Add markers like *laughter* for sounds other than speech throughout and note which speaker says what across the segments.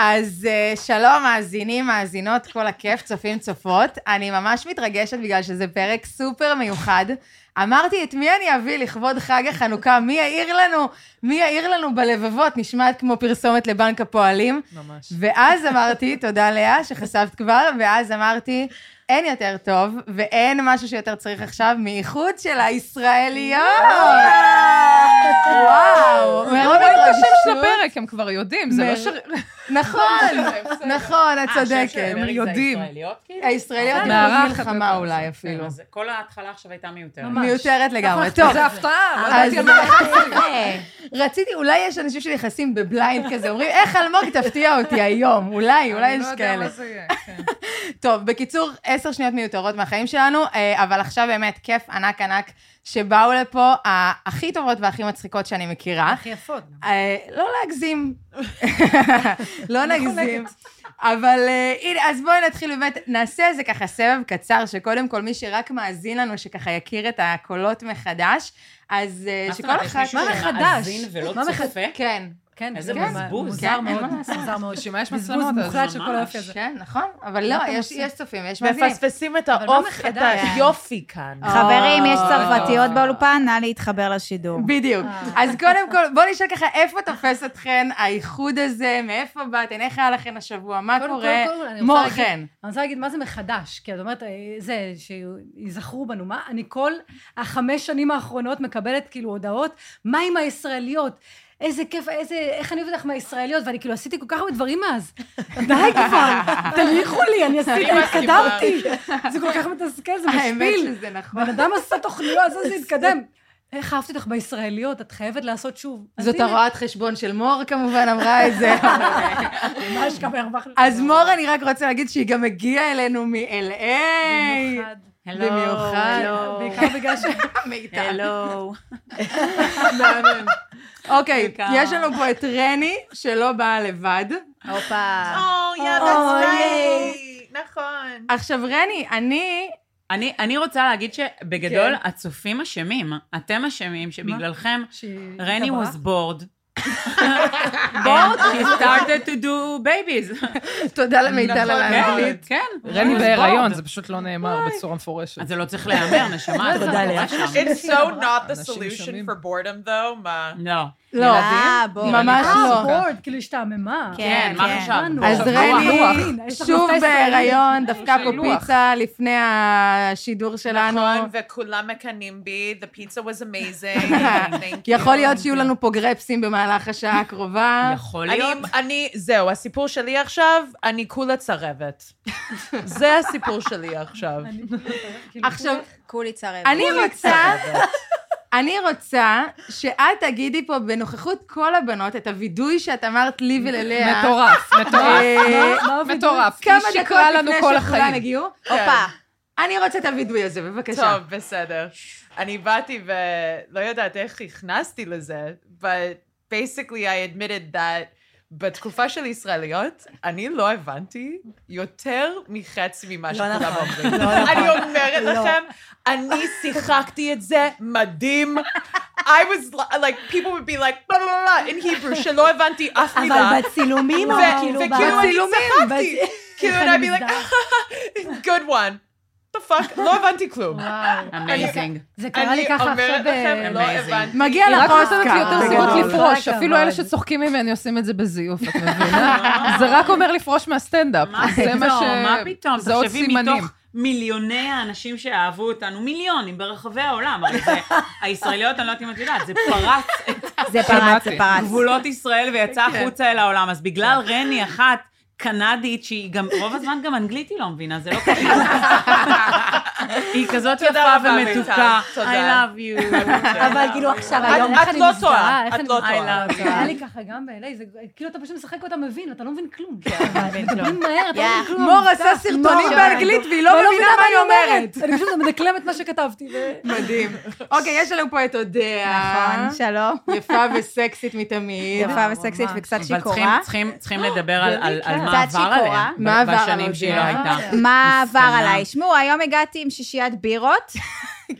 Speaker 1: אז אה, שלום, מאזינים, מאזינות, כל הכיף, צופים, צופות. אני ממש מתרגשת בגלל שזה פרק סופר מיוחד. אמרתי, את מי אני אביא לכבוד חג החנוכה? מי יאיר לנו? מי יאיר לנו בלבבות? נשמעת כמו פרסומת לבנק הפועלים.
Speaker 2: ממש.
Speaker 1: ואז אמרתי, תודה לאה, שחשפת כבר, ואז אמרתי, אין יותר טוב, ואין משהו שיותר צריך עכשיו מאיחוד של הישראליות. וואו,
Speaker 2: הם
Speaker 1: מרוב
Speaker 2: אומרים את השם של
Speaker 1: התרגשות.
Speaker 2: הפרק, הם כבר יודעים, זה לא
Speaker 1: מ-
Speaker 2: ש... *laughs*
Speaker 1: נכון,
Speaker 3: בסדר.
Speaker 1: נכון, את
Speaker 3: אה, השם של
Speaker 1: צודקת.
Speaker 3: הפרק זה
Speaker 2: יודעים.
Speaker 3: הישראליות, כאילו?
Speaker 1: הישראליות
Speaker 3: אה,
Speaker 1: הן
Speaker 2: מארחת
Speaker 1: מלחמה
Speaker 2: אותם.
Speaker 1: אולי
Speaker 3: כן,
Speaker 1: אפילו.
Speaker 3: אז כל ההתחלה עכשיו הייתה מיותרת.
Speaker 1: מיותרת לגמרי. טוב,
Speaker 2: זה הפתעה, לא
Speaker 1: אז
Speaker 2: ידעתי על מה...
Speaker 1: רציתי, אולי יש אנשים שנכנסים בבליינד כזה, אומרים, איך אלמוג תפתיע אותי היום? אולי, אולי יש
Speaker 2: אני לא יודע
Speaker 1: כאלה.
Speaker 2: מה זה יהיה, כן.
Speaker 1: טוב, בקיצור, עשר שניות מיותרות מהחיים שלנו, אה, אבל עכשיו באמת כיף ענק ענק שבאו לפה ה- הכי טובות והכי מצחיקות שאני מכירה.
Speaker 4: הכי יפות. גם.
Speaker 1: אה, לא
Speaker 4: *laughs*
Speaker 1: להגזים. לא נגזים. אבל אה, הנה, אז בואי נתחיל באמת, נעשה איזה ככה סבב קצר, שקודם כל מי שרק מאזין לנו, שככה יכיר את הקולות מחדש, אז אה,
Speaker 3: מה זאת
Speaker 1: שכל
Speaker 3: אומרת, יש
Speaker 1: אחת...
Speaker 3: מישהו
Speaker 4: מה מחדש?
Speaker 3: שמאזין ולא
Speaker 4: מה מחדש?
Speaker 3: צופה?
Speaker 1: כן,
Speaker 4: כן,
Speaker 3: איזה
Speaker 4: כן.
Speaker 3: בזבוז.
Speaker 4: מוזר
Speaker 1: כן, אין
Speaker 4: מאוד,
Speaker 1: מה לעשות.
Speaker 4: מוזר מאוד.
Speaker 2: בשביל מה יש
Speaker 4: בזבוז
Speaker 2: מצלמות? אז
Speaker 4: מוחלט של כל
Speaker 3: ממש.
Speaker 4: היופי הזה.
Speaker 1: כן, נכון, אבל לא,
Speaker 4: מה אתם
Speaker 1: יש
Speaker 4: עושים?
Speaker 1: יש צופים ויש מאזינים.
Speaker 5: מפספסים את
Speaker 4: אבל מה
Speaker 5: האוף,
Speaker 4: מחדש?
Speaker 5: את היופי כאן.
Speaker 6: חברים, יש
Speaker 1: אה,
Speaker 6: צרפתיות
Speaker 2: טוב.
Speaker 6: באולפן, נא להתחבר *laughs* לשידור.
Speaker 1: בדיוק.
Speaker 4: אה.
Speaker 1: אז קודם כל, בואו נשאל ככה, איפה תופס אתכן האיחוד הזה, מאיפה באתן, איך היה לכן השבוע, מה
Speaker 4: קודם כל,
Speaker 1: קורה?
Speaker 4: קודם כל, אני רוצה
Speaker 1: מור
Speaker 4: להגיד-
Speaker 1: חן.
Speaker 4: אני רוצה להגיד, מה זה מחדש? כי את אומרת, אה, זה, שיזכרו בנו, מה? אני כל החמש שנים האחרונות מקבלת כאילו הודעות, מה עם הישראליות? איזה כיף, איזה, איך אני אוהבת אותך מהישראליות, ואני כאילו עשיתי כל כך הרבה דברים מאז. די כבר, תניחו לי, אני עשיתי, אני התקדמתי. זה כל כך מתסכל, זה
Speaker 1: האמת
Speaker 4: משפיל.
Speaker 1: שזה נכון.
Speaker 4: בן אדם עשה תוכניות, אז זה התקדם. איך אהבתי אותך בישראליות, את חייבת לעשות שוב. אז
Speaker 1: זאת
Speaker 4: הנה,
Speaker 1: הרואת חשבון של מור כמובן אמרה את זה.
Speaker 4: *laughs* ממש כמה הרווחנו.
Speaker 1: אז מור, אני רק רוצה להגיד שהיא גם הגיעה אלינו מ-LA.
Speaker 4: במיוחד. לא,
Speaker 3: הלו,
Speaker 1: במיוחד.
Speaker 4: בעיקר בגלל ש...
Speaker 1: מאיתנו.
Speaker 3: הלו.
Speaker 1: אוקיי, יש לנו פה את רני, שלא באה לבד.
Speaker 6: הופה.
Speaker 5: או, יא
Speaker 1: אוי.
Speaker 5: בצלאי. נכון.
Speaker 1: עכשיו, רני, אני...
Speaker 3: אני, אני רוצה להגיד שבגדול, הצופים אשמים. אתם אשמים שבגללכם,
Speaker 4: שהיא
Speaker 3: רני
Speaker 4: התאברה.
Speaker 3: was bored. bored? She started to do babies.
Speaker 1: תודה למיטל על
Speaker 3: כן,
Speaker 1: האנגלית.
Speaker 3: כן.
Speaker 2: רני
Speaker 3: She was
Speaker 2: בהיריון,
Speaker 3: bored.
Speaker 2: זה פשוט לא נאמר בצורה מפורשת.
Speaker 3: אז זה לא צריך להיאמר, נשמה. זה
Speaker 5: תודה,
Speaker 3: לא
Speaker 5: לאה.
Speaker 3: שם.
Speaker 7: It's so not the
Speaker 2: אנשים
Speaker 7: solution
Speaker 2: שומעים.
Speaker 7: for boredom, though. מה?
Speaker 3: לא.
Speaker 1: לא,
Speaker 6: אה, בוא.
Speaker 1: ממש
Speaker 4: אה,
Speaker 1: לא.
Speaker 4: בורד, כאילו השתעממה.
Speaker 3: כן, מה
Speaker 6: כן.
Speaker 3: חשבנו?
Speaker 1: אז
Speaker 3: שבוע.
Speaker 1: רני,
Speaker 4: לוח. יש לך
Speaker 1: שוב
Speaker 4: מבטא ישראלי.
Speaker 1: בהיריון, דפקה
Speaker 2: יש
Speaker 1: פה
Speaker 2: לי לוח.
Speaker 1: פיצה לפני השידור שלנו.
Speaker 7: נכון, וכולם מקנאים בי, the pizza was amazing, thank you.
Speaker 1: יכול להיות שיהיו לנו פה גרפסים במהלך השעה הקרובה.
Speaker 3: יכול
Speaker 7: אני,
Speaker 3: להיות.
Speaker 7: אני, זהו, הסיפור שלי עכשיו, אני כולה צרבת. זה הסיפור שלי עכשיו.
Speaker 4: אני- כאילו,
Speaker 1: עכשיו,
Speaker 6: כולי צרבת.
Speaker 1: אני רוצה, אני רוצה שאת תגידי פה בנוכחות כל הבנות את הווידוי שאת אמרת לי וללאה.
Speaker 2: מטורף, מטורף,
Speaker 1: אה,
Speaker 4: מה עובד?
Speaker 2: מטורף.
Speaker 1: כמה
Speaker 2: היא
Speaker 1: דקות
Speaker 2: שיקרה לנו
Speaker 1: לפני
Speaker 2: כל
Speaker 1: שכולן
Speaker 2: החיים.
Speaker 1: הגיעו.
Speaker 6: הופה.
Speaker 1: אני רוצה את הווידוי הזה, בבקשה.
Speaker 7: טוב, בסדר. אני באתי ולא יודעת איך הכנסתי לזה, but basically I admitted that בתקופה של ישראליות, אני לא הבנתי יותר מחצי ממה שכולם אומרים. אני אומרת לכם, אני שיחקתי את זה מדהים. I was li- like, people would be like, blah, blah, blah, in Hebrew, שלא הבנתי אף
Speaker 3: אוקיי.
Speaker 7: מילה.
Speaker 4: אבל בצילומים, או
Speaker 7: ו-
Speaker 4: כאילו...
Speaker 7: וכאילו אני
Speaker 4: בצילומים,
Speaker 7: צחקתי. כאילו,
Speaker 4: איך
Speaker 7: and
Speaker 4: אני
Speaker 7: I'd be like,
Speaker 4: מזדהה.
Speaker 7: *laughs* good one. the fuck, לא הבנתי כלום.
Speaker 4: וואו.
Speaker 3: אמייזינג.
Speaker 4: זה קרה לי
Speaker 7: אני
Speaker 4: ככה עכשיו... אה,
Speaker 7: אומרת לכם, לא
Speaker 3: Amazing.
Speaker 7: הבנתי.
Speaker 1: מגיע
Speaker 2: היא
Speaker 1: לך
Speaker 2: רק נותנת לי
Speaker 1: אוסקר.
Speaker 2: יותר
Speaker 4: בגדול.
Speaker 2: סיבות לפרוש,
Speaker 4: כל
Speaker 2: אפילו אלה
Speaker 4: הכבוד.
Speaker 2: שצוחקים ממני עושים את זה בזיוף, את מבינה? זה רק אומר לפרוש מהסטנדאפ.
Speaker 3: אה, מה
Speaker 2: *laughs* זה מה ש...
Speaker 3: פתאום, מה פתאום?
Speaker 2: זה עוד
Speaker 3: תחשבי
Speaker 2: סימנים.
Speaker 3: מתוך מיליוני האנשים שאהבו אותנו, מיליונים ברחבי העולם, הרי זה, הישראליות, אני לא יודעת אם את יודעת, זה פרץ את
Speaker 6: זה פרץ,
Speaker 3: אוקיי.
Speaker 6: זה פרץ.
Speaker 3: גבולות ישראל ויצא החוצה אל העולם, אז בגלל רני אחת... קנדית, שהיא גם, רוב הזמן גם אנגלית היא לא מבינה, זה לא קשור. היא כזאת יפה
Speaker 7: תודה רבה, מיטל.
Speaker 3: ומתוקה. I
Speaker 7: תודה.
Speaker 3: love you.
Speaker 6: אבל כאילו עכשיו
Speaker 7: את-
Speaker 6: היום...
Speaker 4: איך
Speaker 7: את
Speaker 4: אני
Speaker 7: לא
Speaker 4: מזדהה,
Speaker 7: טועה,
Speaker 4: איך
Speaker 7: את
Speaker 4: אני
Speaker 7: לא
Speaker 4: מזדהה.
Speaker 7: טועה.
Speaker 3: I love
Speaker 4: היה
Speaker 3: you.
Speaker 4: לי ככה גם ב-LA, זה כאילו אתה פשוט משחק אותה מבין, אתה לא מבין כלום. מדברים מהר, אתה לא
Speaker 6: יא.
Speaker 4: מבין כלום.
Speaker 1: מור עשה סרטונים
Speaker 4: מור.
Speaker 1: באנגלית והיא לא מבינה מה היא אומרת.
Speaker 4: אני פשוט מדקלם את מה שכתבתי. ו-
Speaker 1: מדהים. אוקיי, יש לנו פה את
Speaker 3: אה?
Speaker 1: אודיה.
Speaker 6: נכון, שלום.
Speaker 1: יפה וסקסית מתמיד.
Speaker 6: יפה וסקסית וקצת
Speaker 3: אבל צריכים-
Speaker 6: שיכורה.
Speaker 3: צריכים- צריכים לדבר על- על על מה
Speaker 6: קצת
Speaker 3: עבר
Speaker 6: שיכורה.
Speaker 3: עליה.
Speaker 1: מה עבר על
Speaker 3: בשנים שהיא לא
Speaker 6: כן.
Speaker 1: אודיה?
Speaker 3: הייתה.
Speaker 6: מה עבר
Speaker 3: מסכנה.
Speaker 6: עליי? שמעו, היום הגעתי עם שישיית בירות,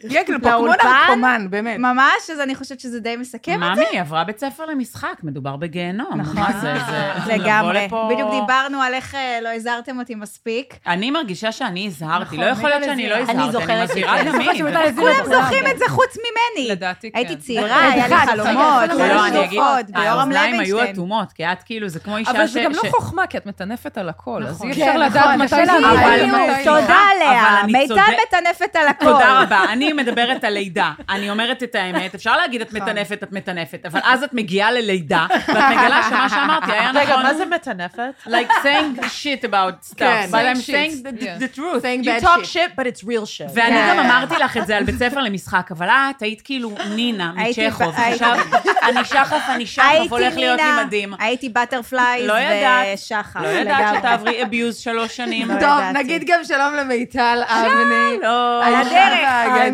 Speaker 1: יהיה כאילו פוקמון
Speaker 6: לאולפן?
Speaker 1: ארקומן, באמת.
Speaker 3: כן.
Speaker 6: ממש, אז אני חושבת שזה די מסכם את
Speaker 3: מאמי, היא עברה בית ספר למשחק, מדובר בגיהנום.
Speaker 1: נכון.
Speaker 3: מה זה, זה... לבוא
Speaker 6: לגמרי.
Speaker 3: לפה-
Speaker 6: בדיוק דיברנו על איך אה, לא הזהרתם אותי מספיק.
Speaker 3: אני מרגישה שאני הזהרתי,
Speaker 2: נכון,
Speaker 3: לא יכול להיות
Speaker 2: מיטל
Speaker 3: שאני לא
Speaker 2: הזהירה.
Speaker 3: הזהרתי,
Speaker 5: אני
Speaker 3: אני
Speaker 5: זוכרת
Speaker 3: מזהירה
Speaker 5: שכן.
Speaker 3: תמיד.
Speaker 4: לא
Speaker 6: כולם זוכרים את זה חוץ ממני.
Speaker 2: לדעתי, כן.
Speaker 6: הייתי צעירה, היה לי
Speaker 1: אחד,
Speaker 6: חלומות,
Speaker 2: אחד,
Speaker 6: היה
Speaker 3: אוקיי. לא,
Speaker 6: לי
Speaker 3: אני אגיד,
Speaker 6: שאיפות, ביורם
Speaker 3: האוזניים היו
Speaker 6: לוינשטיין.
Speaker 3: אטומות, כי את כאילו, זה כמו אישה ש...
Speaker 2: אבל זה גם לא
Speaker 3: ש-
Speaker 2: חוכמה, כי את מטנפת על הכל, אז אי
Speaker 1: כן,
Speaker 2: אפשר
Speaker 1: נכון,
Speaker 2: לדעת מתי
Speaker 1: קשה
Speaker 2: זה...
Speaker 1: להגיד
Speaker 2: אבל-
Speaker 1: בדיוק.
Speaker 2: אבל-
Speaker 1: סליחה,
Speaker 6: תודה עליה,
Speaker 3: אבל אני
Speaker 6: מיטל
Speaker 3: צודק.
Speaker 6: מטנפת על הכל.
Speaker 3: תודה רבה, אני מדברת על לידה. אני אומרת את האמת, אפשר להגיד את מטנפת, את מטנפת, אבל אז את מגיעה ללידה, ואת מגלה שמה שאמרתי היה נכון.
Speaker 7: רגע, מה זה מטנפת?
Speaker 3: Like saying shit about
Speaker 1: כן.
Speaker 3: stuff, but
Speaker 2: Saying
Speaker 3: I'm
Speaker 2: shit.
Speaker 3: saying the- the- the truth.
Speaker 1: Saying
Speaker 5: You
Speaker 1: bad
Speaker 5: talk
Speaker 1: shit.
Speaker 5: shit, but it's real shit.
Speaker 3: ואני
Speaker 1: כן.
Speaker 3: גם אמרתי לך את זה על בית ספר למשחק, אבל את היית כאילו נינה
Speaker 6: הייתי
Speaker 3: מצ'כוב,
Speaker 6: ב- הייתי-
Speaker 3: חשבת, אני שחף, אני שחף,
Speaker 6: הייתי
Speaker 3: הולך להיות לי
Speaker 6: נינה,
Speaker 3: מדהים.
Speaker 6: הייתי בטרפלייז
Speaker 3: לא ידעת.
Speaker 6: ושחר.
Speaker 3: לא ידעת שתעברי abuse שלוש שנים.
Speaker 6: לא
Speaker 1: טוב,
Speaker 6: ידעתי.
Speaker 1: נגיד גם שלום למיטל אבני.
Speaker 3: לא.
Speaker 1: על
Speaker 6: הדרך,
Speaker 1: האגדה.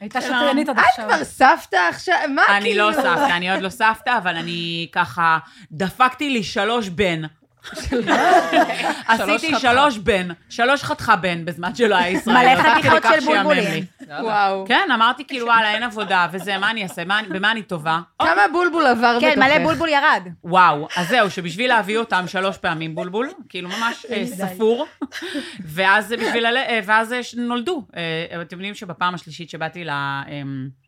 Speaker 4: הייתה שוטרנית עד
Speaker 1: את
Speaker 4: עכשיו.
Speaker 1: אה, כבר סבתא עכשיו? מה כאילו?
Speaker 3: אני לא סבתא, אני עוד לא סבתא, אבל אני ככה, דפקתי לי שלוש בן. עשיתי
Speaker 2: חתכה.
Speaker 3: שלוש בן, שלוש חתיכה בן, בזמן שלא היה ישראל.
Speaker 6: מלא
Speaker 3: אותה
Speaker 6: חתיכות
Speaker 3: כאילו כך
Speaker 6: של
Speaker 3: שיאמם
Speaker 6: בולבולים.
Speaker 3: לי.
Speaker 1: וואו.
Speaker 3: כן, אמרתי כאילו, וואלה, אין עבודה, וזה, מה אני אעשה? מה- במה אני טובה?
Speaker 1: כמה בולבול עבר בתוכך.
Speaker 6: כן,
Speaker 3: לא
Speaker 6: מלא בולבול ירד.
Speaker 3: וואו, אז זהו, שבשביל להביא אותם שלוש פעמים בולבול, כאילו ממש אה, ספור, ואז זה בשביל, הל- אה, ואז אה, ש- נולדו. אה, אתם יודעים שבפעם השלישית שבאתי ל... אמ,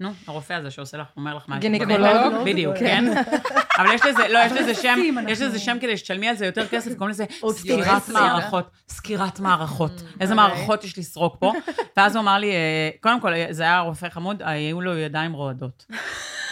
Speaker 3: נו, הרופא הזה שעושה לך, אומר לך משהו.
Speaker 2: גינקולוג.
Speaker 3: בבית. בדיוק, כן. אבל יש לזה, לא, יש לזה שם, יש לזה שם כדי שתשלמי על זה יותר כסף, קוראים לזה סקירת
Speaker 2: יועץ,
Speaker 3: מערכות. סקירת מערכות.
Speaker 1: Mm,
Speaker 3: איזה
Speaker 1: אוקיי.
Speaker 3: מערכות יש לסרוק פה. ואז הוא אמר לי, אה, קודם כל, אה, זה היה רופא חמוד, היו לו ידיים רועדות.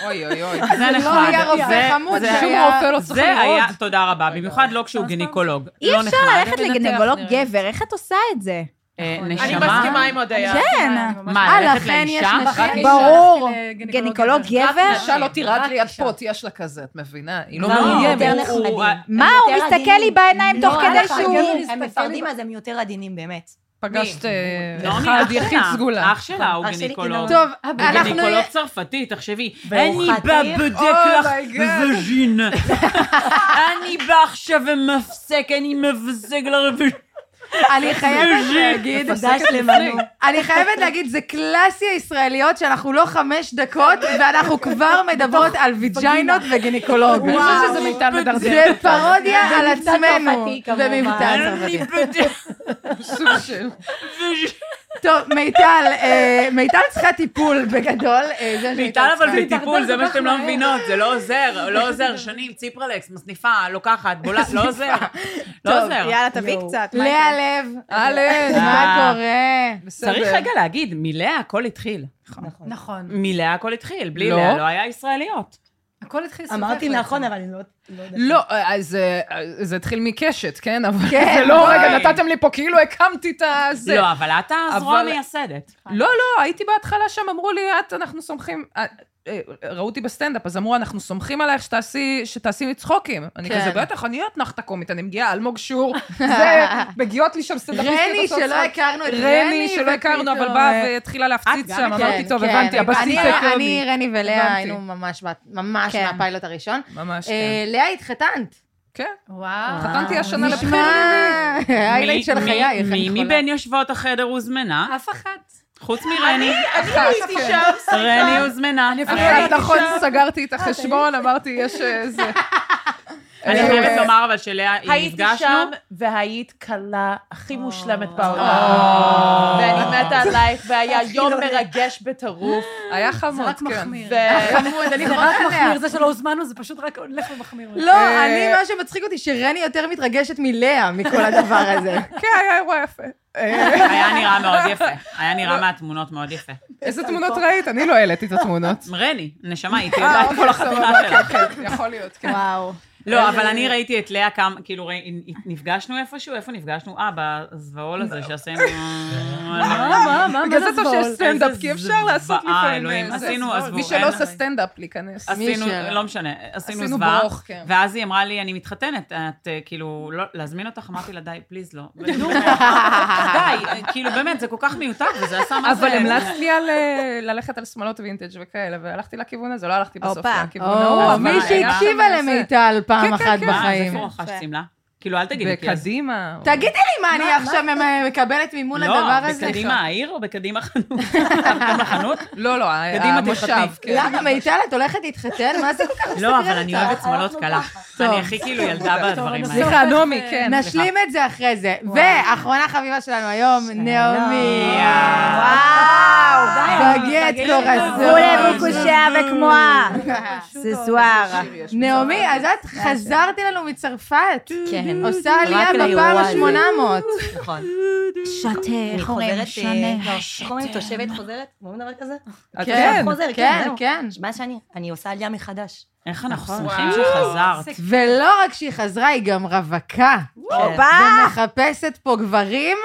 Speaker 2: אוי, אוי, אוי.
Speaker 3: זה נחמד.
Speaker 1: לא היה רופא
Speaker 3: זה-
Speaker 1: חמוד,
Speaker 3: זה
Speaker 1: זה
Speaker 2: שום
Speaker 1: היה...
Speaker 2: רופא לא צריך
Speaker 3: זה
Speaker 2: לראות.
Speaker 3: היה, תודה רבה, במיוחד לא כשהוא גינקולוג.
Speaker 6: אי
Speaker 3: לא
Speaker 6: אפשר
Speaker 3: נחמד.
Speaker 6: ללכת
Speaker 2: מנתח,
Speaker 6: לגנגולוג
Speaker 2: נראה לי.
Speaker 6: גבר, איך את עושה את זה?
Speaker 3: אה,
Speaker 2: נכון.
Speaker 7: אני
Speaker 3: נשמה.
Speaker 7: מסכימה עם הודיה.
Speaker 6: כן,
Speaker 3: מה,
Speaker 1: אה,
Speaker 3: ללכת
Speaker 1: לכן יש
Speaker 3: לאישה?
Speaker 1: נשים.
Speaker 6: ברור.
Speaker 4: הלכתי
Speaker 6: גניקולוג
Speaker 1: כן.
Speaker 6: גבר?
Speaker 2: אישה לא תירד
Speaker 4: רק
Speaker 2: ליד
Speaker 4: אישה.
Speaker 2: פה, תהיה שלה כזה, את מבינה? היא לא
Speaker 3: לא,
Speaker 2: מאוימת.
Speaker 3: הוא-
Speaker 8: יותר
Speaker 3: הוא- אה,
Speaker 8: נחמדים.
Speaker 6: מה,
Speaker 8: הם
Speaker 6: הוא
Speaker 8: יותר
Speaker 6: מסתכל לי
Speaker 8: עדינים.
Speaker 6: בעיניים תוך
Speaker 8: לא,
Speaker 6: כדי
Speaker 4: אה,
Speaker 8: אנחנו
Speaker 4: נכון,
Speaker 6: שהוא...
Speaker 8: עדינים, הם מפרדים אז הם יותר עדינים, באמת.
Speaker 2: פגשת
Speaker 3: אוקיי.
Speaker 2: אה,
Speaker 3: נעמי,
Speaker 2: אחד
Speaker 3: אח
Speaker 2: יחיד
Speaker 3: שלה.
Speaker 2: סגולה.
Speaker 3: אח שלה הוא
Speaker 8: אח שלי
Speaker 3: גינקולוג.
Speaker 8: גינקולוג.
Speaker 1: טוב,
Speaker 3: הוא
Speaker 1: אנחנו...
Speaker 3: גינקולוג צרפתי, תחשבי.
Speaker 8: והוא
Speaker 3: אני Oh בא
Speaker 8: חתיך.
Speaker 3: בודק לך וז'ין. אני בא עכשיו ומפסק, אני מפסק לרב...
Speaker 1: אני חייבת להגיד...
Speaker 8: תודה שלמנו.
Speaker 1: אני חייבת להגיד, זה קלאסי הישראליות שאנחנו לא חמש
Speaker 2: *laughs*
Speaker 1: דקות, ואנחנו כבר מדברות על ויג'יינות וגינקולוג.
Speaker 2: אני חושבת שזה מיטל מדרדר.
Speaker 1: זה פרודיה על
Speaker 8: ומבטא
Speaker 1: עצמנו.
Speaker 8: צרפתי, כמובן.
Speaker 1: ומבטא
Speaker 3: אני
Speaker 1: צרפתי.
Speaker 3: בודק
Speaker 2: סוג של...
Speaker 3: וז'ין.
Speaker 1: טוב, מיטל, אה, מיטל צריכה טיפול בגדול. אה, זה מה שהיא
Speaker 3: מיטל אבל
Speaker 1: צריכה.
Speaker 3: בטיפול, זה מה שאתם לא מבינות, זה לא עוזר, לא עוזר, שנים, ציפרלקס, מסניפה, לוקחת, בולעת, לא עוזר, לא עוזר.
Speaker 6: יאללה, תביא קצת. מה
Speaker 1: לאה לב,
Speaker 2: אלף,
Speaker 1: מה
Speaker 3: אה.
Speaker 1: קורה?
Speaker 2: לא, בסדר.
Speaker 3: צריך רגע להגיד, מלאה הכל התחיל.
Speaker 4: נכון.
Speaker 3: מלאה הכל התחיל, בלי
Speaker 2: לא.
Speaker 3: לאה לא היה ישראליות.
Speaker 4: הכל התחיל סופר.
Speaker 8: אמרתי נכון, אבל אני לא... לא יודעת.
Speaker 2: לא, אז אה, אה, זה התחיל מקשת, כן? אבל
Speaker 1: כן,
Speaker 2: זה לא,
Speaker 1: בואי.
Speaker 2: רגע, נתתם לי פה, כאילו הקמתי את הזה.
Speaker 3: לא, אבל את הזרוע
Speaker 2: אבל-
Speaker 3: המייסדת.
Speaker 2: לא, לא, הייתי בהתחלה שם, אמרו לי, את, אנחנו סומכים... אה, אה, ראו אותי בסטנדאפ, אז אמרו, אנחנו סומכים עלייך שתעשי, שתעשי צחוקים. אני
Speaker 1: כן.
Speaker 2: כזה, בטח, אני אתנחתה קומית, אני מגיעה,
Speaker 1: *laughs*
Speaker 2: אלמוג שור, זה, מגיעות לי שם סטנדאפיסטיות.
Speaker 1: רני,
Speaker 2: עושות
Speaker 1: שלא
Speaker 2: צחוק.
Speaker 1: הכרנו את
Speaker 2: רני, שלא הכרנו, אבל באה
Speaker 1: ופתאום,
Speaker 2: והתחילה להפציץ
Speaker 3: גם
Speaker 2: שם,
Speaker 3: הכרת?
Speaker 2: אמרתי, טוב,
Speaker 1: כן,
Speaker 2: הבנתי, הבסיס
Speaker 1: אני-
Speaker 2: העקרוני.
Speaker 1: אני, רני ולאה
Speaker 2: הבנתי.
Speaker 1: היינו ממש בת- ממש
Speaker 6: כן.
Speaker 1: מהפיילוט הראשון.
Speaker 2: ממש, כן.
Speaker 1: אה, לאה, התחתנת. אה,
Speaker 2: כן.
Speaker 4: וואו.
Speaker 2: חתנתי השנה לבחירות.
Speaker 1: נשמע,
Speaker 3: מי-
Speaker 1: האיילנד של
Speaker 3: מי-
Speaker 1: חייך.
Speaker 3: מי
Speaker 1: אני יכולה.
Speaker 3: מבין יושבות החדר הוזמנה?
Speaker 4: אף אחת.
Speaker 3: חוץ מרני,
Speaker 2: אחת, כן.
Speaker 3: רני הוזמנה.
Speaker 1: אה,
Speaker 2: אחת, נכון, סגרתי את החשבון, אמרתי, יש אה, איזה...
Speaker 3: אני
Speaker 2: אה,
Speaker 3: חייבת לומר אבל שלאה, היא
Speaker 5: הייתי שם,
Speaker 3: נפגשנו.
Speaker 5: והיית כלה הכי מושלמת
Speaker 2: אה.
Speaker 5: בעולם. ואני מתה עלייך, והיה יום מרגש בטירוף.
Speaker 2: היה
Speaker 4: זה
Speaker 2: חמוד,
Speaker 4: רק
Speaker 2: כן.
Speaker 4: מחמיר.
Speaker 5: ו-
Speaker 1: חמוד, אני
Speaker 4: זה
Speaker 1: חולה
Speaker 4: רק
Speaker 1: עליה.
Speaker 4: מחמיר, זה שלא הוזמנו, זה פשוט רק הולך ומחמיר.
Speaker 1: לא,
Speaker 2: אה.
Speaker 1: אני, מה שמצחיק אותי, שרני יותר מתרגשת מלאה
Speaker 2: *laughs*
Speaker 1: מכל הדבר הזה.
Speaker 2: כן, היה אירוע יפה. אה,
Speaker 3: היה נראה מאוד יפה. היה נראה מהתמונות מאוד יפה.
Speaker 2: איזה תמונות ראית? אני לא העליתי את התמונות.
Speaker 1: *laughs*
Speaker 3: רני, נשמה, היא
Speaker 2: אה,
Speaker 3: תיעדה את
Speaker 2: אוקיי,
Speaker 3: כל
Speaker 2: סבבה,
Speaker 3: החתונה שלה.
Speaker 2: כן, כן, יכול להיות, כן. *laughs*
Speaker 6: וואו.
Speaker 3: לא, אבל אני ראיתי את לאה כמה, כאילו, ראי- נפגשנו איפשהו, איפה נפגשנו? אה, בזוואול הזה שעשינו...
Speaker 4: מה, מה, מה, מה
Speaker 2: בגלל זה
Speaker 4: זה
Speaker 2: טוב שיש
Speaker 4: זבול?
Speaker 2: סטנדאפ,
Speaker 3: איזה
Speaker 2: כי אפשר לעשות
Speaker 3: זוועה,
Speaker 2: לפעמים...
Speaker 3: אלוהים,
Speaker 2: אה,
Speaker 3: עשינו,
Speaker 2: זה.
Speaker 3: עזבו,
Speaker 2: מי
Speaker 3: אין
Speaker 2: שלא עושה
Speaker 3: עליי.
Speaker 2: סטנדאפ, להיכנס.
Speaker 3: עשינו,
Speaker 1: שאלה?
Speaker 3: לא משנה, עשינו
Speaker 2: עשינו
Speaker 3: זוועה,
Speaker 2: ברוך, כן.
Speaker 3: ואז היא אמרה לי, אני מתחתנת, את אה, כאילו, לא- להזמין אותך? אמרתי לה, די, פליז לא. נו, די, אה, כאילו, באמת, זה כל כך מיותר, וזה עשה מה זה...
Speaker 2: אבל המלצת לי על אה, ללכת על שמלות וינטג' וכאלה, והלכתי לכיוון הזה, לא הלכתי בסוף
Speaker 6: הופה.
Speaker 2: לכיוון ההוא.
Speaker 1: או,
Speaker 2: אבל
Speaker 1: מי אה,
Speaker 2: היה שם
Speaker 1: שהקשיבה
Speaker 2: איזה-
Speaker 1: למיטל פעם
Speaker 2: כן, כן,
Speaker 1: אחת
Speaker 2: כן.
Speaker 3: מה, אז
Speaker 1: בחיים.
Speaker 3: איפה רכשת שמלה? כאילו, אל תגידי, כי אז...
Speaker 2: בקדימה. או-
Speaker 1: תגידי לי, מה אני עכשיו מ- מקבלת מימון לדבר
Speaker 3: לא,
Speaker 1: הזה?
Speaker 3: בקדימה העיר או בקדימה חנות? קדימה חנות?
Speaker 2: לא, לא, ה-
Speaker 3: קדימה,
Speaker 2: המושב.
Speaker 3: תתחתני.
Speaker 2: כן.
Speaker 1: למה, מיטל, את הולכת להתחתן? מה זה כל כך מסקרן
Speaker 3: לא, אבל אני
Speaker 1: אותך?
Speaker 3: אוהבת שמלות קלה. אני הכי כאילו ילדה בדברים האלה.
Speaker 2: סליחה, נעמי, כן.
Speaker 1: אה, נשלים את זה אחרי זה. ואחרונה חביבה שלנו היום, נעמי.
Speaker 6: וואו,
Speaker 1: בגט *laughs*
Speaker 6: כולה
Speaker 1: קורסון.
Speaker 6: בוקושיה וכמוהה. ססוארה.
Speaker 1: נעמי, אז את חזרת אלינו מצרפת.
Speaker 5: כן.
Speaker 3: *laughs*
Speaker 1: עושה עלייה
Speaker 5: רק
Speaker 1: בפעם
Speaker 5: לאירוע הזה.
Speaker 1: ה-800.
Speaker 8: נכון.
Speaker 3: אה,
Speaker 6: שותה,
Speaker 8: אני
Speaker 6: איך
Speaker 8: חוזרת,
Speaker 6: אומרים?
Speaker 8: אה,
Speaker 6: שונה.
Speaker 8: לא, איך אומרים? תושבת חוזרת? אומרים דבר כזה?
Speaker 2: את-
Speaker 1: כן,
Speaker 8: חוזר, כן,
Speaker 1: כן,
Speaker 8: זהו.
Speaker 1: כן.
Speaker 8: מה שאני, אני עושה עלייה מחדש.
Speaker 3: איך אנחנו שמחים שחזרת.
Speaker 1: כן. ולא רק שהיא חזרה, היא גם רווקה.
Speaker 8: כן.
Speaker 1: ומחפשת פה גברים,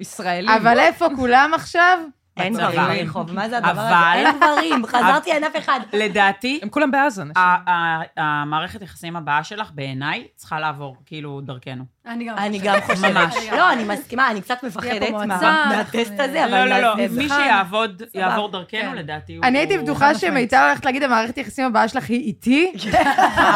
Speaker 2: ישראלים.
Speaker 1: אבל איפה כולם עכשיו?
Speaker 8: אה, אין דברים
Speaker 3: אבל-
Speaker 8: לרחוב, מה זה הדבר הזה?
Speaker 3: אבל-
Speaker 8: אין דברים, חזרתי ענף אחד.
Speaker 3: לדעתי,
Speaker 2: הם כולם בעזה, נשים.
Speaker 3: ה- ה- המערכת יחסים הבאה שלך, בעיניי, צריכה לעבור, כאילו, דרכנו.
Speaker 4: אני גם.
Speaker 8: אני גם חושבת.
Speaker 3: ממש.
Speaker 8: לא, אני מסכימה, אני קצת מפחדת
Speaker 4: תהיה פה
Speaker 8: מה-
Speaker 4: מועצה,
Speaker 8: מהטסט
Speaker 4: אנחנו-
Speaker 8: הזה, אבל
Speaker 3: לא, לא, לא,
Speaker 8: נעשה את זה.
Speaker 3: מי שיעבוד,
Speaker 4: סבבה.
Speaker 3: יעבור דרכנו,
Speaker 4: כן.
Speaker 3: לדעתי, הוא...
Speaker 1: אני הייתי
Speaker 3: הוא-
Speaker 1: בטוחה שמיטל הולכת להגיד, המערכת היחסים הבאה שלך היא איתי?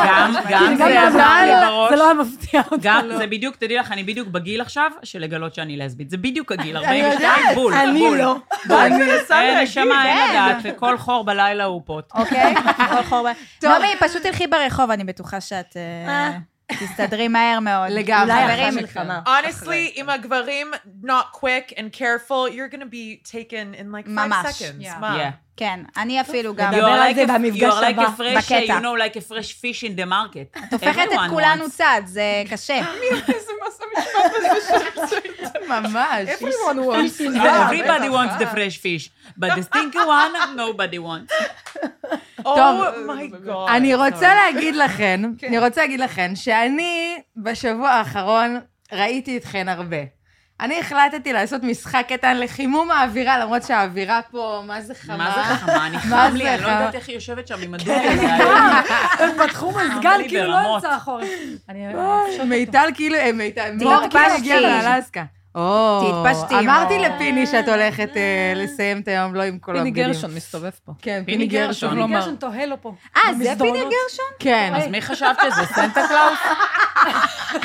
Speaker 3: גם, גם זה עבר לי בראש.
Speaker 4: זה לא היה מפתיע אותי.
Speaker 3: גם, זה בדיוק, תדעי לך, אני בדיוק בגיל עכשיו של לגלות שאני לסבית. זה בדיוק הגיל, 42,
Speaker 1: יודעת,
Speaker 3: בול,
Speaker 8: אני
Speaker 3: בול.
Speaker 8: לא.
Speaker 3: בול. אין נשמה, אין לדעת, וכל חור בלילה הוא פוט.
Speaker 6: אוקיי? כל חורבן. נעמי, פשוט תלכי ברחוב, אני בטוחה שאת אה, תסתדרי מהר מאוד.
Speaker 1: לגמרי.
Speaker 8: אולי אחרי
Speaker 6: חברים,
Speaker 8: המלחמה.
Speaker 7: *laughs* Honestly, אם הגברים not quick and careful, you're gonna be taken in like five
Speaker 6: ממש.
Speaker 7: seconds.
Speaker 4: Yeah.
Speaker 7: מה?
Speaker 3: Yeah.
Speaker 7: *laughs*
Speaker 6: כן, אני אפילו גם.
Speaker 8: נדבר על זה במפגש
Speaker 3: You are like
Speaker 8: הבא,
Speaker 3: a fresh,
Speaker 6: בקטע.
Speaker 3: you know, like a fresh fish in the market.
Speaker 6: את הופכת
Speaker 3: Everyone
Speaker 6: את כולנו
Speaker 3: wants.
Speaker 6: צד, זה קשה.
Speaker 1: ממש.
Speaker 3: Everybody wants the fresh fish, but the stinky one, nobody wants.
Speaker 7: Oh my god.
Speaker 1: אני רוצה להגיד לכן, אני רוצה להגיד לכן, שאני בשבוע האחרון ראיתי אתכן הרבה. אני החלטתי לעשות משחק קטן לחימום האווירה, למרות שהאווירה פה, מה זה חמה.
Speaker 3: מה זה חמה? אני
Speaker 1: מה
Speaker 3: חם
Speaker 1: זה
Speaker 3: לי, אני לא
Speaker 1: חם?
Speaker 3: יודעת איך היא יושבת שם עם הדוד הזה.
Speaker 4: פתחו מזגן,
Speaker 3: לי
Speaker 4: כאילו לא
Speaker 3: ברמות.
Speaker 4: יצא החורף. אני...
Speaker 1: מיטל כאילו, אה, מיטל, מור כאילו
Speaker 6: תתפשטי.
Speaker 1: הגיעה לאלסקה. או,
Speaker 6: תתפשטי, מור.
Speaker 1: אמרתי לפיני שאת הולכת אה, לסיים את היום לא עם כל
Speaker 2: פיני
Speaker 1: הבגדים.
Speaker 2: גרשון מסתובב פה.
Speaker 1: כן,
Speaker 3: פיני
Speaker 1: פיני
Speaker 3: גרשון.
Speaker 1: גרשון.
Speaker 4: אני
Speaker 2: כלומר-
Speaker 4: גרשון תוהה לו פה.
Speaker 6: אה, זה
Speaker 4: במסדרונות.
Speaker 6: פיני גרשון?
Speaker 1: כן.
Speaker 3: אז מי חשב שזה סנטה קלאוס?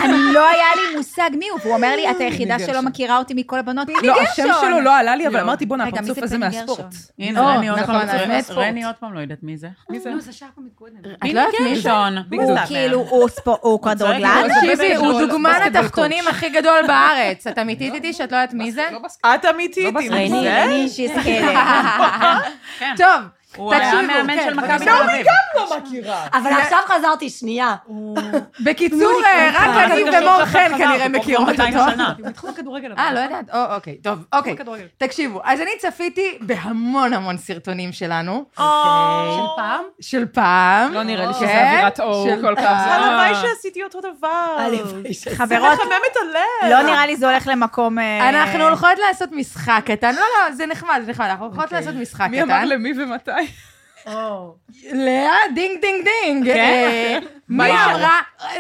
Speaker 6: אני לא היה לי מושג מי הוא, והוא אומר לי, את היחידה שלא מכירה אותי מכל הבנות. פיני
Speaker 2: לא, השם
Speaker 6: גרשון!
Speaker 2: שלו לא עלה לי, אבל
Speaker 3: לא.
Speaker 2: אמרתי, בואנה,
Speaker 6: רגע, מי
Speaker 2: הפרצוף
Speaker 6: זה
Speaker 2: הזה
Speaker 6: פיני
Speaker 2: מהספורט.
Speaker 6: גרשון?
Speaker 3: הנה,
Speaker 1: או,
Speaker 3: רני עוד
Speaker 1: נכון, אז
Speaker 3: פעם, צועק-
Speaker 1: מהספורט.
Speaker 3: רני עוד פעם לא יודעת מי זה. כן.
Speaker 4: נו, זה שהיה פה מקודם.
Speaker 1: את לא יודעת מי זה?
Speaker 3: גרשון.
Speaker 6: הוא כאילו, הוא ספו- הוא כדורגלן?
Speaker 1: תקשיבי, הוא
Speaker 2: גרשון,
Speaker 1: דוגמן
Speaker 2: בסקטבול
Speaker 1: התחתונים הכי גדול בארץ. את אמיתית איתי שאת לא יודעת מי זה?
Speaker 7: את אמיתית
Speaker 2: לא
Speaker 7: עם
Speaker 2: בזמן.
Speaker 7: זה?
Speaker 6: הנה, אני כאילו, שהיא זקנת.
Speaker 1: טוב,
Speaker 3: הוא היה
Speaker 1: תקשיבו,
Speaker 3: מאמן
Speaker 1: כן,
Speaker 3: של מכבי תל
Speaker 1: בבקשה.
Speaker 3: אביב.
Speaker 7: לא
Speaker 8: אבל עכשיו חזרתי, שנייה.
Speaker 1: בקיצור, אה, רק אני ומור חן כנראה
Speaker 3: הוא
Speaker 1: מכירות
Speaker 3: כבר 200
Speaker 1: אותו.
Speaker 3: שנה.
Speaker 4: בתחום הכדורגל. אבל.
Speaker 1: אה, לא יודעת? או, אוקיי, טוב, אוקיי.
Speaker 4: כדורגל.
Speaker 1: תקשיבו, אז אני צפיתי בהמון המון סרטונים שלנו,
Speaker 3: אוקיי.
Speaker 4: של
Speaker 3: אה,
Speaker 4: פעם?
Speaker 1: של פעם.
Speaker 2: לא נראה לי
Speaker 1: כן,
Speaker 2: שזה אווירת אור
Speaker 1: של
Speaker 2: כל כך.
Speaker 1: פעם.
Speaker 7: הלוואי שעשיתי אותו דבר.
Speaker 1: אה,
Speaker 6: חברות,
Speaker 7: מחמם את הלב.
Speaker 6: לא נראה לי זה הולך למקום... אה,
Speaker 1: אנחנו לא- הולכות לעשות משחק קטן. לא, לא, זה נחמד, זה נחמד. אנחנו הולכות לעשות משחק
Speaker 2: אוקיי. מי אמר
Speaker 1: קטן.
Speaker 2: למי ומתי?
Speaker 1: לא לאה, דינג, דינג, דינג. אה, מי אמרה...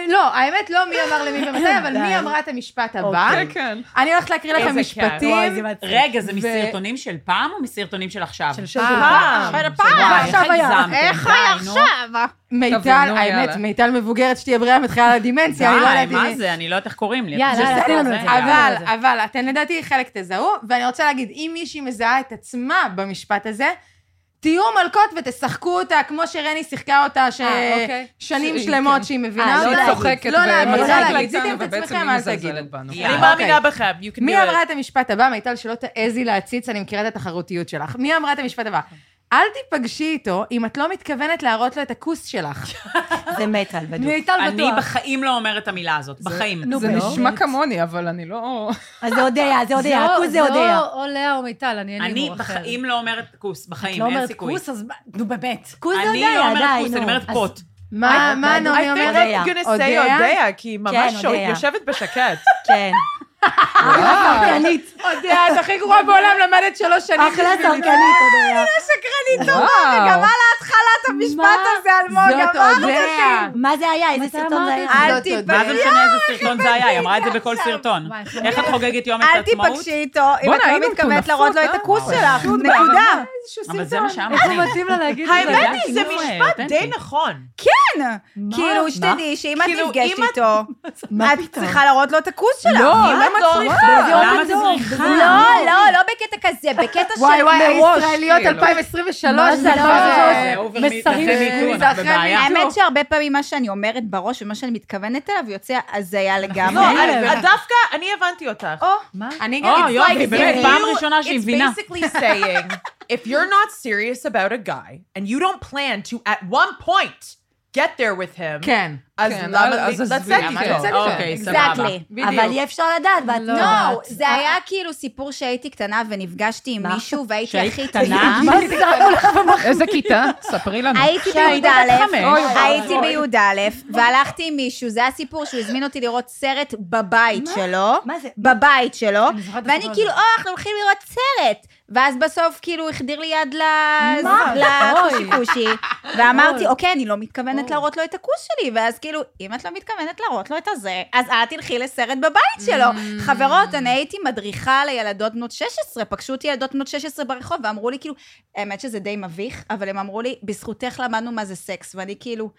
Speaker 1: לא, האמת לא מי אמר למי ומתי, אבל מי אמרה את המשפט הבא.
Speaker 2: כן, כן.
Speaker 1: אני הולכת להקריא לכם
Speaker 3: איזה
Speaker 1: משפטים.
Speaker 3: רגע, זה מסרטונים של פעם או מסרטונים של עכשיו? של
Speaker 1: אה,
Speaker 7: אה,
Speaker 1: פעם.
Speaker 3: פעם.
Speaker 1: עכשיו היה.
Speaker 3: איך היה עכשיו?
Speaker 1: מיטל,
Speaker 2: טוב, נו,
Speaker 1: האמת,
Speaker 2: יאללה.
Speaker 1: מיטל מבוגרת, שתהיה בריאה, מתחילה על הדימנציה, אני לא יודעת
Speaker 3: די,
Speaker 1: אם...
Speaker 3: מה זה? אני לא יודעת איך קוראים לי.
Speaker 4: יאללה,
Speaker 3: זה
Speaker 4: יאללה,
Speaker 3: זה,
Speaker 4: תן לנו
Speaker 3: זה,
Speaker 4: את זה.
Speaker 3: יאללה.
Speaker 1: אבל,
Speaker 4: זה.
Speaker 1: אבל, אתן לדעתי חלק תזהו, ואני רוצה להגיד, אם מישהי מזהה את עצמה במשפט הזה, תהיו מלכות ותשחקו אותה כמו שרני שיחקה אותה ש...
Speaker 4: אה, אוקיי.
Speaker 1: שנים
Speaker 2: שהיא-
Speaker 1: שלמות שהיא מבינה
Speaker 2: לא
Speaker 1: אותה.
Speaker 2: צוחקת
Speaker 1: לא להגיד, לא
Speaker 2: ומצחיק
Speaker 1: להגיד,
Speaker 2: איתנו,
Speaker 1: זיתם את
Speaker 2: ובעצם
Speaker 1: עצמכם,
Speaker 2: היא
Speaker 1: אל
Speaker 2: מזלזלת
Speaker 1: תגידו.
Speaker 2: בנו.
Speaker 3: יאללה.
Speaker 7: אני
Speaker 1: אוקיי.
Speaker 7: מאמינה בכם. You can
Speaker 1: מי
Speaker 7: do it.
Speaker 1: אמרה את המשפט הבא, מיטל, שלא תעזי להציץ, אני מכירה את התחרותיות שלך. מי אמרה את המשפט הבא? אל תיפגשי איתו אם את לא מתכוונת להראות לו את הכוס שלך. *laughs*
Speaker 8: זה מטאל, בדיוק. לא?
Speaker 4: מיטל
Speaker 3: אני
Speaker 4: בטוח.
Speaker 3: בחיים לא אומרת את המילה הזאת, בחיים.
Speaker 2: זה נשמע כמוני, אבל אני לא...
Speaker 8: אז זה אודיה, זה אודיה, הכוס זה
Speaker 4: זה
Speaker 8: אודיה.
Speaker 4: או- או לאה או מיטל, אני אין לי
Speaker 3: אני
Speaker 4: הימור אחר.
Speaker 3: בחיים לא אומרת כוס,
Speaker 4: את
Speaker 3: בחיים,
Speaker 4: לא
Speaker 3: אין
Speaker 4: אומרת
Speaker 3: סיכוי.
Speaker 4: כוס, אז... מה- נו, באמת.
Speaker 8: כוס זה
Speaker 3: אני
Speaker 8: אודיה,
Speaker 3: לא אומרת
Speaker 8: די,
Speaker 3: כוס,
Speaker 8: נו.
Speaker 3: אני אומרת
Speaker 8: אז-
Speaker 3: פוט.
Speaker 1: מה,
Speaker 8: I-
Speaker 1: מה
Speaker 8: I
Speaker 1: נעמי
Speaker 7: I
Speaker 1: אומרת?
Speaker 8: אודיה.
Speaker 7: think I'm gonna say
Speaker 1: אודיה?
Speaker 7: אודיה, כי היא ממש
Speaker 8: כן,
Speaker 7: שו-
Speaker 8: אודיה.
Speaker 7: יושבת *laughs* בשקט.
Speaker 8: כן.
Speaker 1: אתה יודע, את הכי גרועה בעולם, למדת שלוש שנים.
Speaker 8: אחלה סרקנית, אודיה.
Speaker 1: לא,
Speaker 2: וואו.
Speaker 6: המשפט הזה, אלמוג,
Speaker 1: זאת אודיה.
Speaker 8: מה זה היה? איזה
Speaker 4: מתי
Speaker 8: סרטון זה
Speaker 4: אמרת
Speaker 8: היה?
Speaker 4: את זה?
Speaker 6: אל
Speaker 1: זאת אודיה.
Speaker 3: מה זה
Speaker 6: תיפגשי
Speaker 3: משנה איזה סרטון זה היה? היא אמרה את זה בכל סרטון.
Speaker 4: וואי,
Speaker 3: איך את חוגגת יום את
Speaker 6: אל
Speaker 3: העצמאות?
Speaker 6: תיפגשי איתו אם
Speaker 2: בואנה,
Speaker 6: את לא
Speaker 2: היינו
Speaker 6: מתכוונת
Speaker 2: מטונפות,
Speaker 6: להראות לו את
Speaker 2: אה?
Speaker 6: הכוס שלך, נקודה.
Speaker 3: אבל זה מה שאמרתי.
Speaker 4: איך הוא מתאים לה להגיד את זה?
Speaker 3: האמת-
Speaker 7: האמת היא, זה
Speaker 3: שינוי
Speaker 7: משפט
Speaker 3: אותנטי.
Speaker 7: די נכון.
Speaker 6: כן, כאילו, שתדעי שאם את
Speaker 7: כאילו,
Speaker 6: נפגשת
Speaker 7: אם את-
Speaker 6: איתו, את צריכה להראות לו את הכוס שלך.
Speaker 2: לא, למה
Speaker 7: לא,
Speaker 2: צריכה?
Speaker 3: למה את צריכה?
Speaker 6: לא, לא, לא בקטע כזה, בקטע של
Speaker 1: וואי וואי,
Speaker 6: מראש.
Speaker 1: הישראליות
Speaker 2: כאילו.
Speaker 1: 2023,
Speaker 6: מה
Speaker 1: זה
Speaker 6: זה
Speaker 1: כבר...
Speaker 6: לא?
Speaker 1: אה,
Speaker 3: זה over
Speaker 4: מסרים.
Speaker 3: meet, אחרי
Speaker 1: זה
Speaker 3: מיטו, אנחנו
Speaker 1: אחרי
Speaker 3: בבעיה.
Speaker 1: בדיוק.
Speaker 6: האמת שהרבה פעמים מה שאני אומרת בראש ומה שאני מתכוונת אליו יוצא הזיה לגמרי. לא,
Speaker 7: לא, את- את דווקא, אני הבנתי אותך.
Speaker 3: אני גם... או, אה, יופי, באמת, פעם ראשונה שהיא
Speaker 7: it's
Speaker 3: מבינה.
Speaker 7: basically *laughs* saying, if you're not serious about a guy, and you don't plan to at one point get there with him,
Speaker 1: כן.
Speaker 7: אז
Speaker 2: כן,
Speaker 7: למה
Speaker 2: אז
Speaker 7: לי-
Speaker 2: עזבי, כן.
Speaker 7: לצאת
Speaker 2: למה לא?
Speaker 7: איתו?
Speaker 2: לצאת?
Speaker 3: אוקיי, סבבה.
Speaker 6: לא, Exactly.
Speaker 8: אבל אי אפשר לדעת, ואת לא
Speaker 6: לא,
Speaker 8: יודעת.
Speaker 6: זה היה כאילו סיפור שהייתי קטנה ונפגשתי עם מישהו והייתי
Speaker 3: שהיית
Speaker 6: הכי
Speaker 3: קטנה?
Speaker 6: טעינה.
Speaker 2: *laughs* איזה כיתה? ספרי לנו.
Speaker 6: הייתי
Speaker 3: שהיית
Speaker 6: בי"א,
Speaker 3: בת חמש. אוי,
Speaker 2: ואבוי.
Speaker 6: הייתי בי"א, והלכתי עם מישהו, זה הסיפור שהוא הזמין אותי לראות סרט בבית שלו,
Speaker 8: מה זה?
Speaker 6: בבית שלו,
Speaker 4: אני זוכרת את
Speaker 6: ואני
Speaker 4: הסיפור
Speaker 6: כאילו, או, אנחנו הולכים לראות סרט. ואז בסוף כאילו החדיר לי יד ל-
Speaker 4: מה?
Speaker 6: לקושי קושי, ואמרתי,
Speaker 4: אוי.
Speaker 6: אוקיי, אני לא מתכוונת להראות לו את הכוס שלי, ואז כאילו, אם את לא מתכוונת להראות לו את הזה, אז את תלכי לסרט בבית שלו.
Speaker 3: Mm.
Speaker 6: חברות, אני הייתי מדריכה לילדות בנות 16, פגשו אותי ילדות בנות 16 ברחוב, ואמרו לי כאילו, האמת שזה די מביך, אבל הם אמרו לי, בזכותך למדנו מה זה סקס, ואני
Speaker 3: *laughs*
Speaker 6: כאילו...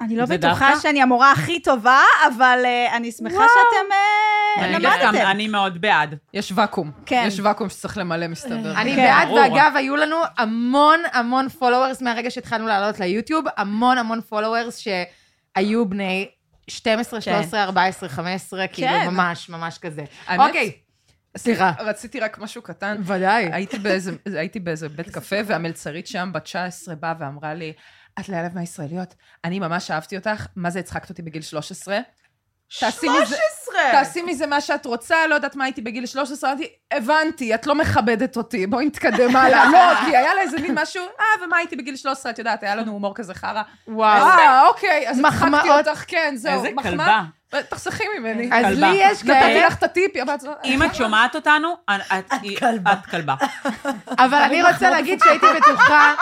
Speaker 6: אני לא
Speaker 3: זה
Speaker 6: בטוחה
Speaker 3: דווקא?
Speaker 6: שאני המורה הכי טובה, אבל אה, אני שמחה שאתם אה,
Speaker 3: אני דווקא-
Speaker 6: למדתם.
Speaker 3: אני מאוד בעד.
Speaker 2: יש ואקום.
Speaker 6: כן.
Speaker 2: יש ואקום שצריך למלא, מסתבר.
Speaker 1: אני
Speaker 6: כן,
Speaker 1: בעד,
Speaker 3: ברור.
Speaker 1: ואגב, היו לנו המון המון פולוורס מהרגע שהתחלנו לעלות ליוטיוב, המון המון פולוורס שהיו בני 12,
Speaker 2: כן.
Speaker 1: 13, 14, 15, כאילו
Speaker 6: כן.
Speaker 1: ממש, ממש כזה.
Speaker 2: האמת?
Speaker 1: אוקיי, סליחה.
Speaker 2: רציתי רק משהו קטן.
Speaker 1: ודאי.
Speaker 2: הייתי באיזה, הייתי באיזה בית קפה, והמלצרית שם, בת 19, באה ואמרה לי, את לילה מהישראליות, אני ממש אהבתי אותך, מה זה הצחקת אותי בגיל 13? תעשי מזה-
Speaker 7: 13.
Speaker 2: תעשי מזה מה שאת רוצה, לא יודעת מה הייתי בגיל 13, אמרתי, הבנתי, את לא מכבדת אותי, בואי נתקדם *laughs* הלאה. לא, כי היה לה איזה מין משהו, אה, ומה הייתי בגיל 13, את יודעת, היה לנו הומור כזה חרא.
Speaker 1: וואו.
Speaker 2: אה, אוקיי, אז הצחקתי
Speaker 1: מחמאות.
Speaker 2: אותך, כן, זהו,
Speaker 3: איזה
Speaker 2: מחמאה.
Speaker 3: כלבה.
Speaker 2: תחסכי ממני.
Speaker 1: אז
Speaker 3: כלבה.
Speaker 1: לי יש
Speaker 2: נתתי
Speaker 1: כאלה,
Speaker 2: לך את הטיפ, אבל את לא...
Speaker 3: אם את שומעת אותנו, את- את כלבה. את כלבה.
Speaker 1: אבל אני רוצה להגיד שהייתי
Speaker 2: *laughs*
Speaker 1: בטוחה,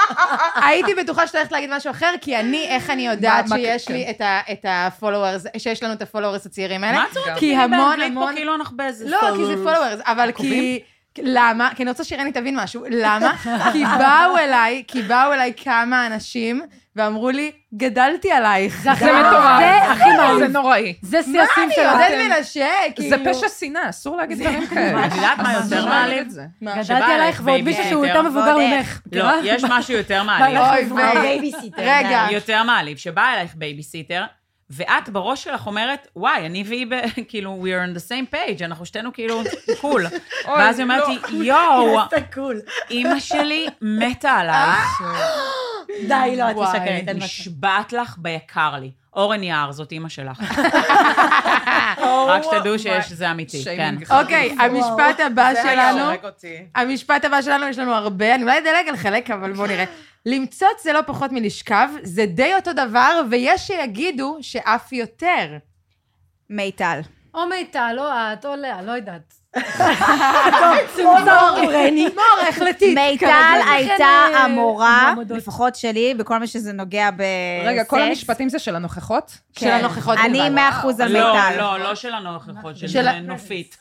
Speaker 1: הייתי בטוחה שאתה הולכת להגיד משהו אחר, כי אני, איך אני יודעת
Speaker 2: מה- מה-
Speaker 1: שיש
Speaker 2: כן.
Speaker 1: לי את ה- את הפולוורס, שיש לנו את הפולוורס הצעירים האלה?
Speaker 3: מה את צורת?
Speaker 1: כי המון המון...
Speaker 3: כאילו אנחנו באיזה...
Speaker 1: לא, כי זה followers, אבל כי... למה? כי אני רוצה שרני תבין משהו. למה? כי באו אליי, כי באו אליי כמה אנשים ואמרו לי, גדלתי עלייך.
Speaker 4: זה הכי
Speaker 2: זה מטורף.
Speaker 4: זה הכי מעליב.
Speaker 2: אה, זה נוראי.
Speaker 4: זה שיא השיאים
Speaker 1: זה
Speaker 4: שלו.
Speaker 1: עודד מנשה, כאילו.
Speaker 2: זה פשע שנאה, אסור להגיד דברים כאלה.
Speaker 3: את יודעת מה יותר
Speaker 2: אסור
Speaker 3: מעליב?
Speaker 2: להגיד את זה.
Speaker 3: שבא
Speaker 4: גדלתי עלייך
Speaker 3: אלייך
Speaker 4: ועוד
Speaker 3: baby
Speaker 4: מישהו שהוא
Speaker 3: hater.
Speaker 4: יותר מבוגר
Speaker 6: ועוד
Speaker 4: ממך.
Speaker 3: לא,
Speaker 4: מכירה?
Speaker 3: יש משהו יותר מעליב.
Speaker 1: אוי, ואי.
Speaker 8: בייביסיטר.
Speaker 1: רגע.
Speaker 3: יותר מעליב, שבא אלייך בייביסיטר, ואת בראש שלך אומרת, וואי, אני והיא, ב- *laughs* כאילו, we are on the same page, אנחנו שתינו כאילו *laughs* קול. ואז היא אומרת לי, יואו,
Speaker 8: אתה קול.
Speaker 3: *laughs* אימא שלי מתה עלייך,
Speaker 8: די, לא, את
Speaker 1: וואי,
Speaker 8: משקרת. אין מצב.
Speaker 3: נשבעת לך ביקר לי. אורן יער, זאת אימא שלך.
Speaker 7: Oh
Speaker 3: רק שתדעו שיש, זה אמיתי, כן.
Speaker 2: שיימינג.
Speaker 1: אוקיי, המשפט הבא
Speaker 7: זה היה
Speaker 1: שלנו,
Speaker 7: הורג אותי.
Speaker 1: המשפט הבא שלנו, יש לנו הרבה, אני אולי אדלג על חלק, אבל בואו נראה. למצוץ זה לא פחות מלשכב, זה די אותו דבר, ויש שיגידו שאף יותר.
Speaker 6: מיטל.
Speaker 4: או מיטל, או את, או לאה, לא יודעת.
Speaker 6: מיטל הייתה
Speaker 4: לכן, אה,
Speaker 6: המורה,
Speaker 4: מועמדות.
Speaker 6: לפחות שלי, בכל מה שזה נוגע בסקס.
Speaker 2: רגע, כל המשפטים זה של הנוכחות?
Speaker 1: של הנוכחות
Speaker 6: אני
Speaker 1: בלבד.
Speaker 6: 100 אחוז על מיטל.
Speaker 3: לא, לא, לא של הנוכחות,
Speaker 1: של
Speaker 3: של
Speaker 1: ה-
Speaker 3: נופית.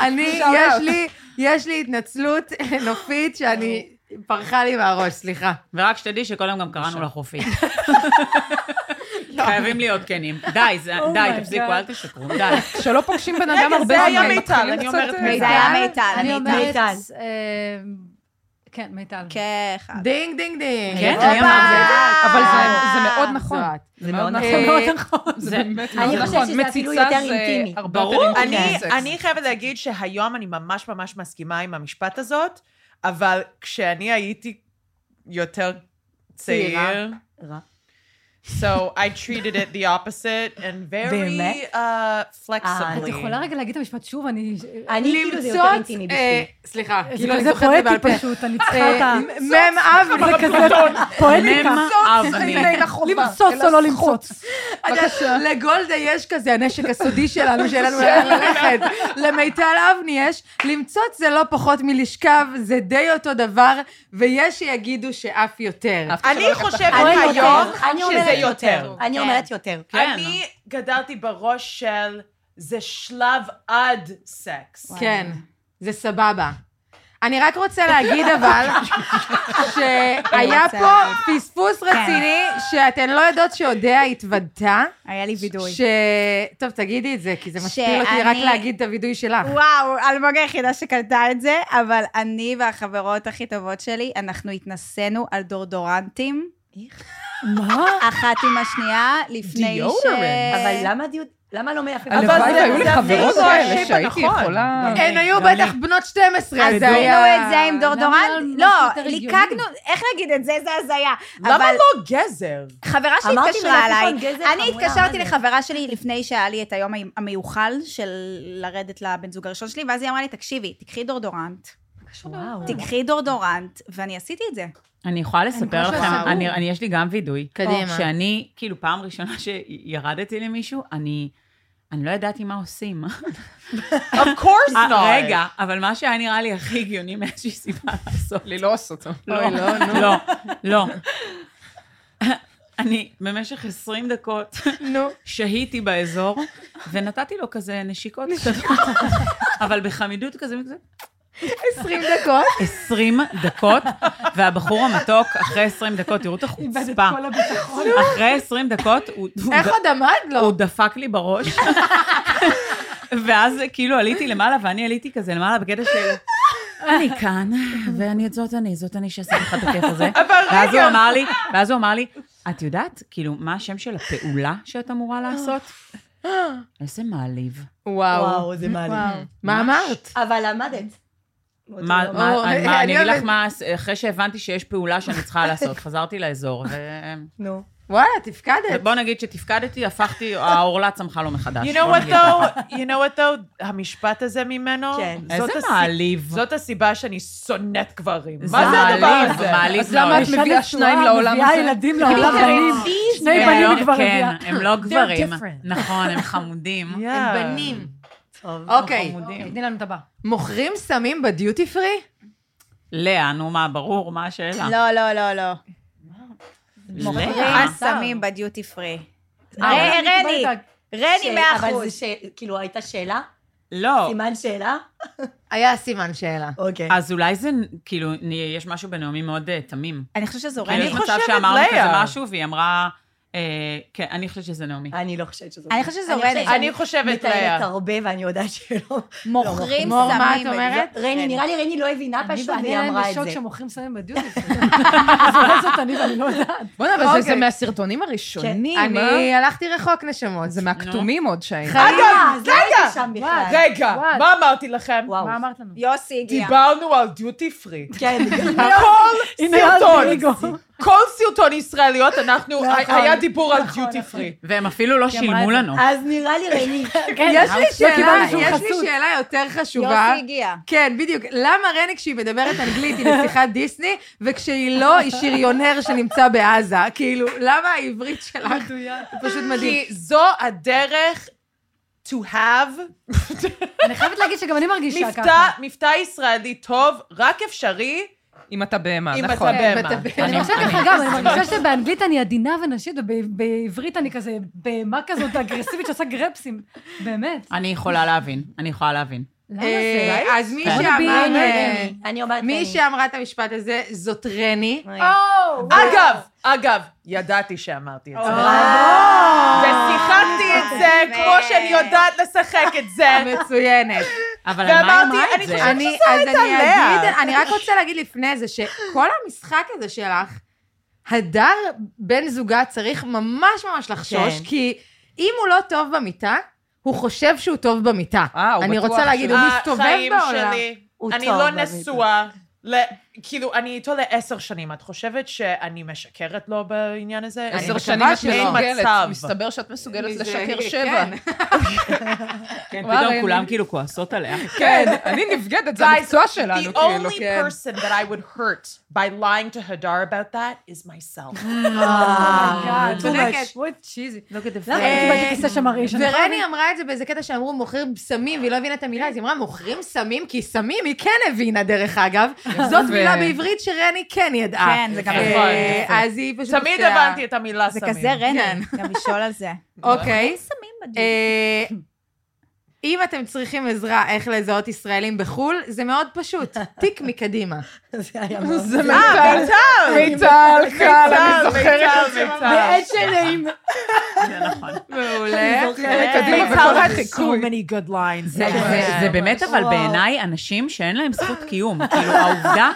Speaker 1: אני,
Speaker 2: Shout
Speaker 1: יש
Speaker 2: out.
Speaker 1: לי, יש לי התנצלות *laughs* נופית שאני, פרחה לי מהראש, סליחה.
Speaker 3: *laughs* ורק שתדעי שקודם גם קראנו לך רופאית. חייבים להיות כנים. די, זה- די,
Speaker 4: my
Speaker 3: תפסיקו,
Speaker 4: God.
Speaker 3: אל תשקרו, די.
Speaker 2: שלא פוגשים בן אדם הרבה
Speaker 7: זה היה
Speaker 2: זמן,
Speaker 7: מיטל,
Speaker 2: מתחילים
Speaker 7: אני
Speaker 2: קצת,
Speaker 7: אומרת
Speaker 2: אה,
Speaker 7: מיטל.
Speaker 6: זה היה מיטל,
Speaker 4: אני אומרת...
Speaker 8: מיטל.
Speaker 4: אה, כן, מיטל.
Speaker 6: כאחד.
Speaker 1: דינג, דינג, דינג.
Speaker 3: כן,
Speaker 1: הופה. אה.
Speaker 3: אני אמרתי את זה.
Speaker 2: אבל זה- זה מאוד נכון.
Speaker 1: זאת.
Speaker 2: זה מאוד
Speaker 1: נכון.
Speaker 4: אוקיי.
Speaker 2: נכון.
Speaker 1: אה,
Speaker 2: זה באמת
Speaker 8: אני
Speaker 2: מאוד
Speaker 8: חושבת
Speaker 2: נכון.
Speaker 8: שזה אפילו יותר אינטימי.
Speaker 2: הרבה
Speaker 3: ברור.
Speaker 2: יותר אינטימי.
Speaker 3: אוקיי.
Speaker 7: אני,
Speaker 2: מסקס.
Speaker 7: אני חייבת להגיד שהיום אני ממש ממש מסכימה עם המשפט הזאת, אבל כשאני הייתי יותר צעיר, so I treated it the opposite and very
Speaker 8: באמת?
Speaker 7: uh,
Speaker 8: את
Speaker 7: flexibly.
Speaker 4: אה, את יכולה רגע להגיד את המשפט שוב? אני... לא
Speaker 8: אני כאילו זה יותר
Speaker 1: למצוץ,
Speaker 8: אינטימי
Speaker 1: אה,
Speaker 8: בשבילי.
Speaker 1: סליחה, כאילו אני
Speaker 4: זה
Speaker 1: זוכרת את זה בעל פה.
Speaker 4: פואטי פשוט, אני צריכה
Speaker 1: אה,
Speaker 4: אותה.
Speaker 1: מ"ם אבני,
Speaker 3: מם אבני.
Speaker 4: למצוץ או לא למצוץ.
Speaker 1: בבקשה. לגולדה יש כזה, הנשק הסודי שלנו, שאין לנו לאן ללכת. למיטל אבני יש, למצוץ זה לא פחות מלשכב, זה די אותו דבר, ויש שיגידו שאף יותר.
Speaker 2: אף אחד לא
Speaker 7: אני
Speaker 2: לקח את
Speaker 7: חושבת
Speaker 8: אני אומרת
Speaker 7: היום
Speaker 8: יותר, אני
Speaker 7: שזה יותר.
Speaker 8: אומרת אני אומרת יותר.
Speaker 7: אה,
Speaker 3: כן.
Speaker 7: אני גדלתי בראש של זה שלב עד סקס.
Speaker 1: כן, זה סבבה. אני רק רוצה להגיד אבל, שהיה
Speaker 6: רוצה
Speaker 1: פה פספוס רציני, שאתן לא יודעות שאודיה התוודתה.
Speaker 6: היה לי וידוי.
Speaker 1: ש... טוב, תגידי את זה, כי זה משפיל אותי
Speaker 6: שאני-
Speaker 1: רק להגיד את הווידוי שלך.
Speaker 6: וואו, אלמוג היחידה שקלטה את זה, אבל אני והחברות הכי טובות שלי, אנחנו התנסינו על דורדורנטים.
Speaker 8: מה?
Speaker 6: *laughs* אחת עם השנייה, לפני ש...
Speaker 8: דיאודורנט. אבל למה דיוד... למה לא מייפים?
Speaker 2: הלוואי והיו לי
Speaker 7: זה
Speaker 2: חברות
Speaker 7: אפילו
Speaker 2: כאלה
Speaker 7: השייפ
Speaker 2: שהייתי
Speaker 7: הנכון.
Speaker 2: יכולה...
Speaker 1: הן היו בטח בנות 12, אז זה
Speaker 6: עשינו
Speaker 1: היה...
Speaker 6: את זה עם
Speaker 4: למה
Speaker 6: דורדורנט.
Speaker 4: לא
Speaker 6: לא,
Speaker 4: משהו יותר
Speaker 6: ליקקנו, איך להגיד את זה? זה הזיה.
Speaker 7: למה
Speaker 6: אבל
Speaker 7: לא גזר?
Speaker 6: חברה
Speaker 8: אמרתי
Speaker 6: שהתקשרה
Speaker 8: מלפפון,
Speaker 6: אליי,
Speaker 8: גזר
Speaker 6: אני
Speaker 8: חמולה,
Speaker 6: התקשרתי
Speaker 8: מה זה?
Speaker 6: לחברה שלי לפני שהיה לי את היום המיוחל של לרדת לבן זוג הראשון שלי, ואז היא אמרה לי, תקשיבי, תקחי דורדורנט,
Speaker 8: וואו.
Speaker 6: תקחי דורדורנט, ואני עשיתי את זה.
Speaker 3: אני יכולה לספר
Speaker 4: כמו
Speaker 3: לכם,
Speaker 4: שעשו.
Speaker 3: אני, אני, יש לי גם וידוי.
Speaker 1: קדימה.
Speaker 3: שאני, כאילו, פעם ראשונה שירדתי למישהו, אני, אני לא ידעתי מה *laughs* עושים.
Speaker 7: Of course
Speaker 3: אה,
Speaker 2: לא.
Speaker 7: not.
Speaker 3: רגע, אבל מה שהיה נראה לי הכי הגיוני מאיזושהי סיבה *laughs* לעשות.
Speaker 2: לי לא עושות.
Speaker 3: לא, לא, *laughs* לא, לא. אני במשך 20 דקות
Speaker 1: נו.
Speaker 3: שהיתי באזור, ונתתי לו כזה *laughs* נשיקות קטנות, אבל בחמידות כזה, כזה,
Speaker 1: 20 דקות.
Speaker 3: 20 דקות, והבחור המתוק, אחרי 20 דקות, תראו את החוצפה. אחרי 20 דקות, הוא- הוא
Speaker 1: איך
Speaker 3: ד-
Speaker 1: עוד לא? עמד לו?
Speaker 3: הוא דפק לי בראש. ואז כאילו עליתי למעלה, ואני עליתי כזה למעלה בקטע של... אני כאן, ואני את זאת אני, זאת אני שעשיתי לך את הכיף הזה.
Speaker 7: אבל
Speaker 3: ואז הוא
Speaker 7: רגע.
Speaker 3: אמר לי, ואז הוא אמר לי, את יודעת, כאילו, מה השם של הפעולה שאת אמורה לעשות? איזה מעליב.
Speaker 1: וואו.
Speaker 8: וואו, זה מעליב.
Speaker 1: מה אמרת?
Speaker 8: אבל לא, עמדת.
Speaker 3: מה,
Speaker 1: או,
Speaker 3: מה,
Speaker 7: אה,
Speaker 1: אני-
Speaker 3: מה, אני
Speaker 1: אני
Speaker 3: אגיד לך
Speaker 1: אוהבת.
Speaker 3: מה, אחרי שהבנתי שיש פעולה שאני צריכה לעשות, *laughs* חזרתי לאזור, ו-
Speaker 8: נו.
Speaker 1: וואלה, תפקדת.
Speaker 3: בוא נגיד שתפקדתי, הפכתי, העורלה צמחה לו מחדש.
Speaker 7: You know
Speaker 3: בוא
Speaker 7: what
Speaker 3: נגיד.
Speaker 7: though? You know what though? המשפט הזה ממנו?
Speaker 8: כן.
Speaker 7: זאת
Speaker 3: איזה
Speaker 7: הסיב-
Speaker 3: מעליב.
Speaker 7: זאת הסיבה שאני שונאת גברים. מה
Speaker 3: זה
Speaker 7: זה הדבר
Speaker 3: מעליב,
Speaker 7: הזה?
Speaker 3: מעליב
Speaker 2: אז למה את
Speaker 3: מאוד.
Speaker 2: מביאה שניים לעולם
Speaker 4: מביאה
Speaker 2: הזה?
Speaker 4: ילדים לעולם בנים. שני
Speaker 3: הם
Speaker 4: בנים
Speaker 3: לא-
Speaker 4: היא כבר
Speaker 3: כן,
Speaker 4: הביאה.
Speaker 3: הם לא גברים.
Speaker 8: different.
Speaker 3: נכון, הם חמודים.
Speaker 7: *laughs* Yeah.
Speaker 1: הם בנים.
Speaker 8: טוב.
Speaker 1: אה. אוקיי.
Speaker 3: חמודים.
Speaker 4: תני לנו את הבא.
Speaker 1: מוכרים סמים בדיוטי פרי?
Speaker 3: לאה, נו מה, ברור, מה השאלה?
Speaker 6: לא, לא, לא, לא.
Speaker 3: לאה. אה,
Speaker 6: מוכרים סמים בדיוטי פרי.
Speaker 4: אה,
Speaker 6: אה,
Speaker 4: אבל אני
Speaker 6: רני,
Speaker 4: קיבלתי את
Speaker 6: רני, מאה
Speaker 8: אבל
Speaker 6: אחוז.
Speaker 8: זה ש... כאילו, הייתה שאלה?
Speaker 3: לא.
Speaker 8: סימן שאלה?
Speaker 1: היה סימן שאלה.
Speaker 8: אוקיי.
Speaker 3: אז אולי זה, כאילו, נ- יש משהו בנעמי מאוד אה, תמים.
Speaker 6: אני חושבת שזו
Speaker 3: כאילו,
Speaker 6: רני.
Speaker 3: יש מצב
Speaker 7: חושבת
Speaker 3: שאמרנו
Speaker 7: לאה.
Speaker 3: כזה משהו, והיא אמרה, אה, כן, אני חושבת שזה נעמי.
Speaker 8: אני לא חושבת שזו...
Speaker 6: אני חושבת שזו
Speaker 8: אני
Speaker 6: רני.
Speaker 8: חושבת
Speaker 7: אני חושבת, לאה.
Speaker 8: מתארת הרבה, ואני יודעת שלא. לא
Speaker 6: מוכרים
Speaker 1: מור, מה
Speaker 6: סמים.
Speaker 1: את אומרת?
Speaker 8: רני, נראה לי רני לא הבינה
Speaker 4: אני
Speaker 8: פשוט, והיא
Speaker 4: בעניין
Speaker 8: אמרה את
Speaker 4: בשוק
Speaker 8: זה.
Speaker 4: שמוכרים סמים בדיוטי. אז אולי זאת אני ואני לא יודעת.
Speaker 2: בוא'נה, אבל זה- זה
Speaker 1: אוקיי.
Speaker 2: מהסרטונים הראשונים,
Speaker 8: כן.
Speaker 2: אה?
Speaker 1: אני הלכתי רחוק, נשמות.
Speaker 2: זה מהכתומים עוד שהיינו.
Speaker 7: אגב,
Speaker 8: אז לא הייתי שם
Speaker 4: וואי.
Speaker 8: בכלל.
Speaker 7: רגע,
Speaker 4: וואט.
Speaker 7: מה אמרתי לכם?
Speaker 8: וואו.
Speaker 4: מה אמרת לנו?
Speaker 6: יוסי הגיע.
Speaker 7: דיברנו על דיוטי פרי.
Speaker 4: *laughs*
Speaker 8: כן,
Speaker 7: כל
Speaker 4: הנה נכון.
Speaker 7: סרטון, כל סרטון ישראליות, אנחנו, היה דיבור על דיוטי פרי.
Speaker 3: והם אפילו לא שילמו
Speaker 4: את זה.
Speaker 3: לנו.
Speaker 8: אז נראה לי רני.
Speaker 1: יש לי שאלה,
Speaker 4: קיבלנו שום
Speaker 1: יש לי
Speaker 4: חסות.
Speaker 1: שאלה יותר חשובה.
Speaker 6: יוסי הגיע.
Speaker 1: כן, בדיוק. למה רני כשהיא מדברת אנגלית היא בשיחת דיסני, וכשהיא לא, היא שריונר שנמצא בעזה? כאילו, למה העברית שלך? זה פשוט מדהים.
Speaker 7: כי זו הדרך to have
Speaker 4: אני חייבת להגיד שגם אני מרגישה ככה.
Speaker 7: מבטא, מבטא ישראלי טוב, רק אפשרי
Speaker 4: אה,
Speaker 2: אם אתה בהמה,
Speaker 7: אם אתה
Speaker 2: נכון.
Speaker 4: כן,
Speaker 7: בהמה.
Speaker 1: בטח.
Speaker 4: אני מרגישה ככה גם, אני מרגישה שבאנגלית אני עדינה ונשית, ובעברית אני כזה בהמה כזאת אגרסיבית שעושה גרפסים. באמת.
Speaker 3: אני יכולה להבין, אני יכולה להבין.
Speaker 4: למה לא זה?
Speaker 1: אה, אז מי
Speaker 3: כן.
Speaker 4: לא
Speaker 1: שאמר...
Speaker 8: רני,
Speaker 1: אה,
Speaker 8: רני. אני אומרת רני.
Speaker 1: מי שאמרה את המשפט הזה, זאת רני.
Speaker 7: אגב, אגב, ידעתי שאמרתי את זה. ושיחקתי את זה כמו שאני יודעת לשחק את
Speaker 1: *laughs*
Speaker 7: זה.
Speaker 1: מצוינת.
Speaker 3: אבל על מה היא
Speaker 7: ואמרתי,
Speaker 3: אמרה
Speaker 7: אני
Speaker 3: את זה?
Speaker 7: חושבת-
Speaker 1: אני,
Speaker 7: שזו
Speaker 1: אז
Speaker 7: הייתה
Speaker 1: אני
Speaker 7: לאה.
Speaker 1: אגיד, אני רק רוצה להגיד לפני זה, שכל המשחק הזה שלך, הדר בן זוגה צריך ממש ממש לחשוש,
Speaker 8: כן.
Speaker 1: כי אם הוא לא טוב במיטה, הוא חושב שהוא טוב במיטה.
Speaker 2: אה, הוא
Speaker 1: אני
Speaker 2: בטוח
Speaker 1: רוצה להגיד, הוא מסתובב
Speaker 7: החיים
Speaker 1: בעולם.
Speaker 7: שלי,
Speaker 8: הוא
Speaker 7: אני
Speaker 8: טוב
Speaker 7: לא
Speaker 8: במיטה.
Speaker 7: נשואה. ל- כאילו, אני איתו לעשר שנים. את חושבת שאני משקרת לו בעניין הזה? אני
Speaker 2: עשר
Speaker 7: מקווה
Speaker 2: שנים את
Speaker 7: שאין
Speaker 2: מסוגלת,
Speaker 7: מצב.
Speaker 2: מסתבר שאת מסוגלת
Speaker 1: מזה-
Speaker 2: לשקר
Speaker 1: לא כן.
Speaker 2: שבע.
Speaker 3: כן,
Speaker 2: וואי,
Speaker 3: פתאום
Speaker 2: אני-
Speaker 3: כולם כאילו כועסות עליה.
Speaker 2: כן, אני נבגדת, זה
Speaker 7: Guys,
Speaker 2: המקצוע שלנו,
Speaker 7: The
Speaker 2: כאילו,
Speaker 7: only
Speaker 2: כן.
Speaker 7: person that I would hurt by lying to Hadar about that is myself.
Speaker 4: Oh
Speaker 1: צודקת.
Speaker 4: וואי, צ'יזי.
Speaker 1: אה,
Speaker 4: למה קיבלתי כיסא שמרעיש? אני יכולה
Speaker 1: ורני אמרה את זה באיזה קטע שאמרו מוכר סמים, והיא לא הבינה את המילה, אז היא אמרה מוכרים סמים, כי סמים היא כן הבינה דרך אגב. זאת
Speaker 2: ו-
Speaker 1: מילה בעברית שרני כן ידעה.
Speaker 6: כן, זה גם
Speaker 1: אה,
Speaker 7: נכון, נכון.
Speaker 1: אז היא פשוט...
Speaker 7: תמיד
Speaker 1: הופתעה.
Speaker 7: הבנתי את המילה
Speaker 6: זה
Speaker 7: סמים.
Speaker 6: כזה רני,
Speaker 1: כן.
Speaker 2: לא,
Speaker 6: גם לשאול על זה.
Speaker 1: אוקיי.
Speaker 6: סמים בדיוק.
Speaker 1: אה, אם אתם צריכים עזרה איך לזהות ישראלים בחו"ל, זה מאוד
Speaker 2: *laughs*
Speaker 1: פשוט, תיק מקדימה.
Speaker 8: *laughs* זה היה מאוד...
Speaker 7: אה,
Speaker 2: מיטל, מיטל, קל, אני זוכרת.
Speaker 8: בעת שנעים.
Speaker 3: כן, נכון.
Speaker 1: מעולה.
Speaker 2: קדימה בכל החיקוי.
Speaker 3: זה- זה- זה באמת, אבל בעיניי, אנשים שאין להם זכות קיום. כאילו, העובדה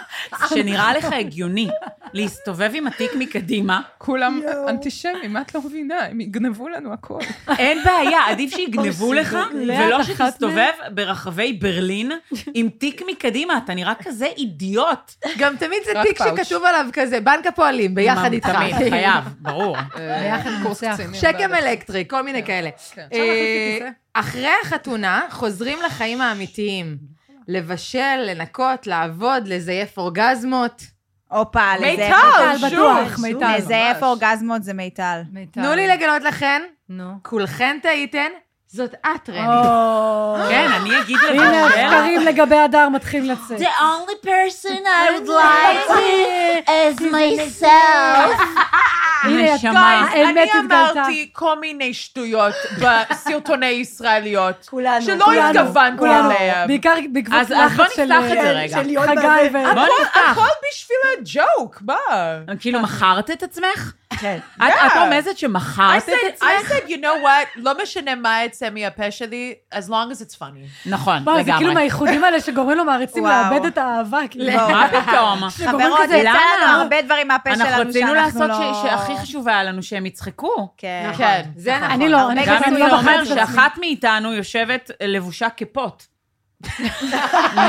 Speaker 3: שנראה לך הגיוני להסתובב עם התיק מקדימה,
Speaker 2: כולם אנטישמים, מה את לא מבינה? הם יגנבו לנו הכול.
Speaker 3: אין בעיה, עדיף שיגנבו לך, ולא
Speaker 2: לאט, אחת
Speaker 3: שתסתובב ברחבי ברלין עם תיק מקדימה, אתה נראה כזה אידיוט.
Speaker 1: גם תמיד זה
Speaker 2: רק
Speaker 1: תיק
Speaker 2: פאוץ'.
Speaker 1: שכתוב עליו כזה, בנק הפועלים, ביחד איתך.
Speaker 3: תמיד, חייב, ברור.
Speaker 2: ביחד קורס קצינים.
Speaker 1: *laughs* שקם אלקטרי, כל מיני כאלה.
Speaker 2: כן.
Speaker 1: אה, אחרי החתונה, חוזרים לחיים האמיתיים. לבשל, לנקות, לעבוד, לזייף אורגזמות.
Speaker 6: הופה, לזה...
Speaker 7: אה,
Speaker 4: מיטל, בטוח, מיטל.
Speaker 6: לזה איפה אורגזמות זה מיטל.
Speaker 4: מיטל.
Speaker 1: תנו לי לגלות לכן,
Speaker 4: נו.
Speaker 1: כולכן טעיתן, זאת את, רני.
Speaker 4: או,
Speaker 3: כן, אני אגיד
Speaker 4: הנה
Speaker 3: לבשר.
Speaker 4: הסקרים לגבי הדר מתחילים לצאת.
Speaker 9: The only person I
Speaker 6: *laughs*
Speaker 9: would like to is myself.
Speaker 4: הנה, את-
Speaker 3: נשמה.
Speaker 4: האמת
Speaker 7: אני
Speaker 4: התגלתה.
Speaker 7: אמרתי כל מיני שטויות *laughs* בסרטוני ישראליות,
Speaker 8: כולנו,
Speaker 7: שלא
Speaker 8: כולנו,
Speaker 7: התכוונתי
Speaker 4: כולנו.
Speaker 7: אליהם.
Speaker 4: בעיקר בעקבות
Speaker 3: אז- אז בוא
Speaker 4: לחץ של
Speaker 3: נפתח את זה רגע.
Speaker 8: של להיות
Speaker 4: חגי ו...
Speaker 3: בוא נפתח.
Speaker 7: הכל בשביל הג'וק, מה?
Speaker 3: כאילו, מכרת את עצמך?
Speaker 8: כן.
Speaker 3: את- את רומזת
Speaker 7: I
Speaker 3: שמכרת את
Speaker 7: said, I
Speaker 3: עצמך?
Speaker 7: said, you know what, לא משנה מה יצא מהפה שלי, as long as it's funny.
Speaker 3: נכון,
Speaker 4: וואו, זה כאילו
Speaker 3: לגמרי.
Speaker 4: מהאיחודים האלה שגורמים למעריצים
Speaker 6: וואו.
Speaker 4: לאבד את האהבה, כאילו.
Speaker 3: מה פתאום?
Speaker 4: שגורמים
Speaker 6: חברות,
Speaker 4: כזה-
Speaker 6: יצא לנו
Speaker 3: למה?
Speaker 6: הרבה דברים מהפה שלנו
Speaker 3: אנחנו
Speaker 6: שאנחנו לא...
Speaker 3: רצינו לעשות ש- שהכי חשוב היה לנו שהם יצחקו.
Speaker 6: כן.
Speaker 7: כן.
Speaker 1: זה נכון.
Speaker 4: אני לא, אני חושבת
Speaker 3: גם אם
Speaker 4: שאני
Speaker 3: זה
Speaker 4: לא
Speaker 3: אומר
Speaker 4: בחרתי את עצמי.
Speaker 3: שאחת מאיתנו יושבת לבושה כפות.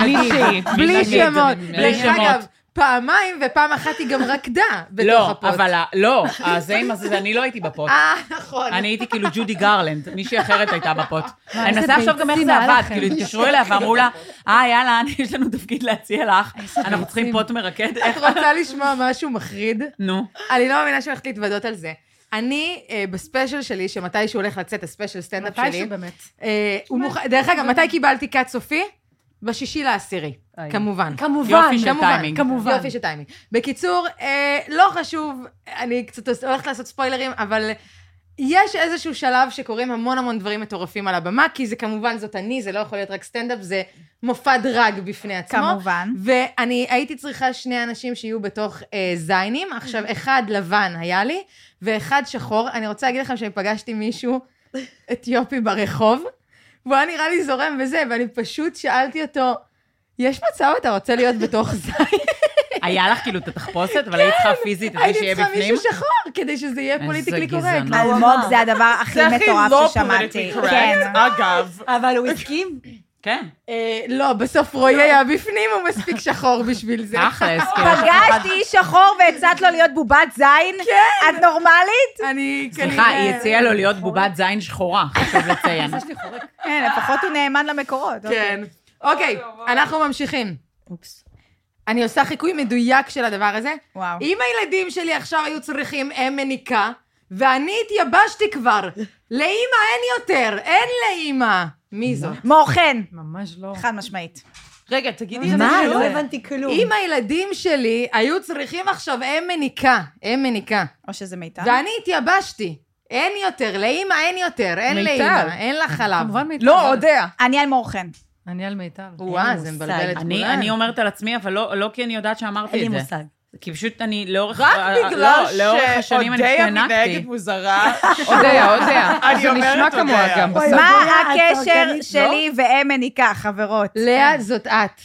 Speaker 3: מישהי.
Speaker 1: בלי שמות.
Speaker 3: בלי
Speaker 1: דרך אגב,
Speaker 3: שמות.
Speaker 1: פעמיים, ופעם אחת היא גם רקדה בתוך
Speaker 3: לא,
Speaker 1: הפוד.
Speaker 3: אבל ה- לא, הזה עם הזה, אני לא הייתי בפוט.
Speaker 1: אה, נכון.
Speaker 3: אני הייתי כאילו ג'ודי גרלנד, מישהי אחרת הייתה בפוט. אני
Speaker 4: איזה
Speaker 3: מנסה לחשוב גם איך
Speaker 4: ביצים
Speaker 3: זה
Speaker 4: היה
Speaker 3: עבד,
Speaker 4: לכם.
Speaker 3: כאילו התקשרו אליה ואמרו לה, אה, יאללה, יש לנו תפקיד להציע לך, אנחנו צריכים פוט מרקד.
Speaker 1: את רוצה לשמוע משהו מחריד?
Speaker 3: נו.
Speaker 1: אני לא מאמינה שהולכת להתוודות על זה. אני, אה, בספיישל שלי, שמתישהו הולך לצאת הספיישל סטנדאפ שלי,
Speaker 4: מתישהו באמת.
Speaker 1: אה, הוא מוכ... דרך אגב, מתי קיבלתי כת סופי? בשישי לעשירי,
Speaker 2: איי.
Speaker 1: כמובן.
Speaker 4: כמובן.
Speaker 3: יופי של
Speaker 1: כמובן,
Speaker 3: טיימינג.
Speaker 4: כמובן.
Speaker 1: יופי של טיימינג. בקיצור, אה, לא חשוב, אני קצת עוש- הולכת לעשות ספוילרים, אבל יש איזשהו שלב שקורים המון המון דברים מטורפים על הבמה, כי זה כמובן זאת אני, זה לא יכול להיות רק סטנדאפ, זה מופע דרג בפני עצמו.
Speaker 6: כמובן.
Speaker 1: ואני הייתי צריכה שני אנשים שיהיו בתוך אה, זיינים. עכשיו, אחד לבן היה לי, ואחד שחור. אני רוצה להגיד לכם שאני פגשתי מישהו אתיופי ברחוב, והוא היה נראה לי זורם וזה, ואני פשוט שאלתי אותו, יש מצב אתה רוצה להיות
Speaker 3: *laughs*
Speaker 1: בתוך זין?
Speaker 3: היה לך כאילו את התחפושת, אבל היית צריכה פיזית את מי
Speaker 1: הייתי
Speaker 3: שיהיה
Speaker 1: צריכה
Speaker 3: בפנים?
Speaker 1: מישהו שחור, כדי שזה יהיה
Speaker 3: איזה
Speaker 1: פוליטיקלי
Speaker 3: גזענות.
Speaker 1: קורקט.
Speaker 6: אלמוג זה הדבר הכי
Speaker 7: זה הכי לא
Speaker 6: מטורף ששמעתי.
Speaker 7: politically correct.
Speaker 6: כן.
Speaker 7: אגב,
Speaker 8: אבל הוא הסכים.
Speaker 3: כן,
Speaker 1: אה, לא, בסוף רועי היה בפנים, הוא מספיק שחור בשביל זה. *laughs*
Speaker 3: תכלס, כאילו.
Speaker 6: פגשתי איש שחור והצעת לו להיות בובת זין? כן. את נורמלית?
Speaker 1: אני כנראה...
Speaker 3: סליחה, היא הציעה לו להיות בובת זין שחורה, חשוב לציין.
Speaker 6: כן, לפחות הוא נאמן למקורות. אוקיי.
Speaker 1: כן. אוקיי, אנחנו ממשיכים. אני עושה חיקוי מדויק של הדבר הזה.
Speaker 6: וואו.
Speaker 1: אם הילדים שלי עכשיו היו צריכים אם מניקה, ואני התייבשתי כבר, לאימא אין יותר, אין לאימא. מי זאת?
Speaker 6: מור חן.
Speaker 4: ממש לא.
Speaker 6: חד משמעית.
Speaker 7: רגע, תגידי את
Speaker 8: מה?
Speaker 7: זה.
Speaker 8: לא הבנתי כלום.
Speaker 1: אם הילדים שלי היו צריכים עכשיו אם מניקה, אם מניקה,
Speaker 6: או שזה מיטל.
Speaker 1: ואני התייבשתי, אין יותר, לאימא אין יותר, אין
Speaker 2: מיטל.
Speaker 1: לאימא, אין לה חלב.
Speaker 4: כמובן מיטל.
Speaker 2: לא, יודע.
Speaker 6: אני על מור חן.
Speaker 4: אני על מיטל.
Speaker 1: וואה, זה מבלבל את
Speaker 3: אני-
Speaker 1: כולם.
Speaker 3: אני אומרת על עצמי, אבל לא לא כי אני יודעת
Speaker 8: אין
Speaker 3: שאמרתי
Speaker 8: לי
Speaker 3: את זה.
Speaker 8: מושג.
Speaker 3: כי פשוט אני לאורך...
Speaker 7: רק
Speaker 3: אה,
Speaker 7: בגלל
Speaker 3: לא, לאורך השנים אני כן
Speaker 7: שאודיה מתנהגת
Speaker 3: התפענקתי.
Speaker 7: מוזרה.
Speaker 2: יודע, יודע.
Speaker 7: אני
Speaker 2: זה נשמע
Speaker 7: אומרת "אוקיי."
Speaker 2: כמוה
Speaker 7: יודע.
Speaker 2: גם.
Speaker 8: אוי,
Speaker 2: בסוף.
Speaker 6: מה
Speaker 8: את
Speaker 6: הקשר
Speaker 8: אורגנית,
Speaker 6: שלי ואם מניקה, חברות?
Speaker 1: לאה, זאת את.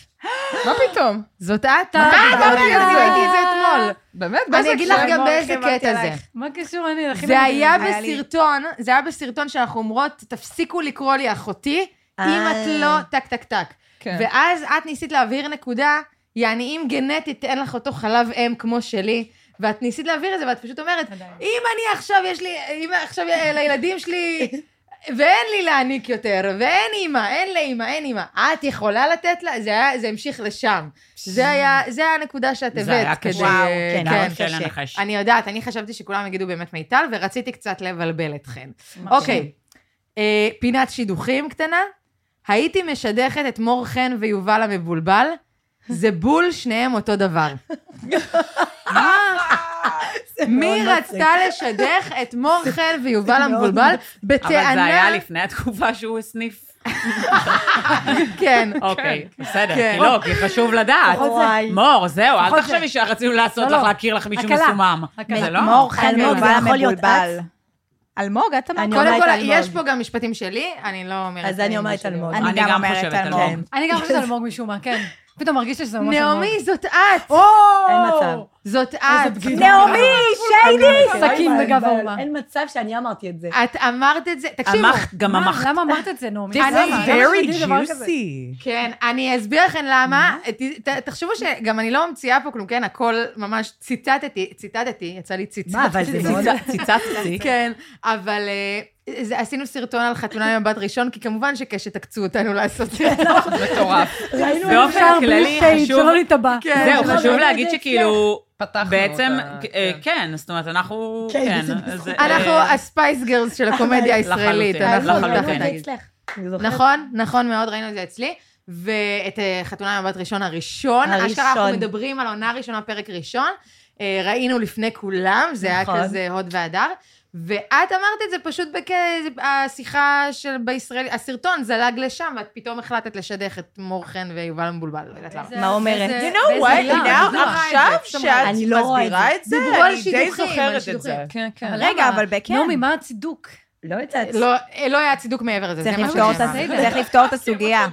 Speaker 2: מה פתאום?
Speaker 1: זאת את. מה את אומרת? אני ראיתי את זה אתמול.
Speaker 2: באמת?
Speaker 1: אני אגיד לך גם
Speaker 6: מור,
Speaker 1: באיזה
Speaker 6: חיברתי
Speaker 1: קטע זה.
Speaker 6: אלייך.
Speaker 4: מה קשור אני? הכי
Speaker 1: זה
Speaker 4: לא
Speaker 1: היה
Speaker 6: היה לי-
Speaker 1: בסרטון, זה היה בסרטון שאנחנו אומרות, תפסיקו לקרוא לי אחותי, אם
Speaker 8: אה.
Speaker 1: את לא טק טק טק.
Speaker 6: כן.
Speaker 1: ואז את ניסית להבהיר נקודה, יעני אם גנטית אין לך אותו חלב אם כמו שלי, ואת ניסית להבהיר את זה, ואת פשוט אומרת, אם אני עכשיו יש לי, אם עכשיו לילדים שלי, ואין לי להעניק יותר, ואין אימא, אין לאימא, אין אימא, את יכולה לתת לה, זה היה, זה המשיך לשם. זה היה, זה היה הנקודה שאת הבאת.
Speaker 3: זה היה
Speaker 1: כדי-
Speaker 3: קשה.
Speaker 6: וואו, כן,
Speaker 3: כן,
Speaker 6: אבל
Speaker 3: של
Speaker 6: קשה.
Speaker 3: הנחש.
Speaker 1: אני יודעת, אני חשבתי שכולם יגידו באמת מיטל, ורציתי קצת לבלבל אתכן. אוקיי, אה, פינת שידוכים קטנה. הייתי משדכת את מור חן ויובל המבולבל, זה בול, שניהם אותו דבר. מי רצתה לשדך את מור חן ויובל המבולבל
Speaker 3: אבל זה היה
Speaker 1: בטענה...
Speaker 3: לפני התקופה שהוא הסניף
Speaker 1: כן.
Speaker 3: אוקיי, בסדר,
Speaker 1: כן.
Speaker 3: כי לא, כי חשוב לדעת.
Speaker 8: לפחות זה.
Speaker 3: מור, זהו,
Speaker 4: לפחות
Speaker 3: אל
Speaker 4: זה.
Speaker 3: תחשבי שרצינו לעשות
Speaker 4: לא,
Speaker 3: לך
Speaker 4: לא.
Speaker 3: להכיר לך מישהו
Speaker 4: הקלה,
Speaker 3: מסומם.
Speaker 4: הקלה.
Speaker 3: זה לא?
Speaker 6: מור
Speaker 8: אלמוג,
Speaker 6: חלמוג,
Speaker 8: זה יכול להיות
Speaker 6: מבולבל. אלמוג, את אמרת.
Speaker 8: אני
Speaker 1: קודם
Speaker 8: אומרת
Speaker 1: כל,
Speaker 8: אלמוג.
Speaker 1: יש פה גם משפטים שלי, אני לא אומרת...
Speaker 8: אז אני אומרת
Speaker 1: שלי.
Speaker 8: אלמוג.
Speaker 6: אני גם אומרת
Speaker 8: כן.
Speaker 6: אלמוג.
Speaker 4: אני גם חושבת על אלמוג משום מה, כן. פתאום מרגיש לי שזה ממש אלמוג.
Speaker 1: נעמי, זאת את!
Speaker 8: אין מצב. נכון,
Speaker 1: זאת את.
Speaker 6: נעמי, שיידי!
Speaker 4: סכין
Speaker 8: אין
Speaker 4: בגב
Speaker 8: מצב,
Speaker 4: האומה.
Speaker 8: אין מצב שאני אמרתי את זה.
Speaker 1: את אמרת את זה, תקשיבו.
Speaker 3: אמרת, גם
Speaker 4: מה?
Speaker 3: אמרת.
Speaker 4: למה אמרת את זה, נעמי?
Speaker 1: This is
Speaker 4: למה? למה
Speaker 1: very
Speaker 4: שתגידי דבר כזה?
Speaker 1: כן, אני אסביר לכם למה. ת- ת- תחשבו שגם אני לא ממציאה פה כלום, כן? הכל ממש ציטטתי, ציטטתי, יצא לי ציצה.
Speaker 8: מה, אבל זה מאוד...
Speaker 3: ציצצתי.
Speaker 1: כן, אבל אה, זה- עשינו סרטון על חתונה ממבט ראשון, כי כמובן שקשת עקצו אותנו לעשות סרטון.
Speaker 3: מטורף.
Speaker 4: ראינו
Speaker 3: באופן
Speaker 4: אפשר בלי
Speaker 3: כללי,
Speaker 4: שייד,
Speaker 3: חשוב-
Speaker 4: שלא ניטבע.
Speaker 1: כן.
Speaker 3: זהו,
Speaker 8: לא,
Speaker 3: חשוב
Speaker 8: לא,
Speaker 3: להגיד
Speaker 8: זה
Speaker 3: שכאילו,
Speaker 2: פתחנו
Speaker 3: בעצם,
Speaker 2: אותה,
Speaker 3: אה,
Speaker 2: כן.
Speaker 3: כן, זאת אומרת, אנחנו,
Speaker 8: כן,
Speaker 3: כן.
Speaker 8: זה
Speaker 3: אז, אה,
Speaker 1: אנחנו הספייס גרלס של הקומדיה הישראלית.
Speaker 3: לחלוטין,
Speaker 1: אנחנו
Speaker 3: לחלוטין.
Speaker 1: תחת
Speaker 3: ראינו את זה
Speaker 1: נגיד. לא נכון, נכון מאוד, ראינו את זה אצלי. ואת אה, חתונה ממבט ראשון הראשון.
Speaker 8: הראשון.
Speaker 1: אשכרה אנחנו מדברים על עונה ראשונה, פרק ראשון. אה, ראינו לפני כולם, זה היה
Speaker 8: נכון.
Speaker 1: כזה הוד והדר. ואת אמרת את זה פשוט בכ- השיחה של בישראל, הסרטון זלג לשם, את פתאום החלטת לשדך את מור חן ויובל מבולבל, לא יודעת למה.
Speaker 4: זה-
Speaker 8: מה אומרת?
Speaker 4: זה-
Speaker 7: You know
Speaker 4: באיזה
Speaker 7: what?
Speaker 4: עילה,
Speaker 7: now,
Speaker 4: מדוע?
Speaker 7: עכשיו שאת
Speaker 8: אני לא רואה את
Speaker 7: מסבירה את זה,
Speaker 1: דיברו על
Speaker 7: אני די
Speaker 1: שידוכים, על
Speaker 7: זוכרת את
Speaker 1: שידוכים.
Speaker 7: זה.
Speaker 2: כן, כן.
Speaker 6: רגע,
Speaker 4: למה?
Speaker 6: אבל בקן.
Speaker 4: נעמי, מה הצידוק?
Speaker 8: לא יודעת.
Speaker 1: לא, לא היה צידוק מעבר לזה, זה
Speaker 6: צריך
Speaker 1: מה
Speaker 6: לפתור את
Speaker 1: שאני
Speaker 6: הס-
Speaker 1: אמרתי.
Speaker 4: אמרתי.
Speaker 6: צריך לפתור את *laughs* הסוגיה.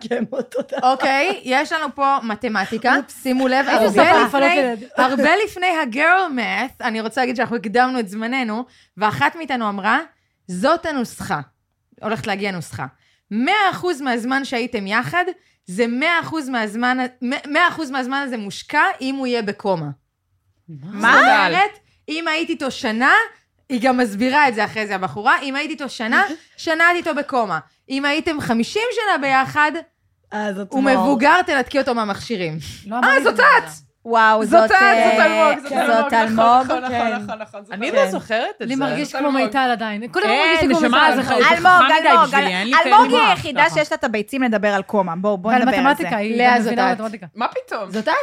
Speaker 8: כן, אותו דבר.
Speaker 1: אוקיי, יש לנו פה מתמטיקה, שימו לב,
Speaker 4: איזה
Speaker 1: הרבה
Speaker 4: שפה?
Speaker 1: לפני,
Speaker 4: לפלפל.
Speaker 1: הרבה לפני ה-girl math, אני רוצה להגיד שאנחנו הקדמנו את זמננו, ואחת מאיתנו אמרה, זאת הנוסחה. הולכת להגיע נוסחה. 100% מהזמן שהייתם יחד, זה 100% מהזמן, 100% מהזמן הזה מושקע אם הוא יהיה בקומה. מה? זאת אומרת, אם היית איתו שנה, היא גם מסבירה את זה אחרי זה, הבחורה, אם היית איתו שנה, שנה את איתו בקומה. אם הייתם 50 שנה ביחד,
Speaker 8: אה, זאת
Speaker 1: הוא
Speaker 8: מור.
Speaker 1: מבוגר, תנתקי אותו מהמכשירים.
Speaker 4: לא אמרתי
Speaker 1: זאת
Speaker 4: את זה.
Speaker 6: וואו,
Speaker 1: זאת
Speaker 6: זאת...
Speaker 1: את, זאת
Speaker 6: אה,
Speaker 1: אלמוג, זאת
Speaker 6: זאת נכון, אלמוג.
Speaker 7: אני לא זוכרת את
Speaker 4: לי
Speaker 7: זה.
Speaker 4: מרגיש כמו מיטל עדיין. כולם מרגיש
Speaker 3: כן,
Speaker 4: לי כמו
Speaker 3: נשמה,
Speaker 4: מיטל.
Speaker 3: זה
Speaker 4: נכון.
Speaker 3: חשוב.
Speaker 6: אלמוג, אלמוג,
Speaker 3: בשבילי, אין לי
Speaker 6: אל-
Speaker 3: את
Speaker 6: אלמוג
Speaker 3: הנימוח.
Speaker 6: היא היחידה
Speaker 3: ככה.
Speaker 6: שיש לה את הביצים לדבר על קומה. בואו, בואו
Speaker 4: ועל
Speaker 6: נדבר על זה.
Speaker 4: מתמטיקה, היא
Speaker 1: לאה,
Speaker 4: גם
Speaker 1: זאת
Speaker 4: מבינה
Speaker 1: את.
Speaker 4: מתמטיקה.
Speaker 7: מה פתאום?
Speaker 1: זאת את?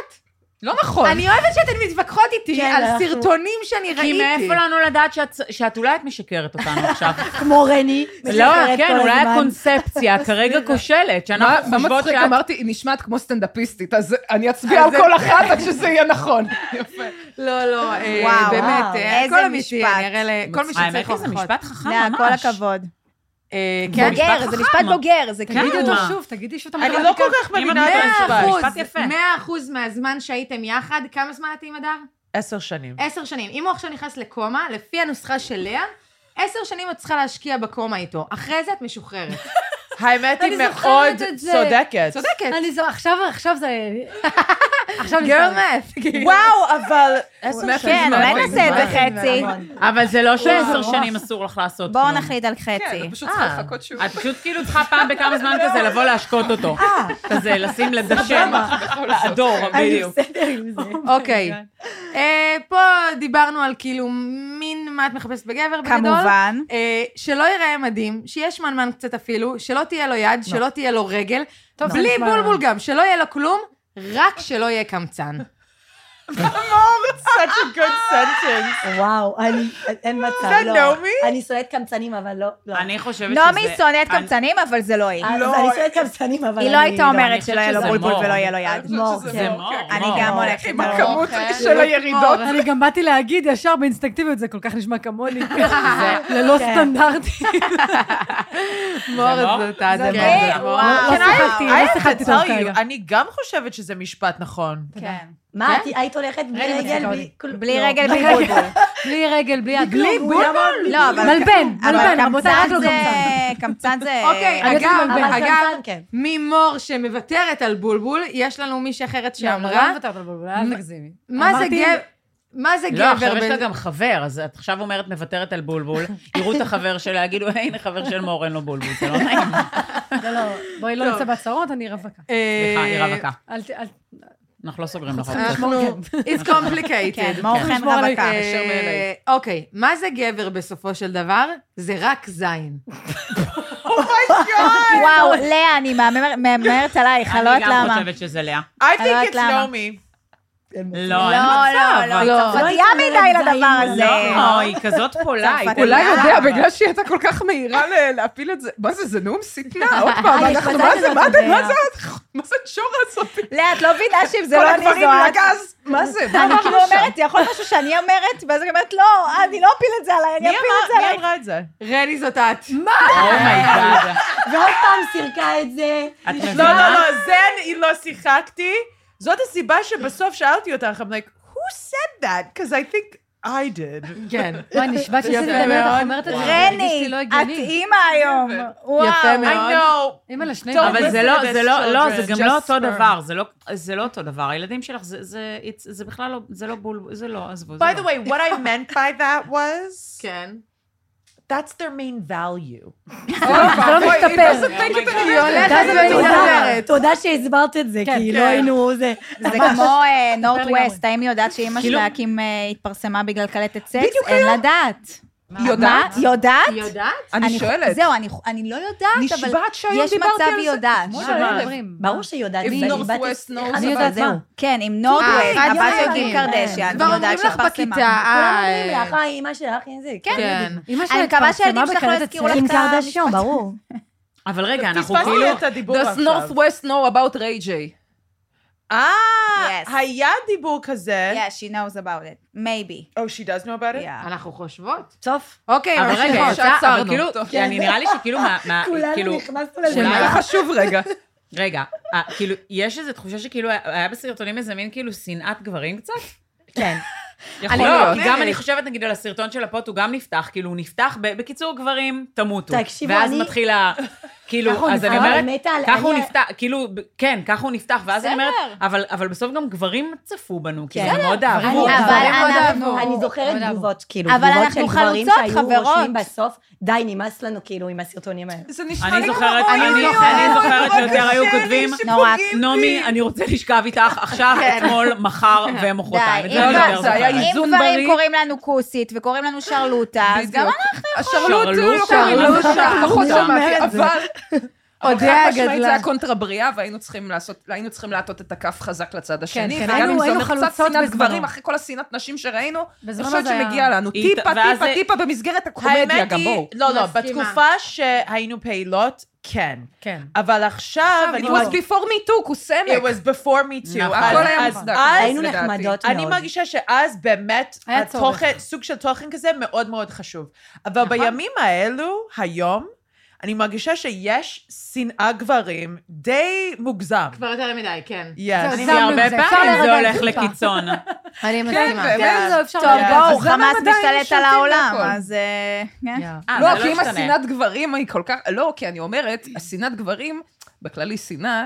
Speaker 7: לא נכון.
Speaker 1: אני אוהבת שאתן מתווכחות איתי
Speaker 8: כן,
Speaker 1: על
Speaker 8: אנחנו-
Speaker 1: סרטונים שאני
Speaker 3: כי
Speaker 1: ראיתי.
Speaker 7: לא
Speaker 3: מאיפה לנו לדעת שאת- שאת אולי את משקרת אותנו עכשיו?
Speaker 8: כמו רני.
Speaker 3: לא,
Speaker 8: משחררת
Speaker 3: כן,
Speaker 8: כל
Speaker 3: אולי
Speaker 8: הזמן.
Speaker 3: הקונספציה כרגע כושלת,
Speaker 2: מה
Speaker 3: שאנחנו
Speaker 2: מה
Speaker 3: חושבות
Speaker 2: מצחיק,
Speaker 3: שאת...
Speaker 2: אמרתי, היא נשמעת כמו סטנדאפיסטית, אז אני אצביע על כל אחת עד שזה יהיה נכון.
Speaker 1: לא, לא, אה,
Speaker 6: וואו,
Speaker 1: באמת,
Speaker 6: וואו,
Speaker 1: אה,
Speaker 6: איזה
Speaker 1: כל אמיתי,
Speaker 6: משפט.
Speaker 1: אני אראה ל- כל מי
Speaker 3: האמת
Speaker 1: שצריך
Speaker 3: היא זה
Speaker 1: הוכחות.
Speaker 3: משפט חכם
Speaker 6: לאה,
Speaker 3: ממש.
Speaker 6: כל הכבוד.
Speaker 1: אה,
Speaker 3: זה
Speaker 1: כן,
Speaker 3: משפט
Speaker 6: בוגר, זה
Speaker 3: חכם.
Speaker 6: משפט בוגר, זה
Speaker 3: כן.
Speaker 6: כאילו...
Speaker 4: תגידי אותו
Speaker 3: מה?
Speaker 4: שוב, תגידי שוב את
Speaker 7: אני
Speaker 4: המתמטיקה.
Speaker 7: לא כל כך מבינה את
Speaker 3: מאה
Speaker 7: המשפט.
Speaker 3: אחוז.
Speaker 1: משפט
Speaker 3: משפט יפה.
Speaker 1: 100% מהזמן שהייתם יחד, כמה זמן אתם עם הדר?
Speaker 7: עשר שנים.
Speaker 1: עשר שנים. אם הוא עכשיו נכנס לקומה, לפי הנוסחה של לאה, עשר שנים את צריכה להשקיע בקומה איתו. אחרי זה את משוחררת.
Speaker 7: האמת היא
Speaker 4: אני זוכרת
Speaker 7: מאוד
Speaker 4: את זה.
Speaker 7: צודקת.
Speaker 1: *laughs* צודקת.
Speaker 4: אני זו... עכשיו, עכשיו זה... עכשיו
Speaker 1: גרל מאף.
Speaker 4: נזכרתי.
Speaker 1: *laughs*
Speaker 7: וואו, אבל... עשר
Speaker 6: כן, אולי נעשה את זה חצי.
Speaker 3: אבל זה לא שעשר שנים אסור לך לעשות כלום.
Speaker 6: בואו נחליט על חצי.
Speaker 2: פשוט צריכה לחכות שוב.
Speaker 3: את פשוט כאילו צריכה פעם בכמה זמן כזה לבוא להשקות אותו. כזה, לשים לדשן, לאדור,
Speaker 8: אני
Speaker 3: בדיוק.
Speaker 8: בסדר עם זה.
Speaker 1: *laughs* אוקיי. אה, פה דיברנו על כאילו מין מה את מחפשת בגבר בגדול.
Speaker 6: כמובן.
Speaker 1: אה, שלא ייראה מדהים, שיהיה שמנמן קצת אפילו, שלא תהיה לו יד, שלא תהיה לו רגל,
Speaker 4: לא. טוב,
Speaker 1: בלי
Speaker 4: נשמע-
Speaker 1: בולבול גם, שלא יהיה לו כלום, רק שלא יהיה קמצן.
Speaker 7: such *laughs* a good sentence.
Speaker 8: וואו, אני, אין מצב, לא.
Speaker 7: נעמי?
Speaker 8: אני שונאת קמצנים, אבל לא. לא. אה,
Speaker 3: אני חושבת שזה...
Speaker 6: נעמי שונאת קמצנים, אבל זה לא היא.
Speaker 8: אז אני שונאת קמצנים, אבל
Speaker 6: היא לא הייתה
Speaker 3: אני
Speaker 6: אומרת
Speaker 3: חושבת
Speaker 6: שלא יהיה לו
Speaker 3: שזה
Speaker 6: בולבול
Speaker 3: מור.
Speaker 6: ולא יהיה לו יד.
Speaker 8: מור,
Speaker 3: זה
Speaker 8: כן.
Speaker 3: מור.
Speaker 6: אני
Speaker 3: מור.
Speaker 6: גם הולכת עם
Speaker 7: הכמות
Speaker 4: אוקיי.
Speaker 1: לא,
Speaker 7: של הירידות.
Speaker 4: אני גם באתי להגיד ישר באינסטנקטיביות, זה כל כך נשמע כמוני. ללא
Speaker 8: כן.
Speaker 4: סטנדרטים.
Speaker 1: מור
Speaker 3: מור?
Speaker 1: זאת את,
Speaker 8: זה
Speaker 1: כן,
Speaker 6: מור.
Speaker 1: מור.
Speaker 6: וואו.
Speaker 4: לא
Speaker 6: כן, I-
Speaker 4: שיחקתי,
Speaker 7: I
Speaker 4: לא
Speaker 7: have
Speaker 4: שיחקתי
Speaker 7: to
Speaker 4: טוב
Speaker 7: tell
Speaker 4: כרגע.
Speaker 7: you, אני גם חושבת שזה משפט נכון.
Speaker 6: כן.
Speaker 8: מה, את היית הולכת בלי
Speaker 4: רני
Speaker 8: רגל,
Speaker 4: מצחיקה
Speaker 8: בלי כלום?
Speaker 6: בלי
Speaker 8: לא. *laughs*
Speaker 6: רגל בלי בולבול.
Speaker 4: בלי רגל, בלי יד.
Speaker 8: כלום, הוא אמר לי.
Speaker 6: לא, אבל...
Speaker 4: מלבן,
Speaker 6: אבל
Speaker 4: מלבן, רבותיי, רק
Speaker 6: קמצן
Speaker 4: לא
Speaker 6: זה...
Speaker 4: קמצן.
Speaker 6: קמצן זה...
Speaker 1: *laughs*
Speaker 6: אה,
Speaker 1: אוקיי,
Speaker 4: אני יודעת
Speaker 1: אגב,
Speaker 4: מה
Speaker 8: אבל
Speaker 1: אגב,
Speaker 8: קמצן, כן.
Speaker 1: ממור שמוותרת על בולבול, יש לנו מישהי אחרת
Speaker 4: לא,
Speaker 1: שאמרה,
Speaker 4: לא מוותרת על בולבול, אל תגזימי.
Speaker 1: מה זה
Speaker 4: אמרתי-
Speaker 1: גבר... מה זה
Speaker 3: לא, עכשיו
Speaker 1: גבר?
Speaker 3: יש לה
Speaker 1: ב-
Speaker 3: גם חבר, אז את עכשיו אומרת מוותרת על בולבול, יראו את החבר שלה, יגידו, "היי, הנה חבר של מור, אין לו בולבול, זה לא נעים.
Speaker 4: לא, לא, בואי לא נצא בהצהרות, אני רווקה.
Speaker 1: אה,
Speaker 3: סליחה, היא רווקה.
Speaker 4: אל ת... אל ת-
Speaker 3: אנחנו לא סוגרים לך את
Speaker 1: אנחנו... It's
Speaker 6: כן,
Speaker 1: complicated.
Speaker 6: מור
Speaker 3: כן.
Speaker 6: חן
Speaker 4: לשמור על
Speaker 6: רווקה.
Speaker 1: אה, אוקיי, מה זה גבר בסופו של דבר? זה רק זין.
Speaker 6: וואו, לאה, אני מהמר- מהמרת עלייך, אני לא
Speaker 3: אני
Speaker 6: יודעת
Speaker 3: גם
Speaker 6: למה.
Speaker 3: חושבת שזה לאה.
Speaker 7: I
Speaker 6: אני לא
Speaker 7: think
Speaker 6: יודעת
Speaker 7: it's
Speaker 6: למה.
Speaker 7: נעמי.
Speaker 8: אין מצב.
Speaker 3: לא, אין
Speaker 6: לא,
Speaker 3: מצב.
Speaker 6: לא,
Speaker 3: אבל-
Speaker 6: לא.
Speaker 8: לא
Speaker 6: צרפתייה
Speaker 8: הייתי
Speaker 6: מדי
Speaker 8: אומרת
Speaker 6: לדבר
Speaker 8: זין,
Speaker 6: הזה.
Speaker 3: לא, היא כזאת פולה. היא
Speaker 6: צרפתייה.
Speaker 3: פולה.
Speaker 2: אה, אולי יודע, בגלל שהיא הייתה כל כך מהירה ל- להפיל את זה. מה זה, זה נאום שטנה? עוד פעם,
Speaker 4: אה, יש
Speaker 2: אנחנו,
Speaker 4: מצב
Speaker 2: מה זה,
Speaker 4: כזה,
Speaker 2: מה
Speaker 4: אתה
Speaker 2: זה, מה
Speaker 4: יודע.
Speaker 2: זה, *laughs* מה זה הצ'ורה הזאת?
Speaker 6: לאה, את לא מבינה שאם זה
Speaker 2: כל
Speaker 6: לא
Speaker 2: הדברים
Speaker 6: אני זו את.
Speaker 2: לגז. מה זה? מה
Speaker 6: אני כאילו
Speaker 2: אמרת שם?
Speaker 6: אומרת, זה יכול להיות משהו שאני אומרת, ואז אני אומרת, לא, אני לא אפיל את זה עליי, אני
Speaker 7: מי
Speaker 6: אפיל את זה
Speaker 7: אמר- מי
Speaker 6: עליי.
Speaker 7: אמרה את זה?
Speaker 1: רני זאת את.
Speaker 3: Oh אומייגאד.
Speaker 8: ועוד פעם סירקה את זה.
Speaker 3: את מבינה?
Speaker 7: לא, לא, לא, זה אני לא שיחקתי. זאת הסיבה שבסוף שאלתי אותך, I'm like, who said that? Because I think I did.
Speaker 1: כן.
Speaker 4: וואי, נשבעת שעשית את
Speaker 1: יפה
Speaker 4: זה,
Speaker 1: מאוד.
Speaker 4: את אומרת את זה, הרגיש לי
Speaker 6: רני,
Speaker 4: לא
Speaker 6: את
Speaker 4: הגיוני.
Speaker 6: אימא היום.
Speaker 1: יפה
Speaker 6: וואו.
Speaker 7: I
Speaker 1: מאוד.
Speaker 7: know.
Speaker 4: אימא לשני
Speaker 7: טוב,
Speaker 4: בנים.
Speaker 3: אבל זה לא, זה לא, לא, זה
Speaker 7: Children,
Speaker 3: גם לא
Speaker 7: just
Speaker 3: אותו
Speaker 7: sperm.
Speaker 3: דבר, זה לא- זה לא אותו דבר. הילדים שלך, זה- זה it's- זה בכלל לא, זה לא בול, זה לא, עזבו, זה
Speaker 7: By the
Speaker 3: לא.
Speaker 7: way, what I meant by that was,
Speaker 1: כן.
Speaker 7: that's their main value.
Speaker 4: זה לא משתפר.
Speaker 1: היא הולכת
Speaker 4: זה
Speaker 8: תודה,
Speaker 1: ומתדברת.
Speaker 8: תודה שהסברת את זה,
Speaker 4: כן,
Speaker 8: כי
Speaker 4: כן.
Speaker 8: לא היינו זה.
Speaker 6: זה כמו נורט
Speaker 4: לגמרי.
Speaker 6: ווסט, האם היא יודעת שאימא
Speaker 3: כאילו-
Speaker 6: שלה הקים אה, התפרסמה בגלל קלטת סקס? אין לדעת.
Speaker 2: היא יודעת?
Speaker 6: מה? יודעת?
Speaker 1: היא יודעת?
Speaker 2: אני שואלת.
Speaker 6: זהו, אני- אני לא יודעת, אבל
Speaker 2: נשבעת שהיום
Speaker 6: יש
Speaker 2: דיברתי על זה.
Speaker 6: מצב היא יודעת.
Speaker 4: וואלה, מדברים.
Speaker 8: ברור שהיא יודעת.
Speaker 2: If
Speaker 8: ואני
Speaker 2: North
Speaker 8: באתי-
Speaker 2: West knows,
Speaker 8: אני
Speaker 4: אבל
Speaker 8: יודעת
Speaker 4: זהו.
Speaker 8: מה.
Speaker 6: כן, עם נורט
Speaker 1: אה,
Speaker 6: ווסט,
Speaker 1: אה,
Speaker 6: הבת של
Speaker 1: יודעים.
Speaker 6: קים קרדשן,
Speaker 1: כבר
Speaker 6: היא
Speaker 1: אומרים
Speaker 6: יודעת
Speaker 1: לך
Speaker 6: שהתפרסמה.
Speaker 1: בכיתה,
Speaker 8: כולם
Speaker 1: אה,
Speaker 8: אומרים לך, אה, אמא שלך, אין זה. כן.
Speaker 1: כן.
Speaker 4: אימא שלה
Speaker 6: אני מקווה
Speaker 4: התפרסמה
Speaker 6: שהילדים שלך לא
Speaker 4: בקלטת
Speaker 6: יזכירו לך
Speaker 8: עם
Speaker 6: את
Speaker 8: קרדשון,
Speaker 6: המשפט.
Speaker 8: ברור.
Speaker 3: אבל רגע, אנחנו
Speaker 7: פספסתי
Speaker 3: כאילו,
Speaker 7: את הדיבור
Speaker 2: Does
Speaker 7: עכשיו.
Speaker 2: Northwest know about Ray J?
Speaker 7: אה,
Speaker 6: Yes.
Speaker 7: היה דיבור כזה.
Speaker 6: Yeah, she knows about it. Maybe.
Speaker 7: Oh, she does know about it?
Speaker 6: Yeah.
Speaker 1: אנחנו חושבות.
Speaker 8: סוף.
Speaker 1: אוקיי,
Speaker 3: אבל רגע,
Speaker 1: ממשיכות.
Speaker 3: אפשר, אבל
Speaker 2: שעצרנו.
Speaker 3: כאילו,
Speaker 2: כן.
Speaker 3: אני נראה לי שכאילו, מה- מה- כאילו,
Speaker 8: *laughs* כולנו נכנסנו לזה.
Speaker 3: שאלה
Speaker 2: זה חשוב רגע.
Speaker 3: *laughs* רגע, אה, כאילו, יש איזו תחושה שכאילו, היה בסרטונים איזה מין כאילו שנאת גברים קצת?
Speaker 6: כן.
Speaker 3: יכול
Speaker 1: אני
Speaker 3: להיות.
Speaker 1: לא.
Speaker 3: כי גם אני חושבת, נגיד, על הסרטון של הפוט, הוא גם נפתח, כאילו, הוא נפתח, ב- בקיצור, גברים, תמותו.
Speaker 8: תקשיבו,
Speaker 3: ואז
Speaker 8: אני-
Speaker 3: מתחיל ה... כאילו,
Speaker 8: נכון,
Speaker 3: אז אני
Speaker 8: אבל
Speaker 3: אומרת,
Speaker 8: מתה על-
Speaker 3: ככה הוא
Speaker 8: אני-
Speaker 3: נפתח, כאילו, ב- כן, ככה הוא נפתח, ואז אני אומרת, אבל אבל בסוף גם גברים צפו בנו, כי הם מאוד אהבו.
Speaker 8: *laughs* אני-
Speaker 6: אבל
Speaker 8: אבל
Speaker 6: אנחנו...
Speaker 8: אני זוכרת
Speaker 4: אבל-
Speaker 8: תגובות, כאילו,
Speaker 6: אבל
Speaker 8: תגובות של
Speaker 6: אנחנו
Speaker 8: גברים
Speaker 6: חלוצות,
Speaker 8: שהיו
Speaker 6: חברות.
Speaker 8: רושמים בסוף, די, נמאס לנו, כאילו, עם הסרטונים האלה.
Speaker 2: זה נשמע
Speaker 3: אני
Speaker 2: לי כמו...
Speaker 3: זוכרת,
Speaker 2: אוי,
Speaker 3: אני-
Speaker 2: אוי,
Speaker 3: אני
Speaker 2: אוי,
Speaker 3: זוכרת
Speaker 2: אוי,
Speaker 3: שיותר היו כותבים,
Speaker 6: נורא.
Speaker 3: נעמי, אני רוצה לשכב איתך עכשיו, אתמול, מחר ומחרתיים. את
Speaker 6: די,
Speaker 3: זה
Speaker 6: אם
Speaker 3: לא
Speaker 6: כבר-
Speaker 3: יותר
Speaker 2: זה היה
Speaker 3: זוכרת.
Speaker 6: אם
Speaker 2: איזון
Speaker 6: גברים
Speaker 2: בריא.
Speaker 6: קוראים לנו כוסית וקוראים לנו שרלוטה, אז גם
Speaker 2: בדיוק. השרלוט הוא לא
Speaker 3: שרלוט,
Speaker 2: קוראים לזה
Speaker 1: שרלוט,
Speaker 2: ככה,
Speaker 1: שרלוט.
Speaker 2: פחות שמעתי,
Speaker 1: אומרת זה.
Speaker 2: אבל... אבל
Speaker 1: אודיה
Speaker 2: חד משמעית
Speaker 1: גדלה.
Speaker 2: זה היה קונטרה בריאה, והיינו צריכים לעשות, היינו צריכים להטות את הכף חזק לצד השני.
Speaker 4: כן,
Speaker 2: וגם
Speaker 4: היינו-
Speaker 2: אם זה
Speaker 4: היינו
Speaker 2: אומר קצת
Speaker 4: חלוצות
Speaker 2: שנאת
Speaker 4: בזמנו.
Speaker 2: גברים, אחרי כל השנאת נשים שראינו, אני
Speaker 4: בזמנו
Speaker 2: חושבת
Speaker 4: זה היה-
Speaker 2: שמגיע לנו
Speaker 3: היא-
Speaker 2: טיפה,
Speaker 3: ואז
Speaker 2: טיפה,
Speaker 3: זה-
Speaker 2: טיפה במסגרת הקומדיה גם, בואו.
Speaker 7: לא, לא,
Speaker 1: מסכימה.
Speaker 7: בתקופה שהיינו פעילות, כן.
Speaker 4: כן.
Speaker 7: אבל עכשיו, אני
Speaker 2: It was before me too, קוסמת.
Speaker 7: It was before me too.
Speaker 3: נכון.
Speaker 7: אז-
Speaker 2: הכל היה
Speaker 7: אז-
Speaker 2: מוצדק.
Speaker 7: אז-
Speaker 8: היינו
Speaker 2: לדעתי.
Speaker 8: נחמדות מאוד.
Speaker 7: אני מרגישה שאז באמת,
Speaker 4: היה
Speaker 7: התוכן, סוג של תוכן כזה מאוד מאוד חשוב. אבל בימים האלו, היום, אני מרגישה שיש שנאה גברים די מוגזם.
Speaker 1: כבר יותר מדי, כן.
Speaker 7: Yes.
Speaker 4: זהו,
Speaker 3: כי הרבה
Speaker 4: אפשר
Speaker 3: פעמים זה
Speaker 4: לרגע
Speaker 3: הולך
Speaker 4: טיפה.
Speaker 3: לקיצון. אה,
Speaker 1: אני
Speaker 2: כן,
Speaker 1: מסכימה.
Speaker 2: באמת.
Speaker 4: לא, אפשר
Speaker 6: טוב,
Speaker 4: לדעת.
Speaker 6: בואו,
Speaker 2: אז למה הם
Speaker 6: חמאס
Speaker 2: עדיין
Speaker 6: משתלט על
Speaker 2: שולטים
Speaker 6: העולם,
Speaker 2: בהכל?
Speaker 6: אז... אה, כן.
Speaker 3: אה,
Speaker 2: לא,
Speaker 3: זה
Speaker 2: כי אם
Speaker 3: ישתנה.
Speaker 2: השנאת גברים היא כל כך... לא, כי אני אומרת, השנאת גברים, בכללי שנאה,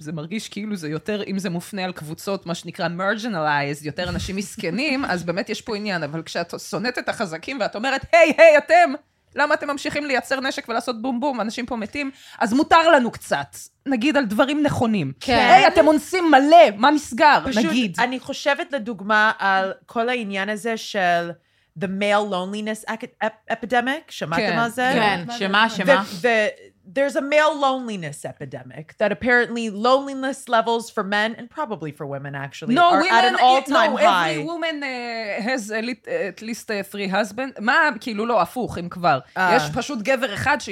Speaker 2: זה מרגיש כאילו זה יותר, אם זה מופנה על קבוצות, מה שנקרא מרג'נלייז, יותר אנשים מסכנים, אז באמת יש פה עניין, אבל כשאת שונאת את החזקים ואת אומרת, היי, היי, אתם, למה אתם ממשיכים לייצר נשק ולעשות בום בום, אנשים פה מתים, אז מותר לנו קצת, נגיד על דברים נכונים.
Speaker 1: כן.
Speaker 2: היי, אתם אונסים מלא, מה נסגר,
Speaker 7: פשוט,
Speaker 2: נגיד.
Speaker 7: אני חושבת לדוגמה על כל העניין הזה של the male loneliness ec- ep- epidemic, שמעתם
Speaker 2: כן,
Speaker 7: על זה?
Speaker 3: כן, שמה, שמה?
Speaker 7: The, the, there's a male loneliness epidemic that apparently loneliness levels for men and probably for women actually
Speaker 2: No,
Speaker 7: are at
Speaker 2: women,
Speaker 7: an all-time
Speaker 2: no,
Speaker 7: high.
Speaker 2: every woman uh, has a lit, at least uh, three husband. מה, כאילו לא, הפוך, אם כבר.
Speaker 7: אה.
Speaker 2: יש פשוט גבר אחד ש...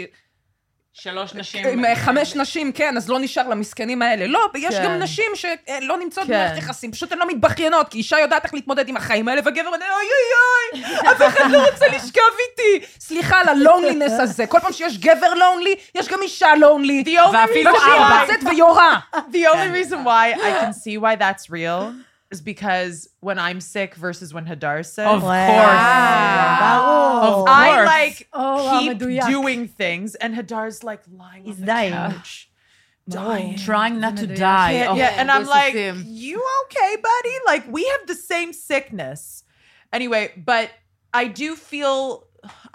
Speaker 3: שלוש נשים.
Speaker 2: עם אה, חמש נשים, כן, אז לא נשאר למסכנים האלה. לא, יש
Speaker 7: כן.
Speaker 2: גם נשים שלא נמצאות
Speaker 7: כן.
Speaker 2: במערכת יחסים, פשוט הן לא מתבכיינות, כי אישה יודעת איך להתמודד עם החיים האלה, וגבר אומר, אוי אוי אוי, אף אחד לא רוצה לשכב איתי. סליחה על הלונלינס הזה. כל פעם שיש גבר לונלי, יש גם אישה לונלי.
Speaker 7: The only
Speaker 3: ואפילו
Speaker 7: reason
Speaker 2: והיא
Speaker 3: ארבע.
Speaker 7: why,
Speaker 2: יוצאת ויורה.
Speaker 7: the only reason why I can see why that's real is because when I'm sick versus when Hadar's sick,
Speaker 3: Of
Speaker 1: אה,
Speaker 3: course.
Speaker 8: ברור.
Speaker 3: Of
Speaker 7: I
Speaker 3: course.
Speaker 7: like
Speaker 4: או, וואו,
Speaker 7: keep
Speaker 4: מדויק.
Speaker 7: doing things, and Hadar's like lying
Speaker 8: He's
Speaker 7: on the
Speaker 8: dying.
Speaker 7: couch, dying.
Speaker 3: Trying not to
Speaker 4: מדויק.
Speaker 3: die.
Speaker 7: Yeah,
Speaker 3: אוקיי.
Speaker 7: yeah, and I'm
Speaker 1: this is
Speaker 7: like,
Speaker 1: him.
Speaker 7: you okay, buddy? Like we have the same sickness. Anyway, but I do feel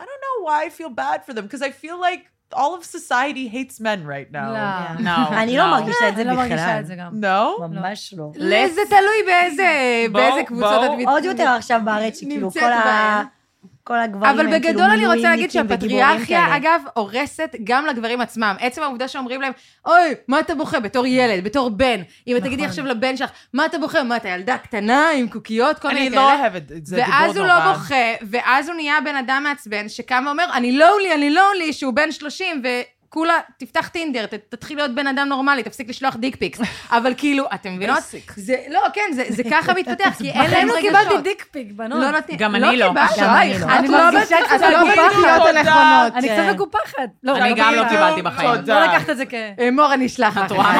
Speaker 7: I don't know why I feel bad for them because I feel like all of society hates men right
Speaker 4: לא.
Speaker 7: now.
Speaker 3: No,
Speaker 8: אני לא
Speaker 3: no.
Speaker 8: מרגישה את זה
Speaker 4: אני לא מרגישה
Speaker 8: בכלל.
Speaker 4: את זה גם.
Speaker 7: No?
Speaker 8: ממש לא.
Speaker 1: זה תלוי באיזה
Speaker 3: בואו,
Speaker 1: באיזה קבוצות את
Speaker 3: בואו.
Speaker 1: מת-
Speaker 8: עוד יותר עכשיו בארץ, שכאילו
Speaker 1: נמצאת
Speaker 8: כל ה...
Speaker 1: בהם.
Speaker 8: כל הגברים
Speaker 1: אבל
Speaker 8: הם כאילו
Speaker 1: בגדול אני רוצה להגיד
Speaker 8: מילואימניקים וגיבורים
Speaker 1: שהפטריארכיה,
Speaker 8: כאלה.
Speaker 1: אגב, הורסת גם לגברים עצמם. עצם העובדה שאומרים להם, אוי, מה אתה בוכה? בתור ילד, בתור בן. אם את תגידי עכשיו לבן שלך, מה אתה בוכה? מה, אתה ילדה קטנה עם קוקיות? כל מיני
Speaker 7: אני
Speaker 1: כאלה.
Speaker 7: לא אוהבת את זה, דיבור נורא.
Speaker 1: ואז הוא לא בוכה, ואז הוא נהיה בן אדם מעצבן, שקם ואומר, אני לא לי, אני לא לי, שהוא בן 30, וכולה, תפתח טינדר, ת- תתחיל להיות בן אדם נורמלי, תפסיק לשלוח דיקפיקס. אבל כאילו, אתם מבינות? זה, לא, כן, זה, זה ככה מתפתח, כי אין להם
Speaker 4: בחיים לא
Speaker 1: רגשות.
Speaker 4: קיבלתי דיקפיק, בנות.
Speaker 1: לא נותנים,
Speaker 3: גם אני לא.
Speaker 1: קיבלת.
Speaker 3: גם
Speaker 1: אוי,
Speaker 8: אני לא.
Speaker 1: את לא
Speaker 4: מרגישה
Speaker 1: בת- את
Speaker 4: קצת
Speaker 1: לא בקריאות
Speaker 7: מפוחדת.
Speaker 1: הנכונות.
Speaker 4: אני קצת מקופחת. לא,
Speaker 3: אני גם לא קיבלתי בחיים.
Speaker 4: לא לקחת את זה כ...
Speaker 1: אמור, אה, אני אשלח לך. אוקיי.
Speaker 3: רואה?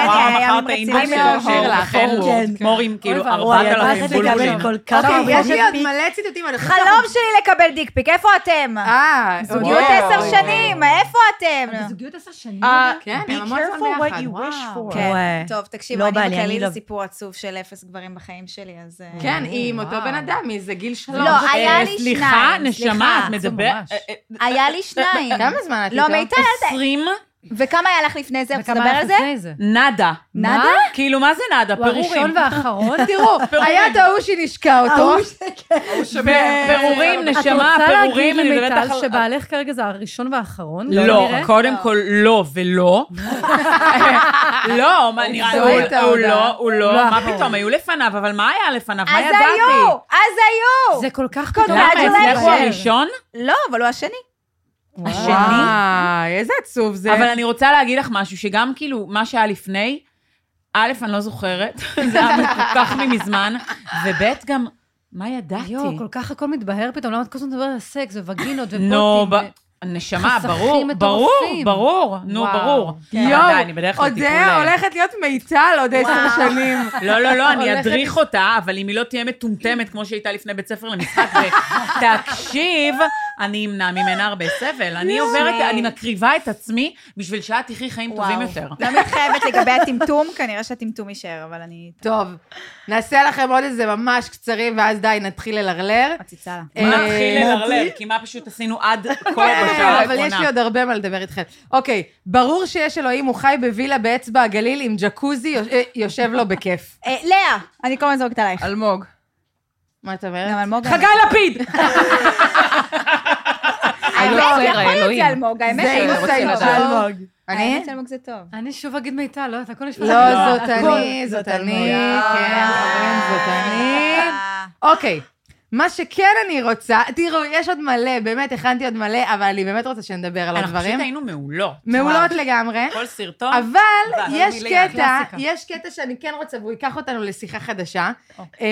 Speaker 3: וואו,
Speaker 6: רגע, היה
Speaker 3: מכרת אינבוקס
Speaker 6: רציני
Speaker 1: אני
Speaker 3: שלו,
Speaker 1: אעביר
Speaker 3: של
Speaker 1: לך.
Speaker 3: החן
Speaker 8: כן.
Speaker 3: מור עם כאילו
Speaker 4: אוי,
Speaker 8: וואי, את
Speaker 3: 4,000
Speaker 8: הולכת לקבל
Speaker 3: בולבולים.
Speaker 8: כל כך
Speaker 1: אוקיי,
Speaker 8: הרבה
Speaker 1: יש לי עוד
Speaker 8: פיק.
Speaker 1: מלא ציטוטים. אני חושבת
Speaker 6: חלום שלי לקבל דיקפיק, איפה אתם?
Speaker 1: אה,
Speaker 6: זוגיות
Speaker 1: וואו.
Speaker 6: עשר שנים, איפה אתם?
Speaker 4: זוגיות עשר שנים?
Speaker 7: אה,
Speaker 1: כן,
Speaker 7: be
Speaker 1: הם המון
Speaker 7: careful
Speaker 1: זמן
Speaker 7: what
Speaker 1: ביחד,
Speaker 7: you wish
Speaker 1: וואו.
Speaker 3: נכון.
Speaker 7: for.
Speaker 6: כן,
Speaker 8: וואי.
Speaker 6: טוב, תקשיבו,
Speaker 8: לא
Speaker 6: אני
Speaker 8: בא לי, אני
Speaker 6: בכללי זה
Speaker 8: לא-
Speaker 6: סיפור עצוב של אפס גברים בחיים שלי, אז... אה,
Speaker 1: כן, היא עם אותו בן אדם, מזה גיל שלוש.
Speaker 6: לא, היה
Speaker 3: אה,
Speaker 6: לי
Speaker 3: סליחה,
Speaker 6: שניים,
Speaker 3: נשמה,
Speaker 6: סליחה.
Speaker 3: את מדברת...
Speaker 2: ממש.
Speaker 6: היה לי שניים.
Speaker 1: כמה זמן את איתו?
Speaker 6: לא, מיטל, אל ת-
Speaker 3: 20
Speaker 6: וכמה היה לך לפני זה? רוצה לדבר על זה?
Speaker 3: נאדה.
Speaker 6: נאדה?
Speaker 3: כאילו, מה זה נאדה?
Speaker 4: הוא הראשון
Speaker 3: פירורים.
Speaker 4: *laughs* והאחרון?
Speaker 1: תראו, היה את ההוא שנשקע אותו.
Speaker 3: פירורים, נשמה,
Speaker 4: את רוצה להגיד
Speaker 3: פירורים, אני מדברת
Speaker 4: למיטל
Speaker 3: איתך על...
Speaker 4: שבעלך כרגע זה הראשון והאחרון?
Speaker 3: לא,
Speaker 4: כנראה?
Speaker 3: קודם כל לא ולא. לא, מה נראה,
Speaker 1: זו
Speaker 3: הוא-
Speaker 1: הייתה
Speaker 3: הוא
Speaker 1: ההודעה.
Speaker 3: לא, הוא לא, מה פתאום, היו לפניו, אבל מה היה לפניו? מה
Speaker 6: אז
Speaker 3: ידעתי?
Speaker 6: היו! אז היו!
Speaker 4: זה כל כך
Speaker 6: קודם
Speaker 4: פתאום
Speaker 3: למה,
Speaker 6: Congratulations.
Speaker 3: אצלך הוא
Speaker 4: מתבהר.
Speaker 3: הראשון?
Speaker 6: לא, אבל הוא השני.
Speaker 3: השני?
Speaker 1: וואי, איזה עצוב זה.
Speaker 3: אבל אני רוצה להגיד לך משהו, שגם כאילו, מה שהיה לפני, א', אני לא זוכרת, *laughs* זה היה כל כך ממזמן, וב', גם, מה ידעתי?
Speaker 4: יואו, כל כך הכל מתבהר פתאום, למה את כל הזמן מדברת על סקס ווגינות ובוטים?
Speaker 3: נו,
Speaker 4: ו-
Speaker 3: לא, ב- נשמה,
Speaker 4: אה, חסכים
Speaker 3: ברור, ברור,
Speaker 4: מטורפים.
Speaker 3: ברור, נו,
Speaker 1: וואו.
Speaker 3: ברור.
Speaker 1: יואו,
Speaker 3: די, אני בדרך
Speaker 1: עוד
Speaker 3: לטיפול...
Speaker 1: זה הולכת להיות מיטל עוד עשר שנים.
Speaker 3: לא, לא, לא, אני
Speaker 1: הולכת-
Speaker 3: אדריך אותה, אבל אם היא לא תהיה מטומטמת כמו שהייתה לפני בית ספר למשחק,
Speaker 1: *laughs*
Speaker 3: ותקשיב, אני אמנע ממנה הרבה סבל. אני עוברת, אני מקריבה את עצמי בשביל שאת תחי חיים טובים יותר.
Speaker 6: לא מתחייבת לגבי הטמטום, כנראה שהטמטום יישאר, אבל אני
Speaker 1: טוב, נעשה לכם עוד איזה ממש קצרים, ואז די, נתחיל ללרלר.
Speaker 6: עציצה לה.
Speaker 3: בוא נתחיל
Speaker 1: אה,
Speaker 3: ללרלר, כי מה פשוט עשינו עד כל
Speaker 1: כן,
Speaker 3: השעה
Speaker 1: אבל יש לי
Speaker 3: האחרונה.
Speaker 1: עוד הרבה מה לדבר איתכם. אוקיי, ברור שיש אלוהים, הוא חי בווילה באצבע הגליל עם ג'קוזי, יוש- אה, יושב לו בכיף.
Speaker 6: אה, לאה, אני כל הזמן זורקת עלייך.
Speaker 2: אלמוג.
Speaker 1: מה את
Speaker 6: גם
Speaker 1: אומרת?
Speaker 6: אלמוג.
Speaker 3: אה, חגי לפיד!
Speaker 1: אה,
Speaker 6: האמת,
Speaker 3: לא,
Speaker 6: יכול להיות זה אלמוג,
Speaker 1: לא-
Speaker 6: האמת.
Speaker 1: זה
Speaker 6: שלא.
Speaker 1: אינסייד
Speaker 6: האמת,
Speaker 1: ג'וק. אני?
Speaker 6: האמת, אלמוג זה טוב.
Speaker 4: אני שוב אגיד מיטל, לא יודעת, הכל נשמע...
Speaker 1: לא, זאת
Speaker 4: הכל.
Speaker 1: אני, זאת אני, כן, חברים, זאת אני.
Speaker 6: אה,
Speaker 1: אוקיי. מה שכן אני רוצה, תראו, יש עוד מלא, באמת הכנתי עוד מלא, אבל אני באמת רוצה שנדבר על
Speaker 3: אנחנו פשוט
Speaker 1: הדברים.
Speaker 3: היינו מעולות.
Speaker 1: מעולות לגמרי.
Speaker 3: כל סרטון.
Speaker 1: אבל
Speaker 3: זה
Speaker 1: יש
Speaker 3: מילה,
Speaker 1: קטע,
Speaker 4: קלאסיקה.
Speaker 1: יש קטע שאני כן רוצה, והוא ייקח אותנו לשיחה חדשה. אה,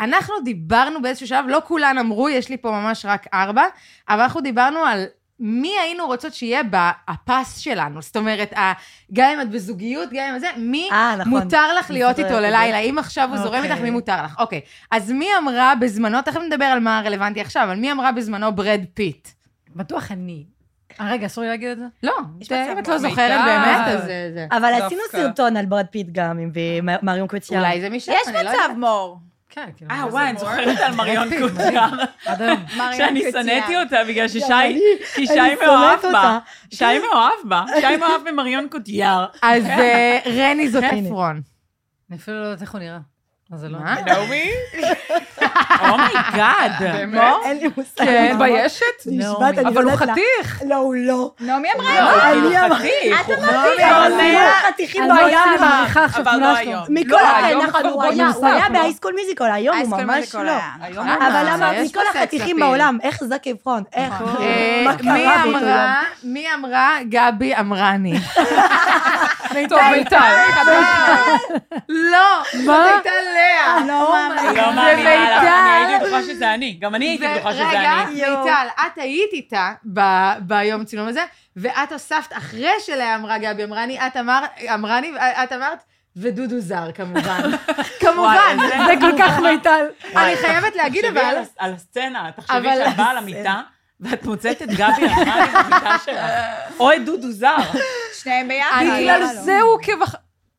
Speaker 1: אנחנו דיברנו באיזשהו שלב, לא כולן אמרו, יש לי פה ממש רק ארבע, אבל אנחנו דיברנו על מי היינו רוצות שיהיה בפס שלנו. זאת אומרת, ה- גם אם את בזוגיות, גם אם זה, מי
Speaker 8: אה, נכון.
Speaker 1: מותר לך להיות
Speaker 8: מסתדרת
Speaker 1: איתו
Speaker 8: את זה.
Speaker 1: ללילה. אם עכשיו הוא זורם
Speaker 8: אוקיי.
Speaker 1: איתך, מי מותר לך? אוקיי. אז מי אמרה בזמנו, תכף נדבר על מה הרלוונטי עכשיו, אבל מי אמרה בזמנו ברד פיט?
Speaker 4: בטוח אני. אה, רגע, אסור לי להגיד את זה?
Speaker 1: לא,
Speaker 6: יש
Speaker 1: זה- אם
Speaker 6: מצב,
Speaker 1: את לא
Speaker 6: מיטל.
Speaker 1: זוכרת באמת,
Speaker 8: אה,
Speaker 1: אז זה... זה.
Speaker 8: אבל
Speaker 2: דווקא.
Speaker 8: עשינו סרטון על ברד פיט גם, עם ומ- מריון קוציאר.
Speaker 1: אולי זה משם,
Speaker 6: יש
Speaker 1: אני לא יודעת.
Speaker 6: מצב, מור.
Speaker 4: כן, כאילו...
Speaker 3: אה,
Speaker 4: זה-
Speaker 3: וואי, אני זוכרת על
Speaker 1: *laughs*
Speaker 3: מריון קוטיאר,
Speaker 4: עד היום.
Speaker 6: מריון
Speaker 3: *laughs* שאני
Speaker 6: קוציאר.
Speaker 3: שנאתי אותה בגלל ששי, כי שי
Speaker 8: אני
Speaker 3: מאוהב
Speaker 8: שונאת
Speaker 3: בה.
Speaker 8: אותה.
Speaker 3: שי מאוהב בה, שי מאוהב במריון
Speaker 1: *laughs*
Speaker 3: קוטיאר.
Speaker 1: אז אה, רני זאת
Speaker 8: הנה.
Speaker 1: עפרון.
Speaker 4: אני אפילו לא יודעת איך הוא נראה. אז זה לא...
Speaker 1: מה?
Speaker 2: נעמי?
Speaker 3: Oh אומייגאד.
Speaker 2: באמת?
Speaker 8: אין לי מושג. לא.
Speaker 1: כן,
Speaker 2: מתביישת?
Speaker 8: נשבעת, אני
Speaker 2: אבל הוא
Speaker 8: יודעת לה.
Speaker 2: חתיך.
Speaker 8: לא, הוא לא.
Speaker 6: נעמי אמרה את זה.
Speaker 8: אני אמרתי.
Speaker 3: חתיך. הוא חתיך.
Speaker 8: אבל הוא חתיכים
Speaker 4: אני
Speaker 8: לא
Speaker 4: לא
Speaker 8: היה
Speaker 4: יודעת, אני
Speaker 8: לה.
Speaker 4: מריחה עכשיו
Speaker 2: אבל לא
Speaker 4: תמונה שלו.
Speaker 2: היום.
Speaker 8: מכל
Speaker 2: לא,
Speaker 8: החיים,
Speaker 2: היום
Speaker 8: נכון,
Speaker 2: כבר כבר
Speaker 8: הוא היה- הוא
Speaker 4: מנוסח,
Speaker 8: היה
Speaker 4: נו.
Speaker 8: בהייסקול מיוזיקל, היום הוא
Speaker 6: אייסקרים
Speaker 8: ממש
Speaker 6: זה כל
Speaker 8: לא.
Speaker 6: היה.
Speaker 2: היום
Speaker 8: אבל
Speaker 1: אה,
Speaker 8: למה
Speaker 1: יש
Speaker 8: מכל
Speaker 1: פה סקס
Speaker 8: החתיכים
Speaker 1: אפיל.
Speaker 8: בעולם, איך זק עברון, איך,
Speaker 1: אה,
Speaker 8: מה
Speaker 1: מי
Speaker 8: קרה באותו יום?
Speaker 1: אמרה, מי אמרה, גבי אמרני.
Speaker 2: טוב, מיטל.
Speaker 1: לא, זאת הייתה לאה.
Speaker 8: לא מאמין.
Speaker 3: לא מאמינה לך,
Speaker 1: ומיטל-
Speaker 3: אני הייתי בטוחה שזה אני. גם אני הייתי בטוחה שזה
Speaker 1: ורגע,
Speaker 3: אני.
Speaker 1: מיטל, את היית איתה ב- ביום צילום הזה, ואת הוספת, אחרי שלאה אמרה גבי אמרני, את אמרת, אמרני, את אמרת, ודודו זר, כמובן. כמובן.
Speaker 3: וואי,
Speaker 1: זה כל כך מיטל. אני חייבת להגיד
Speaker 3: תחשבי
Speaker 1: אבל,
Speaker 3: על הס- על הסצנה, תחשבי
Speaker 1: אבל
Speaker 3: שאת באה על המיטה, ואת מוצאת את גבי אמרני במיטה שלך. או את דודו זר.
Speaker 6: שניהם ביחד.
Speaker 2: בגלל
Speaker 6: למה לא?
Speaker 2: זה הוא כבח...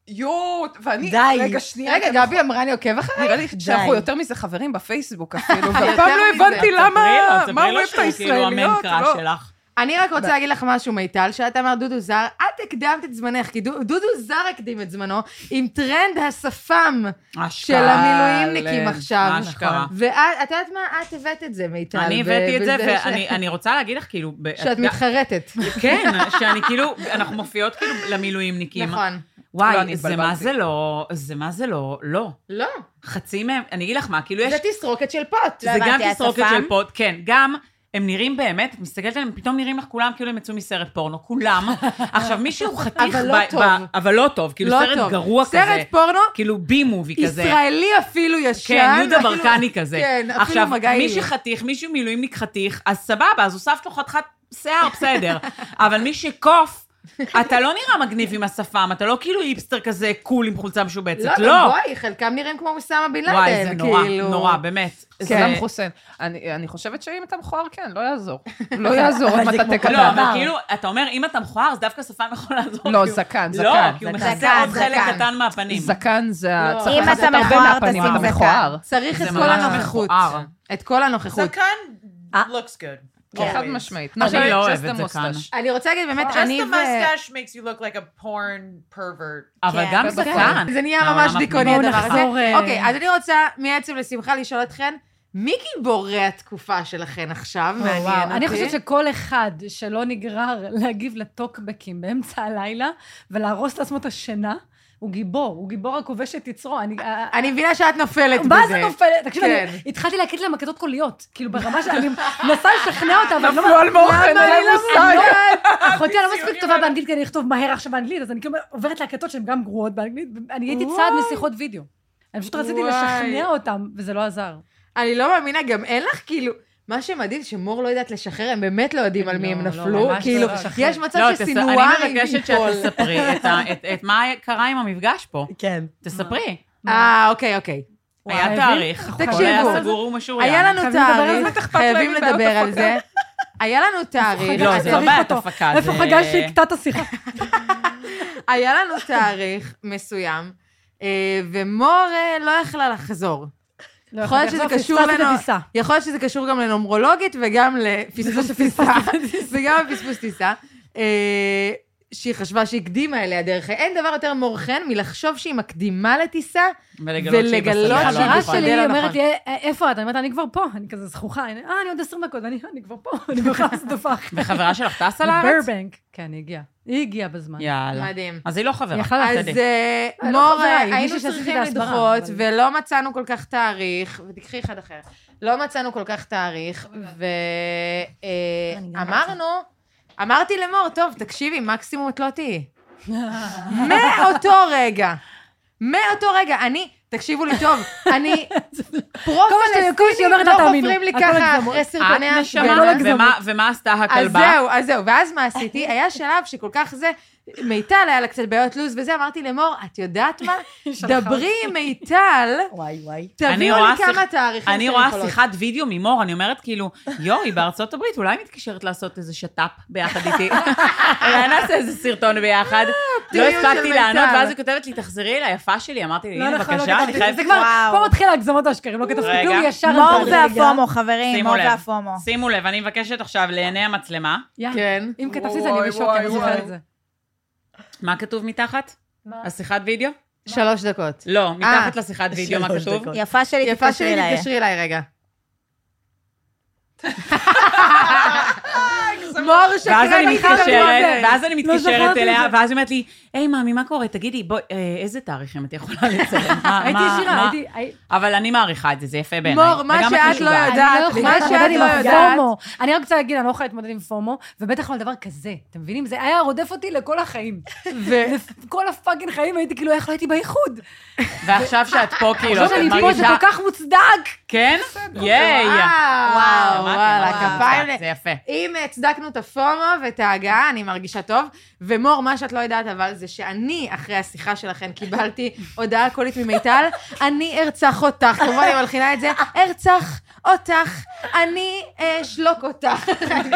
Speaker 2: יואו, ואני...
Speaker 8: די.
Speaker 2: רגע, שנייה.
Speaker 1: רגע,
Speaker 2: כי אנחנו-
Speaker 1: גבי אמרני עוקב אחריי?
Speaker 2: נראה לי שאנחנו
Speaker 8: די.
Speaker 2: יותר מזה
Speaker 3: *laughs*
Speaker 2: חברים בפייסבוק אפילו, והפעם
Speaker 1: יותר
Speaker 2: לא
Speaker 1: מזה.
Speaker 2: הבנתי
Speaker 3: ספרי לו,
Speaker 2: למה...
Speaker 3: ספרי
Speaker 2: מה הוא
Speaker 3: לו
Speaker 2: אוהב את
Speaker 3: שהוא כאילו המן
Speaker 2: הישראליות?
Speaker 3: קרא
Speaker 2: לא.
Speaker 3: שלך.
Speaker 1: אני רק רוצה להגיד לך משהו, מיטל, שאת אמרת דודו זר, את הקדמת את זמנך, כי דו- דודו זר הקדים את זמנו עם טרנד השפם של המילואימניקים עכשיו.
Speaker 3: אשכרה.
Speaker 1: ואת את יודעת מה? את הבאת את זה, מיטל.
Speaker 3: נכון. אני
Speaker 1: ב-
Speaker 3: הבאתי את זה,
Speaker 1: בזה ש-
Speaker 3: ואני אני רוצה להגיד לך, כאילו... ב-
Speaker 1: שאת מתחרטת.
Speaker 3: כן, שאני כאילו, אנחנו מופיעות כאילו למילואימניקים.
Speaker 1: נכון.
Speaker 2: לא,
Speaker 3: וואי,
Speaker 2: אני
Speaker 3: זה מה
Speaker 2: התבלבלתי.
Speaker 3: זה לא, זה מה זה לא, לא.
Speaker 1: לא,
Speaker 3: חצי מהם, אני אגיד לך מה, כאילו יש...
Speaker 1: זה תסרוקת של פוט.
Speaker 3: זה גם
Speaker 6: הבנתי,
Speaker 3: תסרוקת
Speaker 6: השפם?
Speaker 3: של פוד, כן, גם... הם נראים באמת, את מסתכלת עליהם, פתאום נראים לך כולם כאילו הם יצאו מסרט פורנו,
Speaker 1: *laughs*
Speaker 3: כולם. עכשיו, מישהו חתיך
Speaker 1: אבל לא
Speaker 3: ב-
Speaker 1: טוב.
Speaker 3: ב- אבל לא טוב, כאילו
Speaker 1: לא
Speaker 3: סרט
Speaker 1: טוב.
Speaker 3: גרוע כזה.
Speaker 1: סרט פורנו
Speaker 3: כאילו בי מובי כזה.
Speaker 1: ישראלי אפילו ישן.
Speaker 3: כן, יהודה
Speaker 1: אפילו-
Speaker 3: ברקני כזה.
Speaker 1: כן, אפילו מגע
Speaker 3: עכשיו, מי
Speaker 1: עילוי.
Speaker 3: שחתיך, מישהו מילואימניק חתיך, אז סבבה, אז הוספת לו חתיכת שיער,
Speaker 1: *laughs*
Speaker 3: בסדר. אבל מי שקוף, אתה לא נראה מגניב עם השפם, אתה לא כאילו היפסטר כזה קול עם חולצה משובצת,
Speaker 1: לא,
Speaker 3: לא.
Speaker 1: גם בואי, חלקם נראים כמו מוסאמה בן לאדן,
Speaker 3: וואי, זה נורא,
Speaker 1: כאילו. כן.
Speaker 3: נורא, באמת.
Speaker 2: סלאם
Speaker 3: זה-
Speaker 2: חוסיין. אני אני חושבת שאם אתה מכוער, כן, לא יעזור. לא יעזור אם
Speaker 8: זה
Speaker 2: אתה
Speaker 8: כמו
Speaker 2: תקבל.
Speaker 3: לא, אבל
Speaker 8: בעבר.
Speaker 3: כאילו, אתה אומר, אם אתה מכוער, אז דווקא שפם יכול לעזור.
Speaker 2: לא,
Speaker 3: כי הוא-
Speaker 2: זקן,
Speaker 3: לא,
Speaker 2: זקן.
Speaker 3: כי הוא
Speaker 6: זקן,
Speaker 3: מכסה עוד
Speaker 6: זקן.
Speaker 3: חלק קטן מהפנים.
Speaker 2: זקן זה... ה-
Speaker 1: לא.
Speaker 2: צריך
Speaker 1: אם
Speaker 2: לעשות
Speaker 6: אתה
Speaker 2: הרבה
Speaker 6: מכוער,
Speaker 2: מהפנים,
Speaker 6: תשים
Speaker 2: אתה
Speaker 6: זקן.
Speaker 2: מכוער.
Speaker 1: צריך את
Speaker 3: זה
Speaker 1: כל
Speaker 3: ממש
Speaker 1: הנוכחות.
Speaker 3: מכוער.
Speaker 1: את כל הנוכחות.
Speaker 7: Zakan looks good.
Speaker 2: חד
Speaker 7: always.
Speaker 2: משמעית.
Speaker 3: אני
Speaker 2: No,
Speaker 3: לא
Speaker 2: just
Speaker 3: אוהבת
Speaker 2: the
Speaker 3: זקן.
Speaker 2: mustache.
Speaker 1: אני רוצה להגיד, באמת,
Speaker 7: Just
Speaker 1: אני
Speaker 7: the mustache makes you look like a porn pervert.
Speaker 3: אבל
Speaker 6: כן.
Speaker 3: גם
Speaker 2: כן.
Speaker 3: זקן.
Speaker 1: זה נהיה
Speaker 3: העולם
Speaker 1: ממש
Speaker 3: הפנימי.
Speaker 1: דיכאוני
Speaker 4: בואו
Speaker 1: הדבר הזה.
Speaker 4: נחזור, אה,
Speaker 1: אוקיי, אז אני רוצה מעצם לשמחה לשאול אתכן, מי גיבורי התקופה שלכן עכשיו?
Speaker 4: וואו,
Speaker 1: מעניין אותי.
Speaker 4: אני חושבת שכל אחד שלא נגרר *laughs* להגיב לטוקבקים באמצע הלילה ולהרוס לעצמו את השינה, הוא גיבור, הוא גיבור הכובש את יצרו. אני... אה,
Speaker 1: אני מבינה שאת נופלת בזה.
Speaker 4: מה זה נופל? תקשיב,
Speaker 1: כן.
Speaker 4: אני התחלתי להקליט להם הקלטות קוליות. כאילו, ברמה שאני מנסה לשכנע אותה, אבל אני לא...
Speaker 2: נפלו על מורחן, אין להם מושג.
Speaker 4: אחותי,
Speaker 1: *laughs*
Speaker 4: אני לא מספיק טובה באנגלית, כי אני אכתוב מהר עכשיו באנגלית, אז אני כאילו עוברת להקלטות שהן גם גרועות באנגלית. אני הייתי צעד משיחות וידאו. אני פשוט רציתי
Speaker 1: וואי.
Speaker 4: לשכנע אותם, וזה לא עזר.
Speaker 1: אני לא מאמינה, גם אין לך כאילו... מה שמדהים, שמור לא יודעת לשחרר, הם באמת לא יודעים על מי הם
Speaker 4: לא, לא,
Speaker 1: נפלו.
Speaker 4: ממש לא
Speaker 1: כאילו,
Speaker 4: יודעת לשחרר.
Speaker 1: יש
Speaker 3: לא,
Speaker 1: מצב
Speaker 3: תס-
Speaker 1: שסינואר
Speaker 3: אני מבקשת שאת תספרי את ה- את- את מה קרה עם המפגש פה.
Speaker 8: כן.
Speaker 3: תספרי.
Speaker 1: אה, אוקיי, אוקיי.
Speaker 3: היה תאריך, הכל היה
Speaker 1: תקשיבו.
Speaker 3: סגור ומשוריין.
Speaker 1: היה לנו
Speaker 4: לא, חייבים לדבר על זה,
Speaker 1: תאריך, חייבים לדבר על זה. היה לנו תאריך. אה,
Speaker 3: לא, זה לא
Speaker 1: אתם-
Speaker 3: בעיית הפקה.
Speaker 4: איפה
Speaker 3: זה-
Speaker 1: אה,
Speaker 4: חגי שיקטע
Speaker 1: *laughs*
Speaker 4: את השיחה?
Speaker 1: היה לנו תאריך מסוים, אה, ומור אה, לא יכלה לחזור.
Speaker 4: לא,
Speaker 1: יכול להיות שזה קשור
Speaker 4: פספסתי את
Speaker 1: לנו-
Speaker 4: הטיסה.
Speaker 1: יכול להיות שזה קשור גם לנומרולוגית וגם לפספוס טיסה. *laughs* וגם לפספוס טיסה. אה, שהיא חשבה שהיא הקדימה אליה דרך. אין דבר יותר מורחן מלחשוב שהיא מקדימה לטיסה.
Speaker 3: ולגלות שהיא
Speaker 1: ולגלות שהיא
Speaker 3: בסלון.
Speaker 4: חברה
Speaker 1: נכון. זה
Speaker 4: שלי
Speaker 1: לא
Speaker 4: אומרת
Speaker 1: נכון.
Speaker 4: לי, "אה, איפה את? אני אומרת, אני כבר פה. אני כזה זכוכה. אני, אה, אני עוד 20 דקות, ואני אני כבר פה. אני בכלל שדופה אחרת.
Speaker 3: וחברה
Speaker 4: *laughs*
Speaker 3: שלך טסה לארץ?
Speaker 4: ברבנק. כן, היא הגיעה. היא הגיעה בזמן.
Speaker 3: יאללה.
Speaker 1: מדהים.
Speaker 3: אז היא לא חברה.
Speaker 4: היא יכלה
Speaker 1: אז
Speaker 4: לצאת.
Speaker 1: אה,
Speaker 4: לא,
Speaker 1: מור,
Speaker 4: חברה, היא
Speaker 1: היינו
Speaker 4: מישהי שעשיתי
Speaker 1: צריכים
Speaker 4: את ההסברה,
Speaker 1: לדחות,
Speaker 4: אבל-
Speaker 1: ולא מצאנו כל כך תאריך, ותיקחי אחד אחר. לא מצאנו כל כך תאריך,
Speaker 4: אוקיי.
Speaker 1: ואמרנו, אמרתי למור, טוב, תקשיבי, מקסימום את לא תהיי. מאותו רגע, מאותו רגע, אני, תקשיבו לי טוב,
Speaker 4: *laughs*
Speaker 1: אני
Speaker 4: שהיא
Speaker 1: פרופלסטינים,
Speaker 4: אומרת,
Speaker 1: לא
Speaker 4: "אל תאמינו".
Speaker 1: חופרים לי
Speaker 4: הכל
Speaker 1: ככה
Speaker 4: הגזמות.
Speaker 1: אחרי סרטוני
Speaker 3: את נשמה,
Speaker 1: ההפגנה.
Speaker 3: ומה- ומה עשתה
Speaker 1: אז
Speaker 3: הכלבה?
Speaker 1: זהו, אז זהו. ואז מה עשיתי? היה שלב שכל כך זה, מיטל היה לה קצת בעיות לו"ז וזה, אמרתי למור, את יודעת *laughs* מה? דברי עם מיטל,
Speaker 8: וואי, וואי.
Speaker 3: אני
Speaker 1: תביאו
Speaker 3: רואה
Speaker 1: לי כמה
Speaker 3: שיח-
Speaker 1: תאריכים
Speaker 3: אני
Speaker 1: שאני
Speaker 3: רואה
Speaker 1: יכולות."
Speaker 3: שיחת וידאו ממור, אני אומרת כאילו, יואו, היא בארצות הברית, אולי מתקשרת לעשות איזה שת"פ ביחד
Speaker 4: *laughs*
Speaker 3: איתי. אולי נעשה איזה סרטון
Speaker 4: אה,
Speaker 3: ביחד. לא
Speaker 1: אופטימיות של
Speaker 3: הספקתי לענות,
Speaker 1: מיטל.
Speaker 3: ואז היא כותבת לי, תחזרי אליי, יפה שלי. אמרתי לי,
Speaker 4: לא
Speaker 3: הנה,
Speaker 4: נכון, לא
Speaker 3: בבקשה, אני
Speaker 4: כתבתי.
Speaker 3: חייבת...
Speaker 4: זה כבר,
Speaker 6: וואו.
Speaker 4: פה מתחיל ההגזמות האשכרים, לא כתבתי
Speaker 3: רגע.
Speaker 4: כלום, היא ישר...
Speaker 6: מור
Speaker 4: נתנה לי.
Speaker 6: והפומו, חברים,
Speaker 3: שימו
Speaker 6: מור
Speaker 3: לב.
Speaker 6: והפומו.
Speaker 3: שימו לב, אני מבקשת עכשיו לעיני המצלמה.
Speaker 4: יא,
Speaker 1: כן.
Speaker 4: אם כתבתי את זה, אני
Speaker 7: וואי,
Speaker 4: בשוק, אני
Speaker 7: וואי,
Speaker 4: זוכרת
Speaker 7: וואי.
Speaker 4: את זה.
Speaker 3: מה כתוב מתחת? השיחת וידאו?
Speaker 1: שלוש דקות.
Speaker 3: לא, מתחת
Speaker 1: אה,
Speaker 3: לשיחת וידאו, מה
Speaker 8: שלוש
Speaker 3: כתוב?
Speaker 8: דקות.
Speaker 6: יפה שלי,
Speaker 1: יפה שלי,
Speaker 6: תתקשרי אליי.
Speaker 1: תתקשרי אליי רגע. מור
Speaker 3: ואז
Speaker 1: שקרנית
Speaker 3: אני מתקשרת, ואז אני
Speaker 4: לא
Speaker 3: מתקשרת
Speaker 4: זכרתי
Speaker 3: אליה,
Speaker 4: את זה.
Speaker 3: ואז היא אומרת לי, היי, מאמי, מה קורה? תגידי, בואי, אה, איזה תאריכים את יכולה לציין? מה-
Speaker 4: הייתי
Speaker 3: מה- מה-
Speaker 4: ישירה, הייתי... הי-
Speaker 3: אבל אני מעריכה את זה, זה יפה בעיניי.
Speaker 1: מור, מה
Speaker 3: וגם את
Speaker 1: שאת לא
Speaker 3: משוגעת.
Speaker 1: יודעת,
Speaker 4: אני לא
Speaker 1: מה
Speaker 4: יכולה
Speaker 1: שאת
Speaker 4: להתמודד עם
Speaker 1: לא יודעת,
Speaker 4: הפומו. אני רק רוצה להגיד, אני לא יכולה להתמודד עם פומו, ובטח לא על דבר כזה, אתם מבינים? זה היה רודף אותי לכל החיים. כל הפאקינג חיים הייתי כאילו, איך לא הייתי באיחוד?
Speaker 3: ועכשיו שאת פה, כאילו,
Speaker 4: עכשיו
Speaker 3: את
Speaker 4: אני פה, זה
Speaker 3: מרגישה...
Speaker 4: כל כך מוצדק.
Speaker 3: כן? ייי.
Speaker 1: אוקיי. וואו,
Speaker 3: אמרתי,
Speaker 1: וואלה,
Speaker 3: אמרתי,
Speaker 1: כפיים. ל-
Speaker 3: זה יפה.
Speaker 1: אם הצדקנו את הפומו ואת ההגעה, אני מרגישה טוב. ומור, מה שאת לא יודעת אבל, זה שאני, אחרי השיחה שלכן,
Speaker 4: *laughs*
Speaker 1: קיבלתי הודעה קולית ממיטל, אני ארצח אותך. כמובן, אני מלחינה את זה, ארצח אותך, אני אשלוק אותך. אני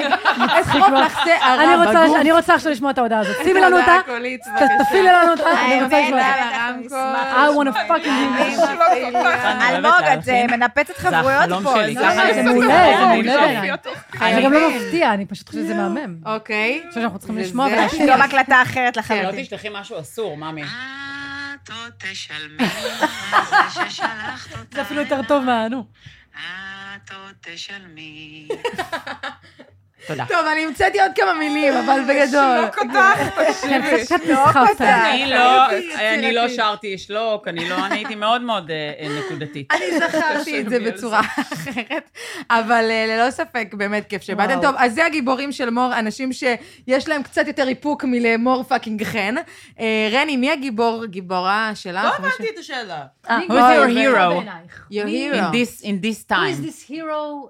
Speaker 1: אשרוק לך
Speaker 4: אני
Speaker 1: שערה
Speaker 4: רוצה-
Speaker 1: בגוף.
Speaker 4: אני רוצה עכשיו לשמוע את ההודעה הזאת. שימי לנו אותה,
Speaker 1: הודעה קולית,
Speaker 4: ת- תפעילי לנו אותה,
Speaker 1: אה,
Speaker 4: אני רוצה
Speaker 1: האמת
Speaker 4: לשמוע
Speaker 1: על
Speaker 4: אותה.
Speaker 1: הרמקול.
Speaker 4: I want to fucking do
Speaker 1: אני
Speaker 4: this.
Speaker 1: מפעילה.
Speaker 3: אני אוהבת
Speaker 6: אלמוג, את אה,
Speaker 3: להלחין.
Speaker 6: מנפצת
Speaker 3: זה
Speaker 6: חברויות
Speaker 3: החלום
Speaker 6: פה. לא,
Speaker 3: שלי.
Speaker 6: זה-
Speaker 3: ככה אני-
Speaker 4: זה מעולה, זה
Speaker 3: אני
Speaker 4: מעולה
Speaker 3: שואפת.
Speaker 4: בעיניי. זה גם לא מפתיע, אני פשוט חושבת זה מהמם. אני
Speaker 1: אוקיי.
Speaker 4: חושבת שאנחנו צריכים לשמוע
Speaker 1: וזה-
Speaker 4: ולהשמיע.
Speaker 6: גם הקלטה אחרת
Speaker 3: לא
Speaker 6: לחלוטין.
Speaker 3: תשלחי משהו אסור, מאמי.
Speaker 10: את עוד תשלמי על זה ששלחת אותה.
Speaker 4: זה אפילו יותר טוב מה... נו.
Speaker 10: את עוד תשלמי.
Speaker 1: טוב, אני המצאתי עוד כמה מילים, אבל בגדול.
Speaker 4: כן, קצת- קצת נסחפת.
Speaker 3: אני לא, אני לא שרתי שלוק, אני לא, אני הייתי מאוד מאוד אה, אה, נקודתית.
Speaker 1: אני זכרתי את זה בצורה אחרת, אבל אה, ללא ספק, באמת כיף שבאתם.
Speaker 4: וואו.
Speaker 1: טוב, אז זה הגיבורים של מור, אנשים שיש להם קצת יותר איפוק מלאמור פאקינג חן. אה, רני, מי הגיבור, גיבורה שלך?
Speaker 7: לא
Speaker 1: מישהו?
Speaker 7: הבנתי את השאלה.
Speaker 4: אני
Speaker 3: Who's your
Speaker 4: גאה
Speaker 3: hero?
Speaker 4: בעינייך.
Speaker 1: Your
Speaker 4: מי-
Speaker 1: hero.
Speaker 3: In this, in this
Speaker 4: Who is
Speaker 3: time.
Speaker 4: this hero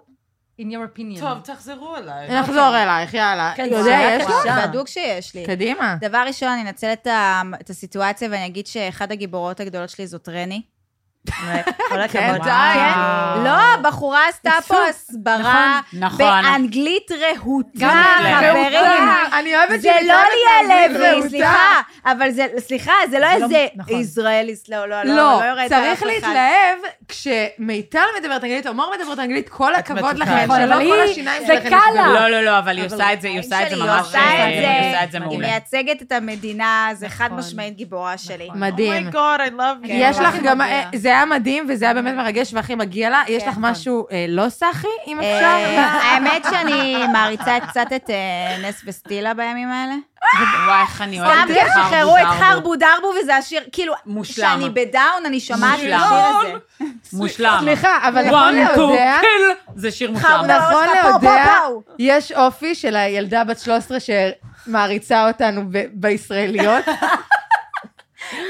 Speaker 4: in your opinion?
Speaker 7: טוב, תחזרו אליי.
Speaker 1: נחזור אלייך, יאללה.
Speaker 4: כן,
Speaker 1: יודע,
Speaker 4: זה היה
Speaker 1: יש
Speaker 4: כבר.
Speaker 1: לך?
Speaker 4: בבקשה.
Speaker 6: בדוק שיש לי.
Speaker 1: קדימה.
Speaker 6: דבר ראשון, אני אנצל את ה- את הסיטואציה ואני אגיד שאחד הגיבורות הגדולות שלי זאת רני.
Speaker 7: *laughs*
Speaker 8: כל הכבוד.
Speaker 1: אה,
Speaker 6: כן? לא, הבחורה עשתה פה הסברה
Speaker 3: אה. נכון.
Speaker 6: באנגלית רהוטה, חברים.
Speaker 1: רהוטה. אני אוהבת
Speaker 6: זה לא ליה
Speaker 1: באנגלית
Speaker 6: לוי,
Speaker 1: רהוטה.
Speaker 6: סליחה, אבל זה, סליחה, זה לא איזה
Speaker 4: נכון.
Speaker 6: ישראליסט, לא, לא, לא,
Speaker 1: לא,
Speaker 6: יורד על
Speaker 1: צריך
Speaker 6: אף אחד.
Speaker 1: להתלהב כשמיטל מדברת אנגלית או מור מדברת אנגלית, כל הכבוד
Speaker 7: מתוקה.
Speaker 1: לכם,
Speaker 7: נכון,
Speaker 1: שלא
Speaker 4: אבל
Speaker 1: כל
Speaker 4: היא-
Speaker 1: השיניים
Speaker 4: זה
Speaker 1: שלכם.
Speaker 4: קל לה.
Speaker 1: נשברו.
Speaker 3: לא, לא, לא, אבל היא עושה את זה, היא עושה את זה
Speaker 6: שלי,
Speaker 3: ממש,
Speaker 6: עושה את
Speaker 3: אה, היא
Speaker 6: זה.
Speaker 3: עושה את זה
Speaker 6: היא
Speaker 3: מעולה.
Speaker 6: מייצגת את המדינה, זה חד
Speaker 4: נכון.
Speaker 6: משמעית גיבורה שלי.
Speaker 1: מדהים.
Speaker 7: אומייגוד, I love you.
Speaker 1: יש
Speaker 4: כן,
Speaker 1: לך
Speaker 4: הכי
Speaker 1: גם,
Speaker 4: מגיע.
Speaker 1: אה, זה היה מדהים, וזה היה באמת מרגש והכי מגיע לה. יש לך
Speaker 6: נכון.
Speaker 1: משהו אה, לא סאחי, אם אפשר?
Speaker 6: אה, האמת שאני מעריצה קצת את אה, נס וסטילה בימים האלה.
Speaker 3: וואי, איך אני
Speaker 6: סתם
Speaker 3: אוהבת
Speaker 6: כי הם שחררו את
Speaker 3: חרבו
Speaker 6: חרבו דרבו, וזה השיר, כאילו,
Speaker 3: מושלם.
Speaker 6: כשאני בדאון, אני שומעת את
Speaker 3: מושלם.
Speaker 6: השיר הזה.
Speaker 3: דרבו. מושלם.
Speaker 1: סליחה, אבל נכון
Speaker 3: One, two,
Speaker 1: להודע,
Speaker 3: kill. זה שיר מושלם.
Speaker 6: חרבו.
Speaker 1: נכון
Speaker 6: שלך, פאו,
Speaker 1: להודע,
Speaker 6: פאו, פאו.
Speaker 1: יש אופי של הילדה בת 13 שמעריצה אותנו ב- בישראליות.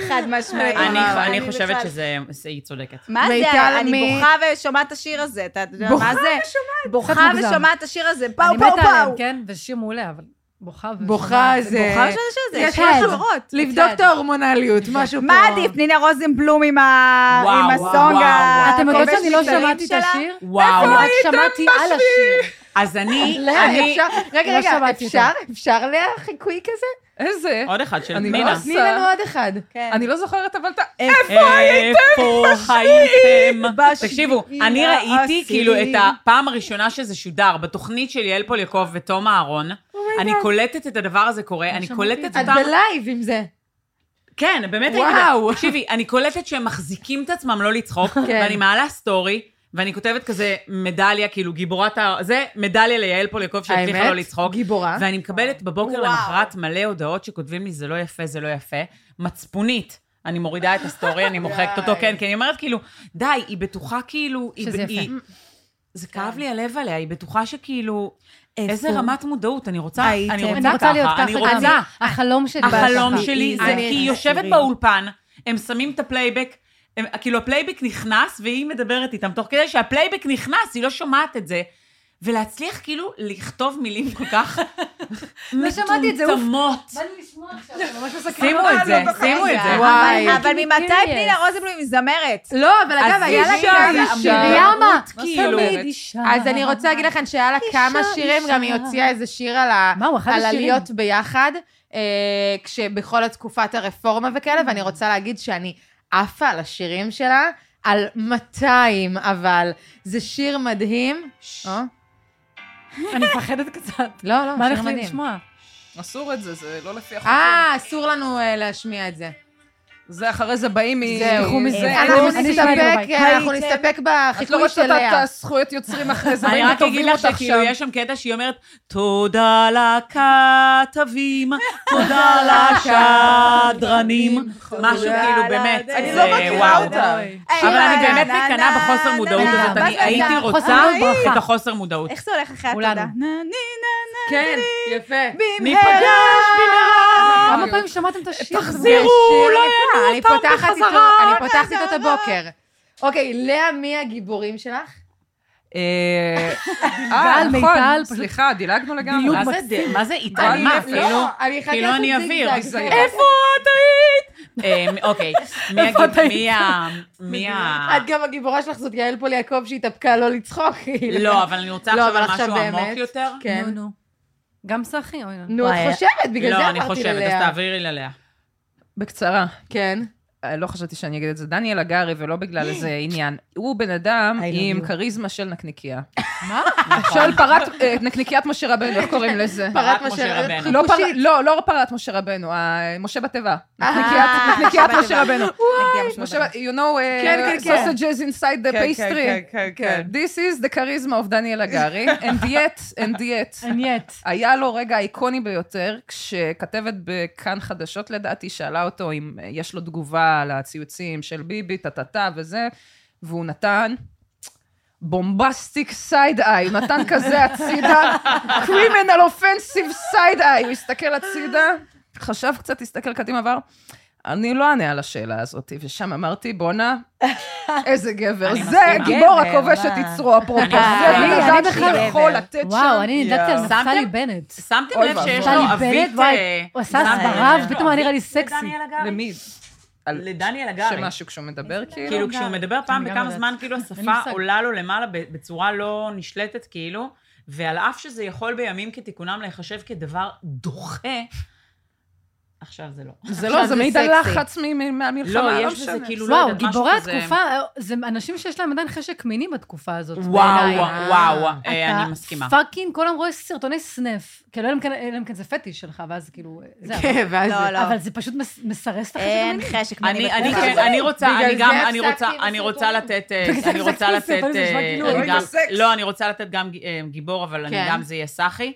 Speaker 6: חד משמעית.
Speaker 3: אני- לא, אני חושבת
Speaker 6: בכלל-
Speaker 3: שזה, זה- היא צודקת.
Speaker 6: מה
Speaker 1: מיטל
Speaker 6: זה? אני
Speaker 1: מי-
Speaker 6: בוכה ושומעת את השיר הזה, אתה יודע
Speaker 1: בוכה
Speaker 6: מה זה?
Speaker 4: קצת
Speaker 6: בוכה
Speaker 4: מוגזם.
Speaker 6: ושומעת את השיר הזה,
Speaker 4: אני
Speaker 6: פאו פאו
Speaker 4: מתה עליהם,
Speaker 6: פאו.
Speaker 4: כן? וזה שיר מעולה, אבל בוכה ו...
Speaker 1: בוכה זה...
Speaker 6: בוכה ושומעת את השיר הזה,
Speaker 1: יש
Speaker 6: שיר
Speaker 4: כן.
Speaker 1: משהו-
Speaker 6: חברות.
Speaker 1: לבדוק את ההורמונליות,
Speaker 4: נכון.
Speaker 1: משהו פה.
Speaker 6: מה עדיף, פנינה רוזנבלום עם ה-
Speaker 3: וואו,
Speaker 6: עם
Speaker 3: וואו, וואו,
Speaker 6: הסונג ה...
Speaker 3: וואו.
Speaker 4: אתם יודעות שאני לא
Speaker 6: הקומבינה
Speaker 4: שמעתי את
Speaker 6: שלה?
Speaker 4: השיר?
Speaker 3: וואו.
Speaker 4: אני רק שמעתי על השיר.
Speaker 3: אז אני,
Speaker 1: לא,
Speaker 3: אני,
Speaker 1: אפשר- רגע,
Speaker 4: לא
Speaker 1: רגע,
Speaker 4: שמעתי
Speaker 1: אפשר? אפשר לחיקוי כזה?
Speaker 2: איזה?
Speaker 3: עוד אחד של
Speaker 2: אני לא
Speaker 3: פנינה.
Speaker 1: תני
Speaker 2: עושה.
Speaker 1: לנו עוד אחד.
Speaker 2: אני לא זוכרת, אבל אתה...
Speaker 3: איפה הייתם? תקשיבו, אני ראיתי כאילו את הפעם הראשונה שזה שודר, בתוכנית של יעל פוליאקוב ותום אהרון. אני קולטת את הדבר הזה קורה, אני קולטת
Speaker 1: את
Speaker 3: אותם...
Speaker 1: בלייב עם זה.
Speaker 3: כן, באמת
Speaker 1: וואו.
Speaker 3: הייתי... וואו. תקשיבי, אני קולטת שהם מחזיקים את עצמם לא לצחוק, ואני מעלה סטורי, ואני כותבת כזה מדליה, כאילו גיבורת ה... זה מדליה ליעל פוליאקוב שהצליחה לא לצחוק.
Speaker 1: גיבורה.
Speaker 3: ואני מקבלת בבוקר למחרת מלא הודעות שכותבים לי, זה לא יפה, זה לא יפה. מצפונית. אני מורידה את הסטורי, אני מוחקת אותו, כן, כי אני אומרת כאילו, די, היא בטוחה כאילו... היא-
Speaker 4: שזה יפה.
Speaker 3: היא- זה כאב לי הלב עליה, היא בטוחה שכאילו... איזה רמת מודעות, אני רוצה, אני
Speaker 4: אני
Speaker 3: רוצה
Speaker 4: רוצה להיות
Speaker 3: ככה, אני
Speaker 4: ככה. גם.
Speaker 3: רוצה.
Speaker 4: החלום שלי.
Speaker 3: החלום
Speaker 4: ככה.
Speaker 3: שלי זה כי היא יושבת באולפן, הם שמים את הפלייבק, הם- כאילו הפלייבק נכנס והיא מדברת איתם, תוך כדי שהפלייבק נכנס, היא לא שומעת את זה. ולהצליח כאילו לכתוב מילים כל כך
Speaker 4: שמעתי את זה, אוף.
Speaker 3: מטומטמות.
Speaker 4: בא לי לשמוע *laughs* עכשיו, זה ממש מסקרן.
Speaker 3: שימו את זה, שימו את זה.
Speaker 1: וואי.
Speaker 6: אבל ממתי
Speaker 4: curious.
Speaker 6: פנינה רוזנבלום היא זמרת?
Speaker 1: לא, אבל אגב,
Speaker 3: אז
Speaker 1: היה לה
Speaker 3: אישה,
Speaker 1: כמה
Speaker 3: אישה.
Speaker 1: שירים.
Speaker 4: למה?
Speaker 3: כאילו.
Speaker 4: תמיד אישה.
Speaker 1: אז אני רוצה להגיד לכם שהיה לה כמה
Speaker 4: אישה,
Speaker 1: שירים, גם היא
Speaker 4: אישה.
Speaker 1: הוציאה איזה שיר על ה-
Speaker 4: מה, הוא אחד
Speaker 1: על
Speaker 4: השירים?
Speaker 1: הלהיות ביחד, אה, כשבכל התקופת הרפורמה וכאלה, ואני רוצה להגיד שאני עפה על השירים שלה, על 200, אבל זה שיר מדהים. או,
Speaker 4: אני מפחדת קצת.
Speaker 1: לא, לא,
Speaker 4: מה
Speaker 1: שיר
Speaker 4: הולך לי
Speaker 1: מדהים.
Speaker 4: לשמוע?
Speaker 2: אסור את זה, זה לא לפי החוקים.
Speaker 1: אה, אסור לנו אה, להשמיע את זה.
Speaker 2: זה אחרי זה באים מ...
Speaker 1: זהו.
Speaker 2: מזה. לא
Speaker 1: אנחנו
Speaker 4: אה, אני אשמע את זה
Speaker 1: נסתפק, אה,
Speaker 4: בבית.
Speaker 1: אנחנו
Speaker 8: הייתם-
Speaker 1: נסתפק
Speaker 2: את לא
Speaker 1: בחיקוי
Speaker 2: רוצה את
Speaker 1: שלה.
Speaker 2: הזכויות יוצרים אחרי
Speaker 3: *laughs*
Speaker 2: זה,
Speaker 3: אני
Speaker 2: באים
Speaker 3: רק אגיד
Speaker 2: ותובעים
Speaker 3: לך
Speaker 2: אותך
Speaker 3: שכאילו
Speaker 2: שם.
Speaker 3: יש שם קטע שהיא אומרת, תודה לכתבים, תודה לשדרנים, משהו כאילו באמת,
Speaker 7: אני
Speaker 3: זה
Speaker 7: לא מכירה
Speaker 3: וואו.
Speaker 7: אותה.
Speaker 6: אה,
Speaker 3: אבל אני באמת מקנאה בחוסר מודעות
Speaker 4: נה,
Speaker 3: הזאת,
Speaker 4: נה,
Speaker 3: אני
Speaker 4: נה,
Speaker 3: הייתי
Speaker 4: נה,
Speaker 3: רוצה
Speaker 4: חוסר מודעות ברכה.
Speaker 3: את החוסר מודעות.
Speaker 6: איך זה הולך אחרי
Speaker 4: כולנו.
Speaker 6: התודה? נה, נה,
Speaker 1: כן, יפה.
Speaker 3: ניפגש במהרה!
Speaker 4: כמה פעמים שמעתם את השיר?
Speaker 3: אה, תחזירו,
Speaker 1: שיר
Speaker 3: לא
Speaker 1: נפלא.
Speaker 3: יפנו
Speaker 1: אני
Speaker 3: אותם
Speaker 1: פותחת איתו-
Speaker 3: בחזרה. לא
Speaker 1: אני פותחת איתו את הבוקר. אוקיי, לאה, מי הגיבורים שלך?
Speaker 2: אה, אה,
Speaker 4: מיטל,
Speaker 2: נכון,
Speaker 4: פשוט-
Speaker 2: סליחה, דילגנו לגמרי.
Speaker 3: מה זה- מה זה התעלמה?
Speaker 1: לא,
Speaker 3: כאילו,
Speaker 1: אני אחכה
Speaker 3: כאילו
Speaker 1: לעשות
Speaker 3: אני
Speaker 1: זיגזג.
Speaker 3: אוויר.
Speaker 2: זה-
Speaker 3: איפה את היית? אה, *laughs* אוקיי, מי הגיב- מי *laughs* ה... מי ה...
Speaker 1: את גם הגיבורה שלך זאת יעל פול יעקב שהתאפקה לא לצחוק. כאילו.
Speaker 3: לא, אבל אני רוצה
Speaker 1: לא,
Speaker 3: עכשיו
Speaker 1: אבל
Speaker 3: על
Speaker 1: עכשיו
Speaker 3: משהו
Speaker 1: באמת.
Speaker 3: עמוק יותר.
Speaker 1: כן.
Speaker 4: נו, נו. גם סחי? אוי, לא, נו.
Speaker 1: נו, את
Speaker 8: וואי,
Speaker 1: חושבת, בגלל
Speaker 3: לא,
Speaker 1: זה
Speaker 3: אני
Speaker 1: אמרתי
Speaker 3: חושבת, אז
Speaker 1: ללאה.
Speaker 3: תעבירי ללאה.
Speaker 2: בקצרה.
Speaker 1: כן.
Speaker 2: אה, לא חשבתי שאני *gasps* אגיד את זה, דניאל הגרי, ולא בגלל איזה עניין. הוא בן אדם
Speaker 8: I love
Speaker 2: עם
Speaker 8: you.
Speaker 2: כריזמה של נקניקייה. *laughs* נכון. מה? *laughs* שואל פרת, אה, נקניקיית משה רבנו, איך קוראים לזה? *laughs*
Speaker 1: פרת משה משה רבנו. רבנו.
Speaker 2: לא פר- לא, לא פרת משה רבנו, ה- משה בתיבה.
Speaker 1: אה,
Speaker 2: נקניקיית- נקניקיית אה, משה רבנו. משה, you know, uh,
Speaker 7: כן, כן, כן.
Speaker 2: sausages inside the
Speaker 7: כן, כן, כן,
Speaker 2: pastry.
Speaker 7: כן, כן.
Speaker 2: This is the charisma of דניאל הגרי, *laughs* and yet, and *laughs* yet.
Speaker 4: and yet.
Speaker 2: היה לו רגע האיקוני ביותר, כשכתבת בכאן חדשות לדעתי, שאלה אותו אם אה, יש לו תגובה על הציוצים של ביבי, טה-טה-טה וזה, והוא נתן... בומבסטיק סייד איי, הוא נתן כזה
Speaker 4: *laughs*
Speaker 2: הצידה, קרימינל אופנסיב סייד איי, הוא הסתכל הצידה, חשב קצת, הסתכל קדימה, עבר, אני לא אענה על השאלה הזאת, ושם
Speaker 4: *laughs*
Speaker 2: אמרתי, בואנה, איזה גבר,
Speaker 4: אני
Speaker 2: זה
Speaker 4: מסכימה.
Speaker 2: גיבור
Speaker 4: גבר,
Speaker 2: הכובש את
Speaker 4: וואו.
Speaker 2: יצרו, אפרופו, זה
Speaker 4: אני-
Speaker 2: בן
Speaker 4: אני
Speaker 2: אדם
Speaker 4: בכלל-
Speaker 2: שיכול לתת שם.
Speaker 4: וואו, אני נדלקתי על
Speaker 2: שמתם?
Speaker 4: נפתלי בנט.
Speaker 3: שמתם
Speaker 2: אוי
Speaker 3: לב
Speaker 2: ואבוי.
Speaker 3: שיש
Speaker 4: נפתלי
Speaker 3: לו
Speaker 4: בנט,
Speaker 3: עבית...
Speaker 4: וואי,
Speaker 3: אה,
Speaker 4: הוא עשה
Speaker 3: שמתם
Speaker 4: הסברה,
Speaker 3: לב?
Speaker 4: ופתאום היה נראה לי סקסי.
Speaker 3: לדניאל הגרי.
Speaker 2: למי?
Speaker 3: לדניאל הגרי.
Speaker 2: שמשהו כשהוא מדבר, כאילו?
Speaker 3: כאילו, כשהוא מדבר פעם
Speaker 2: אני גם
Speaker 3: בכמה
Speaker 2: יודעת.
Speaker 3: זמן, כאילו,
Speaker 2: לי
Speaker 3: השפה
Speaker 2: מושג.
Speaker 3: עולה לו למעלה ב- בצורה לא נשלטת, כאילו, ועל אף שזה יכול בימים כתיקונם להיחשב כדבר דוחה, עכשיו זה לא.
Speaker 2: זה לא, זה מעיד על לחץ מ- מ- מהמלחמה,
Speaker 3: לא,
Speaker 2: *laughs* לא
Speaker 3: יש בזה
Speaker 2: משנה.
Speaker 3: כאילו, לא
Speaker 4: וואו,
Speaker 3: יודעת, משהו
Speaker 4: גיבורי
Speaker 3: כזה.
Speaker 4: התקופה, זה אנשים שיש להם עדיין חשק מיני בתקופה הזאת.
Speaker 3: וואו,
Speaker 4: בעיניי.
Speaker 3: וואו, אה,
Speaker 4: אתה
Speaker 3: אני מסכימה.
Speaker 4: פאקינג, כל היום רואה סרטוני סנף. כאילו, אלא אם כן- אלא אם כן זה פטיש שלך, ואז כאילו,
Speaker 3: לא,
Speaker 4: זה... אבל-
Speaker 1: כן, ואז זה-
Speaker 4: אבל זה פשוט מס- מסרס את החשק
Speaker 6: אין
Speaker 4: המיני.
Speaker 6: אה, חשק
Speaker 3: אני, אני,
Speaker 6: בתקופה
Speaker 3: כן,
Speaker 6: הזאת.
Speaker 3: אני רוצה,
Speaker 1: בגלל
Speaker 3: אני
Speaker 1: זה
Speaker 3: גם, אני
Speaker 1: הפסקתי
Speaker 3: רוצה,
Speaker 1: עם
Speaker 3: אני רוצה
Speaker 1: הסרטונים.
Speaker 3: לתת, אה,
Speaker 4: בגלל זה
Speaker 3: אני רוצה
Speaker 4: הפסקתי עם
Speaker 3: לתת,
Speaker 4: הסרטונים, זה נשמע
Speaker 3: אה,
Speaker 4: כאילו
Speaker 3: אני
Speaker 4: אוי,
Speaker 3: גם-
Speaker 4: זה
Speaker 3: לא, אני רוצה לתת גם אה, גיבור, אבל אני
Speaker 1: כן.
Speaker 3: גם זה יהיה סאחי.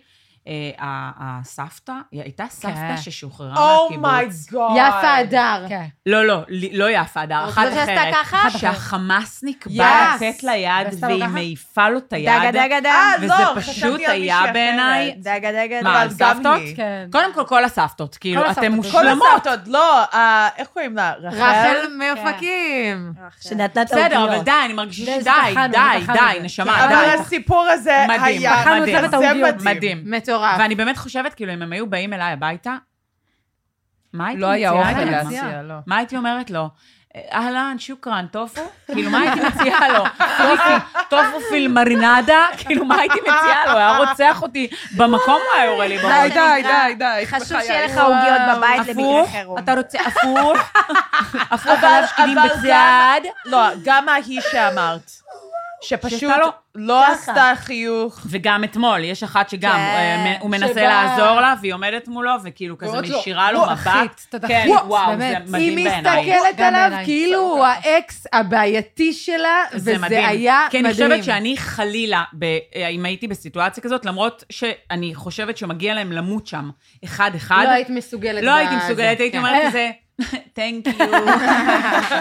Speaker 3: אה, ה- הסבתא, היא הייתה סבתא
Speaker 4: כן.
Speaker 3: ששוחררה
Speaker 7: Oh
Speaker 3: מהקיבוץ.
Speaker 7: אומייגוד.
Speaker 1: יפה אדר.
Speaker 4: כן.
Speaker 3: לא, לא, לי- לא יפה אדר, אחת
Speaker 6: זאת שעשתה
Speaker 3: אחרת.
Speaker 6: ככה?
Speaker 3: שהחמאסניק בא
Speaker 1: Yes.
Speaker 3: לתת לה יד,
Speaker 4: ועשתה לו
Speaker 3: והיא
Speaker 4: ככה?
Speaker 3: מעיפה לו את
Speaker 6: דגה
Speaker 3: היד.
Speaker 6: דגה
Speaker 7: אה,
Speaker 6: דגה.
Speaker 7: לא,
Speaker 3: וזה
Speaker 7: חשבתי
Speaker 3: פשוט
Speaker 7: על מישהי
Speaker 3: היה
Speaker 7: אחרת.
Speaker 3: בעיניי-
Speaker 6: דגה דגה
Speaker 3: מה,
Speaker 6: דגה.
Speaker 3: על
Speaker 7: אבל גם
Speaker 3: סבתות?
Speaker 7: היא.
Speaker 4: כן.
Speaker 3: קודם כל, כל הסבתות, כאילו,
Speaker 4: הסבתות,
Speaker 3: אתן
Speaker 4: כל
Speaker 7: כל
Speaker 3: מושלמות.
Speaker 7: הסרטות, לא, אה, איך קוראים לה? רחל?
Speaker 1: רחל מאופקים.
Speaker 3: כן.
Speaker 8: שנתנה את
Speaker 3: בסדר, אבל
Speaker 8: האותיות.
Speaker 3: די, אני מרגישה
Speaker 4: זה-
Speaker 3: שדי,
Speaker 4: זה טחנו, זה
Speaker 3: די,
Speaker 4: טחנו
Speaker 3: די,
Speaker 4: זה.
Speaker 3: נשמה,
Speaker 7: אה, אבל
Speaker 3: די.
Speaker 7: הסיפור הזה
Speaker 3: מדהים,
Speaker 7: היה...
Speaker 3: בחרנו את צוות
Speaker 7: זה
Speaker 4: האוגיות.
Speaker 3: מדהים.
Speaker 1: מטורף.
Speaker 3: ואני באמת חושבת, כאילו, אם הם היו באים אליי הביתה, מה הייתי
Speaker 2: לא היה
Speaker 3: מציעה
Speaker 2: אוכל
Speaker 3: להם?
Speaker 2: להציע, לא.
Speaker 3: מה הייתי אומרת לו? אהלן, שוקרן, טופו? כאילו, מה הייתי מציעה לו? טופי, טופו פיל מרינדה? כאילו, מה הייתי מציעה לו? היה רוצח אותי במקום, הוא היה יורה לי
Speaker 2: די,
Speaker 3: בראש.
Speaker 2: די, די, די.
Speaker 6: חשוב
Speaker 2: בחיי.
Speaker 6: שיהיה לך עוגיות בבית למקרה
Speaker 3: הפוך,
Speaker 6: חירום.
Speaker 3: אתה רוצה הפוך, הפוך עליו שקילים
Speaker 7: אבל
Speaker 3: בצד.
Speaker 7: לא, גם ההיא שאמרת, שפשוט
Speaker 3: שעשתה לו
Speaker 7: לא עשתה חיוך.
Speaker 3: וגם אתמול, יש אחת שגם,
Speaker 6: כן,
Speaker 3: אה, הוא מנסה
Speaker 4: שגם-
Speaker 3: לעזור לה, והיא עומדת מולו, וכאילו כזה
Speaker 2: ועוד לא.
Speaker 3: מישירה לו
Speaker 4: וואו,
Speaker 3: מבט.
Speaker 4: אחי, תותחית,
Speaker 3: כן, וואו, זה
Speaker 4: באמת.
Speaker 3: מדהים
Speaker 1: היא
Speaker 3: בעיניי.
Speaker 1: מסתכלת
Speaker 4: גם
Speaker 1: עליו
Speaker 4: בעיניי.
Speaker 1: כאילו הוא האקס הבעייתי שלה,
Speaker 3: זה
Speaker 1: וזה
Speaker 3: מדהים.
Speaker 1: היה
Speaker 3: כי אני
Speaker 1: מדהים.
Speaker 3: חושבת שאני חלילה, ב, אה, אם הייתי בסיטואציה כזאת, למרות שאני חושבת שמגיע להם למות שם, אחד-אחד.
Speaker 1: לא היית מסוגלת.
Speaker 3: לא הייתי
Speaker 1: בזה,
Speaker 3: מסוגלת, הייתי
Speaker 1: כן.
Speaker 3: אומרת כזה, *laughs* Thank you,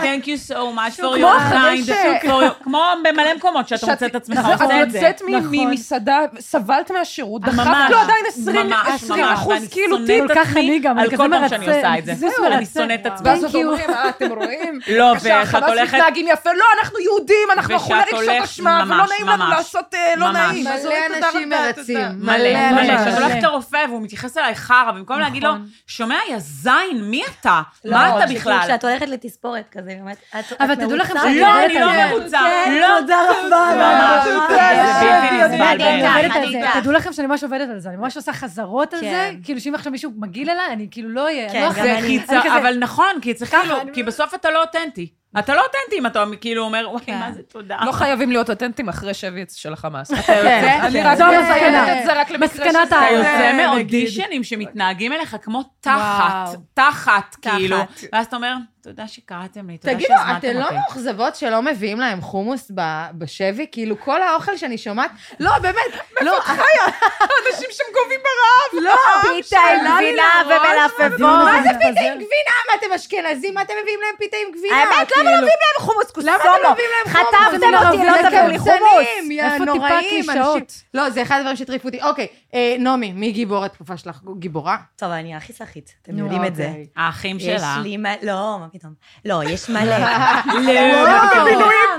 Speaker 3: Thank you so much for
Speaker 2: כמו
Speaker 3: your
Speaker 2: אחרי
Speaker 3: kind, for
Speaker 2: ש-
Speaker 3: your- כמו במלא מקומות שאתה מוצא את עצמך
Speaker 2: נכון,
Speaker 3: עושה את
Speaker 2: את
Speaker 3: זה.
Speaker 2: יוצאת מ-
Speaker 4: נכון.
Speaker 2: ממסעדה, סבלת מהשירות,
Speaker 3: ממש,
Speaker 2: דחפת לו עדיין 20
Speaker 3: ממש,
Speaker 2: 20
Speaker 3: ממש,
Speaker 2: אחוז
Speaker 3: ואני
Speaker 2: כאילו
Speaker 3: שונאת
Speaker 2: טיפ.
Speaker 4: כל כך אני גם, אני
Speaker 3: על כל
Speaker 4: כזה
Speaker 3: פעם שאני
Speaker 4: מרצה.
Speaker 3: עושה את זה.
Speaker 4: זיז
Speaker 3: זהו, אני
Speaker 4: מרצה.
Speaker 3: שונאת את עצמי.
Speaker 2: ואז עוד
Speaker 4: Thank you.
Speaker 2: אומרים, אה, אתם *laughs* רואים?
Speaker 3: לא,
Speaker 2: בבקשה,
Speaker 3: ואת הולכת-
Speaker 2: החמאס מתנהגים יפה, לא, אנחנו יהודים, אנחנו
Speaker 3: ושאת
Speaker 2: אכולי רגשות
Speaker 3: הולכת-
Speaker 2: אשמה, ולא
Speaker 3: ממש,
Speaker 2: נעים לנו
Speaker 3: ממש.
Speaker 2: לעשות אה, לא
Speaker 3: ממש.
Speaker 2: נעים. אז
Speaker 1: מלא
Speaker 2: אומרים, "תודה
Speaker 1: אנשים
Speaker 2: רבה,
Speaker 1: מרצים.
Speaker 2: תודה."
Speaker 3: מלא,
Speaker 1: מלא.
Speaker 3: מלא. כשאת
Speaker 4: מלא.
Speaker 3: הולכת לרופא והוא מתייחס אליי חרא, במקום להגיד לו,
Speaker 4: נכון.
Speaker 3: שומע, יא זין, מי אתה? מה אתה בכלל?
Speaker 8: לא, כשאת הולכת לתספורת כזה, היא אומרת, "את- את
Speaker 4: אבל תדעו לכם
Speaker 8: מרוצה?"
Speaker 4: שאני
Speaker 3: לא, אני
Speaker 4: עובדת
Speaker 3: לא
Speaker 4: על זה.
Speaker 3: מרוצה.
Speaker 8: כן,
Speaker 3: לא,
Speaker 8: תודה רבה.
Speaker 3: ממש.
Speaker 8: ממש.
Speaker 3: זה
Speaker 4: כן,
Speaker 3: בלתי נסבל
Speaker 4: אני
Speaker 3: בעיניי.
Speaker 4: עובדת על
Speaker 6: מדהימה.
Speaker 4: זה. תדעו לכם שאני ממש עובדת על זה, אני ממש עושה חזרות על זה,
Speaker 6: כן.
Speaker 4: כאילו שאם עכשיו מישהו מגעיל אליי, אני כאילו לא אהיה,
Speaker 8: כן,
Speaker 4: אני לא
Speaker 8: גם
Speaker 4: אחזור.
Speaker 3: זה
Speaker 8: אני-
Speaker 3: כי
Speaker 8: אני
Speaker 3: צריך,
Speaker 4: כזה-
Speaker 3: אבל נכון, כי צריך כאילו,
Speaker 4: אני-
Speaker 3: כי בסוף אתה לא אותנטי. אתה לא אותנטי אם אתה כאילו אומר, וואי, מה זה תודה.
Speaker 2: לא חייבים להיות אותנטיים אחרי שבי של החמאס.
Speaker 1: כן.
Speaker 2: אני רק
Speaker 4: זו
Speaker 3: לא
Speaker 1: *laughs*
Speaker 2: מציינת
Speaker 4: המסקנה.
Speaker 2: את זה רק למקרה שזה...
Speaker 4: מסקנת
Speaker 3: אתה
Speaker 4: אה,
Speaker 3: יוצא
Speaker 2: נגיד.
Speaker 3: מאודישנים שמתנהגים אליך כמו תחת,
Speaker 4: וואו.
Speaker 3: תחת, כאילו. ואז אתה אומר, תודה שקראתם לי, תודה
Speaker 1: תגידו,
Speaker 3: שהזמנתם
Speaker 1: אתן לא
Speaker 3: אותי.
Speaker 1: מאוכזבות שלא מביאים להם חומוס ב- בשבי? כאילו, כל האוכל שאני שומעת... לא, באמת, לא,
Speaker 3: אה,
Speaker 2: אנשים שם גובים ברעב. לא,
Speaker 6: פיתה עם גבינה ומלפפון.
Speaker 1: מה זה פיתה עם גבינה? מה, אתם אשכנזים? מה אתם מביאים להם פיתה עם גבינה?
Speaker 6: האמת, למה לא מביאים להם חומוס קוסומו?
Speaker 1: למה לא אתם מביאים להם חומוס?
Speaker 6: חטפתם לא, אותי, לא תביאו לי חומוס.
Speaker 1: קמצנים,
Speaker 4: איפה
Speaker 1: יא
Speaker 4: טיפה
Speaker 1: נוראים, אנשים...
Speaker 4: קלישאות?
Speaker 1: לא, זה אחד הדברים שטריפו אותי. אוקיי, אה, נעמי, מי גיבור התקופה שלך? גיבורה?
Speaker 8: טוב, אני הכי סלחית, אתם
Speaker 4: נו,
Speaker 8: יודעים את זה.
Speaker 1: אוקיי.
Speaker 3: האחים
Speaker 8: יש
Speaker 3: *laughs* שלה.
Speaker 8: לי מלא, לא, מה פתאום. לא, יש מלא. *laughs*
Speaker 1: לא,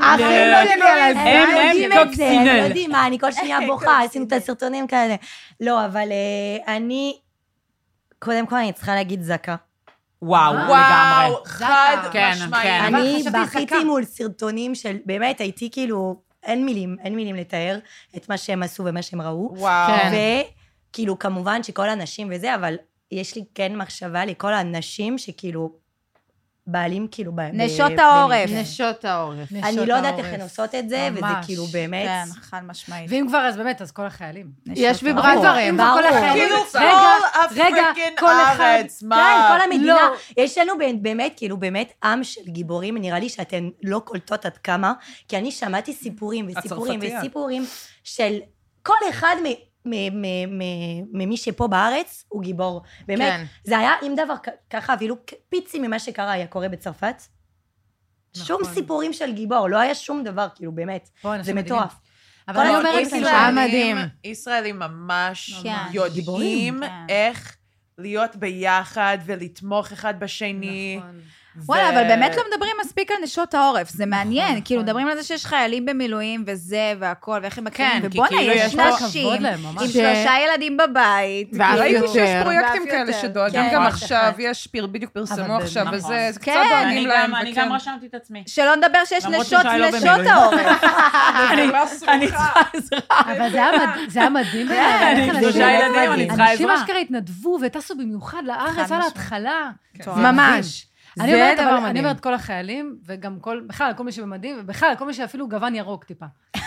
Speaker 1: אחים
Speaker 3: לא,
Speaker 1: שלי על
Speaker 3: הם-
Speaker 1: הזין.
Speaker 3: הם
Speaker 8: יודעים את זה,
Speaker 3: קוקסינל.
Speaker 8: אתם יודעים מה, אני כל שנייה בוכה, עשינו את הסרטונים כאלה. לא, אבל אה, אני, קודם כל אני צריכה להגיד זקה.
Speaker 3: וואו, אה, לגמרי.
Speaker 7: אה. וואו, חד
Speaker 3: כן,
Speaker 7: משמעית.
Speaker 3: כן.
Speaker 8: אני
Speaker 4: חשבתי
Speaker 8: בכיתי
Speaker 4: זקה.
Speaker 8: מול סרטונים של, באמת, הייתי כאילו, אין מילים, אין מילים לתאר את מה שהם עשו ומה שהם ראו.
Speaker 7: וואו.
Speaker 1: כן.
Speaker 8: וכאילו, כמובן שכל הנשים וזה, אבל יש לי כן מחשבה לכל הנשים שכאילו בעלים, כאילו, ב... ב-
Speaker 6: נשות
Speaker 8: ב-
Speaker 6: העורף.
Speaker 8: ב-
Speaker 1: נשות העורף.
Speaker 8: אני לא יודעת איך הן עושות את זה, וזה
Speaker 4: ממש.
Speaker 8: כאילו באמת...
Speaker 6: כן, חד משמעית.
Speaker 4: ואם כבר, אז באמת, אז כל החיילים.
Speaker 1: יש
Speaker 4: אם
Speaker 1: ויברטורים.
Speaker 4: כבר כל
Speaker 8: ברור.
Speaker 4: החיילים...
Speaker 7: כאילו,
Speaker 4: רגע,
Speaker 7: כל
Speaker 4: רגע,
Speaker 7: הפריקינג
Speaker 4: כל אחד...
Speaker 7: הארץ,
Speaker 8: כן,
Speaker 7: מה?
Speaker 8: כל המדינה.
Speaker 4: לא.
Speaker 8: יש לנו באמת- באמת, כאילו, באמת עם של גיבורים, נראה לי שאתן לא קולטות עד כמה, כי אני שמעתי סיפורים וסיפורים
Speaker 2: הצרפתייה.
Speaker 8: וסיפורים של כל אחד מ- מ- מ- מ- ממי שפה בארץ הוא גיבור. באמת,
Speaker 1: כן.
Speaker 8: זה היה, אם דבר כ- ככה, אפילו כ- פיצי ממה שקרה היה קורה בצרפת. שום
Speaker 4: נכון.
Speaker 8: סיפורים של גיבור, לא היה שום דבר, כאילו, באמת.
Speaker 4: בואו, אנשים
Speaker 8: זה
Speaker 4: מדהימים.
Speaker 8: מטורף.
Speaker 4: אבל
Speaker 8: כל
Speaker 4: אני
Speaker 8: הסיפורים
Speaker 4: אומרת
Speaker 8: שלהם
Speaker 4: כאילו...
Speaker 1: שלהם. מדהים.
Speaker 7: ישראלים ממש
Speaker 6: כן.
Speaker 7: יודעים
Speaker 8: גיבורים,
Speaker 6: כן.
Speaker 7: איך להיות ביחד ולתמוך אחד בשני.
Speaker 4: נכון.
Speaker 7: ו-
Speaker 6: וואלה, אבל באמת לא מדברים מספיק על נשות העורף, זה מעניין. כאילו, מדברים על זה שיש חיילים במילואים וזה והכל, ואיך הם מקריבים.
Speaker 3: כי
Speaker 6: ובואנה,
Speaker 3: כאילו
Speaker 6: יש
Speaker 3: יש פה-
Speaker 6: נשים
Speaker 4: כבוד להם,
Speaker 6: עם
Speaker 4: ממש.
Speaker 6: שלושה ילדים בבית.
Speaker 1: ואף
Speaker 6: כאילו,
Speaker 2: ראיתי שיש
Speaker 1: יותר.
Speaker 2: פרויקטים
Speaker 6: ואף
Speaker 2: כאלה
Speaker 6: יותר.
Speaker 2: שדואגים
Speaker 8: כן.
Speaker 2: גם
Speaker 8: נכון.
Speaker 2: עכשיו, יש, פיר- בדיוק
Speaker 4: אבל
Speaker 2: פרסמו
Speaker 4: באמת,
Speaker 2: עכשיו
Speaker 3: נכון.
Speaker 2: וזה, אז קצת
Speaker 6: כן.
Speaker 2: דואגים
Speaker 3: אני
Speaker 2: להם.
Speaker 3: גם- אני
Speaker 2: וכן.
Speaker 3: גם רשמתי את עצמי.
Speaker 6: שלא נדבר שיש
Speaker 3: למרות
Speaker 6: נשות
Speaker 3: ששי לא
Speaker 6: נשות
Speaker 3: במילואים.
Speaker 6: העורף.
Speaker 3: אני אני צריכה עזרה.
Speaker 4: אבל זה היה מד- זה היה מדהים.
Speaker 6: אני
Speaker 4: איך
Speaker 3: עם
Speaker 4: אנשים-
Speaker 3: שלושה ילדים, אני צריכה
Speaker 4: אנשים
Speaker 3: עזרה.
Speaker 4: אשכרה התנדבו וטסו במיוחד לארץ
Speaker 6: חד
Speaker 4: על
Speaker 6: משמעית.
Speaker 4: ההתחלה.
Speaker 1: ממש.
Speaker 4: אני
Speaker 1: זה
Speaker 4: אומרת,
Speaker 1: דבר
Speaker 4: אבל אני
Speaker 1: מדהים.
Speaker 4: אומרת כל החיילים, וגם כל, בכלל, כל מי שבמדים, ובכלל, כל מי שאפילו גוון ירוק טיפה.
Speaker 2: קצת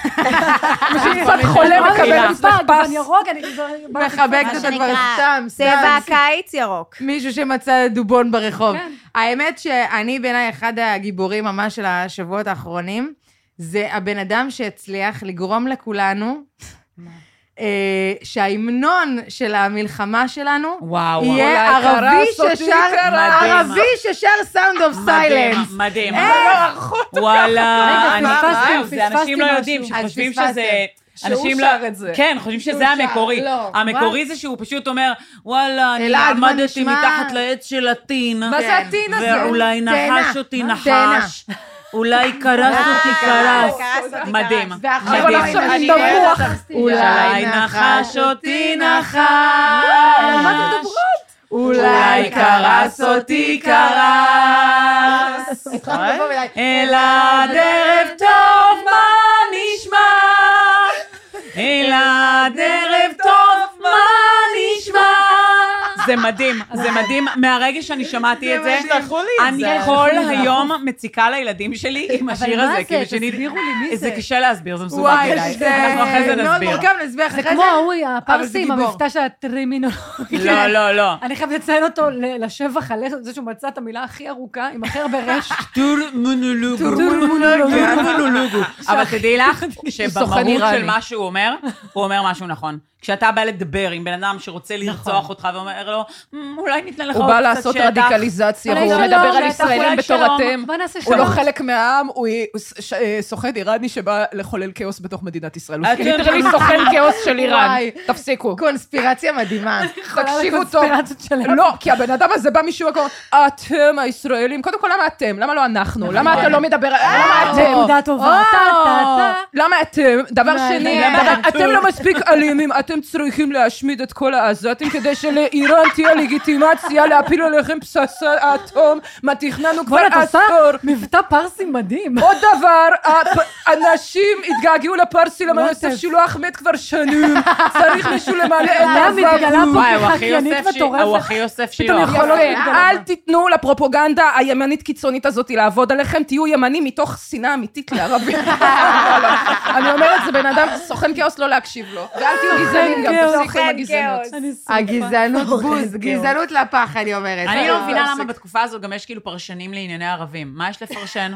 Speaker 2: חולה
Speaker 4: כל מי
Speaker 2: מקבל
Speaker 4: שטיפה גוון ירוק, אני כזה...
Speaker 1: מחבקת
Speaker 6: מה
Speaker 1: אותה כבר
Speaker 6: שנקרא,
Speaker 1: סתם,
Speaker 6: צבע
Speaker 1: סתם.
Speaker 6: הקיץ ירוק.
Speaker 1: מישהו שמצא דובון ברחוב.
Speaker 4: כן.
Speaker 1: האמת שאני בעיניי אחד הגיבורים ממש של השבועות האחרונים, זה הבן אדם שהצליח לגרום לכולנו, אה, שההמנון של המלחמה שלנו
Speaker 3: וואו.
Speaker 1: יהיה ערבי ששר,
Speaker 3: מדהים.
Speaker 1: ערבי ששר סאונד אוף
Speaker 3: מדהים, לא,
Speaker 1: סיילנס.
Speaker 3: מדהים.
Speaker 1: אה,
Speaker 3: וואלה,
Speaker 4: רגע,
Speaker 3: אני
Speaker 4: פספסתם,
Speaker 3: זהו, זה אנשים
Speaker 4: פספסתי
Speaker 3: לא
Speaker 4: משהו.
Speaker 3: יודעים,
Speaker 1: אז
Speaker 3: שחושבים
Speaker 1: פספסתם.
Speaker 3: שזה... אנשים לא...
Speaker 2: את זה.
Speaker 3: כן, חושבים שזה המקורי.
Speaker 1: לא,
Speaker 3: המקורי זה שהוא פשוט אומר, וואלה, אני
Speaker 1: אלעד, מה
Speaker 3: עמדתי
Speaker 1: נשמע?"
Speaker 3: מתחת לעץ של הטין.
Speaker 1: מה זה הטין הזה?
Speaker 3: ואולי
Speaker 1: תאנה.
Speaker 3: נחש אותי
Speaker 1: מה?
Speaker 3: נחש. אולי קרס אותי קרס. מדהים.
Speaker 1: ועכשיו
Speaker 3: מדהים.
Speaker 1: עכשיו
Speaker 7: אני
Speaker 1: יש לו
Speaker 7: אוהבת
Speaker 1: רוח.
Speaker 7: אותך.
Speaker 3: אולי נחש אותי נחש. אולי קרס אותי קרס. אלעד ערב טוב, מה נשמע? אלעד ערב טוב, מה נשמע? זה מדהים, זה מדהים. מהרגע שאני שמעתי את זה,
Speaker 7: שלחו לי את
Speaker 3: אני
Speaker 7: זה.
Speaker 3: כל היום מציקה לילדים שלי עם השיר הזה.
Speaker 4: מה זה?
Speaker 3: כאילו שאני-
Speaker 4: תסבירו לי, מי
Speaker 3: זה
Speaker 4: זה?
Speaker 3: קשה להסביר, זה מסובך
Speaker 1: וואי,
Speaker 3: מדי.
Speaker 1: זה לא
Speaker 3: אנחנו אחרי זה
Speaker 1: מאוד
Speaker 3: נסביר.
Speaker 1: מורכב, נסביר
Speaker 4: זה
Speaker 1: אחרי זה.
Speaker 4: כמו ההוא, הפרסי עם
Speaker 1: גיבור.
Speaker 4: המבטא של הטרימינולוגיה.
Speaker 3: לא, לא, לא.
Speaker 4: אני חייבת לציין אותו ל- לשבח על זה שהוא מצא את המילה הכי ארוכה, עם הכי הרבה רש.
Speaker 3: טור מונולוגו. טור מונולוגו. אבל תדעי לך,
Speaker 4: *laughs*
Speaker 3: שבמהות של מה שהוא אומר, הוא אומר משהו נכון. כשאתה בא לדבר עם בן אדם שרוצה
Speaker 4: נכון.
Speaker 3: לרצוח אותך ואומר לו, "מ, אולי ניתן לך
Speaker 2: הוא
Speaker 3: עוד
Speaker 2: בא
Speaker 3: נכון, קצת
Speaker 2: לעשות
Speaker 3: שטח.
Speaker 2: רדיקליזציה,
Speaker 4: אולי
Speaker 2: והוא
Speaker 4: שלום,
Speaker 2: מדבר על
Speaker 4: אולי
Speaker 2: ישראלים
Speaker 3: תחולת
Speaker 2: בתור
Speaker 3: שלום.
Speaker 2: אתם.
Speaker 4: בוא נעשה שלום.
Speaker 2: הוא לא חלק מהעם, הוא ש- ש- אה, סוחד איראני שבא לחולל כאוס בתוך מדינת ישראל. הוא כאילו
Speaker 3: אתם-
Speaker 2: ליטרלי סוכן כאוס של איראן.
Speaker 1: וואי.
Speaker 2: תפסיקו.
Speaker 1: קונספירציה מדהימה.
Speaker 2: תקשיבו טוב.
Speaker 4: שלהם.
Speaker 2: לא, כי הבן אדם הזה בא מישהו ואומר, אתם הישראלים. קודם כל, למה אתם? למה לא אנחנו? למה אתה לא מדבר?
Speaker 4: אה,
Speaker 2: למה אתם?
Speaker 4: נקודה טובה. טה, טה, טה.
Speaker 2: למה אתם? דבר שני,
Speaker 1: מעניין.
Speaker 2: למה אתם לא מספיק אלימים, אתם צריכים להשמיד את כל העזתים כדי שלאיראן תהיה לגיטימציה להפיל עליכם פצצת אטום, מה תכננו כבר
Speaker 4: וואלה, את עושה
Speaker 2: עשור.
Speaker 4: מבטא פרסי מדהים.
Speaker 2: עוד דבר, הפ- אנשים התגעגעו לפרסי למה
Speaker 4: What
Speaker 2: יוסף
Speaker 4: if?
Speaker 2: שילוח מת כבר שנים, צריך מישהו למלא
Speaker 4: היה
Speaker 2: את
Speaker 4: מתגלה
Speaker 2: הזבוב.
Speaker 4: פה
Speaker 3: וואי, הוא הכי
Speaker 4: חקיינית
Speaker 3: יוסף שיר-
Speaker 4: מטורפת.
Speaker 3: הוא הכי יוסף לא- שיר.
Speaker 4: פתאום יכול להיות
Speaker 2: כאילו, יפה,
Speaker 4: מתגלה.
Speaker 2: אל תיתנו לפרופוגנדה הימנית קיצונית הזאת לעבוד עליכם, תהיו ימנים מתוך שנאה אמיתית לערבים. לא, לא. אני אומרת, זה בן אדם, סוכן כאוס לא להקשיב לו. ואל תהיו גזענים גם,
Speaker 4: כאוס.
Speaker 2: תפסיקו עם הגזענות.
Speaker 1: הגזענות בוז, גזענות לפח, אני אומרת.
Speaker 4: אה,
Speaker 3: אני לא מבינה למה בתקופה הזאת גם יש כאילו פרשנים לענייני ערבים. מה
Speaker 4: *laughs*
Speaker 3: יש לפרשן?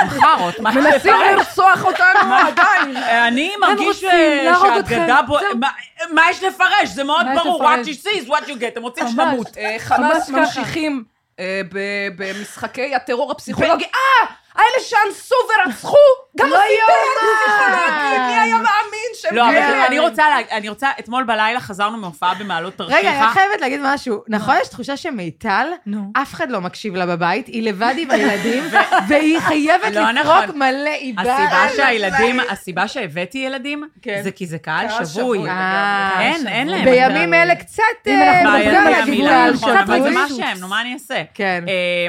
Speaker 3: הם חארות, מה יש
Speaker 2: מנסים
Speaker 3: לפרשן?
Speaker 2: לרצוח אותנו עדיין.
Speaker 3: אני מרגיש
Speaker 4: רוצים
Speaker 3: אה,
Speaker 4: להרוג
Speaker 3: שהאגדה
Speaker 4: אתכם,
Speaker 3: בו... מה- מה יש לפרש? זה מאוד
Speaker 4: מה יש
Speaker 3: ברור.
Speaker 4: לפרש?
Speaker 3: what you see is what you get. הם רוצים
Speaker 4: ממש.
Speaker 3: שלמות.
Speaker 2: אה, חמאס
Speaker 4: ממש ככה.
Speaker 2: ממשיכים אה, ב- במשחקי הטרור הפסיכולוגי. אה, האלה שאנסו ורצחו, גם
Speaker 1: לא
Speaker 2: עשיתם
Speaker 1: יאומן.
Speaker 2: פסיכולוגי,
Speaker 3: אה,
Speaker 2: מי היה מאמין שהם כן.
Speaker 3: לא, אבל
Speaker 2: כאלה?
Speaker 3: אני רוצה, לה- אני רוצה, אתמול בלילה חזרנו מהופעה במעלות תרשיחא.
Speaker 1: רגע, אני חייבת להגיד משהו. נכון, יש תחושה שמיטל,
Speaker 4: נו.
Speaker 1: אף אחד לא מקשיב לה בבית, היא לבד עם
Speaker 3: *laughs*
Speaker 1: הילדים, והיא חייבת
Speaker 3: לא
Speaker 1: לפרוק
Speaker 3: נכון.
Speaker 1: מלא עיבה.
Speaker 3: הסיבה שהילדים, הסיבה שהבאתי ילדים, זה כי זה קהל שבוי.
Speaker 1: כן. אה,
Speaker 3: אין, אין להם.
Speaker 1: בימים אלה קצת
Speaker 4: אם אנחנו
Speaker 1: אה,
Speaker 3: בעיה
Speaker 1: מוקדם
Speaker 3: זה
Speaker 1: להגיד
Speaker 3: המילה,
Speaker 1: קהל
Speaker 3: נכון, אבל זה
Speaker 1: שבוי.
Speaker 3: מה שהם, נו, מה אני אעשה?
Speaker 1: כן.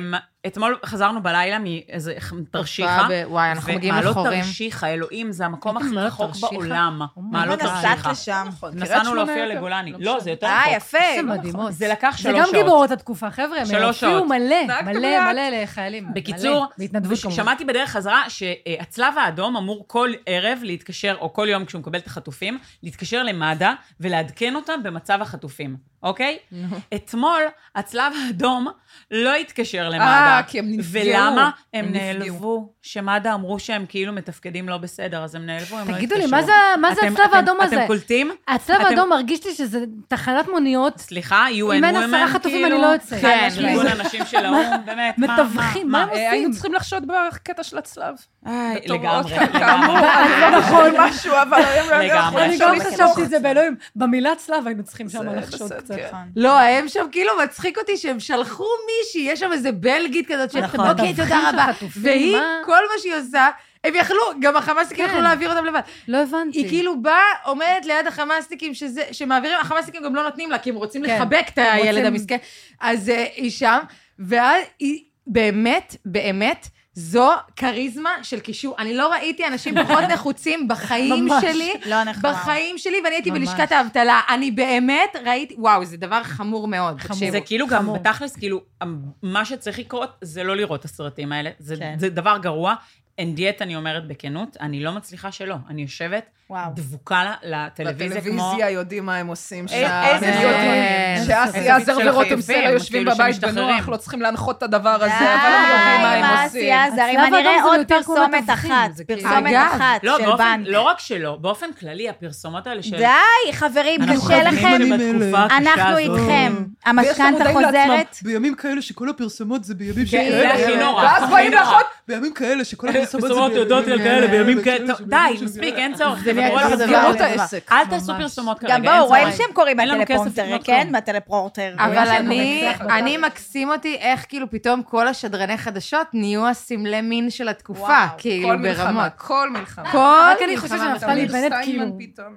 Speaker 3: אמ, אתמול חזרנו בלילה מאיזה תרשיחא.
Speaker 1: אה, ב- וואי, אנחנו מגיעים
Speaker 3: ומעלות
Speaker 1: לחורים.
Speaker 3: תרשיחא, אלוהים, זה המקום הכי
Speaker 1: מעלות
Speaker 3: רחוק
Speaker 1: תרשיחא?
Speaker 3: בעולם.
Speaker 1: אומייגאד.
Speaker 3: מעלות
Speaker 1: למה נסעת
Speaker 3: תרשיחא.
Speaker 6: לשם?
Speaker 4: קריית
Speaker 3: נסענו
Speaker 4: שמונה
Speaker 3: להופיע
Speaker 4: יותר.
Speaker 3: לגולני. לא, זה יותר
Speaker 6: אה,
Speaker 3: רחוק.
Speaker 6: יפה.
Speaker 4: זה מדהימות.
Speaker 3: זה לקח שלוש
Speaker 4: זה
Speaker 3: שעות.
Speaker 4: גם גיבורות התקופה, חבר'ה. הם
Speaker 3: שלוש
Speaker 4: הופיעו
Speaker 3: שעות.
Speaker 4: מלא,
Speaker 3: נהגתם
Speaker 4: מלא,
Speaker 3: לאט.
Speaker 4: מלא לחיילים. מלא.
Speaker 3: בקיצור,
Speaker 4: בהתנדבות כמובן.
Speaker 3: שמעתי בדרך חזרה שהצלב האדום אמור כל ערב להתקשר, או כל יום כשהוא מקבל את החטופים, להתקשר למד"א ולעדכן אותם במצב החטופים, אוקיי? אתמול הצלב האדום לא התקשר למד"א.
Speaker 2: אה, כי הם נפגעו.
Speaker 3: ולמה? הם
Speaker 2: הם נפגעו.
Speaker 3: נעלבו. שמד"א אמרו שהם כאילו מתפקדים לא בסדר, אז הם נעלבו, הם לא
Speaker 4: תגידו
Speaker 3: התקשרו.
Speaker 4: לי, מה זה- מה זה
Speaker 3: אתם-
Speaker 4: הצלב
Speaker 3: אתם-
Speaker 4: האדום הזה?
Speaker 3: אתם קולטים?
Speaker 4: הצלב
Speaker 3: אתם-
Speaker 4: האדום מרגיש לי שזה תחנת מוניות.
Speaker 3: סליחה, UN Women, כאילו...
Speaker 4: אם אין עשרה חטופים, אני לא יוצאת.
Speaker 3: כן,
Speaker 4: חד
Speaker 3: ארגון
Speaker 4: משמעית.
Speaker 3: הנשים של האו"ם,
Speaker 4: *laughs*
Speaker 3: באמת. מה-
Speaker 4: מתווכים, מה הם
Speaker 2: אה, היינו
Speaker 4: עושים?
Speaker 2: צריכים לחשוד בקטע של הצלב.
Speaker 3: איי,
Speaker 2: בתור
Speaker 3: לגמרי,
Speaker 2: עוד כמה-
Speaker 3: לגמרי.
Speaker 4: לא נכון.
Speaker 7: משהו, אבל היום לא
Speaker 3: לגמרי.
Speaker 4: אני גם חשבתי את זה באלוהים. במילה צלב היינו צריכים שם לחשוד
Speaker 2: בסדר,
Speaker 4: קצת.
Speaker 2: כן.
Speaker 1: לא, הם שם כאילו מצחיק אותי שהם שלחו מישהי, יש שם איזה בלגית כזאת, ש-
Speaker 8: נכון.
Speaker 1: אוקיי, תודה
Speaker 4: מדווחים
Speaker 1: רבה.
Speaker 4: שהחטופים,
Speaker 1: והיא,
Speaker 4: מה?
Speaker 1: כל מה שהיא עושה, הם יכלו, גם החמאסניקים
Speaker 4: כן.
Speaker 1: יכלו להעביר אותם לבד.
Speaker 4: לא הבנתי.
Speaker 1: היא כאילו באה, עומדת ליד החמאסניקים, שזה, שמעבירים, החמאסניקים גם לא נותנים לה, כי הם רוצים
Speaker 4: כן.
Speaker 1: לחבק את
Speaker 4: הם
Speaker 1: הילד
Speaker 4: רוצים-
Speaker 1: המסכן. אז אה, היא שם, ואז היא באמת, באמת, זו כריזמה של קישור. אני לא ראיתי אנשים פחות נחוצים בחיים
Speaker 4: ממש.
Speaker 1: שלי,
Speaker 6: לא נחמד.
Speaker 1: בחיים שלי, ואני הייתי
Speaker 4: ממש.
Speaker 1: בלשכת האבטלה. אני באמת ראיתי, וואו, זה דבר חמור מאוד.
Speaker 4: חמור.
Speaker 1: תקשיבו.
Speaker 3: זה כאילו גם,
Speaker 4: חמור.
Speaker 3: בתכלס, כאילו, המ- מה שצריך לקרות זה לא לראות את הסרטים האלה. זה-
Speaker 6: כן.
Speaker 3: זה דבר גרוע. אין דיאט, אני אומרת בכנות, אני לא מצליחה שלא. אני יושבת
Speaker 6: וואו.
Speaker 3: דבוקה ל- לטלוויזיה כמו...
Speaker 2: בטלוויזיה יודעים מה הם עושים שם.
Speaker 7: אה, איזה
Speaker 2: כן.
Speaker 7: סרטונים.
Speaker 2: שאסי
Speaker 3: איזה
Speaker 2: עזר
Speaker 3: סרטונים.
Speaker 2: ורותם סלע יושבים
Speaker 3: כאילו
Speaker 2: בבית
Speaker 3: שמשתחררים.
Speaker 2: בנוח, לא צריכים להנחות את הדבר הזה,
Speaker 6: די,
Speaker 2: אבל הם יודעים מה
Speaker 6: מה
Speaker 2: הם עושים.
Speaker 6: העשייה הזר? אם
Speaker 4: הצלב
Speaker 6: אני אראה
Speaker 4: האדום זה
Speaker 6: עוד
Speaker 4: יותר כמו
Speaker 6: פרסומת
Speaker 4: מתווכים,
Speaker 6: אחת,
Speaker 4: זה כאילו-
Speaker 6: פרסומת
Speaker 1: אגב,
Speaker 6: אחת
Speaker 3: לא,
Speaker 6: של
Speaker 3: באופן,
Speaker 6: בנק.
Speaker 3: לא רק שלא, באופן כללי, הפרסומות האלה של...
Speaker 6: די, חברים,
Speaker 3: אנחנו
Speaker 6: קשה
Speaker 3: חווים
Speaker 6: לכם.
Speaker 3: את זה בתקופה הקשה
Speaker 6: אנחנו
Speaker 3: הזאת.
Speaker 6: איתכם. המשכנתה חוזרת.
Speaker 10: בימים כאלה שכל הפרסומות זה בימים
Speaker 3: כן, זה הכי נורא.
Speaker 2: ואז
Speaker 3: הכי
Speaker 2: באים
Speaker 3: נורא.
Speaker 2: לאחות,
Speaker 10: בימים כאלה שכל
Speaker 3: פרסומות יודעות על כאלה בימים כאלה. טוב, די, מספיק, אין צורך. תדברו על
Speaker 1: זה
Speaker 3: הדבר
Speaker 1: דבר
Speaker 3: הזה.
Speaker 2: העסק.
Speaker 3: אל תעשו פרסומות כרגע,
Speaker 6: גם
Speaker 3: כן, אין
Speaker 6: בואו, רואים
Speaker 3: צורך.
Speaker 6: שהם קוראים
Speaker 3: אין לנו כסף
Speaker 6: בטלפורטר,
Speaker 3: לקנות
Speaker 6: כן?
Speaker 3: כלום.
Speaker 6: בטלפורטר.
Speaker 1: אבל
Speaker 4: יש לנו
Speaker 1: אני,
Speaker 4: מגזר
Speaker 1: אני מקסים אותי איך כאילו פתאום כל השדרני חדשות נהיו הסמלי מין של התקופה, כאילו
Speaker 2: כל
Speaker 1: ברמות.
Speaker 2: מלחמה, כל מלחמה.
Speaker 1: כל
Speaker 4: רק אני חושבת שנפתלי
Speaker 2: אבל
Speaker 4: בנט
Speaker 2: סטיינמן
Speaker 4: כאילו...
Speaker 2: פתאום,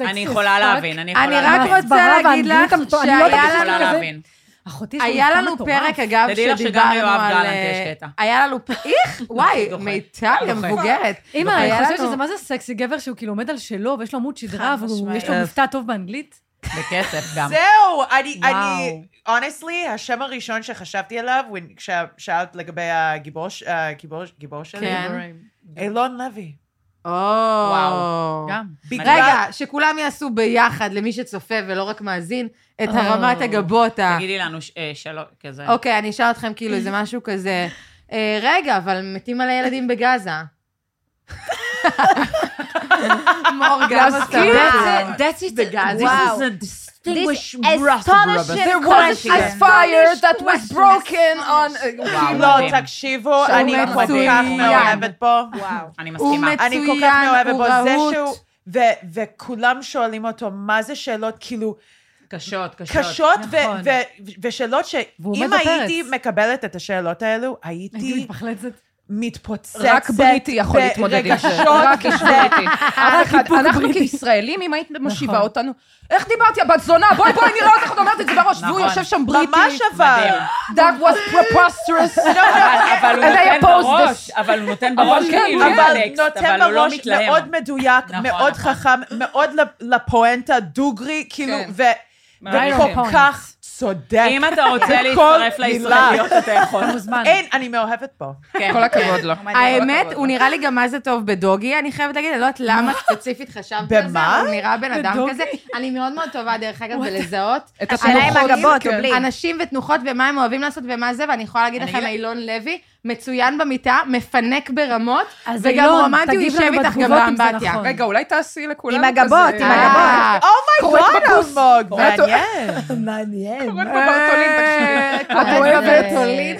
Speaker 2: אה,
Speaker 3: אני יכולה להבין, אני יכולה
Speaker 1: אני
Speaker 3: להבין.
Speaker 1: רק רוצה
Speaker 4: הסברה
Speaker 1: להגיד לך
Speaker 4: והאנגלית המטורפת, אני לא
Speaker 1: שהיה
Speaker 4: יודעת
Speaker 3: אני יכולה
Speaker 1: לנו
Speaker 4: כזה-
Speaker 3: להבין.
Speaker 4: אחותי שלו
Speaker 1: היה
Speaker 4: נפטרה
Speaker 1: לנו
Speaker 4: מטורף.
Speaker 1: פרק, אגב,
Speaker 3: תדעי לך שגם
Speaker 1: שדיברנו
Speaker 3: ליואב
Speaker 1: על...
Speaker 3: גלנט יש קטע.
Speaker 1: היה לנו פרק, איך,
Speaker 3: *laughs*
Speaker 1: וואי,
Speaker 3: דוחה.
Speaker 1: מיטל, גם
Speaker 3: דוחה.
Speaker 1: מבוגרת.
Speaker 4: אימא,
Speaker 1: היה
Speaker 4: אני חושבת
Speaker 1: לנו-
Speaker 4: שזה מה זה סקסי, גבר שהוא כאילו עומד על שלו, ויש לו עמוד שדרה,
Speaker 6: חד משמעית.
Speaker 4: ויש לו מבטא טוב באנגלית.
Speaker 3: בכסף גם.
Speaker 7: זהו, אני, אני,
Speaker 4: וואו.
Speaker 7: honestly, השם הראשון שחשבתי עליו, when- כששאלת לגבי הגיבור, ש- הגיבור, גיבור שלי,
Speaker 1: כן.
Speaker 7: אילון לוי.
Speaker 1: או.
Speaker 3: וואו. גם.
Speaker 1: רגע, שכולם יעשו ביחד, למי שצופה ולא רק מאזין, את הרמת הגבות ה...
Speaker 3: תגידי לנו ש- אה, שלוש, כזה.
Speaker 1: אוקיי, אני אשאל אתכם כאילו איזה משהו כזה, אה, רגע, אבל מתים על הילדים בגאזה. מור, גם
Speaker 6: להזכיר את זה,
Speaker 1: that's it. בגאזה.
Speaker 6: וואו.
Speaker 3: This is a
Speaker 6: This
Speaker 3: distinguished
Speaker 6: astonishing
Speaker 2: There was a
Speaker 6: question.
Speaker 2: fire that was broken on...
Speaker 3: וואו,
Speaker 7: לא,
Speaker 3: מדהים.
Speaker 7: תקשיבו,
Speaker 1: שהוא
Speaker 7: אני כל כך
Speaker 1: מצוין.
Speaker 7: מאוהבת בו.
Speaker 3: אני
Speaker 1: הוא
Speaker 3: מסכימה.
Speaker 7: אני כל כך
Speaker 1: מצוין,
Speaker 7: מאוהבת
Speaker 1: הוא
Speaker 7: בו. זה שהוא...
Speaker 1: רהוט.
Speaker 7: ו- וכולם שואלים אותו, מה זה שאלות כאילו
Speaker 3: קשות, קשות.
Speaker 7: קשות, ו-
Speaker 4: נכון.
Speaker 7: ו- ו- ושאלות
Speaker 4: והוא
Speaker 7: שאם
Speaker 4: עומד בפרץ.
Speaker 7: הייתי מקבלת את השאלות האלו,
Speaker 4: הייתי
Speaker 7: הייתי
Speaker 4: מתפחלצת.
Speaker 7: מתפוצצת.
Speaker 2: רק בריטי יכול להתמודד עם זה.
Speaker 7: ברגשות.
Speaker 2: רק איש בריטי. אף אחד. אנחנו כישראלים, אם היית מושיבה
Speaker 4: נכון.
Speaker 2: אותנו, איך דיברתי, הבת זונה, בואי בואי נראה אותך, את אומרת את זה בראש, והוא
Speaker 3: נכון.
Speaker 2: יושב שם בריטי.
Speaker 7: ממש
Speaker 3: מדהים.
Speaker 7: אבל.
Speaker 2: That was preposterous.
Speaker 3: אבל- אבל הוא
Speaker 2: And I
Speaker 3: נותן
Speaker 2: oppose
Speaker 3: בראש,
Speaker 2: this.
Speaker 3: אבל הוא נותן בראש
Speaker 2: כן,
Speaker 3: כאילו,
Speaker 7: אבל
Speaker 3: טקסט,
Speaker 7: נותן
Speaker 3: אבל הוא לא
Speaker 7: בראש
Speaker 3: מתלהם.
Speaker 7: מאוד מדויק,
Speaker 3: נכון,
Speaker 7: מאוד
Speaker 3: נכון.
Speaker 7: חכם, מאוד לפואנטה, דוגרי, כאילו,
Speaker 2: כן.
Speaker 7: ו-
Speaker 3: Right
Speaker 7: וכל
Speaker 4: on.
Speaker 7: כך צודק.
Speaker 3: אם אתה רוצה
Speaker 7: בכל
Speaker 3: להצטרף
Speaker 7: מילה.
Speaker 3: לישראליות, אתה יכול.
Speaker 4: אתה מוזמן.
Speaker 7: אין, אני מאוהבת בו.
Speaker 3: כן.
Speaker 2: כל הכבוד לו.
Speaker 1: האמת, הוא נראה לי גם מה זה טוב בדוגי, אני חייבת להגיד, אני לא יודעת למה ספציפית חשבתי על זה,
Speaker 7: במה?
Speaker 1: אבל הוא נראה בן אדם
Speaker 4: בדוגי?
Speaker 1: כזה. אני מאוד מאוד טובה, דרך אגב, בלזהות.
Speaker 2: את
Speaker 6: השאלה עם
Speaker 2: התנוחות,
Speaker 6: הגבות,
Speaker 2: כן.
Speaker 6: או בלי.
Speaker 1: אנשים ותנוחות ומה הם אוהבים לעשות ומה זה, ואני יכולה להגיד
Speaker 3: אני
Speaker 1: לכם,
Speaker 3: אגיד-
Speaker 1: אילון לוי, מצוין במיטה, מפנק ברמות,
Speaker 4: אז
Speaker 1: וגם
Speaker 4: אילון,
Speaker 1: רומנטי, הוא
Speaker 4: תגיב
Speaker 1: יישב
Speaker 4: לנו
Speaker 1: איתך גם
Speaker 4: בתגובות אם זה
Speaker 1: באמבטיה.
Speaker 4: נכון.
Speaker 2: רגע, אולי תעשי לכולם
Speaker 6: עם הגבות, עם
Speaker 2: אה,
Speaker 6: הגבות.
Speaker 1: אה,
Speaker 2: קוראת
Speaker 7: אומייגוד,
Speaker 2: בקורס.
Speaker 7: אלמוג,
Speaker 2: קוראת-
Speaker 7: מעניין.
Speaker 8: מעניין.
Speaker 2: קוראת בברטולין,
Speaker 1: אה.
Speaker 2: תקשיבי.
Speaker 1: קוראת
Speaker 2: את אוהבת.
Speaker 1: בברטולין.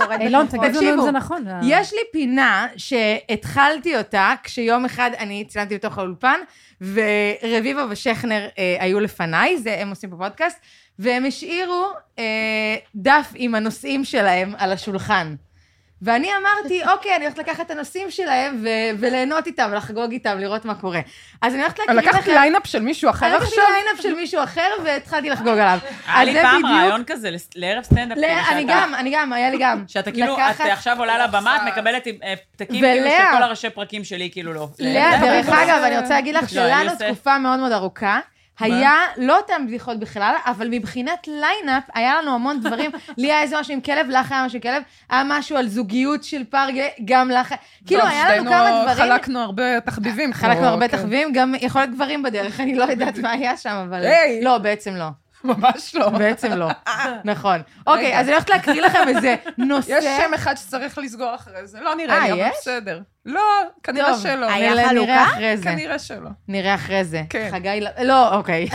Speaker 3: אה,
Speaker 4: אילון, תגיד לנו אם
Speaker 1: תקשיבו,
Speaker 4: זה נכון.
Speaker 1: יש לי פינה שהתחלתי אותה כשיום אחד אני צילמתי בתוך האולפן, ורביבו ושכנר אה, היו לפניי, זה הם עושים בפודקאסט, והם השאירו אה, דף עם הנושאים שלהם על השולחן. ואני אמרתי, אוקיי, אני הולכת לקחת את הנושאים שלהם ו- וליהנות איתם, לחגוג איתם, לראות מה קורה. אז אני הולכת להקריא לכם...
Speaker 2: לקחת לא ליינאפ של מישהו אחר
Speaker 1: לקחתי
Speaker 2: עכשיו?
Speaker 1: ליינאפ של מישהו אחר והתחלתי לחגוג עליו.
Speaker 3: היה
Speaker 1: אז
Speaker 3: לי
Speaker 1: זה
Speaker 3: פעם
Speaker 1: בדיוק-
Speaker 3: רעיון כזה לס- לערב סטנדאפ.
Speaker 1: לא,
Speaker 3: כאילו,
Speaker 1: אני
Speaker 3: שאתה-
Speaker 1: גם, אני גם, היה לי גם.
Speaker 3: שאתה כאילו, את
Speaker 1: לקחת-
Speaker 3: עכשיו עולה לבמה, את מקבלת עם, אה, פתקים כאילו
Speaker 1: ולאה-
Speaker 3: של כל הראשי פרקים שלי, כאילו לא.
Speaker 1: לאה, דרך אגב, אני רוצה להגיד לך
Speaker 3: לא, אני
Speaker 1: שלנו
Speaker 3: עושה-
Speaker 1: תקופה מאוד מאוד ארוכה. היה לא אותן בדיחות בכלל, אבל מבחינת ליינאפ, היה לנו המון
Speaker 2: *laughs*
Speaker 1: דברים. לי היה איזה משהו עם כלב, לך היה משהו עם כלב, היה משהו על זוגיות של פער גאה, גם לך. כאילו, היה לנו
Speaker 2: לא, שתינו
Speaker 1: כמה דברים.
Speaker 2: חלקנו הרבה תחביבים.
Speaker 1: חלקנו
Speaker 2: פה,
Speaker 1: הרבה
Speaker 2: כן.
Speaker 1: תחביבים, גם יכול להיות גברים בדרך, *laughs* אני לא יודעת מה היה שם, אבל...
Speaker 2: היי.
Speaker 1: לא, בעצם
Speaker 2: *laughs*
Speaker 1: לא.
Speaker 2: *laughs* ממש לא.
Speaker 1: בעצם
Speaker 2: *laughs*
Speaker 1: לא. נכון. אוקיי, אז אני הולכת להקריא לכם איזה נושא.
Speaker 2: יש שם אחד שצריך לסגור אחרי זה. לא נראה
Speaker 1: אה,
Speaker 2: לי, אבל
Speaker 1: יש?
Speaker 2: בסדר. לא, כנראה
Speaker 1: טוב,
Speaker 2: שלא.
Speaker 1: היה
Speaker 2: נראה-
Speaker 1: חלוקה?
Speaker 2: נראה
Speaker 1: אחרי זה.
Speaker 2: כנראה שלא.
Speaker 1: נראה אחרי זה.
Speaker 2: כן.
Speaker 1: חגי... ל- לא,
Speaker 6: *laughs*
Speaker 1: אוקיי.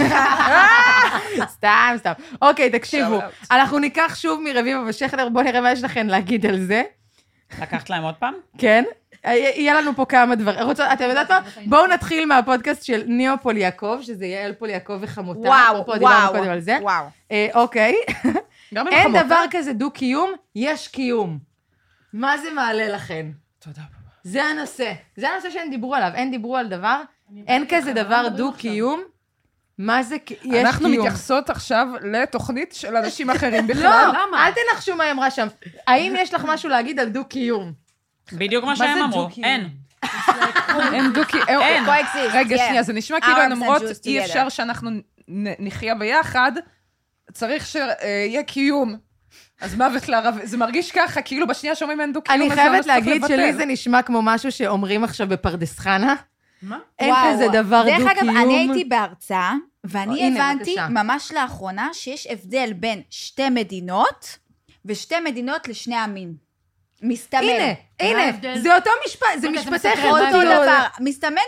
Speaker 1: סתם, סתם. אוקיי, תקשיבו. אנחנו ניקח שוב מרביבו ושכנר, בואו נראה מה יש לכם להגיד על זה.
Speaker 3: לקחת להם עוד פעם?
Speaker 1: כן? יהיה לנו פה כמה דברים. רוצות- אתם יודעת מה? בואו נתחיל מהפודקאסט של ניאו פול יעקב, שזה יהיה אל פול יעקב וחמותה.
Speaker 6: וואו,
Speaker 1: אפרופו,
Speaker 6: וואו.
Speaker 1: דיברנו קודם על זה.
Speaker 6: וואו.
Speaker 1: אה, אוקיי.
Speaker 2: גם עם
Speaker 1: אין
Speaker 2: חמותה?
Speaker 1: דבר כזה דו-קיום, יש קיום. מה זה מעלה לכן?
Speaker 2: תודה
Speaker 1: זה הנושא. זה הנושא שהם דיברו עליו. הם דיברו על דבר, אין כזה דבר דו-קיום. מה זה כ- יש קיום?
Speaker 2: אנחנו מתייחסות עכשיו לתוכנית של אנשים
Speaker 1: *laughs*
Speaker 2: אחרים
Speaker 1: לא,
Speaker 2: בכלל.
Speaker 1: אל תנחשו מה היא אמרה שם. האם יש לך משהו להגיד על דו-קיום?
Speaker 3: בדיוק מה
Speaker 1: זה
Speaker 3: שהם אמרו,
Speaker 1: דו-קיום?
Speaker 3: אין.
Speaker 2: הם דוקי...
Speaker 3: אין.
Speaker 6: coexist,
Speaker 2: רגע,
Speaker 1: כן.
Speaker 6: yeah.
Speaker 2: שנייה, זה נשמע
Speaker 6: Our
Speaker 2: כאילו הן
Speaker 6: arms and
Speaker 2: אומרות,
Speaker 6: Jews
Speaker 2: אי
Speaker 6: together."
Speaker 2: אפשר שאנחנו נ- נחיה ביחד, צריך שיהיה קיום. אז מוות לערב, זה מרגיש ככה, כאילו בשנייה שאומרים אין דו-קיום,
Speaker 1: אני
Speaker 2: אז זה ממש
Speaker 1: חייבת
Speaker 2: צריך
Speaker 1: להגיד
Speaker 2: לבטל.
Speaker 1: שלי זה נשמע כמו משהו שאומרים עכשיו בפרדס חנה.
Speaker 3: מה?
Speaker 1: אין
Speaker 6: וואו.
Speaker 1: כזה דבר דו-קיום.
Speaker 6: דרך אגב, אני הייתי בהרצאה, ואני
Speaker 1: או, הנה,
Speaker 6: הבנתי
Speaker 1: בבקשה.
Speaker 6: ממש לאחרונה שיש הבדל בין שתי מדינות ושתי מדינות לשני עמים. מסתמן. אוקיי,
Speaker 1: הנה, הנה, זה אותו משפט, זה משפטי
Speaker 6: אותו
Speaker 1: חברתיות.
Speaker 6: דבר. מסתמן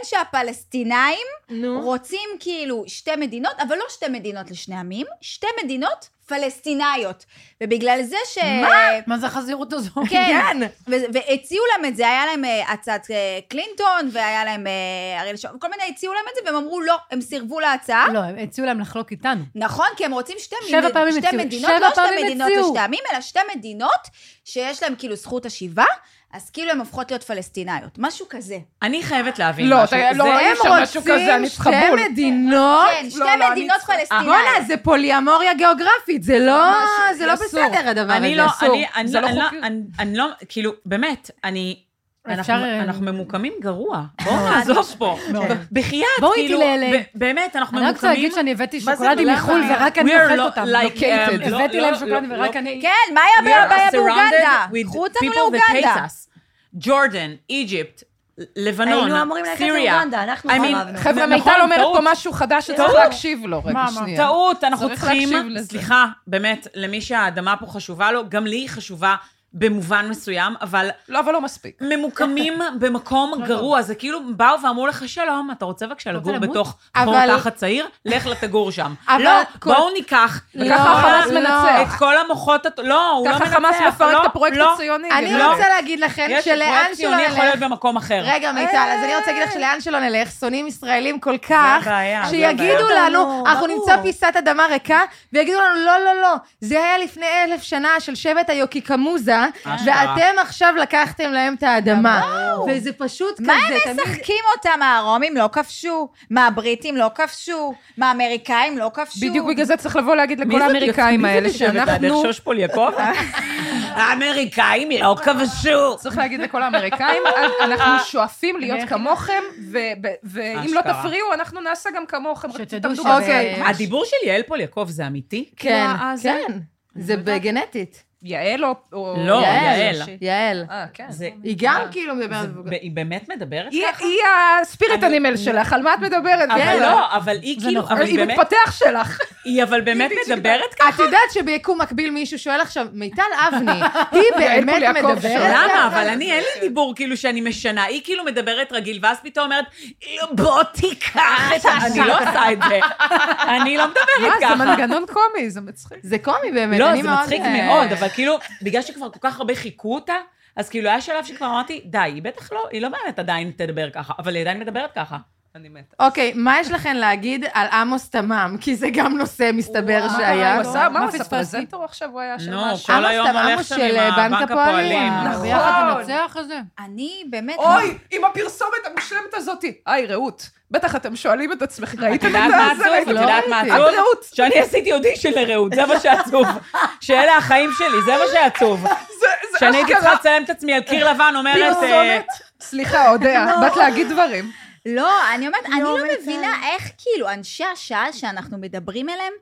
Speaker 6: שהפלסטינאים רוצים כאילו שתי מדינות, אבל לא שתי מדינות לשני עמים, שתי מדינות פלסטינאיות. ובגלל זה ש... מה?
Speaker 4: מה זה החזירות הזו?
Speaker 6: כן, ו- והציעו להם את זה, היה להם אה, הצעת אה, קלינטון, והיה להם אה, אריאל שרון, כל מיני הציעו להם את זה, והם אמרו לא, הם סירבו להצעה.
Speaker 4: לא, הם הציעו להם לחלוק איתנו.
Speaker 6: נכון, כי הם רוצים שתי,
Speaker 4: שבע
Speaker 6: מדינות-
Speaker 4: פעמים
Speaker 6: שתי
Speaker 4: הציעו,
Speaker 6: מדינות,
Speaker 4: שבע
Speaker 6: לא שתי
Speaker 4: פעמים
Speaker 6: מדינות
Speaker 4: הציעו.
Speaker 6: לשתי עמים, אלא שתי מדינות שיש להן כאילו זכות השיבה, אז כאילו הן הופכות להיות פלסטינאיות, משהו כזה.
Speaker 3: אני חייבת להבין
Speaker 2: לא,
Speaker 3: משהו.
Speaker 2: אתה- לא,
Speaker 3: זה-
Speaker 2: אי
Speaker 1: הם
Speaker 2: אפשר משהו כזה,
Speaker 1: רוצים
Speaker 2: אני
Speaker 1: שתי
Speaker 2: צריכה בול.
Speaker 1: מדינות?
Speaker 6: כן, שתי מדינות פלסטינאיות.
Speaker 1: בואנה, זה פוליאמוריה גיאוגרפית, זה לא זה לא בסדר הדבר הזה.
Speaker 3: אני לא, אני, אני,
Speaker 1: זה
Speaker 3: לא,
Speaker 1: לא
Speaker 3: אני, לא,
Speaker 1: חוקי.
Speaker 3: אני, אני לא, כאילו, באמת, אני... אנחנו,
Speaker 1: אה,
Speaker 4: אפשר,
Speaker 3: אנחנו ממוקמים גרוע, בואו
Speaker 4: מאוד.
Speaker 3: נעזוב פה.
Speaker 4: מאוד.
Speaker 3: בחייאת,
Speaker 4: בואו איתי
Speaker 3: כאילו,
Speaker 4: ל-LA.
Speaker 3: ב- באמת, אנחנו
Speaker 4: אני
Speaker 3: ממוקמים...
Speaker 4: רק רוצה להגיד שאני הבאתי
Speaker 3: מה זה
Speaker 4: שוקולדים
Speaker 3: למה?
Speaker 4: מחו"ל ורק
Speaker 3: We
Speaker 4: אני
Speaker 3: are
Speaker 4: אוכלת
Speaker 3: not
Speaker 4: אותם.
Speaker 3: like, um, לא-
Speaker 4: הבאתי להם
Speaker 3: לא-
Speaker 4: שוקולדים
Speaker 3: לא-
Speaker 4: ורק
Speaker 3: לא-
Speaker 4: אני...
Speaker 6: כן, מה היה
Speaker 3: We are
Speaker 6: הבעיה באוגנדה?
Speaker 3: surrounded with
Speaker 6: קחו אותנו
Speaker 3: people that
Speaker 6: לאוגנדה.
Speaker 3: hate us. ג'ורדן, איג'יפט, לבנון,
Speaker 8: היינו אמורים ללכת
Speaker 3: סיריה.
Speaker 8: לאוגנדה, אנחנו
Speaker 3: I mean,
Speaker 8: חרבנו.
Speaker 2: חבר'ה,
Speaker 3: נכון,
Speaker 2: מיטל אומרת
Speaker 3: טעות.
Speaker 2: פה משהו חדש שצריך
Speaker 3: טעות.
Speaker 2: להקשיב לו, רגע, שנייה.
Speaker 3: טעות, אנחנו
Speaker 2: צריך
Speaker 3: צריכים,
Speaker 2: להקשיב לזה.
Speaker 3: סליחה, באמת, למי שהאדמה פה חשובה לו, גם לי היא חשובה במובן מסוים, אבל
Speaker 2: לא, אבל לא מספיק.
Speaker 3: ממוקמים במקום גרוע, זה כאילו באו ואמרו לך, שלום, אתה רוצה בבקשה לגור
Speaker 4: למות?"
Speaker 3: בתוך חור
Speaker 1: אבל-
Speaker 3: תחת צעיר? לך לתגור שם.
Speaker 1: אבל
Speaker 3: לא,
Speaker 1: כל-
Speaker 3: בואו ניקח את
Speaker 1: לא,
Speaker 3: כל ה-
Speaker 1: לא.
Speaker 3: את כל המוחות, הת- לא, הוא לא
Speaker 2: ככה
Speaker 3: מנצח.
Speaker 2: חמאס מפרק
Speaker 3: לא,
Speaker 2: את הפרויקט
Speaker 3: לא.
Speaker 2: הציוני.
Speaker 1: אני
Speaker 2: גדול.
Speaker 1: רוצה להגיד לכם
Speaker 3: יש
Speaker 1: שלאן
Speaker 3: פרויקט
Speaker 1: שלא
Speaker 3: ציוני יכול להיות
Speaker 1: נלך...
Speaker 3: במקום אחר.
Speaker 1: רגע, מיטל, אז אני רוצה
Speaker 2: אה.
Speaker 1: להגיד לך שלאן שלא נלך, שונאים ישראלים כל כך,
Speaker 3: הבעיה, זה
Speaker 1: שיגידו
Speaker 3: הבעיה.
Speaker 1: לנו, אנחנו נמצא פיסת אדמה ריקה, ויגידו לנו, לא, לא, לא, זה היה לפני אלף שנה של שבט היוקיקמוזה,
Speaker 3: אשכרה.
Speaker 1: ואתם עכשיו לקחתם להם את האדמה. וזה פשוט כזה,
Speaker 6: מה הם
Speaker 1: תמיד-
Speaker 6: משחקים אותם? הרומים לא כבשו, מה הבריטים לא כבשו, מה האמריקאים לא כבשו.
Speaker 2: בדיוק בגלל זה צריך לבוא להגיד
Speaker 3: מי
Speaker 2: לכל
Speaker 3: זאת
Speaker 2: האמריקאים
Speaker 3: יוצאת-
Speaker 2: האלה
Speaker 3: מי זאת יושבת לידך?
Speaker 2: שאנחנו...
Speaker 3: שוש פוליאקוב? האמריקאים לא כבשו.
Speaker 2: צריך להגיד לכל האמריקאים, "אנ- אנחנו שואפים להיות כמוכם, ו- ו- ואם לא
Speaker 3: אה. אשכרה.
Speaker 2: תפריעו, אנחנו נעשה גם כמוכם. רק
Speaker 11: כן,
Speaker 4: שתדעו
Speaker 2: תתאבדו
Speaker 4: שזה-
Speaker 2: בזה.
Speaker 3: הדיבור של יעל פוליאקוב זה אמיתי?
Speaker 1: אוקיי. כן,
Speaker 2: אה, זה-
Speaker 1: כן. זה בגנטית.
Speaker 2: יעל או- או...
Speaker 3: לא,
Speaker 2: כן.
Speaker 3: יעל.
Speaker 1: יעל.
Speaker 2: אה, כן.
Speaker 3: זה-
Speaker 1: היא גם כאילו מדברת...
Speaker 3: זה- היא באמת מדברת
Speaker 2: היא- היא הספיריט אנימל שלך, על מה את מדברת?
Speaker 3: אבל
Speaker 2: יעל?
Speaker 3: לא, אבל היא כאילו, אבל היא
Speaker 2: כן. נכון. היא
Speaker 3: באמת,
Speaker 2: מתפתח שלך.
Speaker 3: היא אבל באמת מדברת ככה.
Speaker 2: נכון.
Speaker 1: את יודעת שביקום מקביל מישהו שואל עכשיו, מיטל אבני,
Speaker 2: *laughs*
Speaker 1: היא באמת
Speaker 2: יעל פוליאקוב
Speaker 1: מדברת?
Speaker 2: שואלה.
Speaker 3: למה? אבל אני, אין לי דיבור כאילו שאני משנה. היא כאילו מדברת רגיל, ואז פתאום אומרת, בוא תיקח את ה... אני לא עושה את
Speaker 2: *laughs*
Speaker 3: זה. אני לא מדברת
Speaker 2: מה, זה
Speaker 3: ככה.
Speaker 2: מנגנון קומי, זה מצחיק.
Speaker 1: זה קומי באמת,
Speaker 3: לא,
Speaker 1: אני
Speaker 3: זה
Speaker 1: מאוד,
Speaker 3: מצחיק
Speaker 1: אה,
Speaker 3: מאוד, אבל כאילו, בגלל שכבר כל כך הרבה חיכו אותה, אז כאילו היה שלב שכבר אמרתי, די, היא בטח לא, היא לא באמת עדיין תדבר ככה, אבל היא עדיין מדברת ככה.
Speaker 2: אני מתה.
Speaker 1: אוקיי, מה יש לכן להגיד על עמוס תמם? כי זה גם נושא, מסתבר,
Speaker 2: וואו,
Speaker 1: שהיה.
Speaker 2: הוא עשה, מה הוא עשה? פרזנטור עכשיו הוא
Speaker 3: לא,
Speaker 2: היה של
Speaker 1: נו,
Speaker 2: משהו?
Speaker 1: כל היום עמוס הולך שם של עם בנק הבנק הפועלים. לא. הפועלים.
Speaker 2: נכון.
Speaker 1: ביחד
Speaker 11: ננצח את זה?
Speaker 6: אני באמת...
Speaker 2: אוי, עם הפרסומת המושלמת הזאת. היי, רעות, בטח אתם שואלים את עצמכם,
Speaker 12: את
Speaker 2: *laughs* ראיתם את
Speaker 12: יודעת מה
Speaker 2: זה?
Speaker 12: עצוב?
Speaker 2: ראיתם
Speaker 12: את
Speaker 2: את
Speaker 12: יודעת
Speaker 2: זה?
Speaker 12: מה
Speaker 2: את
Speaker 12: עצוב?
Speaker 2: רעות.
Speaker 3: *laughs*
Speaker 12: שאני עשיתי אודישן לרעות, זה מה
Speaker 2: *laughs*
Speaker 12: שעצוב. שאלה החיים שלי, זה מה שעצוב.
Speaker 3: *laughs*
Speaker 2: שאני הייתי צריכה
Speaker 12: לצלם את עצמי על
Speaker 3: קיר לבן אומרת... אה,
Speaker 2: פרסומת? סליחה, אודה,
Speaker 6: לא.
Speaker 2: באת להגיד דברים.
Speaker 6: לא, אני אומרת, אני לא
Speaker 2: יום אחד.
Speaker 6: מבינה איך כאילו אנשי השעה שאנחנו מדברים אליהם,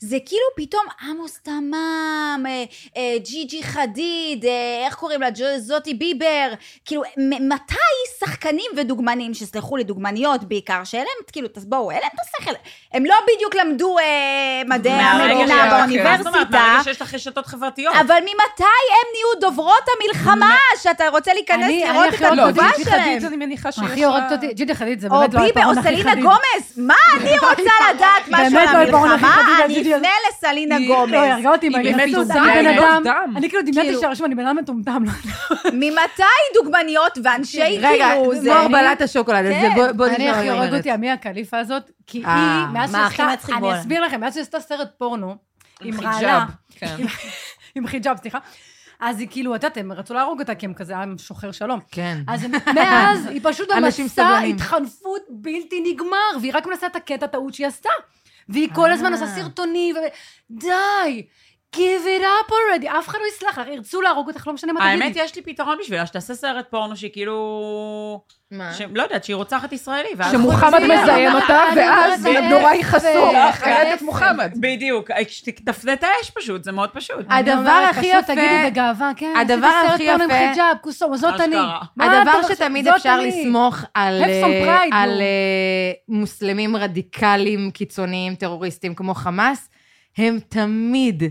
Speaker 6: זה כאילו פתאום עמוס תמם, אה, אה, ג'י ג'י חדיד, אה, איך קוראים לה, ג'ו- זאתי ביבר, כאילו, מ- מתי שחקנים ודוגמנים, שסלחו לי, דוגמניות בעיקר, שאין להם, כאילו, תס- בואו, אין להם את השכל, הם לא בדיוק למדו אה, מדעי
Speaker 3: מהרגע
Speaker 6: המדינה
Speaker 3: ש- לא. מה זאת אומרת?
Speaker 6: באוניברסיטה.
Speaker 3: מהרגע שיש לך רשתות חברתיות.
Speaker 6: אבל ממתי הם נהיו דוברות המלחמה, שאתה רוצה להיכנס
Speaker 3: אני- אני לא,
Speaker 6: לראות
Speaker 3: הכי
Speaker 6: את
Speaker 3: הורגת
Speaker 6: התגובה
Speaker 3: אותי,
Speaker 6: שלהם?
Speaker 2: אני מניחה שיש
Speaker 11: הכי הורגת אותי, ג'ידי חדיד זה
Speaker 6: או
Speaker 11: באמת לא
Speaker 6: ביבר
Speaker 11: הפרעון
Speaker 6: או
Speaker 11: הכי
Speaker 6: סלינה
Speaker 11: חדיד.
Speaker 6: גומז, מה אני רוצה לדעת משהו
Speaker 11: באמת
Speaker 6: על
Speaker 11: לא הפרעון הכי
Speaker 6: המלחמה?
Speaker 11: חדיד,
Speaker 6: אני
Speaker 11: הג'ידי
Speaker 6: אפנה לסלינה גומז.
Speaker 11: לא, היא הרגה אותי,
Speaker 6: היא
Speaker 11: ואני
Speaker 6: באמת
Speaker 11: מטומטם,
Speaker 6: מטומטמת.
Speaker 11: בן אדם.
Speaker 6: מטומטם.
Speaker 11: אני כאילו דמיינתי
Speaker 6: כאילו-
Speaker 11: שהרשום, אני בן אדם מטומטם. לא
Speaker 6: ממתי דוגמניות ואנשי
Speaker 1: כן, רגע,
Speaker 6: כאילו זה...
Speaker 1: מור בלעת השוקולד, אז
Speaker 11: כן.
Speaker 1: זה- בוא- בוא נשמע
Speaker 11: אני
Speaker 1: מה
Speaker 11: הכי
Speaker 1: היא
Speaker 11: הורג
Speaker 1: אומרת.
Speaker 11: אותי, עמי הקליפה הזאת, כי היא,
Speaker 1: אה,
Speaker 11: מאז
Speaker 1: מה,
Speaker 11: שעשתה...
Speaker 1: הכי מצחיק
Speaker 11: אני
Speaker 1: בעולם.
Speaker 11: אסביר לכם, מאז שעשתה סרט פורנו, עם
Speaker 1: חיג'אב,
Speaker 11: רעלה.
Speaker 1: כן.
Speaker 11: עם- עם חיג'אב, סליחה. אז היא כאילו, את יודעת, הם רצו להרוג אותה, כי הם כזה עם שוחר שלום.
Speaker 1: כן.
Speaker 11: אז הם- מאז היא פשוט
Speaker 1: אנשים
Speaker 11: במסע
Speaker 1: סבלנים.
Speaker 11: התחנפות בלתי נגמר, והיא רק מנסה את הקטע הטעות שהיא עשתה. והיא כל הזמן
Speaker 1: אה.
Speaker 11: עושה סרטונים, ו... די! give it up already, אף אחד לא יסלח לך, ירצו להרוג אותך, לא משנה מה תגידי.
Speaker 3: האמת, יש לי פתרון בשבילה, שתעשה סרט פורנו שהיא כאילו...
Speaker 1: מה?
Speaker 3: לא יודעת, שהיא רוצחת ישראלי. ואז-
Speaker 2: שמוחמד מזיין אותה, ואז נורא יכעסו.
Speaker 3: איך-
Speaker 2: חיית את מוחמד.
Speaker 3: בדיוק, אה, שתפנה את האש פשוט, זה מאוד פשוט.
Speaker 11: אה,
Speaker 3: אה,
Speaker 1: הדבר הכי יפה...
Speaker 11: תגידי בגאווה, כן,
Speaker 1: הדבר
Speaker 11: עשיתי סרט
Speaker 1: הכי
Speaker 11: פורנו עם
Speaker 1: יפה-
Speaker 11: חיג'אב, קוסום, זאת אני.
Speaker 3: אשכרה.
Speaker 11: מה אתה
Speaker 1: הדבר
Speaker 11: חושב?
Speaker 1: שתמיד
Speaker 11: זאת
Speaker 1: אפשר
Speaker 11: אני.
Speaker 1: לסמוך על,
Speaker 11: Have some
Speaker 1: אה,
Speaker 11: pride,
Speaker 1: על
Speaker 11: נו.
Speaker 1: אה, מוסלמים רדיקליים, קיצוניים, טרוריסטים כמו חמאס, הם תמיד,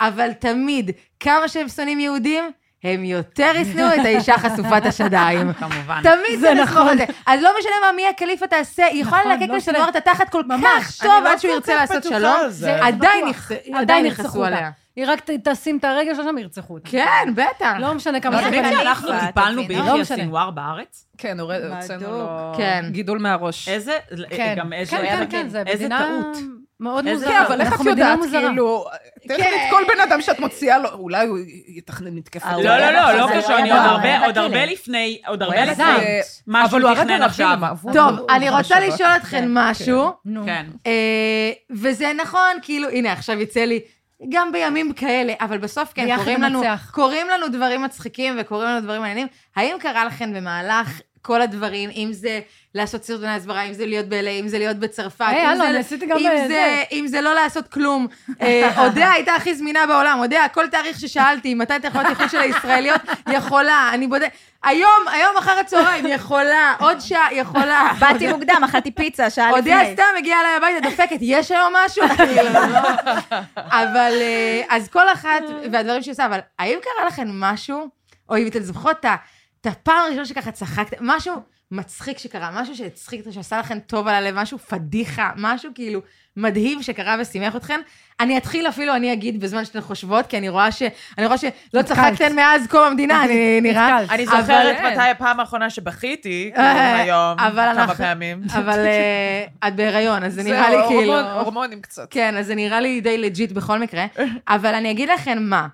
Speaker 1: אבל תמיד, כמה שהם שונאים יהודים, הם יותר ישנאו את האישה
Speaker 11: *laughs*
Speaker 1: חשופת השדיים.
Speaker 11: נכון.
Speaker 3: כמובן.
Speaker 1: תמיד
Speaker 11: זה
Speaker 1: זה לסמוך
Speaker 11: נכון.
Speaker 1: על זה. אז לא משנה מה מיה קליפה תעשה, היא יכולה
Speaker 11: נכון,
Speaker 1: ללקק
Speaker 11: לא משנה.
Speaker 1: לסנוואר את התחת כל כך
Speaker 11: אני
Speaker 1: טוב
Speaker 11: לא
Speaker 1: עד שהוא ירצה
Speaker 11: כל כך
Speaker 1: לעשות
Speaker 11: בטוחה
Speaker 1: שלום,
Speaker 11: על זה.
Speaker 1: עדיין
Speaker 11: בטוח.
Speaker 1: נכס-
Speaker 11: עדיין
Speaker 1: עדיין
Speaker 11: ירצחו
Speaker 1: נכנסו
Speaker 11: אותה.
Speaker 1: עליה.
Speaker 11: היא רק ת- תשים את הרגל שם, ירצחו אותה.
Speaker 1: כן, בטח.
Speaker 11: לא משנה כמה
Speaker 2: אבל
Speaker 11: סרטונים.
Speaker 2: האמת
Speaker 3: אנחנו טיפלנו
Speaker 11: את מבינה? לא
Speaker 3: ביחיא
Speaker 11: משנה.
Speaker 3: סנוואר בארץ?
Speaker 2: כן, הורד- הוצאנו
Speaker 3: בדוק.
Speaker 2: לו
Speaker 3: כן.
Speaker 2: גידול מהראש.
Speaker 3: איזה,
Speaker 11: כן,
Speaker 3: גם איזה,
Speaker 11: כן, כן, כן, זה
Speaker 3: איזה
Speaker 11: מדינה
Speaker 3: טעות.
Speaker 11: מאוד
Speaker 3: איזה-
Speaker 11: מוזרה.
Speaker 2: כן, אבל איך את
Speaker 11: אנחנו מדינה
Speaker 2: יודעת,
Speaker 11: מוזרה.
Speaker 2: כאילו,
Speaker 3: כן.
Speaker 2: טכנית, כל בן אדם שאת מוציאה לו, אולי הוא יתכנן מתקפת.
Speaker 3: לא, לא, לא, לא קשור, אני עוד הרבה, עוד הרבה לפני, עוד הרבה
Speaker 2: היה
Speaker 3: לפני,
Speaker 2: בזית.
Speaker 3: מה
Speaker 2: אבל
Speaker 3: שהוא
Speaker 2: הוא הרג
Speaker 3: תכנן
Speaker 2: ערבים,
Speaker 3: עכשיו.
Speaker 2: אבל הוא-
Speaker 1: טוב,
Speaker 2: הוא-
Speaker 1: אני
Speaker 2: הוא
Speaker 1: רוצה
Speaker 2: בשב"כ.
Speaker 1: לשאול אתכם משהו.
Speaker 3: כן.
Speaker 1: אה, וזה נכון, כאילו, הנה, עכשיו יצא לי, גם בימים כאלה, אבל בסוף כן,
Speaker 11: ביחד
Speaker 1: קוראים לנו,
Speaker 11: ננצח.
Speaker 1: קוראים לנו דברים מצחיקים וקוראים לנו דברים מעניינים. האם קרה לכם במהלך כל הדברים, אם זה לעשות סרטוני הסברה, אם זה להיות ב-LA, אם זה להיות בצרפת,
Speaker 11: היי,
Speaker 1: אם
Speaker 11: הלו,
Speaker 1: זה-
Speaker 11: אני עשיתי גם,
Speaker 1: אם
Speaker 11: אה,
Speaker 1: זה- אם זה לא לעשות כלום. אה, אודה הייתה הכי זמינה בעולם, אודה, כל תאריך ששאלתי, מתי אתה יכול להיות איחוד של הישראליות, יכולה, אני בודק... היום, היום אחר הצהריים, יכולה, עוד שעה, יכולה.
Speaker 6: באתי מוקדם, אכלתי פיצה, שעה אה, לפני.
Speaker 1: אודיה סתם מגיעה אליי הביתה, דופקת, יש היום משהו? *laughs* כאילו, לא. אבל, אה, אז כל אחת והדברים שהיא עושה, אבל האם קרה לכם משהו, או אם אתן זוכרות את ה- את הפעם הראשונה שככה צחקת, משהו מצחיק שקרה, משהו שהצחיק אתכם, שעשה לכם טוב על הלב, משהו פדיחה, משהו כאילו מדהים שקרה ושימח אתכן. אני אתחיל אפילו, אני אגיד בזמן שאתן חושבות, כי אני רואה ש... אני רואה שלא צחקתן מאז קום המדינה, אני נראה.
Speaker 7: אני
Speaker 1: אבל-
Speaker 7: זוכרת מתי הפעם האחרונה שבכיתי, כמו
Speaker 1: אה,
Speaker 7: היום,
Speaker 1: אבל
Speaker 7: כמה
Speaker 1: אנחנו-
Speaker 7: פעמים.
Speaker 1: אבל אה, את בהיריון, אז זה
Speaker 2: זהו,
Speaker 1: נראה לי
Speaker 2: הורמון-
Speaker 1: כאילו...
Speaker 2: הורמונים קצת.
Speaker 1: כן, אז זה נראה לי די לג'יט בכל מקרה. אבל אני אגיד לכם מה.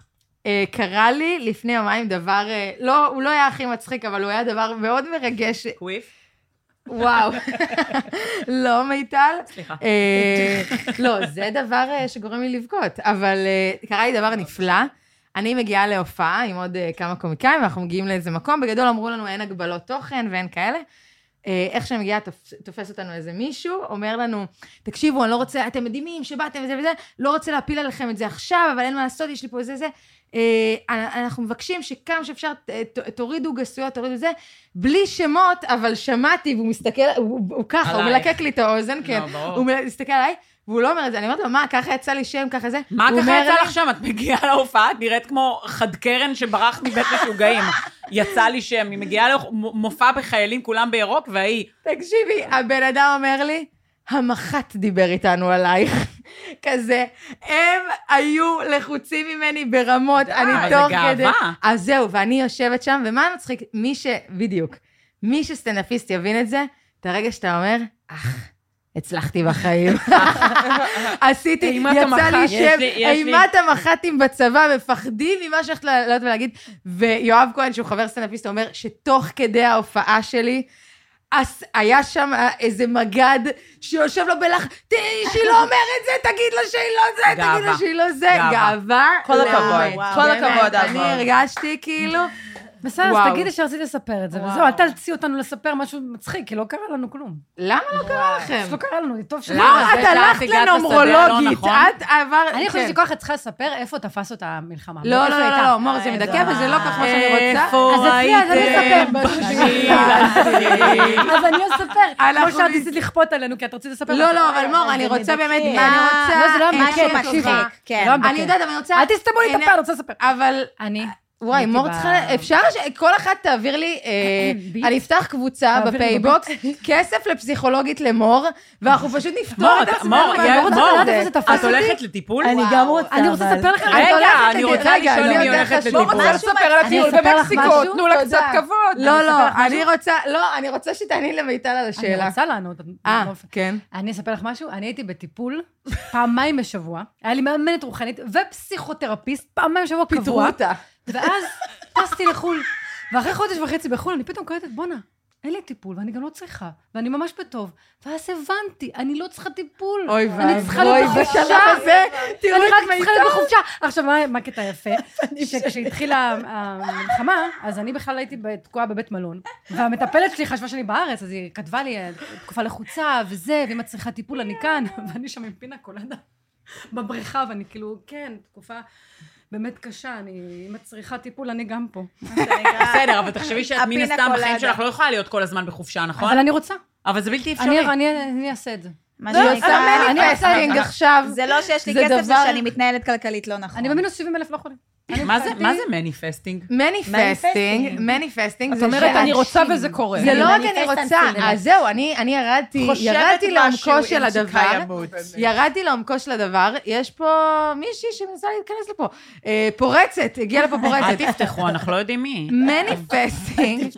Speaker 1: אה, קרה לי לפני יומיים דבר, אה, לא, הוא לא היה הכי מצחיק, אבל הוא היה דבר מאוד מרגש.
Speaker 3: קוויף?
Speaker 1: וואו. *laughs* לא, מיטל?
Speaker 3: סליחה.
Speaker 1: אה, לא, זה דבר אה, שגורם לי לבכות, אבל אה, קרה לי דבר נפלא. אני מגיעה להופעה עם עוד אה, כמה קומיקאים, ואנחנו מגיעים לאיזה מקום. בגדול אמרו לנו, אין הגבלות תוכן ואין כאלה. אה, איך שאני מגיעה, תופס- תופס אותנו איזה מישהו, אומר לנו, תקשיבו, אני לא רוצה, אתם מדהימים שבאתם וזה וזה, לא רוצה להפיל עליכם את זה עכשיו, אבל אין מה לעשות, יש לי פה איזה זה. אה, אנ- אנחנו מבקשים שכמה שאפשר אה, ת- תורידו גסויות, תורידו זה, בלי שמות, אבל שמעתי, והוא מסתכל, הוא הוא- הוא ככה, הוא
Speaker 3: עלייך.
Speaker 1: מלקק לי את האוזן, כן.
Speaker 3: לא, ברור.
Speaker 1: הוא מל- מסתכל עליי, והוא לא אומר את זה, אני אומרת לו, מה, ככה יצא לי שם, ככה זה?
Speaker 3: מה
Speaker 1: הוא
Speaker 3: ככה
Speaker 1: אומר
Speaker 3: יצא
Speaker 1: לי-
Speaker 3: לך שם? את מגיעה להופעה, את נראית כמו חד קרן שברח מבית משוגעים. יצא לי שם, היא מגיעה למופע בחיילים כולם בירוק, והיא...
Speaker 1: תקשיבי, הבן אדם אומר לי, המח"ט דיבר איתנו עלייך. *laughs* כזה, הם היו לחוצים ממני ברמות,
Speaker 3: אבל
Speaker 1: אני
Speaker 3: "אה, זה
Speaker 1: תוך
Speaker 3: גאווה.
Speaker 1: כדי... אז זהו, ואני יושבת שם, ומה מצחיק? מי ש... בדיוק. מי שסטנדאפיסט יבין את זה, את הרגע שאתה אומר, הצלחתי
Speaker 12: *laughs*
Speaker 1: בחיים. עשיתי,
Speaker 12: אימת
Speaker 1: יצא לי
Speaker 12: המח"ט.
Speaker 1: שם,
Speaker 12: יש לי- יש לי-
Speaker 1: אימת המח"טים בצבא, מפחדים ממה שהולכת לעלות ולהגיד. ויואב כהן, שהוא חבר סטנדאפיסט, אומר שתוך כדי ההופעה שלי, אז היה שם איזה מג"ד שיושב לו בלח, תראי שהיא לא אומרת זה, תגיד לה שהיא לא זה, תגיד לה
Speaker 7: גאווה.
Speaker 1: שהיא לא זה,
Speaker 7: גאווה.
Speaker 1: גאווה.
Speaker 7: כל הכבוד,
Speaker 1: לאמת.
Speaker 7: כל הכבוד,
Speaker 1: באמת, אני
Speaker 7: אלמוג.
Speaker 1: הרגשתי כאילו...
Speaker 4: בסדר,
Speaker 1: וואו.
Speaker 4: אז תגידי שרצית לספר את זה,
Speaker 1: וואו.
Speaker 4: וזהו, אל תלצי אותנו לספר משהו מצחיק, כי לא קרה לנו כלום.
Speaker 1: למה *laughs* לא קרה לכם?
Speaker 4: אז לא קרה לנו, טוב שלא.
Speaker 1: למה? את הלכת לנומרולוגית, את עברת...
Speaker 4: אני חושבת
Speaker 1: כן.
Speaker 4: שכל אחד צריכה לספר איפה תפס אותה המלחמה.
Speaker 1: לא,
Speaker 4: מאיפה
Speaker 1: לא, לא,
Speaker 4: הייתה.
Speaker 1: לא, מור, זה מדכא וזה לא כל כך מה שאני רוצה.
Speaker 4: אז אצלי, אז
Speaker 1: *laughs*
Speaker 4: אני אספר. אז אני אספר, כמו
Speaker 1: *laughs* אנחנו
Speaker 4: שאת
Speaker 1: נס-
Speaker 4: ניסית לכפות עלינו, כי את רצית לספר.
Speaker 1: לא, לא,
Speaker 4: משהו.
Speaker 1: אבל מור, אני
Speaker 4: זה
Speaker 1: רוצה
Speaker 4: מדכא.
Speaker 1: באמת, אני
Speaker 4: מה?
Speaker 1: רוצה...
Speaker 4: לא, זה לא
Speaker 1: אה,
Speaker 4: מדכא,
Speaker 1: משהו
Speaker 4: תקשיבי.
Speaker 1: מצחיק.
Speaker 6: כן.
Speaker 4: זה לא מדכא.
Speaker 1: אני יודעת, אבל אני רוצה...
Speaker 4: אל תסתמו לי את
Speaker 1: הנה,
Speaker 4: הפה, אני רוצה לספר.
Speaker 1: אבל...
Speaker 4: אני...
Speaker 1: וואי,
Speaker 4: הייתי
Speaker 1: מור
Speaker 4: ב-
Speaker 1: צריכה... אפשר שכל אחת תעביר לי... *clears throat* אה,
Speaker 4: ביט?
Speaker 1: אני אפתח קבוצה
Speaker 4: תעביר לי
Speaker 1: בפייבוקס, *laughs* כסף לפסיכולוגית למור, ואנחנו פשוט נפתור את עצמנו.
Speaker 3: מור,
Speaker 1: ואני
Speaker 3: יא-
Speaker 1: לא רוצה
Speaker 3: מור,
Speaker 1: לדעת איפה זה תפס
Speaker 3: את הולכת
Speaker 1: אותי.
Speaker 3: לטיפול?
Speaker 1: אני גם רוצה,
Speaker 4: אני רוצה
Speaker 1: אה, אבל-
Speaker 4: לספר לך...
Speaker 1: רגע,
Speaker 4: את הולכת
Speaker 1: אני
Speaker 4: לטיפול.
Speaker 1: רוצה
Speaker 4: רגע,
Speaker 1: לשאול אם
Speaker 4: אני
Speaker 1: היא
Speaker 4: הולכת
Speaker 1: הולכת
Speaker 4: לטיפול.
Speaker 1: לטיפול.
Speaker 4: אני
Speaker 1: משהו
Speaker 4: רוצה לספר על הטיול
Speaker 1: אני אספר לך
Speaker 4: במקסיקו,
Speaker 1: משהו?
Speaker 4: תנו לה
Speaker 1: תודה.
Speaker 4: קצת כבוד.
Speaker 1: לא,
Speaker 4: אני
Speaker 1: לא,
Speaker 4: אספר לך
Speaker 1: אני
Speaker 4: משהו?
Speaker 1: רוצה, לא, אני רוצה שתעני למיטל על השאלה.
Speaker 4: אני רוצה לענות. את-
Speaker 1: אה,
Speaker 4: באופן-
Speaker 1: כן.
Speaker 4: אני אספר לך משהו, אני הייתי בטיפול פעמיים בשבוע, היה לי מאמנת רוחנית ופסיכותרפיסט, פעמיים בשבוע קבוע.
Speaker 1: פיטרו אותה.
Speaker 4: ואז טסתי לחו"ל, ואחרי חודש וחצי בחו"ל, אני פתאום קולטת, בואנה, אין לי טיפול ואני גם לא צריכה, ואני ממש בטוב. ואז הבנתי, אני לא צריכה טיפול.
Speaker 1: אוי
Speaker 4: אני צריכה להיות
Speaker 1: ואבוי,
Speaker 4: בחופשה.
Speaker 1: בשלב הזה, תראו
Speaker 4: אני
Speaker 1: את
Speaker 4: רק צריכה להיות
Speaker 1: מיטל.
Speaker 4: בחופשה. עכשיו, מה- מה הקטע היפה? שכשהתחילה המלחמה, אז אני בכלל הייתי ב- תקועה בבית מלון, והמטפלת שלי חשבה שאני בארץ, אז היא כתבה לי, אה, תקופה לחוצה וזה, ואם את צריכה טיפול, אני כאן, *laughs* ואני שם עם פינה קולדה בבריכה, ואני כאילו, כן, תקופה... באמת קשה, אני, אם את צריכה טיפול, אני גם פה.
Speaker 3: בסדר, אבל תחשבי שאת מן
Speaker 4: הפינה
Speaker 3: הסתם בחיים
Speaker 4: קולדה.
Speaker 3: שלך לא יכולה להיות כל הזמן בחופשה, נכון?
Speaker 4: אבל אני רוצה.
Speaker 3: אבל זה בלתי אפשרי.
Speaker 4: אני, אני, אני אעשה את זה.
Speaker 6: מה
Speaker 4: לא,
Speaker 6: שנקרא,
Speaker 4: אני
Speaker 6: אני
Speaker 4: עושה
Speaker 6: מניפסטינג
Speaker 1: עכשיו.
Speaker 6: זה לא שיש לי
Speaker 4: זה
Speaker 6: כסף, זה
Speaker 4: דבר-
Speaker 6: שאני מתנהלת כלכלית לא נכון.
Speaker 4: אני במינוס 70 אלף לא יכולים.
Speaker 3: מה זה- מה זה מניפסטינג?
Speaker 1: מניפסטינג, מניפסטינג
Speaker 12: את אומרת, אני רוצה וזה קורה.
Speaker 1: זה לא רק אני רוצה, אז זהו, אני אני ירדתי,
Speaker 12: חושבת
Speaker 1: ירדתי לעומקו
Speaker 12: משהו
Speaker 1: של
Speaker 12: עם
Speaker 1: הדבר,
Speaker 12: שקיימות.
Speaker 1: ירדתי לעומקו של הדבר, יש פה מישהי שמנסה להתכנס לפה, אה, פורצת, הגיעה לפה פורצת.
Speaker 3: אל תפתחו, אנחנו לא
Speaker 1: *laughs*
Speaker 3: יודעים מי.
Speaker 1: מניפסטינג.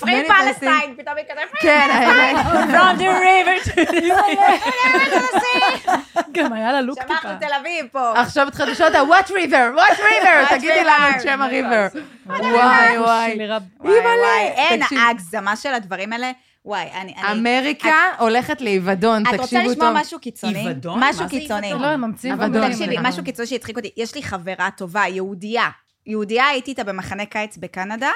Speaker 6: פרי פלסטיין, פתאום היא כזה פרי
Speaker 1: כן,
Speaker 6: פלסטיין.
Speaker 1: האמת.
Speaker 6: From the river to the
Speaker 4: גם היה לה לוק
Speaker 6: טיפה. שמחנו תל אביב פה.
Speaker 1: עכשיו את חדשות ה-What River, What River,
Speaker 6: What
Speaker 1: תגידי לנו את
Speaker 6: river.
Speaker 1: שם הריבר.
Speaker 6: וואי,
Speaker 1: וואי, וואי.
Speaker 6: וואי,
Speaker 1: אימא'לה,
Speaker 6: וואי, אין,
Speaker 1: תקשיב.
Speaker 6: ההגזמה של הדברים האלה, וואי, אני... אני-
Speaker 1: אמריקה הולכת לאבדון,
Speaker 6: את
Speaker 1: תקשיבו טוב.
Speaker 6: רוצה לשמוע משהו קיצוני?
Speaker 1: אבדון?
Speaker 6: משהו קיצוני.
Speaker 4: לא, הם ממציאים
Speaker 6: אבל
Speaker 4: דברים.
Speaker 6: תקשיבי,
Speaker 1: אה,
Speaker 4: לגמרי.
Speaker 6: משהו קיצוני שהצחיק אותי. יש לי חברה טובה, יהודייה. יהודייה הייתי איתה במחנה קיץ בקנדה,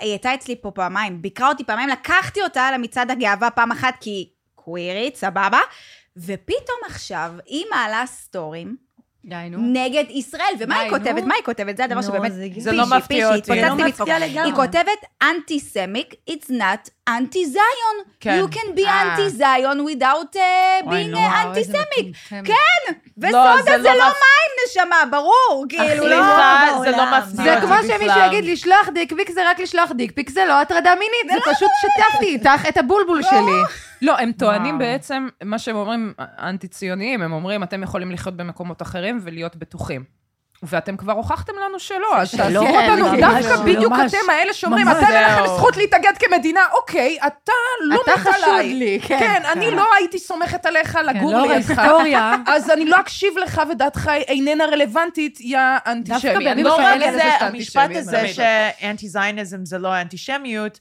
Speaker 6: היא הייתה אצלי פה פעמיים, ביקרה אותי פעמיים, לקחתי אותה למצעד הגאווה פעם אחת כי היא קווירית, סבבה, ופתאום עכשיו היא מעלה סטורים
Speaker 4: דהיינו.
Speaker 6: נגד ישראל, ומה היא
Speaker 4: די,
Speaker 6: כותבת?
Speaker 4: נו.
Speaker 6: מה היא כותבת? זה הדבר
Speaker 4: נו,
Speaker 6: שבאמת
Speaker 4: זה
Speaker 6: פישי,
Speaker 4: זה לא מפתיע
Speaker 6: פישי,
Speaker 4: אותי.
Speaker 6: התפוצצתי
Speaker 4: זה לא
Speaker 6: מצחוק.
Speaker 4: מפתיע לגמרי.
Speaker 6: היא כותבת אנטיסמיק, it's not anti-Zion.
Speaker 4: כן.
Speaker 6: You can be
Speaker 4: אה.
Speaker 6: anti-Zion without uh,
Speaker 4: אוי,
Speaker 6: being
Speaker 4: נו, וואו, איזה
Speaker 6: אנטיסמיק.
Speaker 4: מטומטמת.
Speaker 6: כן,
Speaker 4: לא,
Speaker 6: וסודה
Speaker 4: זה
Speaker 6: זה
Speaker 4: לא כן,
Speaker 6: לא
Speaker 4: מפ-
Speaker 6: מים, נשמה, ברור, כאילו, לא.
Speaker 1: זה לא
Speaker 6: מפתיע
Speaker 1: זה
Speaker 6: אותי
Speaker 1: כמו
Speaker 6: בכלל.
Speaker 1: שמישהו יגיד, לשלוח דיק פיק זה רק לשלוח דיק פיק, זה לא הטרדה מינית, זה פשוט שתפתי איתך את הבולבול שלי.
Speaker 12: לא, הם טוענים
Speaker 1: וואו.
Speaker 12: בעצם, מה שהם אומרים, אנטי-ציוניים, הם אומרים, אתם יכולים לחיות במקומות אחרים ולהיות בטוחים. ואתם כבר הוכחתם לנו שלא, אז
Speaker 2: שלא.
Speaker 12: תעזבו
Speaker 2: כן,
Speaker 12: אותנו,
Speaker 2: ממש,
Speaker 12: דווקא בדיוק
Speaker 2: ממש.
Speaker 12: אתם האלה שאומרים,
Speaker 2: ממש.
Speaker 12: אתם אין לכם
Speaker 2: זהו.
Speaker 12: זכות להתאגד כמדינה, אוקיי, אתה לא
Speaker 2: אתה
Speaker 12: מת עליי.
Speaker 2: חשוד לי, כן.
Speaker 12: כן, אני
Speaker 2: כן.
Speaker 12: לא הייתי סומכת עליך לגור
Speaker 2: לא
Speaker 12: לידך.
Speaker 2: ההיסטוריה.
Speaker 12: אז אני לא אקשיב לך ודעתך איננה רלוונטית, יא אנטישמי. אני
Speaker 7: לא רק
Speaker 1: אוקיי,
Speaker 12: מתפעלת
Speaker 7: זה,
Speaker 12: שאתה
Speaker 7: המשפט
Speaker 12: אנטישמי,
Speaker 7: הזה
Speaker 12: אבל-
Speaker 7: שאנטי-זייניזם זה לא אנטישמיות,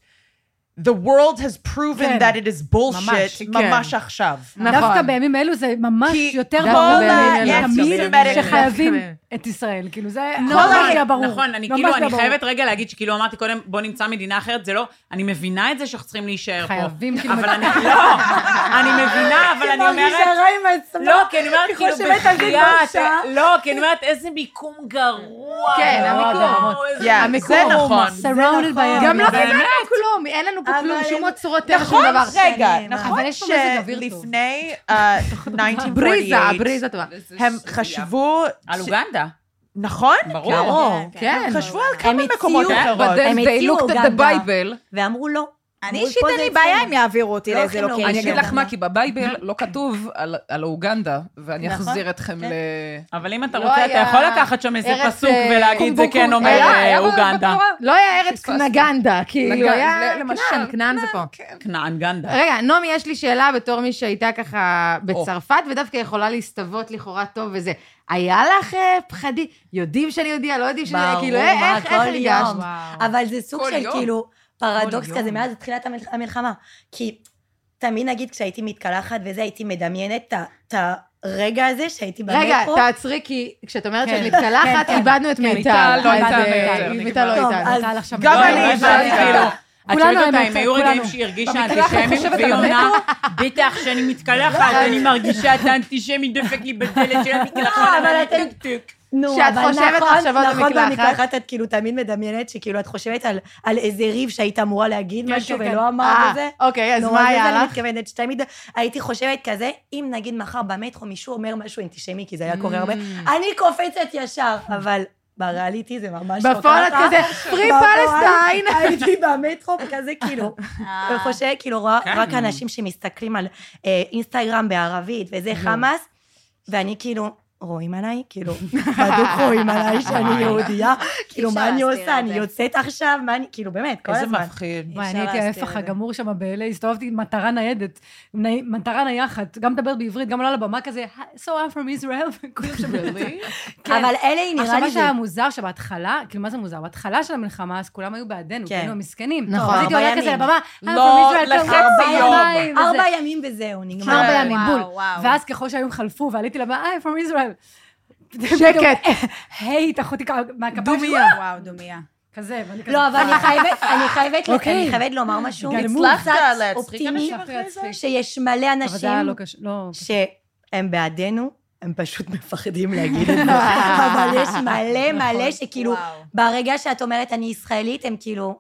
Speaker 7: the world has
Speaker 4: כן.
Speaker 7: proven that it is bullshit
Speaker 4: כן.
Speaker 7: ממש עכשיו.
Speaker 4: דווקא בימים אלו זה ממש יותר
Speaker 7: כל
Speaker 4: ברור
Speaker 7: ה-
Speaker 4: מאי תמיד
Speaker 7: Anti-Semitic-
Speaker 4: שחייבים
Speaker 7: Anti-Semitic.
Speaker 4: את ישראל. כאילו זה
Speaker 3: נכון,
Speaker 4: הכל היה ברור.
Speaker 3: נכון, אני
Speaker 4: ממש
Speaker 3: כאילו,
Speaker 4: היה
Speaker 3: אני
Speaker 4: ברור.
Speaker 3: חייבת רגע להגיד שכאילו אמרתי קודם, בוא נמצא מדינה אחרת, זה לא, אני מבינה את זה שאנחנו צריכים להישאר פה.
Speaker 4: חייבים, כאילו,
Speaker 3: אבל אני,
Speaker 4: מדינה.
Speaker 3: לא, אני מבינה, אבל
Speaker 4: היא
Speaker 3: אני אומרת...
Speaker 4: מרגישה רע עם עצמה.
Speaker 3: לא, כי אני אומרת,
Speaker 4: היא
Speaker 3: כאילו,
Speaker 4: חושבת על זה
Speaker 3: בחייאת,
Speaker 4: כבר שעה.
Speaker 3: לא, כי אני אומרת, איזה מיקום גרוע.
Speaker 1: כן,
Speaker 3: וואו,
Speaker 1: המיקום.
Speaker 3: איזה-
Speaker 1: Yeah, המיקום.
Speaker 3: זה נכון.
Speaker 1: Surrounded by- גם לא
Speaker 3: באמת.
Speaker 1: קיבלנו כלום, אין לנו פה כלום, שום אוצרות טבע, שום
Speaker 7: נכון,
Speaker 1: דבר.
Speaker 7: רגע,
Speaker 1: שנים,
Speaker 7: נכון
Speaker 1: אבל יש פה מזג אוויר טוב.
Speaker 7: שלפני אה, 1948,
Speaker 1: בריזה, הבריזה טובה.
Speaker 7: הם חשבו...
Speaker 3: על
Speaker 7: ש-
Speaker 3: אוגנדה.
Speaker 7: נכון?
Speaker 3: ברור.
Speaker 6: כן.
Speaker 4: כן.
Speaker 12: אה,
Speaker 7: כן. הם חשבו על כמה מקומות
Speaker 8: הציעו
Speaker 7: אחרות.
Speaker 8: גם ב- ואמרו לא.
Speaker 6: אני
Speaker 8: אבל
Speaker 6: אישית
Speaker 8: פה
Speaker 6: אין
Speaker 8: זה
Speaker 6: לי
Speaker 8: אצלנו.
Speaker 6: בעיה אם יעבירו אותי
Speaker 8: לא
Speaker 6: לאיזה
Speaker 8: הכי נורא.
Speaker 6: לוקיישן.
Speaker 2: אני אגיד לך מה, כי
Speaker 7: *laughs*
Speaker 2: בבייבל לא כתוב על- על אוגנדה, ואני
Speaker 6: נכון,
Speaker 2: אחזיר אתכם
Speaker 7: כן.
Speaker 2: ל...
Speaker 3: אבל אם אתה
Speaker 2: לא
Speaker 3: רוצה, אתה
Speaker 2: היה-
Speaker 3: יכול לקחת שם איזה
Speaker 2: ארץ,
Speaker 3: פסוק
Speaker 2: אה,
Speaker 3: ולהגיד, זה
Speaker 2: קומבוקו.
Speaker 3: כן אומר
Speaker 2: היה,
Speaker 3: אה,
Speaker 2: היה ב-
Speaker 3: אוגנדה.
Speaker 2: בתורה.
Speaker 1: לא היה ארץ קנגנדה, כאילו,
Speaker 3: נגן,
Speaker 1: היה
Speaker 6: לא,
Speaker 3: ל- למשל,
Speaker 1: כנען, כנען זה פה.
Speaker 3: כנען גנדה.
Speaker 1: רגע, נעמי, יש לי שאלה בתור מי שהייתה ככה בצרפת, ודווקא יכולה להסתוות לכאורה טוב וזה. היה לך אה, פחדים? יודעים שאני יהודייה, לא יודעים שאני...
Speaker 8: ברור,
Speaker 1: כאילו, אה,
Speaker 8: מה,
Speaker 1: איך איך
Speaker 8: כל
Speaker 1: הרגשת?
Speaker 8: יום. אבל זה סוג
Speaker 1: כל
Speaker 8: של
Speaker 1: יום.
Speaker 8: כאילו פרדוקס
Speaker 1: כל
Speaker 8: כזה
Speaker 1: יום.
Speaker 8: מאז תחילת המל- המלחמה. כי תמיד נגיד כשהייתי מתקלחת וזה, הייתי מדמיינת את ה- את הרגע הזה שהייתי במטרו.
Speaker 1: רגע, תעצרי, כי כשאת אומרת שאת
Speaker 8: כן.
Speaker 1: מתקלחת,
Speaker 8: כן, כן.
Speaker 1: איבדנו את
Speaker 8: כן,
Speaker 1: מיטל.
Speaker 8: מיטל לא
Speaker 1: אז,
Speaker 8: הייתה,
Speaker 1: אה,
Speaker 8: מיטל,
Speaker 1: מיטל
Speaker 8: נגמר.
Speaker 1: לא
Speaker 8: טוב,
Speaker 1: איתנו.
Speaker 8: אז-
Speaker 3: גם אני
Speaker 1: הבנתי,
Speaker 3: כאילו. את
Speaker 1: כולנו
Speaker 3: שואלת אותה אם
Speaker 1: האמת,
Speaker 3: היו
Speaker 1: כאילו. כולנו.
Speaker 3: רגעים שהיא הרגישה
Speaker 1: במקלחת
Speaker 3: אנטישמית,
Speaker 1: חושבת
Speaker 3: והיא
Speaker 1: על
Speaker 3: עונה,
Speaker 1: המטרו.
Speaker 3: בטח שאני מתקלחת, אני מרגישה את האנטישמי דופק לי בדלת של המקלחת,
Speaker 8: לא,
Speaker 1: נכון,
Speaker 3: אבל
Speaker 8: אבל
Speaker 3: אני
Speaker 8: אתם-
Speaker 3: טוקטוק.
Speaker 8: נו,
Speaker 1: שאת
Speaker 8: אבל
Speaker 1: חושבת
Speaker 8: נכון,
Speaker 1: מחשבות
Speaker 8: נכון,
Speaker 1: במקלחת.
Speaker 8: במקלחת את כאילו תמיד מדמיינת שכאילו את חושבת על, על איזה ריב שהיית אמורה להגיד
Speaker 1: כן,
Speaker 8: משהו
Speaker 1: כן, כן.
Speaker 8: ולא אמרת
Speaker 1: אה,
Speaker 8: וזה.
Speaker 1: אוקיי, אז
Speaker 8: נו,
Speaker 1: מה היה
Speaker 8: לזה אני
Speaker 1: לך?
Speaker 8: מתכוונת שתמיד הייתי חושבת כזה, אם נגיד מחר במטרו מישהו אומר משהו אנטישמי, כי זה היה קורה הרבה,
Speaker 1: Mm.
Speaker 8: אני קופצת ישר, אבל... בריאליטי זה ממש לא
Speaker 1: בפועל את
Speaker 8: ככה.
Speaker 1: כזה, "Free
Speaker 8: בפועל
Speaker 1: Palestine".
Speaker 8: *laughs* הייתי במטרו כזה כאילו,
Speaker 6: אה,
Speaker 8: וחושבת כאילו רואה
Speaker 1: כן.
Speaker 8: רק אנשים שמסתכלים על אה, אינסטגרם בערבית וזה חמאס, ואני כאילו, רואים עליי? כאילו, בדוק רואים עליי *laughs* שאני
Speaker 4: וואי.
Speaker 8: יהודייה? כאילו,
Speaker 4: אפשר
Speaker 8: מה אני
Speaker 4: להסתיר
Speaker 8: עושה?
Speaker 4: את
Speaker 8: אני
Speaker 4: זה.
Speaker 8: יוצאת עכשיו? מה אני... כאילו, באמת, כל הזמן.
Speaker 4: וואי, אני הייתי ההפך הגמור שם ב-LA, הסתובבתי עם מטרה ניידת, ני- מטרה נייחת, גם מדברת בעברית, גם עולה לבמה כזה, "Hi, So I'm from Israel, וכולם שם... כן.
Speaker 8: אבל אלה, נראה
Speaker 4: עכשיו,
Speaker 8: לי
Speaker 4: מה
Speaker 8: זה-
Speaker 4: שהיה מוזר שבהתחלה, כאילו, מה זה מוזר? בהתחלה של המלחמה, אז כולם היו בעדנו,
Speaker 8: כן.
Speaker 4: כאילו, המסכנים.
Speaker 8: נכון.
Speaker 4: אז הייתי
Speaker 8: ארבע
Speaker 4: עולה כזה
Speaker 8: ימים.
Speaker 4: לבמה, "אה, "I'm
Speaker 8: לא,
Speaker 4: from Israel,
Speaker 8: לחצי
Speaker 4: ארבע
Speaker 8: יום.
Speaker 4: ימים, וזה-
Speaker 8: ארבע ימים וזהו, נגמר.
Speaker 4: ארבע
Speaker 8: כן.
Speaker 4: ימים,
Speaker 8: וואו,
Speaker 4: בול.
Speaker 8: וואו.
Speaker 4: ואז ככל שהיום חלפו, ועליתי לבמה, "אה, I'm from Israel. *laughs*
Speaker 1: שקט.
Speaker 4: היי, תחותי מהכפיים. "אה."
Speaker 6: דומיה. וואו, דומיה.
Speaker 4: כזה, ואני כזה...
Speaker 8: *laughs* לא, אבל אני חייבת, אני חייבת,
Speaker 4: אוקיי.
Speaker 8: אני חייבת לומר משהו.
Speaker 4: גלמו.
Speaker 8: קצת
Speaker 4: הצלחת להצחיק
Speaker 8: אופטימי,
Speaker 4: אנשים אחרי זה?
Speaker 8: שיש מלא
Speaker 4: אבל זה היה
Speaker 8: אנשים
Speaker 4: לא קשה, לא...
Speaker 8: שהם בעדנו, הם פשוט *laughs* מפחדים להגיד את זה. אבל יש מלא מלא
Speaker 4: נכון.
Speaker 8: שכאילו,
Speaker 4: וואו.
Speaker 8: ברגע שאת אומרת אני ישראלית, הם כאילו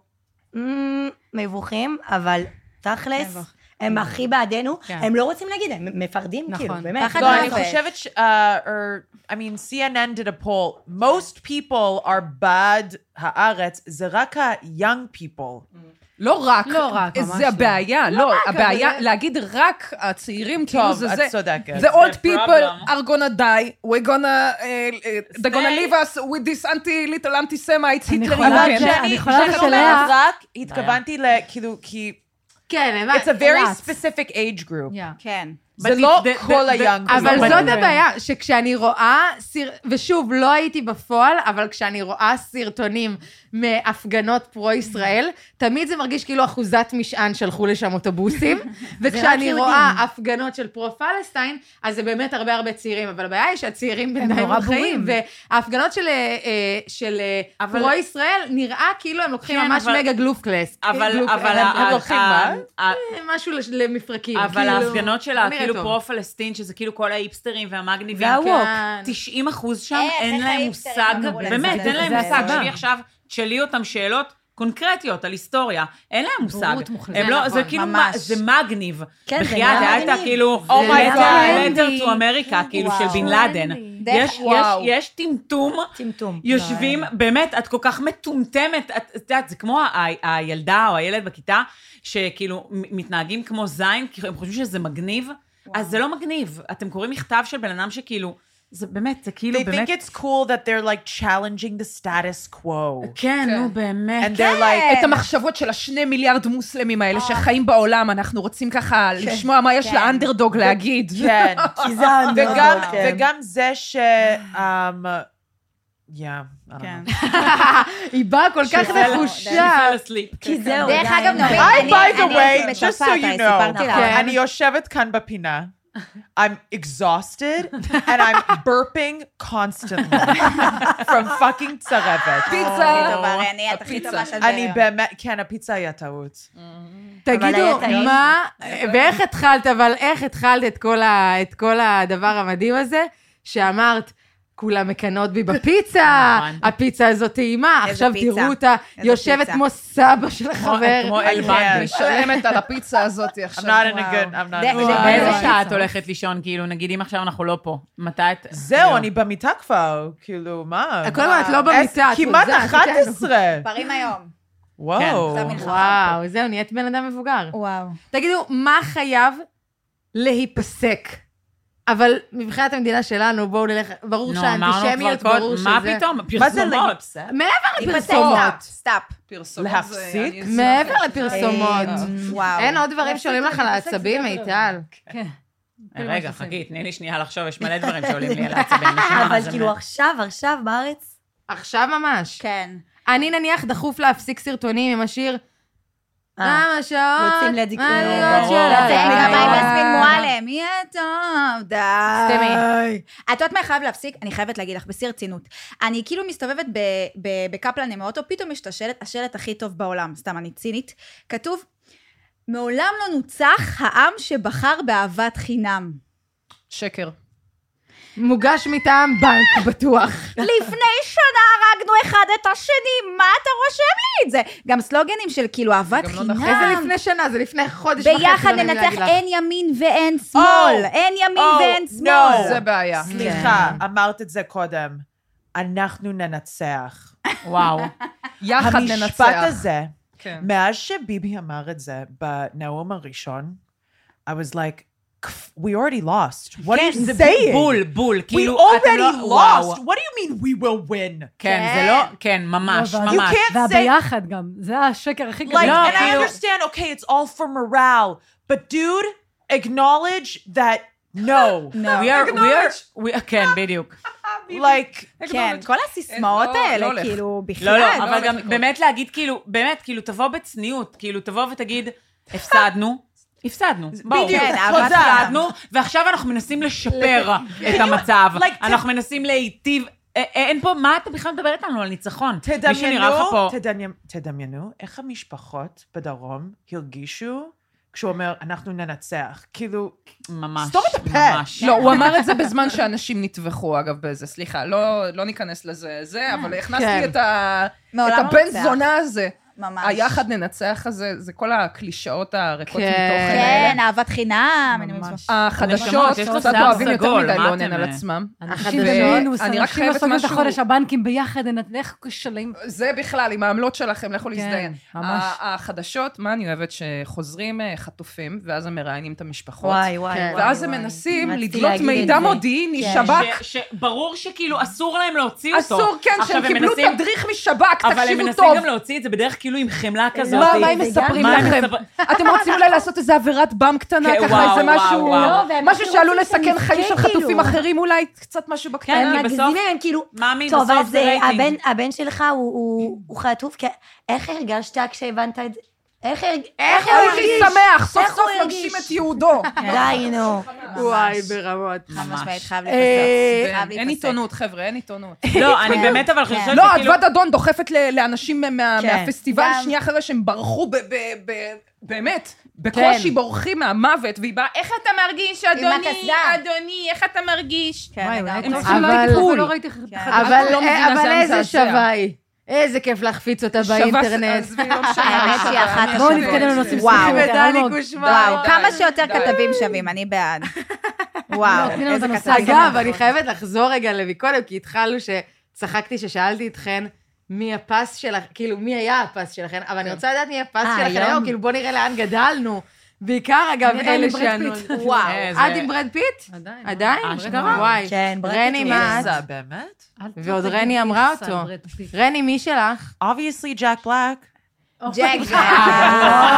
Speaker 8: "מ, מבוכים, אבל תכלס, הם הכי בעדנו,
Speaker 2: כן.
Speaker 8: הם לא רוצים להגיד, הם מפחדים,
Speaker 2: נכון.
Speaker 8: כאילו, באמת.
Speaker 7: No, אני חושבת ש... uh, or, I mean, CNN did a poll. Most people are bad הארץ, זה רק ה-young people.
Speaker 2: לא רק.
Speaker 7: לא רק, ממש
Speaker 2: זה
Speaker 7: לא.
Speaker 2: הבעיה,
Speaker 7: לא
Speaker 2: לא,
Speaker 7: רק, אבל
Speaker 2: הבעיה,
Speaker 7: זה-
Speaker 2: להגיד רק הצעירים, כאילו זה
Speaker 7: את
Speaker 2: זה.
Speaker 7: צודקת.
Speaker 2: The old
Speaker 7: זה
Speaker 2: people
Speaker 7: problem.
Speaker 2: are gonna die, we're gonna, uh, uh, they're gonna leave us with this anti little anti-semites, Hitler
Speaker 7: אבל
Speaker 2: Jugend.
Speaker 7: כשאני- כשאני אומרת רק, התכוונתי לכאילו, כי...
Speaker 1: כן, הבנתי.
Speaker 7: It's a very
Speaker 1: אילת.
Speaker 7: specific age group.
Speaker 6: כן.
Speaker 7: זה לא כל ה-young people.
Speaker 3: לא
Speaker 1: אבל זאת הבעיה, שכשאני רואה, סיר- ושוב, לא הייתי בפועל, אבל כשאני רואה סרטונים מהפגנות פרו-ישראל, תמיד זה מרגיש כאילו אחוזת משען שלחו לשם
Speaker 3: *laughs*
Speaker 1: אוטובוסים, וכשאני
Speaker 4: יהודים.
Speaker 1: רואה הפגנות של פרו-פלסטיין, אז זה באמת הרבה הרבה צעירים, אבל הבעיה היא שהצעירים בינתיים
Speaker 4: נורא
Speaker 1: לא חיים,
Speaker 4: בורים.
Speaker 1: וההפגנות של, אה, אה, של אה,
Speaker 3: אבל-
Speaker 1: פרו-ישראל, נראה כאילו הם לוקחים
Speaker 3: כן,
Speaker 1: ממש
Speaker 3: אבל-
Speaker 1: מגה גלוף קלאס. אה,
Speaker 3: אבל,
Speaker 1: גלוף-
Speaker 3: אבל,
Speaker 1: הם- הם לוקחים מה?
Speaker 3: ה-
Speaker 1: משהו לש- למפרקים.
Speaker 3: אבל
Speaker 1: כאילו,
Speaker 3: ההפגנות שלה,
Speaker 1: לא נראה
Speaker 3: כאילו
Speaker 1: טוב.
Speaker 3: פרו-פלסטין, שזה כאילו כל האיפסטרים והמגניבים,
Speaker 1: והווק.
Speaker 3: כן. 90 אחוז שם,
Speaker 1: איך,
Speaker 3: אין
Speaker 1: איך
Speaker 3: להם
Speaker 1: האיפסטרים
Speaker 3: מושג,
Speaker 1: אמרו להם?
Speaker 3: באמת,
Speaker 1: זה-
Speaker 3: אין להם
Speaker 1: זה
Speaker 3: מושג.
Speaker 1: הסיבה.
Speaker 3: שלי עכשיו, תשאלי אותם שאלות. קונקרטיות, על היסטוריה, אין להם מושג.
Speaker 1: בורות מוחלטת.
Speaker 3: הם לא,
Speaker 1: זה
Speaker 3: זה
Speaker 1: נכון,
Speaker 3: כאילו,
Speaker 1: ממש.
Speaker 3: מה- זה מגניב.
Speaker 1: כן, זה
Speaker 3: בחייאת,
Speaker 1: גם
Speaker 3: זה הייתה
Speaker 1: מגניב.
Speaker 3: כאילו,
Speaker 1: זה
Speaker 3: אומייגאד,
Speaker 1: גם
Speaker 3: letter
Speaker 1: מגניב.
Speaker 3: to America, כאילו, של
Speaker 1: וואו.
Speaker 3: בן לאדן.
Speaker 1: דרך-
Speaker 3: יש- יש-
Speaker 1: וואו.
Speaker 3: יש טמטום.
Speaker 8: אוקיי.
Speaker 3: יושבים, באמת, את כל כך מטומטמת, את את יודעת, זה כמו ה- ה- הילדה או הילד בכיתה, שכאילו מ- מתנהגים כמו זין, כי הם חושבים שזה מגניב, אז זה לא מגניב. אתם קוראים מכתב של בן אדם שכאילו, זה באמת, זה כאילו
Speaker 7: They
Speaker 3: באמת...
Speaker 7: think it's cool that they're like challenging the status quo.
Speaker 3: כן, נו, באמת.
Speaker 7: And they're like...
Speaker 2: את המחשבות של השני מיליארד מוסלמים
Speaker 7: אה.
Speaker 2: האלה שחיים בעולם, אנחנו רוצים ככה לשמוע מה יש לאנדרדוג להגיד.
Speaker 3: *laughs*
Speaker 7: כן. וגם,
Speaker 2: וגם- וגם-
Speaker 7: וגם זה ש... אמ, um, Yeah, I don't
Speaker 6: כן.
Speaker 3: *laughs*
Speaker 7: know.
Speaker 1: היא באה כל
Speaker 7: She
Speaker 1: כך
Speaker 7: fell- she
Speaker 1: נחושה.
Speaker 7: fell asleep.
Speaker 2: כן.
Speaker 1: כי זהו,
Speaker 6: דרך די, אגב, די. נורית,
Speaker 7: I,
Speaker 6: אני-
Speaker 7: by the
Speaker 6: אני
Speaker 7: way,
Speaker 6: הייתי
Speaker 7: just so
Speaker 6: בצרפת,
Speaker 7: you
Speaker 6: הרי
Speaker 7: know,
Speaker 6: סיפרתי לך.
Speaker 7: אני יושבת כאן בפינה. I'm exhausted and I'm burping constantly from fucking צרבת.
Speaker 6: פיצה. הכי טובה, הרי אני את הכי
Speaker 7: הפיצה.
Speaker 6: טובה של באר
Speaker 7: אני
Speaker 6: יום.
Speaker 7: באמת, כן, הפיצה היא הטעות.
Speaker 1: תגידו,
Speaker 7: אבל היה
Speaker 1: מה, ואיך התחלת, אבל איך התחלת את כל, ה, את כל הדבר המדהים הזה, שאמרת, כולם מקנאות בי בפיצה, הפיצה הזאת טעימה,
Speaker 2: איזה
Speaker 1: עכשיו
Speaker 2: פיצה?
Speaker 1: תראו אותה
Speaker 2: איזה
Speaker 1: יושבת
Speaker 2: פיצה?
Speaker 1: כמו סבא של חבר.
Speaker 2: אני משלמת על הפיצה הזאת עכשיו.
Speaker 7: not in a good- I'm not in a good-
Speaker 3: באיזה
Speaker 7: וואו.
Speaker 3: שעה את הולכת לישון, כאילו, נגיד אם עכשיו אנחנו לא פה, מתי את... לא.
Speaker 7: זהו, אני במיטה oh, כבר, כאילו, מה?
Speaker 3: קודם כל, את לא
Speaker 7: מה?
Speaker 3: במיטה, את
Speaker 7: אה,
Speaker 1: כן.
Speaker 7: כמעט
Speaker 3: מוזעת,
Speaker 7: 11.
Speaker 6: פרים היום.
Speaker 7: וואו.
Speaker 1: וואו, זהו, נהיית בן אדם מבוגר.
Speaker 6: וואו.
Speaker 1: תגידו, מה חייב להיפסק? אבל מבחינת המדינה שלנו, בואו נלך, ברור
Speaker 3: נו, אמרנו
Speaker 1: שהאנטישמיות,
Speaker 3: כבר כל-
Speaker 1: ברור שזה...
Speaker 3: מה פתאום? פרסומות.
Speaker 1: מעבר
Speaker 6: להיפסק,
Speaker 1: לפרסומות.
Speaker 6: סטאפ.
Speaker 2: פרסומות
Speaker 1: להפסיק? מעבר לפרסומות.
Speaker 6: אה, וואו.
Speaker 1: אין עוד דברים שעולים לך על העצבים, מיטל?
Speaker 4: כן.
Speaker 3: רגע, חכי, תני לי שנייה לחשוב, יש מלא דברים שעולים לי על העצבים.
Speaker 8: אבל כאילו עכשיו, עכשיו בארץ...
Speaker 1: עכשיו ממש.
Speaker 6: כן.
Speaker 1: אני נניח דחוף להפסיק סרטונים עם השיר כמה שעות,
Speaker 8: יוצאים לדיק-
Speaker 1: מה
Speaker 8: לא,
Speaker 1: להיות
Speaker 8: ברור.
Speaker 1: שלך?"
Speaker 8: לצאת
Speaker 6: רגע, מה עם
Speaker 1: אה.
Speaker 6: יסמין מועלם? יהיה טוב, די.
Speaker 1: סתמי.
Speaker 6: את יודעת מה חייב להפסיק? אני חייבת להגיד לך, בשיא הרצינות. אני כאילו מסתובבת ב- ב- בקפלן עם האוטו, פתאום יש את השלט, השלט הכי טוב בעולם, סתם, אני צינית. כתוב, מעולם לא נוצח העם שבחר באהבת
Speaker 1: *laughs*
Speaker 6: חינם.
Speaker 2: שקר.
Speaker 1: מוגש מטעם בנק, *laughs* בטוח.
Speaker 6: לפני שנה הרגנו אחד את השני, מה אתה רושם לי את זה? גם סלוגנים של כאילו אהבת חינם.
Speaker 1: לא נכון. איזה לפני שנה? זה לפני חודש וחצי.
Speaker 6: ביחד
Speaker 1: לא נעים
Speaker 6: ננצח
Speaker 1: להגיד לך.
Speaker 6: אין ימין ואין שמאל. אין ימין
Speaker 7: Oh,
Speaker 6: ואין
Speaker 7: no.
Speaker 6: שמאל.
Speaker 7: זה בעיה. סליחה, אמרת את זה קודם. אנחנו ננצח.
Speaker 3: וואו.
Speaker 2: יחד
Speaker 7: המשפט
Speaker 2: ננצח.
Speaker 7: הזה,
Speaker 2: כן.
Speaker 7: מאז שביבי אמר את זה בנאום הראשון, I was like, "כפ- we already lost. What are
Speaker 3: כן,
Speaker 7: you
Speaker 3: זה
Speaker 7: saying?
Speaker 3: בול, בול.
Speaker 7: We
Speaker 3: כאילו, אתם
Speaker 7: already
Speaker 3: לא- וואו.
Speaker 7: lost. What do you mean we will win?
Speaker 3: כן, זה לא, כן, ממש,
Speaker 7: אבל- You
Speaker 3: ממש.
Speaker 7: can't
Speaker 4: והביחד גם, זה השקר הכי גדול. לא,
Speaker 7: Like,
Speaker 3: No,
Speaker 7: and I
Speaker 3: כאילו-
Speaker 7: understand, okay, it's all for morale, but dude, acknowledge that no.
Speaker 6: No.
Speaker 3: We are, we are, we are,
Speaker 7: *laughs*
Speaker 3: כן, בדיוק.
Speaker 7: Like,
Speaker 6: כן, כל הסיסמאות
Speaker 3: לא
Speaker 6: האלה,
Speaker 3: הולך.
Speaker 6: כאילו, בכלל.
Speaker 3: לא, לא, אבל גם באמת להגיד, כאילו, באמת, כאילו, תבוא בצניעות, כאילו, תבוא ותגיד, הפסדנו. הפסדנו, בואו,
Speaker 7: בדיוק,
Speaker 3: כן,
Speaker 7: תודה.
Speaker 3: הפסדנו, ועכשיו אנחנו מנסים
Speaker 7: *laughs*
Speaker 3: לשפר את המצב,
Speaker 7: like, ת-
Speaker 3: אנחנו מנסים להיטיב, א- א- אין פה, מה אתה בכלל מדברת לנו על ניצחון? מי שנראה לך
Speaker 7: תדמיינו,
Speaker 3: פה,
Speaker 7: תדמי- תדמיינו איך המשפחות בדרום הרגישו כשהוא אומר, אנחנו ננצח. כאילו,
Speaker 3: ממש,
Speaker 7: סתום את הפה.
Speaker 3: ממש.
Speaker 2: לא, הוא אמר את זה בזמן שאנשים נטבחו, אגב, באיזה, סליחה, לא, לא ניכנס לזה, זה, אבל
Speaker 1: כן.
Speaker 2: הכנסתי את, ה,
Speaker 6: מעולם
Speaker 2: את
Speaker 6: לא
Speaker 2: הבן
Speaker 6: ננצח.
Speaker 2: זונה הזה.
Speaker 6: ממש.
Speaker 2: היחד ננצח הזה, זה כל הקלישאות הריקות
Speaker 1: כן.
Speaker 2: מתוכן האלה.
Speaker 6: כן, אהבת חינם. אני מבינה.
Speaker 2: החדשות,
Speaker 3: יש לו
Speaker 2: קצת
Speaker 3: שיער
Speaker 2: אוהבים יותר
Speaker 3: סגול,
Speaker 2: מדי
Speaker 3: מה
Speaker 2: לעונן
Speaker 3: אתם,
Speaker 2: על
Speaker 3: אה?
Speaker 2: עצמם.
Speaker 4: אנשים
Speaker 2: ו-
Speaker 4: במינוס,
Speaker 2: אני
Speaker 4: אנשים
Speaker 2: רק
Speaker 4: לא
Speaker 2: חייבת
Speaker 4: סוגרים את
Speaker 2: משהו-
Speaker 4: החודש, הבנקים ביחד, אין איך כשלים.
Speaker 2: זה בכלל, עם העמלות שלכם, לכו להזדיין.
Speaker 4: ממש.
Speaker 2: ה- החדשות, מה אני אוהבת? שחוזרים אה, חטופים, ואז הם מראיינים את המשפחות.
Speaker 8: וואי, וואי,
Speaker 1: כן.
Speaker 8: וואי.
Speaker 2: ואז הם
Speaker 8: וואי.
Speaker 2: מנסים
Speaker 8: רציתי
Speaker 2: לדלות
Speaker 8: להגיד את
Speaker 2: מידע
Speaker 8: זה.
Speaker 2: מודיעיני,
Speaker 8: כן.
Speaker 2: שב"כ.
Speaker 3: ש- שברור שכאילו אסור להם להוציא אותו.
Speaker 2: אסור, כן,
Speaker 3: עכשיו,
Speaker 2: שהם
Speaker 3: הם
Speaker 2: קיבלו
Speaker 3: מנסים-
Speaker 2: תדריך משב"כ,
Speaker 3: אבל הם
Speaker 2: תקשיבו
Speaker 3: מנסים
Speaker 2: טוב.
Speaker 3: גם להוציא את זה בדרך כאילו עם חמלה כזאת.
Speaker 2: לא, מה הם מספרים
Speaker 3: מה הם
Speaker 2: לכם?
Speaker 3: מספר-
Speaker 2: אתם רוצים אולי לעשות איזה עבירת באם קטנה,
Speaker 3: כן,
Speaker 2: ככה
Speaker 3: וואו,
Speaker 2: איזה
Speaker 3: וואו,
Speaker 2: משהו,
Speaker 3: וואו.
Speaker 8: לא, והם
Speaker 2: משהו
Speaker 8: אפילו
Speaker 2: שעלול
Speaker 8: רוצים
Speaker 2: לסכן חיים של
Speaker 8: שנזכה,
Speaker 2: חטופים
Speaker 8: כאילו.
Speaker 2: אחרים אולי, קצת משהו בקטנה.
Speaker 3: כן,
Speaker 8: הם
Speaker 3: כי בסוף-
Speaker 8: מגזימים, הם כאילו...
Speaker 3: מאמי,
Speaker 8: טוב,
Speaker 3: בסוף
Speaker 8: אז
Speaker 3: זה
Speaker 8: אה, הבן,
Speaker 3: רייטינג.
Speaker 8: הבן שלך הוא, הוא, הוא חטוף, כי- איך הרגשת כשהבנת את זה? איך הרג-
Speaker 2: איך
Speaker 8: הוא
Speaker 2: הוא
Speaker 8: הרגיש?
Speaker 2: שמח, סוף
Speaker 8: איך הוא
Speaker 2: סוף
Speaker 8: הרגיש?
Speaker 2: מגשים את יהודו.
Speaker 8: די, נו.
Speaker 1: וואי, ברמות.
Speaker 6: ממש,
Speaker 3: ממש.
Speaker 6: חייב
Speaker 2: אה,
Speaker 6: להיפסק. חייב
Speaker 2: אין
Speaker 6: להיפסק.
Speaker 2: עיתונות, חבר'ה, אין עיתונות.
Speaker 3: לא, אני באמת אבל חושבת
Speaker 2: לא,
Speaker 3: שכאילו...
Speaker 2: אדוות אדון דוחפת ל- לאנשים מה-
Speaker 8: כן.
Speaker 2: מהפסטיבל
Speaker 6: גם-
Speaker 2: שנייה אחרי שהם ברחו ב- ב- ב- באמת, בקושי בורחים מהמוות, והיא באה, איך אתה מרגיש, אדוני,
Speaker 6: הקסדה."
Speaker 2: אדוני, איך אתה מרגיש?
Speaker 6: כן,
Speaker 4: וואי,
Speaker 6: לגמרי.
Speaker 4: אולי
Speaker 2: הם
Speaker 4: טוב
Speaker 2: צריכים
Speaker 4: שלא
Speaker 1: אבל-
Speaker 4: הייתי חולה, לא ראיתי
Speaker 8: כן.
Speaker 4: חדשות.
Speaker 1: אבל אה,
Speaker 2: לא מבינה,
Speaker 1: אבל
Speaker 2: זה היה
Speaker 1: איזה
Speaker 2: מזעזע.
Speaker 1: שווה היא. איזה כיף להחפיץ אותה
Speaker 2: שווה-
Speaker 1: באינטרנט.
Speaker 2: עזבי, לא משנה,
Speaker 6: האמת
Speaker 2: אבל-
Speaker 6: שהיא אחת
Speaker 2: אבל-
Speaker 4: בואו
Speaker 6: השבוע.
Speaker 4: נתקדם לנושאים
Speaker 6: וואו.
Speaker 4: שמחים יותר, אלמוג.
Speaker 6: וואו,
Speaker 2: די,
Speaker 6: כמה
Speaker 2: די,
Speaker 6: שיותר
Speaker 2: די.
Speaker 6: כתבים שווים, אני בעד. וואו,
Speaker 4: תני לנו את
Speaker 6: איזה
Speaker 4: הנושא
Speaker 6: כתבים.
Speaker 4: הזה.
Speaker 1: אגב, אני חייבת לחזור רגע למקודם, כי התחלנו שצחקתי ששאלתי אתכן מי הפס שלך, כאילו, מי היה הפס שלכן, אבל אני רוצה לדעת מי הפס
Speaker 8: אה,
Speaker 1: שלכן
Speaker 8: היום?
Speaker 1: היום, כאילו, בוא נראה לאן גדלנו. בעיקר, אגב,
Speaker 4: אני עדיין
Speaker 1: אלה
Speaker 4: עם ברד
Speaker 1: שענו.
Speaker 4: פיט.
Speaker 1: וואו.
Speaker 3: איזה-
Speaker 1: את עם ברד פיט?
Speaker 4: עדיין.
Speaker 1: עדיין?
Speaker 3: אשכרה.
Speaker 1: וואי.
Speaker 8: כן, ברד פיט
Speaker 1: רני,
Speaker 8: הוא
Speaker 1: מה את?
Speaker 7: זה באמת?
Speaker 4: אל תגיד
Speaker 1: ועוד
Speaker 4: לי
Speaker 1: רני אמרה
Speaker 4: גרסה,
Speaker 1: אותו.
Speaker 4: ברד פיט.
Speaker 1: רני, מי שלך?
Speaker 7: Obviously, Jack Black.
Speaker 6: ג'ק ג'ק.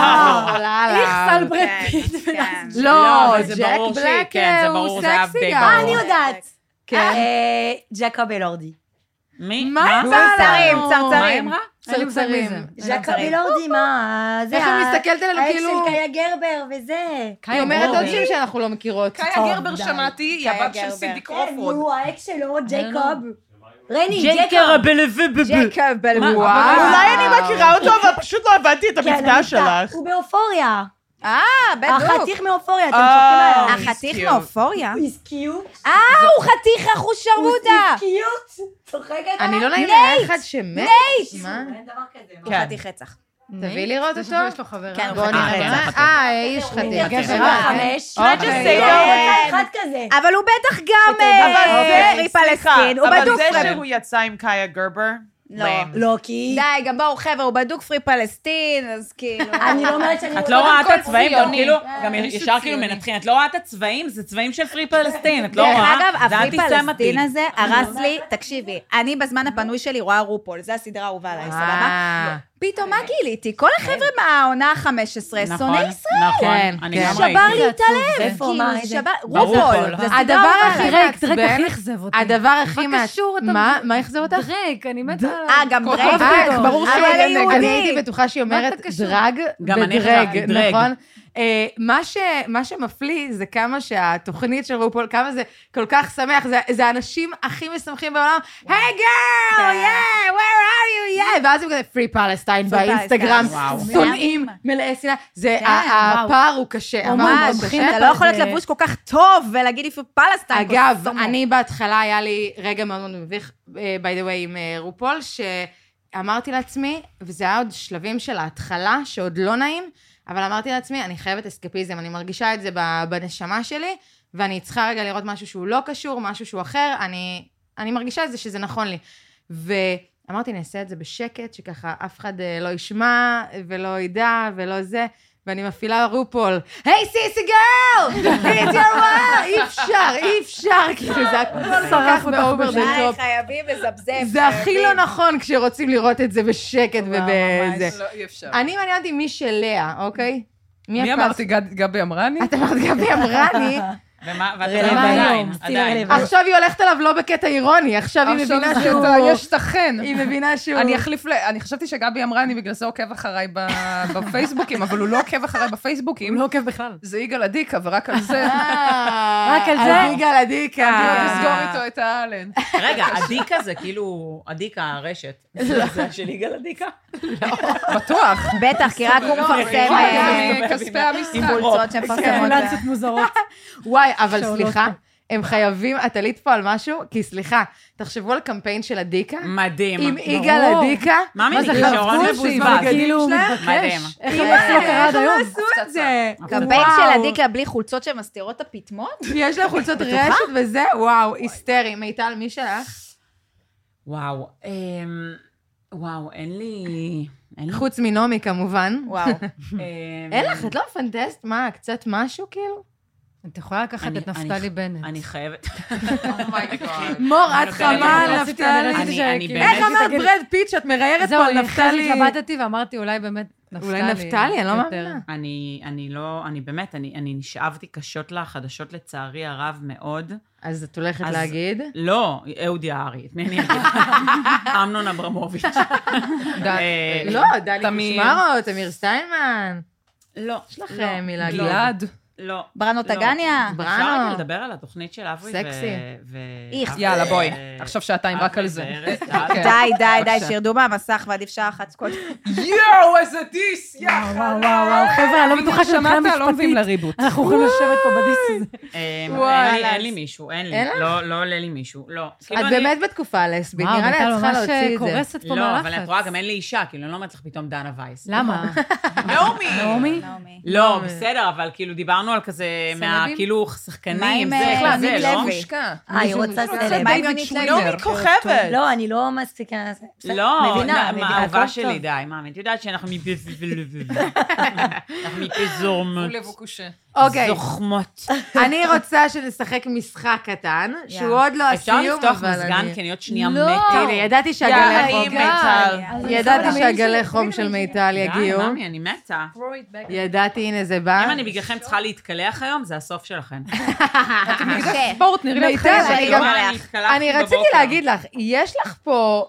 Speaker 1: אהלן.
Speaker 6: כן,
Speaker 4: איכסל ברד פיט.
Speaker 1: לא,
Speaker 3: אבל זה
Speaker 1: ג'ק
Speaker 3: ברור שהיא-
Speaker 1: בלק
Speaker 3: כן, זה
Speaker 1: אה, הוא
Speaker 3: ברור, זה היה
Speaker 1: סקסי
Speaker 3: די
Speaker 1: גם.
Speaker 8: אה,
Speaker 3: ברור.
Speaker 8: אני יודעת.
Speaker 1: כן.
Speaker 8: אה, ג'קוב אלורדי.
Speaker 3: מי?
Speaker 1: מה
Speaker 3: מה?
Speaker 1: צרצרים,
Speaker 3: מה היא
Speaker 1: צרצרים.
Speaker 3: אמרה?
Speaker 4: אין לי מושג מי זה.
Speaker 1: צרצרים.
Speaker 8: ג'קוב אלורדי, מה? זה
Speaker 1: איך היא
Speaker 8: ה-
Speaker 1: מסתכלת עלינו,
Speaker 8: האקס
Speaker 1: כאילו-
Speaker 8: של קיה גרבר וזה.
Speaker 1: היא אומרת
Speaker 4: גרבר.
Speaker 1: עוד שם שאנחנו לא מכירות.
Speaker 3: כן.
Speaker 2: קאיה
Speaker 8: טוב,
Speaker 2: גרבר
Speaker 8: די.
Speaker 2: שמעתי, היא
Speaker 6: קאיה
Speaker 2: הבת של
Speaker 6: גרבר.
Speaker 2: סינדי
Speaker 8: כן,
Speaker 2: קרופורד.
Speaker 8: נו, האקס שלו, ג'קוב. רני,
Speaker 3: ג'קר
Speaker 8: ג'קוב.
Speaker 3: הבלבלבל.
Speaker 1: ג'קב בלבואר.
Speaker 7: אולי אני מכירה אותו, אבל פשוט לא הבנתי את
Speaker 8: כן,
Speaker 7: המבטא
Speaker 8: המבטא.
Speaker 7: שלך.
Speaker 8: הוא באופוריה.
Speaker 6: אה, בדוק.
Speaker 8: החתיך מאופוריה, אתם
Speaker 7: אה,
Speaker 8: שופטים עליו.
Speaker 6: החתיך מאופוריה.
Speaker 8: הוא איסקיוט.
Speaker 6: אה, הוא חתיך אחושרמוטה.
Speaker 8: איסקיוט. צוחקת
Speaker 1: אני לא נעים
Speaker 6: נייט!
Speaker 1: לאחד שמת.
Speaker 6: נייט!
Speaker 1: מה?
Speaker 8: אין דבר כזה.
Speaker 6: הוא חתיך רצח.
Speaker 1: תביאי לראות
Speaker 4: יש
Speaker 1: אותו.
Speaker 4: לו- יש לו חבר.
Speaker 6: כן,
Speaker 1: בואו
Speaker 6: הוא חתיך
Speaker 1: נראה.
Speaker 6: רצח.
Speaker 1: מה- אה, איש חתיך.
Speaker 8: גבר
Speaker 1: כן.
Speaker 8: חמש.
Speaker 1: אוקיי.
Speaker 8: זה
Speaker 6: כן.
Speaker 8: אחד כזה.
Speaker 6: אבל הוא בטח גם
Speaker 8: אבל
Speaker 6: אה,
Speaker 7: זה-
Speaker 6: פרי פלסטין, הוא
Speaker 7: אבל
Speaker 6: בדוק
Speaker 7: זה
Speaker 6: פרמי.
Speaker 7: שהוא יצא עם קאיה גרבר,
Speaker 6: לא.
Speaker 8: לא, כי...
Speaker 6: די, גם בואו, חבר'ה, הוא בדוק פרי פלסטין, אז כאילו...
Speaker 8: אני לא אומרת שאני...
Speaker 3: את לא רואה את הצבעים, גם כאילו,
Speaker 6: אה,
Speaker 3: גם ישר כאילו מנתחים, את לא רואה את הצבעים, זה צבעים של פרי פלסטין, את לא
Speaker 6: דרך
Speaker 3: רואה?
Speaker 6: אגב,
Speaker 3: זה
Speaker 6: הפרי
Speaker 3: אנטיסמטי.
Speaker 6: פלסטין הזה הרס לי, תקשיבי, אני בזמן הפנוי שלי רואה רופול, זו הסדרה האהובה
Speaker 1: אה.
Speaker 6: עליי, סבבה? פתאום מה גיליתי? כל החבר'ה מהעונה ה-15,
Speaker 3: נכון,
Speaker 6: שונאי ישראל. כן.
Speaker 3: נכון, אני גם ראיתי.
Speaker 6: שבר לי את
Speaker 3: זה עצוב,
Speaker 6: הלב,
Speaker 3: איפה,
Speaker 6: כאילו,
Speaker 3: מה, איזה-
Speaker 6: שבר...
Speaker 3: ברור,
Speaker 6: רופול, זה
Speaker 3: כל-
Speaker 6: סדרה
Speaker 1: הדבר הכי
Speaker 6: אהובה עליי.
Speaker 1: מעצבן... הדבר הכי מעצבן... מה קשור אתה? מה אכזב אותך?
Speaker 4: דרק, אני מתה...
Speaker 6: אה, גם
Speaker 1: כל
Speaker 6: דרק?
Speaker 1: כך
Speaker 6: אה,
Speaker 1: טוב.
Speaker 6: ברור שהוא
Speaker 1: אבל
Speaker 6: היה יהודי.
Speaker 1: אני הייתי בטוחה שהיא
Speaker 6: מה
Speaker 1: אומרת
Speaker 6: אתה קשור?
Speaker 1: דרג
Speaker 3: גם אני
Speaker 1: בדרג,
Speaker 3: חשבתי דרג.
Speaker 1: נכון? אה, מה ש- מה שמפליא זה כמה שהתוכנית של רופול, כמה זה כל כך שמח, זה- זה האנשים הכי משמחים בעולם. היי
Speaker 6: כן.
Speaker 1: גאו, יא, where are you, יא,
Speaker 6: Mm.
Speaker 1: ואז הם כזה פרי פלסטיין באינסטגרם,
Speaker 3: וואו.
Speaker 1: שונאים מלאי שנאה. זה,
Speaker 6: כן,
Speaker 1: ה-
Speaker 6: וואו.
Speaker 1: הפער הוא קשה, הפער הוא
Speaker 6: ממש,
Speaker 1: מאוד קשה.
Speaker 6: אתה לא יכול
Speaker 1: אה,
Speaker 6: להיות לבוש כל כך טוב ולהגיד איפה פלסטיין. כל
Speaker 1: אגב,
Speaker 6: סומו.
Speaker 1: אני בהתחלה, היה לי רגע מאוד מאוד מביך, אה, by the way, עם אה, רופול, שאמרתי לעצמי, וזה היה עוד שלבים של ההתחלה, שעוד לא נעים, אבל אמרתי לעצמי, אני חייבת אסקפיזם, אני מרגישה את זה ב- בנשמה שלי, ואני צריכה רגע לראות משהו שהוא לא קשור, משהו שהוא אחר, אני, אני מרגישה את זה שזה נכון לי. ואמרתי, אני אעשה את זה בשקט, שככה אף אחד אה, לא ישמע ולא ידע ולא זה. ואני מפעילה רופול, היי סיסי גרל! איט יור וואו! אי אפשר, אי אפשר, כאילו זה הכל כל כך באובר דה טופ.
Speaker 6: חייבים לזבזב.
Speaker 1: זה הכי לא נכון כשרוצים לראות את זה בשקט ובזה.
Speaker 12: לא, אי אפשר.
Speaker 1: אני מעניין אותי מי שלאה, אוקיי?
Speaker 12: מי
Speaker 1: הפרס-
Speaker 12: אמרתי? גד- גבי אמרני? את
Speaker 1: אמרת גבי אמרני?
Speaker 3: ומה, ואת
Speaker 12: רלוונטי.
Speaker 3: עדיין,
Speaker 12: סטיל
Speaker 3: עדיין.
Speaker 1: עכשיו היא הולכת עליו לא בקטע אירוני, עכשיו היא
Speaker 12: עכשיו
Speaker 1: מבינה
Speaker 12: זה-
Speaker 1: שהוא...
Speaker 12: אתה- יש את החן.
Speaker 1: היא מבינה שהוא...
Speaker 12: אני אחליף ל... אני חשבתי שגבי אמרה, אני בגלל זה עוקב אחריי ב- *laughs* בפייסבוקים, אבל הוא לא עוקב אחריי בפייסבוקים. הוא לא
Speaker 4: עוקב בכלל.
Speaker 12: זה יגאל עדיקה, ורק על זה.
Speaker 1: אה,
Speaker 12: רק על
Speaker 1: אז
Speaker 12: זה?
Speaker 1: יגאל עדיקה.
Speaker 12: אני תסגור איתו את האלן.
Speaker 3: רגע, עדיקה זה כאילו, עדיקה הרשת.
Speaker 6: לא.
Speaker 3: זה זה של יגאל עדיקה?
Speaker 12: בטוח.
Speaker 6: בטח, כי רק הוא מפרסם
Speaker 3: לא,
Speaker 6: אה,
Speaker 3: לא,
Speaker 12: כספי
Speaker 6: עם
Speaker 12: המשחק.
Speaker 6: חולצות
Speaker 3: כן.
Speaker 6: שמפרסמות.
Speaker 4: סימולציות מוזרות.
Speaker 1: וואי, אבל
Speaker 4: שעולות
Speaker 1: סליחה,
Speaker 4: פה.
Speaker 1: הם חייבים, את עלית פה על משהו, כי סליחה, תחשבו על קמפיין של עדיקה.
Speaker 3: מדהים. לא.
Speaker 1: עם
Speaker 3: Mm, ברור.
Speaker 1: יגאל עדיקה.
Speaker 3: מה
Speaker 1: זה
Speaker 3: מניגי שרון
Speaker 1: חבטו
Speaker 3: מבוזבז?
Speaker 1: עם הבגדים
Speaker 3: כאילו,
Speaker 1: שלהם?
Speaker 3: מתבקש. מדהים.
Speaker 1: איך
Speaker 6: איך
Speaker 1: הם לא קרה עד
Speaker 6: הם לא
Speaker 1: היום?
Speaker 6: עשו
Speaker 1: את זה.
Speaker 6: קמפיין של עדיקה בלי חולצות שמסתירות את הפטמות?
Speaker 1: יש לה חולצות
Speaker 6: בטוחה?
Speaker 1: רשת וזה, וואו, היסטרי. מיטל, מי שלך?
Speaker 3: וואו, אמ, וואו, אין לי... אין לי-
Speaker 1: חוץ מנעמי כמובן.
Speaker 6: וואו.
Speaker 3: אמ,
Speaker 1: אין לך, את לא פנטסט? מה, קצת משהו כאילו?
Speaker 4: את יכולה לקחת
Speaker 3: אני-
Speaker 4: את נפתלי
Speaker 3: אני-
Speaker 4: בנט.
Speaker 3: אני חייבת.
Speaker 1: מור, את
Speaker 3: אני
Speaker 1: חמה על
Speaker 4: רציתי- אני
Speaker 1: נפתלי.
Speaker 4: רציתי
Speaker 3: אני- אני
Speaker 4: שכאילו-
Speaker 1: איך
Speaker 3: באמת-
Speaker 1: אמרת ברד פיט שאת מראיירת
Speaker 4: זהו,
Speaker 1: פה על
Speaker 4: אני אחרי
Speaker 1: נפתלי?
Speaker 4: זה התלבטתי ואמרתי, אולי באמת נפתלי.
Speaker 1: אולי נפתלי, אני לא
Speaker 4: יותר.
Speaker 1: מאמינה.
Speaker 3: אני, אני לא, אני באמת, אני, אני נשאבתי קשות לחדשות לצערי הרב מאוד.
Speaker 1: אז את הולכת
Speaker 3: אז-
Speaker 1: להגיד?
Speaker 3: לא, אהוד יערי, את מי
Speaker 12: *laughs*
Speaker 3: אני אגיד? אמנון אברמוביץ'. אה,
Speaker 1: לא, דני
Speaker 12: תמיר.
Speaker 1: קושמרו, תמיר סטיינמן.
Speaker 3: לא.
Speaker 1: יש לך
Speaker 3: לא,
Speaker 1: מילה
Speaker 3: לא,
Speaker 12: גלעד.
Speaker 3: לא.
Speaker 6: בראנו
Speaker 3: לא.
Speaker 6: טגניה.
Speaker 3: אפשר
Speaker 1: בראנו.
Speaker 3: רגע לדבר על התוכנית של אברי ו...
Speaker 1: סקסי.
Speaker 3: ו...
Speaker 6: איך.
Speaker 3: אברי
Speaker 12: יאללה, בואי.
Speaker 3: ו-
Speaker 12: עכשיו שעתיים רק
Speaker 1: אה,
Speaker 12: על זה.
Speaker 3: אברי וארז
Speaker 12: *laughs*
Speaker 3: טל.
Speaker 12: כן.
Speaker 6: די, די, די,
Speaker 12: בבקשה.
Speaker 6: שירדו מהמסך ועדיף שעה אחת קודם.
Speaker 12: יואו, איזה דיס, יא
Speaker 4: וואו, וואו, וואו, חבר'ה, אני לא בטוחה שמבחינה
Speaker 12: שמעת, לא מביאים
Speaker 4: משפטית,
Speaker 12: לריבוט.
Speaker 4: אנחנו יכולים לשבת פה בדיס הזה.
Speaker 3: אה,
Speaker 1: וואי,
Speaker 3: אין לי-
Speaker 1: אז-
Speaker 3: אין לי מישהו, אין לי.
Speaker 1: אין לך?
Speaker 3: לא לא עולה לי מישהו. לא. כאילו,
Speaker 1: את
Speaker 3: אני-
Speaker 1: באמת בתקופה הלסבית,
Speaker 4: וואו,
Speaker 1: נראה לי
Speaker 4: מיטל
Speaker 1: את צריכה
Speaker 4: ממש
Speaker 1: להוציא את זה.
Speaker 4: קורסת פה
Speaker 3: לא, אבל
Speaker 4: מהלחץ.
Speaker 3: את רואה, גם אין לי אישה, כאילו, אני לא אומרת לך פתאום דנה וייס. *laughs*
Speaker 4: למה?
Speaker 7: נעמי!
Speaker 4: נעמי?
Speaker 6: נעמי.
Speaker 1: אה,
Speaker 3: לא, בסדר, אבל כאילו דיברנו על כזה, מה,
Speaker 4: סלבים?
Speaker 3: כאילו,
Speaker 6: מה
Speaker 3: שחקנים,
Speaker 6: עם,
Speaker 3: זה,
Speaker 6: אה,
Speaker 3: זה,
Speaker 6: יוני
Speaker 3: לא?
Speaker 6: לוי?
Speaker 8: אה, היא רוצה סלב.
Speaker 6: מה עם יונית לוי?
Speaker 7: נעמי כוכבת.
Speaker 8: לא, אני לא מספיקה... לזה. בסדר,
Speaker 3: לא,
Speaker 8: מבינה,
Speaker 3: לא,
Speaker 8: מבינה,
Speaker 3: האהובה
Speaker 8: הכל
Speaker 3: שלי,
Speaker 8: טוב.
Speaker 3: די, מאמי, את יודעת שאנחנו
Speaker 1: *laughs*
Speaker 3: מפזורמות. אנחנו מפזורמות.
Speaker 12: לב הוא קשה.
Speaker 1: *laughs* אוקיי,
Speaker 3: זוחמות.
Speaker 1: אני רוצה שנשחק משחק קטן, שהוא עוד לא
Speaker 3: אפשר
Speaker 1: הסיום,
Speaker 3: לפתוח
Speaker 1: אבל
Speaker 3: מזגן,
Speaker 1: אני...
Speaker 3: כי אני עוד שנייה
Speaker 4: לא.
Speaker 3: מתה.
Speaker 1: הנה, ידעתי שהגלי
Speaker 7: יאללה,
Speaker 1: חום,
Speaker 7: עם מיטל.
Speaker 1: ידעתי שהגלי חום של מיטל
Speaker 3: די,
Speaker 1: יגיעו.
Speaker 3: מאמי, אני מתה.
Speaker 1: ידעתי, הנה זה בא.
Speaker 3: אם אני בגללכם צריכה להתקלח היום, זה הסוף שלכם.
Speaker 6: קשה.
Speaker 12: ספורט, נראית
Speaker 1: מיטל,
Speaker 3: *laughs*
Speaker 12: חלק.
Speaker 1: אני לא-
Speaker 3: היום
Speaker 1: גם-
Speaker 3: אני התקלחתי
Speaker 1: אני רציתי
Speaker 3: בבוקר.
Speaker 1: להגיד לך, יש לך פה...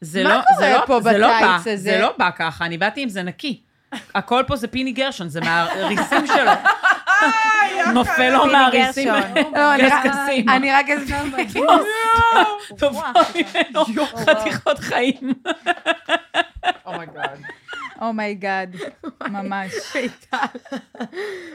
Speaker 3: זה
Speaker 1: מה
Speaker 3: לא,
Speaker 1: קורה
Speaker 3: זה לא,
Speaker 1: פה
Speaker 3: זה לא בא,
Speaker 1: בקיץ הזה?
Speaker 3: זה לא בא ככה, אני באתי עם זה נקי. הכל פה זה פיני גרשון, זה מהריסים
Speaker 1: *laughs*
Speaker 3: שלו. נופל לו
Speaker 6: פיני
Speaker 3: מהריסים
Speaker 6: גרשון.
Speaker 1: לא, אני רק- לא,
Speaker 3: גסגסים.
Speaker 1: אני רק אסביר.
Speaker 3: טוב, ממנו *laughs* חתיכות חיים.
Speaker 12: אומייגאד.
Speaker 6: אומייגאד, ממש.
Speaker 1: וואי,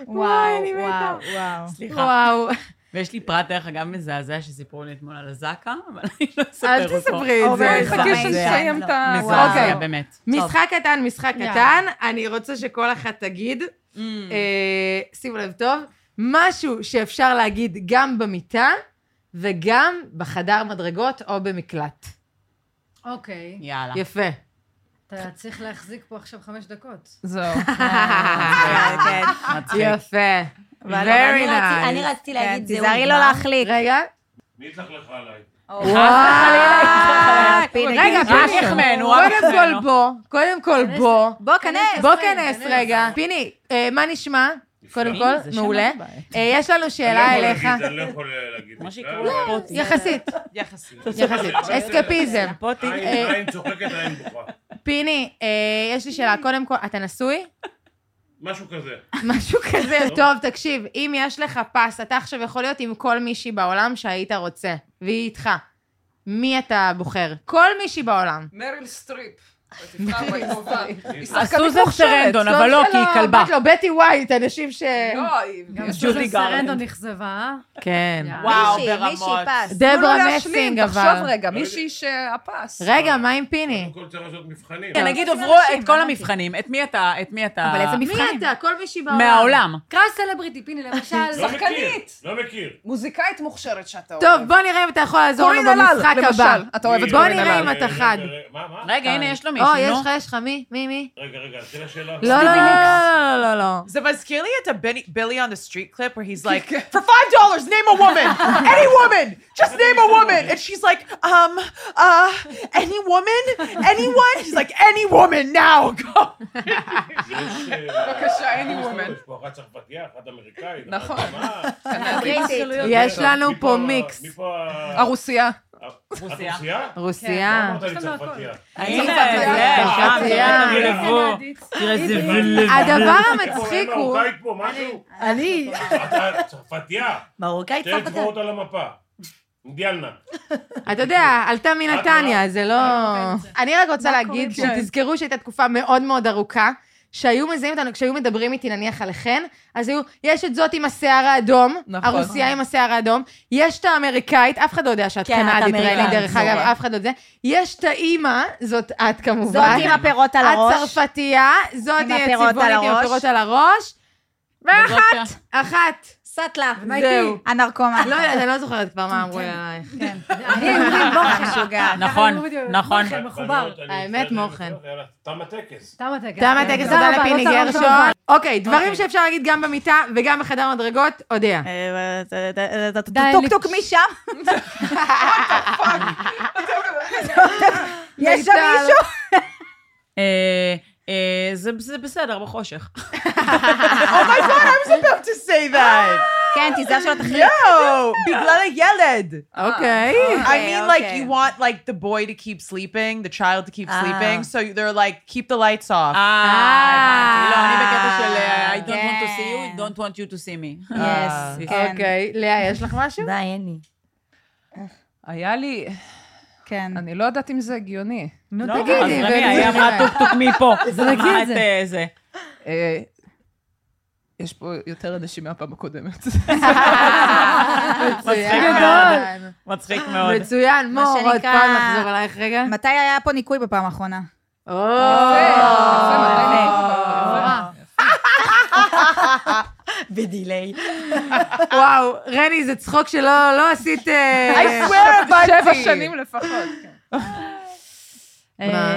Speaker 6: וואו,
Speaker 1: אני
Speaker 6: וואו, וואו.
Speaker 3: סליחה.
Speaker 1: וואו,
Speaker 3: ויש לי פרט, דרך אגב, מזעזע שסיפרו לי אתמול על הזקה, אבל אני לא אספר
Speaker 1: אל
Speaker 3: אותו.
Speaker 1: תספרי את
Speaker 6: אוקיי,
Speaker 1: זה.
Speaker 6: חכי
Speaker 12: חכה שנסיים את ה...
Speaker 1: אוקיי.
Speaker 3: מזעזע, באמת.
Speaker 1: משחק קטן, משחק קטן. אני רוצה שכל אחת תגיד, אה, שימו לב טוב, משהו שאפשר להגיד גם במיטה וגם בחדר מדרגות או במקלט.
Speaker 4: אוקיי.
Speaker 3: יאללה.
Speaker 1: יפה.
Speaker 4: אתה צריך להחזיק פה עכשיו חמש דקות.
Speaker 1: *laughs*
Speaker 3: זהו. אה,
Speaker 1: יפה.
Speaker 8: אבל
Speaker 1: Very
Speaker 8: אני רציתי-
Speaker 1: nice.
Speaker 8: אני רציתי להגיד, זהו,
Speaker 6: תיזהרי לא
Speaker 8: נגמר?
Speaker 6: להחליק.
Speaker 1: רגע.
Speaker 13: מי התלכלך עליי?
Speaker 1: רגע, פיני, קודם כל בוא, קודם כל בוא.
Speaker 6: בוא, כנס.
Speaker 1: בוא,
Speaker 6: כנס,
Speaker 1: כנס
Speaker 6: כנס.
Speaker 1: רגע. פיני, אה, מה נשמע? קודם כל,
Speaker 13: הנה, זה שם
Speaker 1: מעולה.
Speaker 13: הבית.
Speaker 1: אה, יש לנו שאלה אליך.
Speaker 13: אני לא יכול להגיד, אני לא יכול להגיד. מה
Speaker 1: לא, יחסית.
Speaker 13: יחסית.
Speaker 1: יחסית. אסקפיזם. אה,
Speaker 13: עין צוחקת, עין בוכה.
Speaker 1: פיני, אה, יש לי שאלה. קודם כל, אתה נשוי?
Speaker 13: משהו כזה. לא?
Speaker 1: משהו כזה. טוב, תקשיב, אם יש לך פס, אתה עכשיו יכול להיות עם כל מישהי בעולם שהיית רוצה, והיא איתך. מי אתה בוחר? כל מישהי בעולם.
Speaker 12: מריל סטריפ. בתפארת האהובה. היא
Speaker 1: אז
Speaker 12: שחקנית
Speaker 1: סוזן
Speaker 12: מוכשרת.
Speaker 1: סרנדון, אבל לא, כי היא כלבה. לא, בטי ווייט, אנשים ש...
Speaker 12: לא, היא-
Speaker 4: גם סוזן סרנדון נכזבה. אה?
Speaker 1: כן.
Speaker 4: וואו,
Speaker 12: מישהי,
Speaker 4: ברמות.
Speaker 12: מישהי פס.
Speaker 1: דברה
Speaker 12: תנו לו להשלים,
Speaker 1: מסינג, אבל.
Speaker 12: תחשוב רגע, מישהי שהפס.
Speaker 1: רגע, מה עם פיני?
Speaker 13: קודם כל צריך לעשות מבחנים.
Speaker 3: כן, נגיד עוברו את כל המבחנים, את מי אתה, את מי
Speaker 1: אה.
Speaker 3: אתה...
Speaker 4: מי אתה? כל מישהי בעולם.
Speaker 3: מהעולם.
Speaker 4: קרא סלבריטי, פיני למשל.
Speaker 3: לא מכיר.
Speaker 12: שחקנית.
Speaker 13: לא מכיר.
Speaker 12: מוזיקאית מוכשרת שאתה אוהב.
Speaker 1: טוב, בוא נראה אם אתה יכול לעזור
Speaker 12: קורין
Speaker 1: לנו
Speaker 12: אלאל,
Speaker 1: במשחק
Speaker 12: למשל.
Speaker 1: הבא.
Speaker 12: אתה אוהב את
Speaker 1: בוא
Speaker 13: אוקיי.
Speaker 12: קורין
Speaker 1: נראה
Speaker 12: אלאל.
Speaker 1: אם אתה חד.
Speaker 3: רגע, הנה, יש לו
Speaker 1: או,
Speaker 3: מישהו, נו.
Speaker 1: יש לך, יש לך, מי? מי? מי?
Speaker 13: רגע, רגע, תן לה שאלה.
Speaker 1: לא, לא, לא, לא, לא.
Speaker 7: זה מזכיר לי את הביני- Billy on the street clip where he's like, for five dollars, name a woman, any woman, just name a woman, and she's like, um, uh, any woman, anyone, she's like, any woman now, *laughs* go.
Speaker 13: *laughs*
Speaker 12: בבקשה, any woman.
Speaker 13: אה, יש פה אחת צרפתייה, אחת אמריקאית.
Speaker 12: נכון.
Speaker 13: אחת מה?
Speaker 1: יש לנו פה מיקס. אה,
Speaker 12: הרוסיה.
Speaker 13: רוסיה. רוסיה?
Speaker 1: רוסיה.
Speaker 13: למה אמרת לי צרפתייה?
Speaker 1: כן. הדבר המצחיק הוא...
Speaker 13: מרוקאית פה, משהו? אה,
Speaker 1: אני...
Speaker 13: אתה צרפתייה.
Speaker 8: מרוקאית
Speaker 13: צרפתייה. שתי צבאות על המפה. אינדיאנה.
Speaker 1: אתה יודע, עלתה מנתניה, זה לא... אני רק רוצה להגיד
Speaker 13: קורה פה?
Speaker 1: שתזכרו שהייתה תקופה מאוד מאוד ארוכה. שהיו מזהים אותנו, כשהיו מדברים איתי נניח עליכן, אז היו, יש את זאת עם השיער האדום,
Speaker 6: נכון.
Speaker 1: הרוסיה עם השיער האדום, יש את האמריקאית, אף אחד לא יודע שאת
Speaker 6: כן, את
Speaker 1: קנדית, ריילי,
Speaker 6: אמריקאית,
Speaker 1: דרך
Speaker 6: זה
Speaker 1: אגב,
Speaker 6: כן.
Speaker 1: אף אחד לא יודע, יש את האימא, זאת את כמובן.
Speaker 6: זאת עם הפירות על הראש.
Speaker 1: את צרפתייה, זאת
Speaker 6: עם
Speaker 1: היא
Speaker 6: הפירות על
Speaker 1: הצבעונית עם
Speaker 6: הראש.
Speaker 1: הפירות על הראש, ואחת, אחת.
Speaker 6: סטלה.
Speaker 1: זהו.
Speaker 6: הנרקומן.
Speaker 1: לא יודעת, אני לא זוכרת כבר מה
Speaker 3: כן.
Speaker 1: אמרו לי עלייך.
Speaker 6: אני אומרים מוחן. משוגעת.
Speaker 3: נכון, נכון.
Speaker 1: האמת, מוחן.
Speaker 13: יאללה, תם הטקס.
Speaker 4: תם הטקס.
Speaker 1: תם הטקס, תודה
Speaker 4: רבה,
Speaker 1: לפיני
Speaker 4: לא צריך
Speaker 1: גרשון.
Speaker 4: לחזור.
Speaker 1: אוקיי, דברים שאפשר להגיד גם במיטה וגם בחדר מדרגות, אודיה.
Speaker 6: אה, טוקטוק משם. יש שם
Speaker 1: לא-
Speaker 3: מיטל.
Speaker 6: מישהו?
Speaker 3: אה, אה, זה זה בסדר, בחושך.
Speaker 7: Oh my god, I was about to say that.
Speaker 6: כן, תיזהר שלא תחליט. *laughs*
Speaker 7: Yo, בגלל הילד.
Speaker 1: Okay.
Speaker 7: I
Speaker 6: Okay,
Speaker 7: mean, like,
Speaker 6: okay.
Speaker 7: you want, like, the boy to keep sleeping, the child to keep
Speaker 6: Ah.
Speaker 7: sleeping, so they're like, keep the lights off.
Speaker 3: אה, הבנתי. לא, אני בקטע של אה, I don't want to see you,
Speaker 7: כן.
Speaker 3: I don't want you to see me.
Speaker 7: Yes,
Speaker 3: אה,
Speaker 7: כן.
Speaker 1: אוקיי, לאה, יש לך משהו?
Speaker 6: *laughs*
Speaker 8: די, אין לי.
Speaker 12: היה לי...
Speaker 6: כן.
Speaker 12: אני לא יודעת אם זה הגיוני.
Speaker 4: נו,
Speaker 3: לא, אז רמי, היה מה טוקטוק מפה. מה את, אה, זה.
Speaker 12: אה, יש פה יותר אנשים מהפעם הקודמת.
Speaker 3: מצחיק
Speaker 1: מצוין.
Speaker 3: מאוד. מצחיק מאוד.
Speaker 1: מצוין,
Speaker 6: מה
Speaker 1: מור, עוד
Speaker 6: שנקרא-
Speaker 1: פעם נחזור אלייך רגע.
Speaker 6: מתי היה פה ניקוי בפעם האחרונה?
Speaker 1: או,
Speaker 8: בדיליי.
Speaker 1: וואו, רני, זה צחוק שלא לא עשית... אה,
Speaker 12: I swear, הבנתי. שבע שנים לפחות.
Speaker 1: מה?
Speaker 4: אה,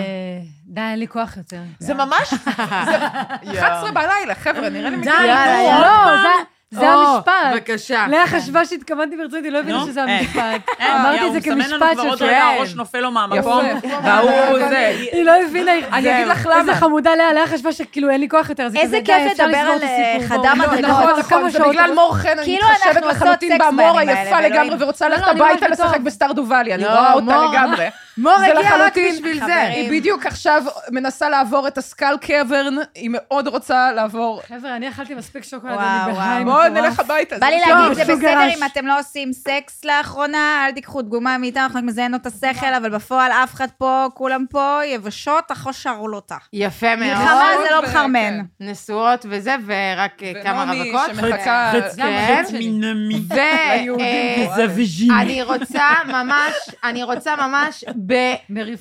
Speaker 4: די, אין לי כוח יותר.
Speaker 7: זה ממש...
Speaker 12: 11 בלילה, חבר'ה, נראה לי...
Speaker 4: די,
Speaker 12: מכירים.
Speaker 4: נו,
Speaker 12: עוד
Speaker 4: לא,
Speaker 12: פעם?
Speaker 4: זה- זה
Speaker 12: או,
Speaker 4: המשפט.
Speaker 1: בבקשה.
Speaker 4: לאה חשבה שהתכוונתי ברצינות, היא לא הבינה
Speaker 3: נו,
Speaker 4: שזה
Speaker 3: אין.
Speaker 4: המשפט.
Speaker 3: אין,
Speaker 4: אמרתי
Speaker 3: הוא
Speaker 4: את זה
Speaker 3: מסמן לנו
Speaker 4: כמשפט
Speaker 3: כבר עוד
Speaker 4: של
Speaker 3: רגע הראש נופל לו מהמקום,
Speaker 4: יפה.
Speaker 3: והוא זה.
Speaker 4: היא לא הבינה, היא-
Speaker 12: אני אגיד לך
Speaker 4: איזה
Speaker 12: למה.
Speaker 4: חמודה לאה, לאה חשבה שכאילו אין לי כוח יותר. זה
Speaker 6: איזה
Speaker 4: כזה, די,
Speaker 6: כיף
Speaker 4: אפשר
Speaker 6: לדבר
Speaker 4: לסגור את
Speaker 6: על,
Speaker 4: הסיפור, בואו.
Speaker 6: אה, חדה מדרגות.
Speaker 12: נכון,
Speaker 4: נכון,
Speaker 12: נכון,
Speaker 4: כמה
Speaker 12: זה
Speaker 4: שעות.
Speaker 12: בגלל מור חן, אני
Speaker 6: כאילו אנחנו
Speaker 12: מתחשבת
Speaker 6: עושות
Speaker 12: לחלוטין
Speaker 6: סקס
Speaker 12: במור
Speaker 6: בימים האלה,
Speaker 12: היפה
Speaker 6: באלוהים.
Speaker 12: לגמרי, ורוצה
Speaker 6: לא,
Speaker 12: ללכת
Speaker 6: לא, אני ממש
Speaker 12: הביתה לשחק בסטרדובלי, אני
Speaker 1: לא,
Speaker 12: רואה אותה
Speaker 1: מור.
Speaker 12: לגמרי.
Speaker 1: מור
Speaker 12: זה
Speaker 1: הגיע רק
Speaker 12: לחלוטין-
Speaker 1: בשביל זה.
Speaker 12: היא בדיוק עכשיו מנסה לעבור את הסקל קברן, היא מאוד רוצה לעבור.
Speaker 4: חבר'ה, אני אכלתי מספיק שוקולד,
Speaker 6: וואו,
Speaker 4: אני בהיי.
Speaker 12: בואו
Speaker 4: מטורף.
Speaker 12: נלך הביתה.
Speaker 6: בא
Speaker 2: לא,
Speaker 6: לי
Speaker 12: בסדר.
Speaker 6: להגיד, זה
Speaker 4: שוגר
Speaker 6: בסדר
Speaker 4: רש.
Speaker 6: אם אתם לא עושים סקס לאחרונה, אל תיקחו דגומה מאיתנו, אנחנו רק מזיינות את השכל, אבל בפועל אף אחד פה, כולם פה, יבשות, אחו שרלוטה.
Speaker 1: יפה מאוד.
Speaker 6: מלחמה זה לא מחרמן.
Speaker 1: נשואות וזה, ורק אה, כמה
Speaker 12: ונעמי
Speaker 1: רווקות.
Speaker 12: שמחכה- חץ-
Speaker 1: כן.
Speaker 12: חץ
Speaker 3: מנמי.
Speaker 1: ו-
Speaker 3: זה וז'יני.
Speaker 1: אני רוצה ממש, אני רוצה ממש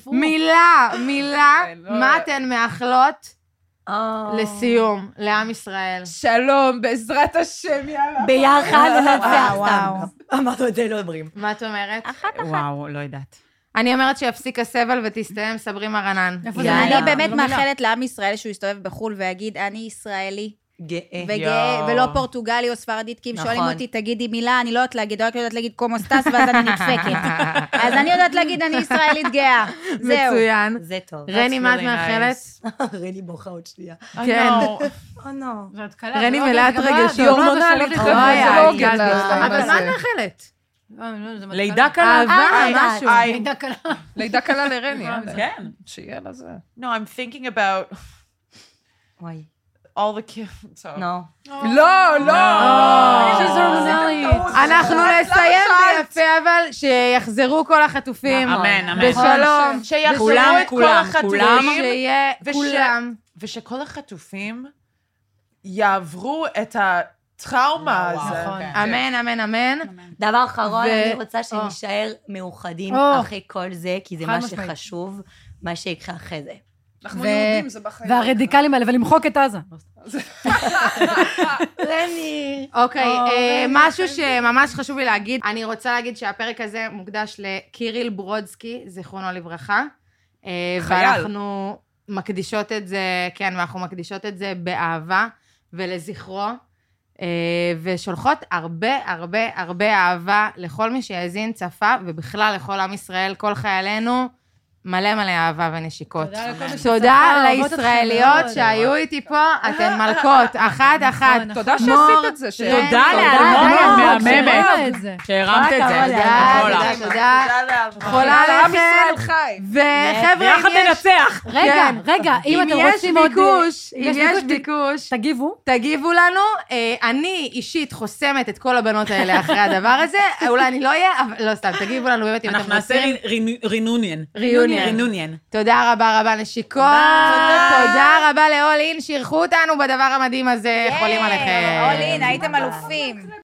Speaker 1: במילה, מילה, מה אתן מאחלות אה, לסיום, לעם ישראל.
Speaker 12: שלום, בעזרת השם, יאללה.
Speaker 8: *laughs* ביחד ננצח
Speaker 6: וואו, וואו.
Speaker 8: סתם. אמרנו את זה, לא אומרים.
Speaker 1: מה את אומרת?
Speaker 3: וואו, לא יודעת.
Speaker 1: אני אומרת שיפסיק הסבל ותסתיים סברי מרנן.
Speaker 6: אני באמת מאחלת לעם ישראל שהוא יסתובב בחו"ל ויגיד, אני ישראלי.
Speaker 8: גאה.
Speaker 6: וגאה, ולא פורטוגלי או ספרדית, כי אם שואלים
Speaker 8: נכון.
Speaker 6: אותי, תגידי מילה, אני לא יודעת להגיד, רק יודעת להגיד קומוסטס, ואז אני נדפקת.
Speaker 1: *laughs*
Speaker 6: אז אני יודעת להגיד, אני ישראלית גאה. זהו.
Speaker 1: מצוין.
Speaker 8: זה טוב. *laughs*
Speaker 1: רני, מה את מאחלת?
Speaker 8: רני בוכה עוד שנייה.
Speaker 1: כן.
Speaker 6: *laughs*
Speaker 8: או נו.
Speaker 11: זאת
Speaker 1: רני מלאת רגשות. אוי, הגזת. אבל מה את מאחלת?
Speaker 3: לידה
Speaker 1: קלה.
Speaker 6: Ah,
Speaker 7: אהבה, משהו. לידה
Speaker 11: קלה.
Speaker 12: לידה קלה לרני.
Speaker 7: נכון.
Speaker 12: כן. שיהיה לה זה.
Speaker 7: No, I'm thinking about *laughs* all the *laughs* kids.
Speaker 8: No.
Speaker 12: לא, לא.
Speaker 1: אנחנו נסיים ביפה, אבל שיחזרו כל החטופים.
Speaker 3: אה, אמן, אמן.
Speaker 1: בשלום.
Speaker 7: שיחזרו
Speaker 1: כולם,
Speaker 7: את כל
Speaker 1: כולם,
Speaker 7: החטופים.
Speaker 1: כולם. שיהיה
Speaker 7: וש-
Speaker 1: כולם.
Speaker 7: ושכל החטופים יעברו את הטראומה הזאת.
Speaker 1: נכון. אמן, אמן, אמן.
Speaker 8: דבר אחרון,
Speaker 1: ו-
Speaker 8: אני רוצה
Speaker 1: או.
Speaker 8: שנישאר מאוחדים
Speaker 1: או.
Speaker 8: אחרי כל זה, כי זה
Speaker 1: חד
Speaker 8: מה
Speaker 1: משמעית.
Speaker 8: שחשוב, מה שיקרה אחרי זה.
Speaker 12: אנחנו
Speaker 4: ו- והרדיקלים האלה, ולמחוק את עזה.
Speaker 8: רני.
Speaker 1: אוקיי, אה, משהו
Speaker 11: אוקיי.
Speaker 1: שממש חשוב לי להגיד, אני רוצה להגיד שהפרק הזה מוקדש לקיריל ברודסקי, זיכרונו לברכה. אה,
Speaker 12: חייל.
Speaker 1: ואנחנו מקדישות את זה, כן, ואנחנו מקדישות את זה באהבה ולזכרו, אה, ושולחות הרבה הרבה הרבה אהבה לכל מי שהאזין, צפה, ובכלל לכל עם ישראל, כל חיילינו. מלא מלא אהבה ונשיקות.
Speaker 11: תודה לכל מי שצפה,
Speaker 1: תודה
Speaker 11: אוהבות אתכם
Speaker 1: לישראליות
Speaker 11: מאוד.
Speaker 1: שהיו איתי פה, אתן
Speaker 11: *laughs*
Speaker 1: מלכות, אחת-אחת.
Speaker 12: תודה
Speaker 1: מור,
Speaker 12: שעשית את זה, ש-
Speaker 3: תודה
Speaker 1: כן,
Speaker 3: לאלמוג
Speaker 1: תודה,
Speaker 3: מהממת,
Speaker 1: שהרמת את זה.
Speaker 3: שהרמת את זה.
Speaker 1: תודה,
Speaker 3: כל
Speaker 1: תודה,
Speaker 3: העם.
Speaker 1: תודה. חולה
Speaker 3: עם
Speaker 1: עליכם.
Speaker 3: ישראל חי.
Speaker 1: וחבר'ה,
Speaker 3: ביחד ננצח.
Speaker 1: כן.
Speaker 4: רגע, רגע, אם אתם רוצים
Speaker 1: אם
Speaker 4: עוד...
Speaker 1: יש ביקוש, אם יש
Speaker 4: ת-
Speaker 1: ביקוש,
Speaker 4: תגיבו.
Speaker 1: תגיבו לנו. אה, אני אישית חוסמת את כל הבנות האלה אחרי הדבר הזה, אולי אני לא אהיה, אבל לא סתם, תגיבו לנו באמת אם
Speaker 3: אנחנו
Speaker 1: אתם
Speaker 3: נעשה
Speaker 1: רוצים.
Speaker 3: רינוניאן.
Speaker 1: ריוניון.
Speaker 3: רינוניאן.
Speaker 1: תודה רבה רבה נשיקות, תודה רבה ל-all in שאירחו אותנו בדבר המדהים הזה, חולים עליכם.
Speaker 6: אולין, אה, הייתם אלופים.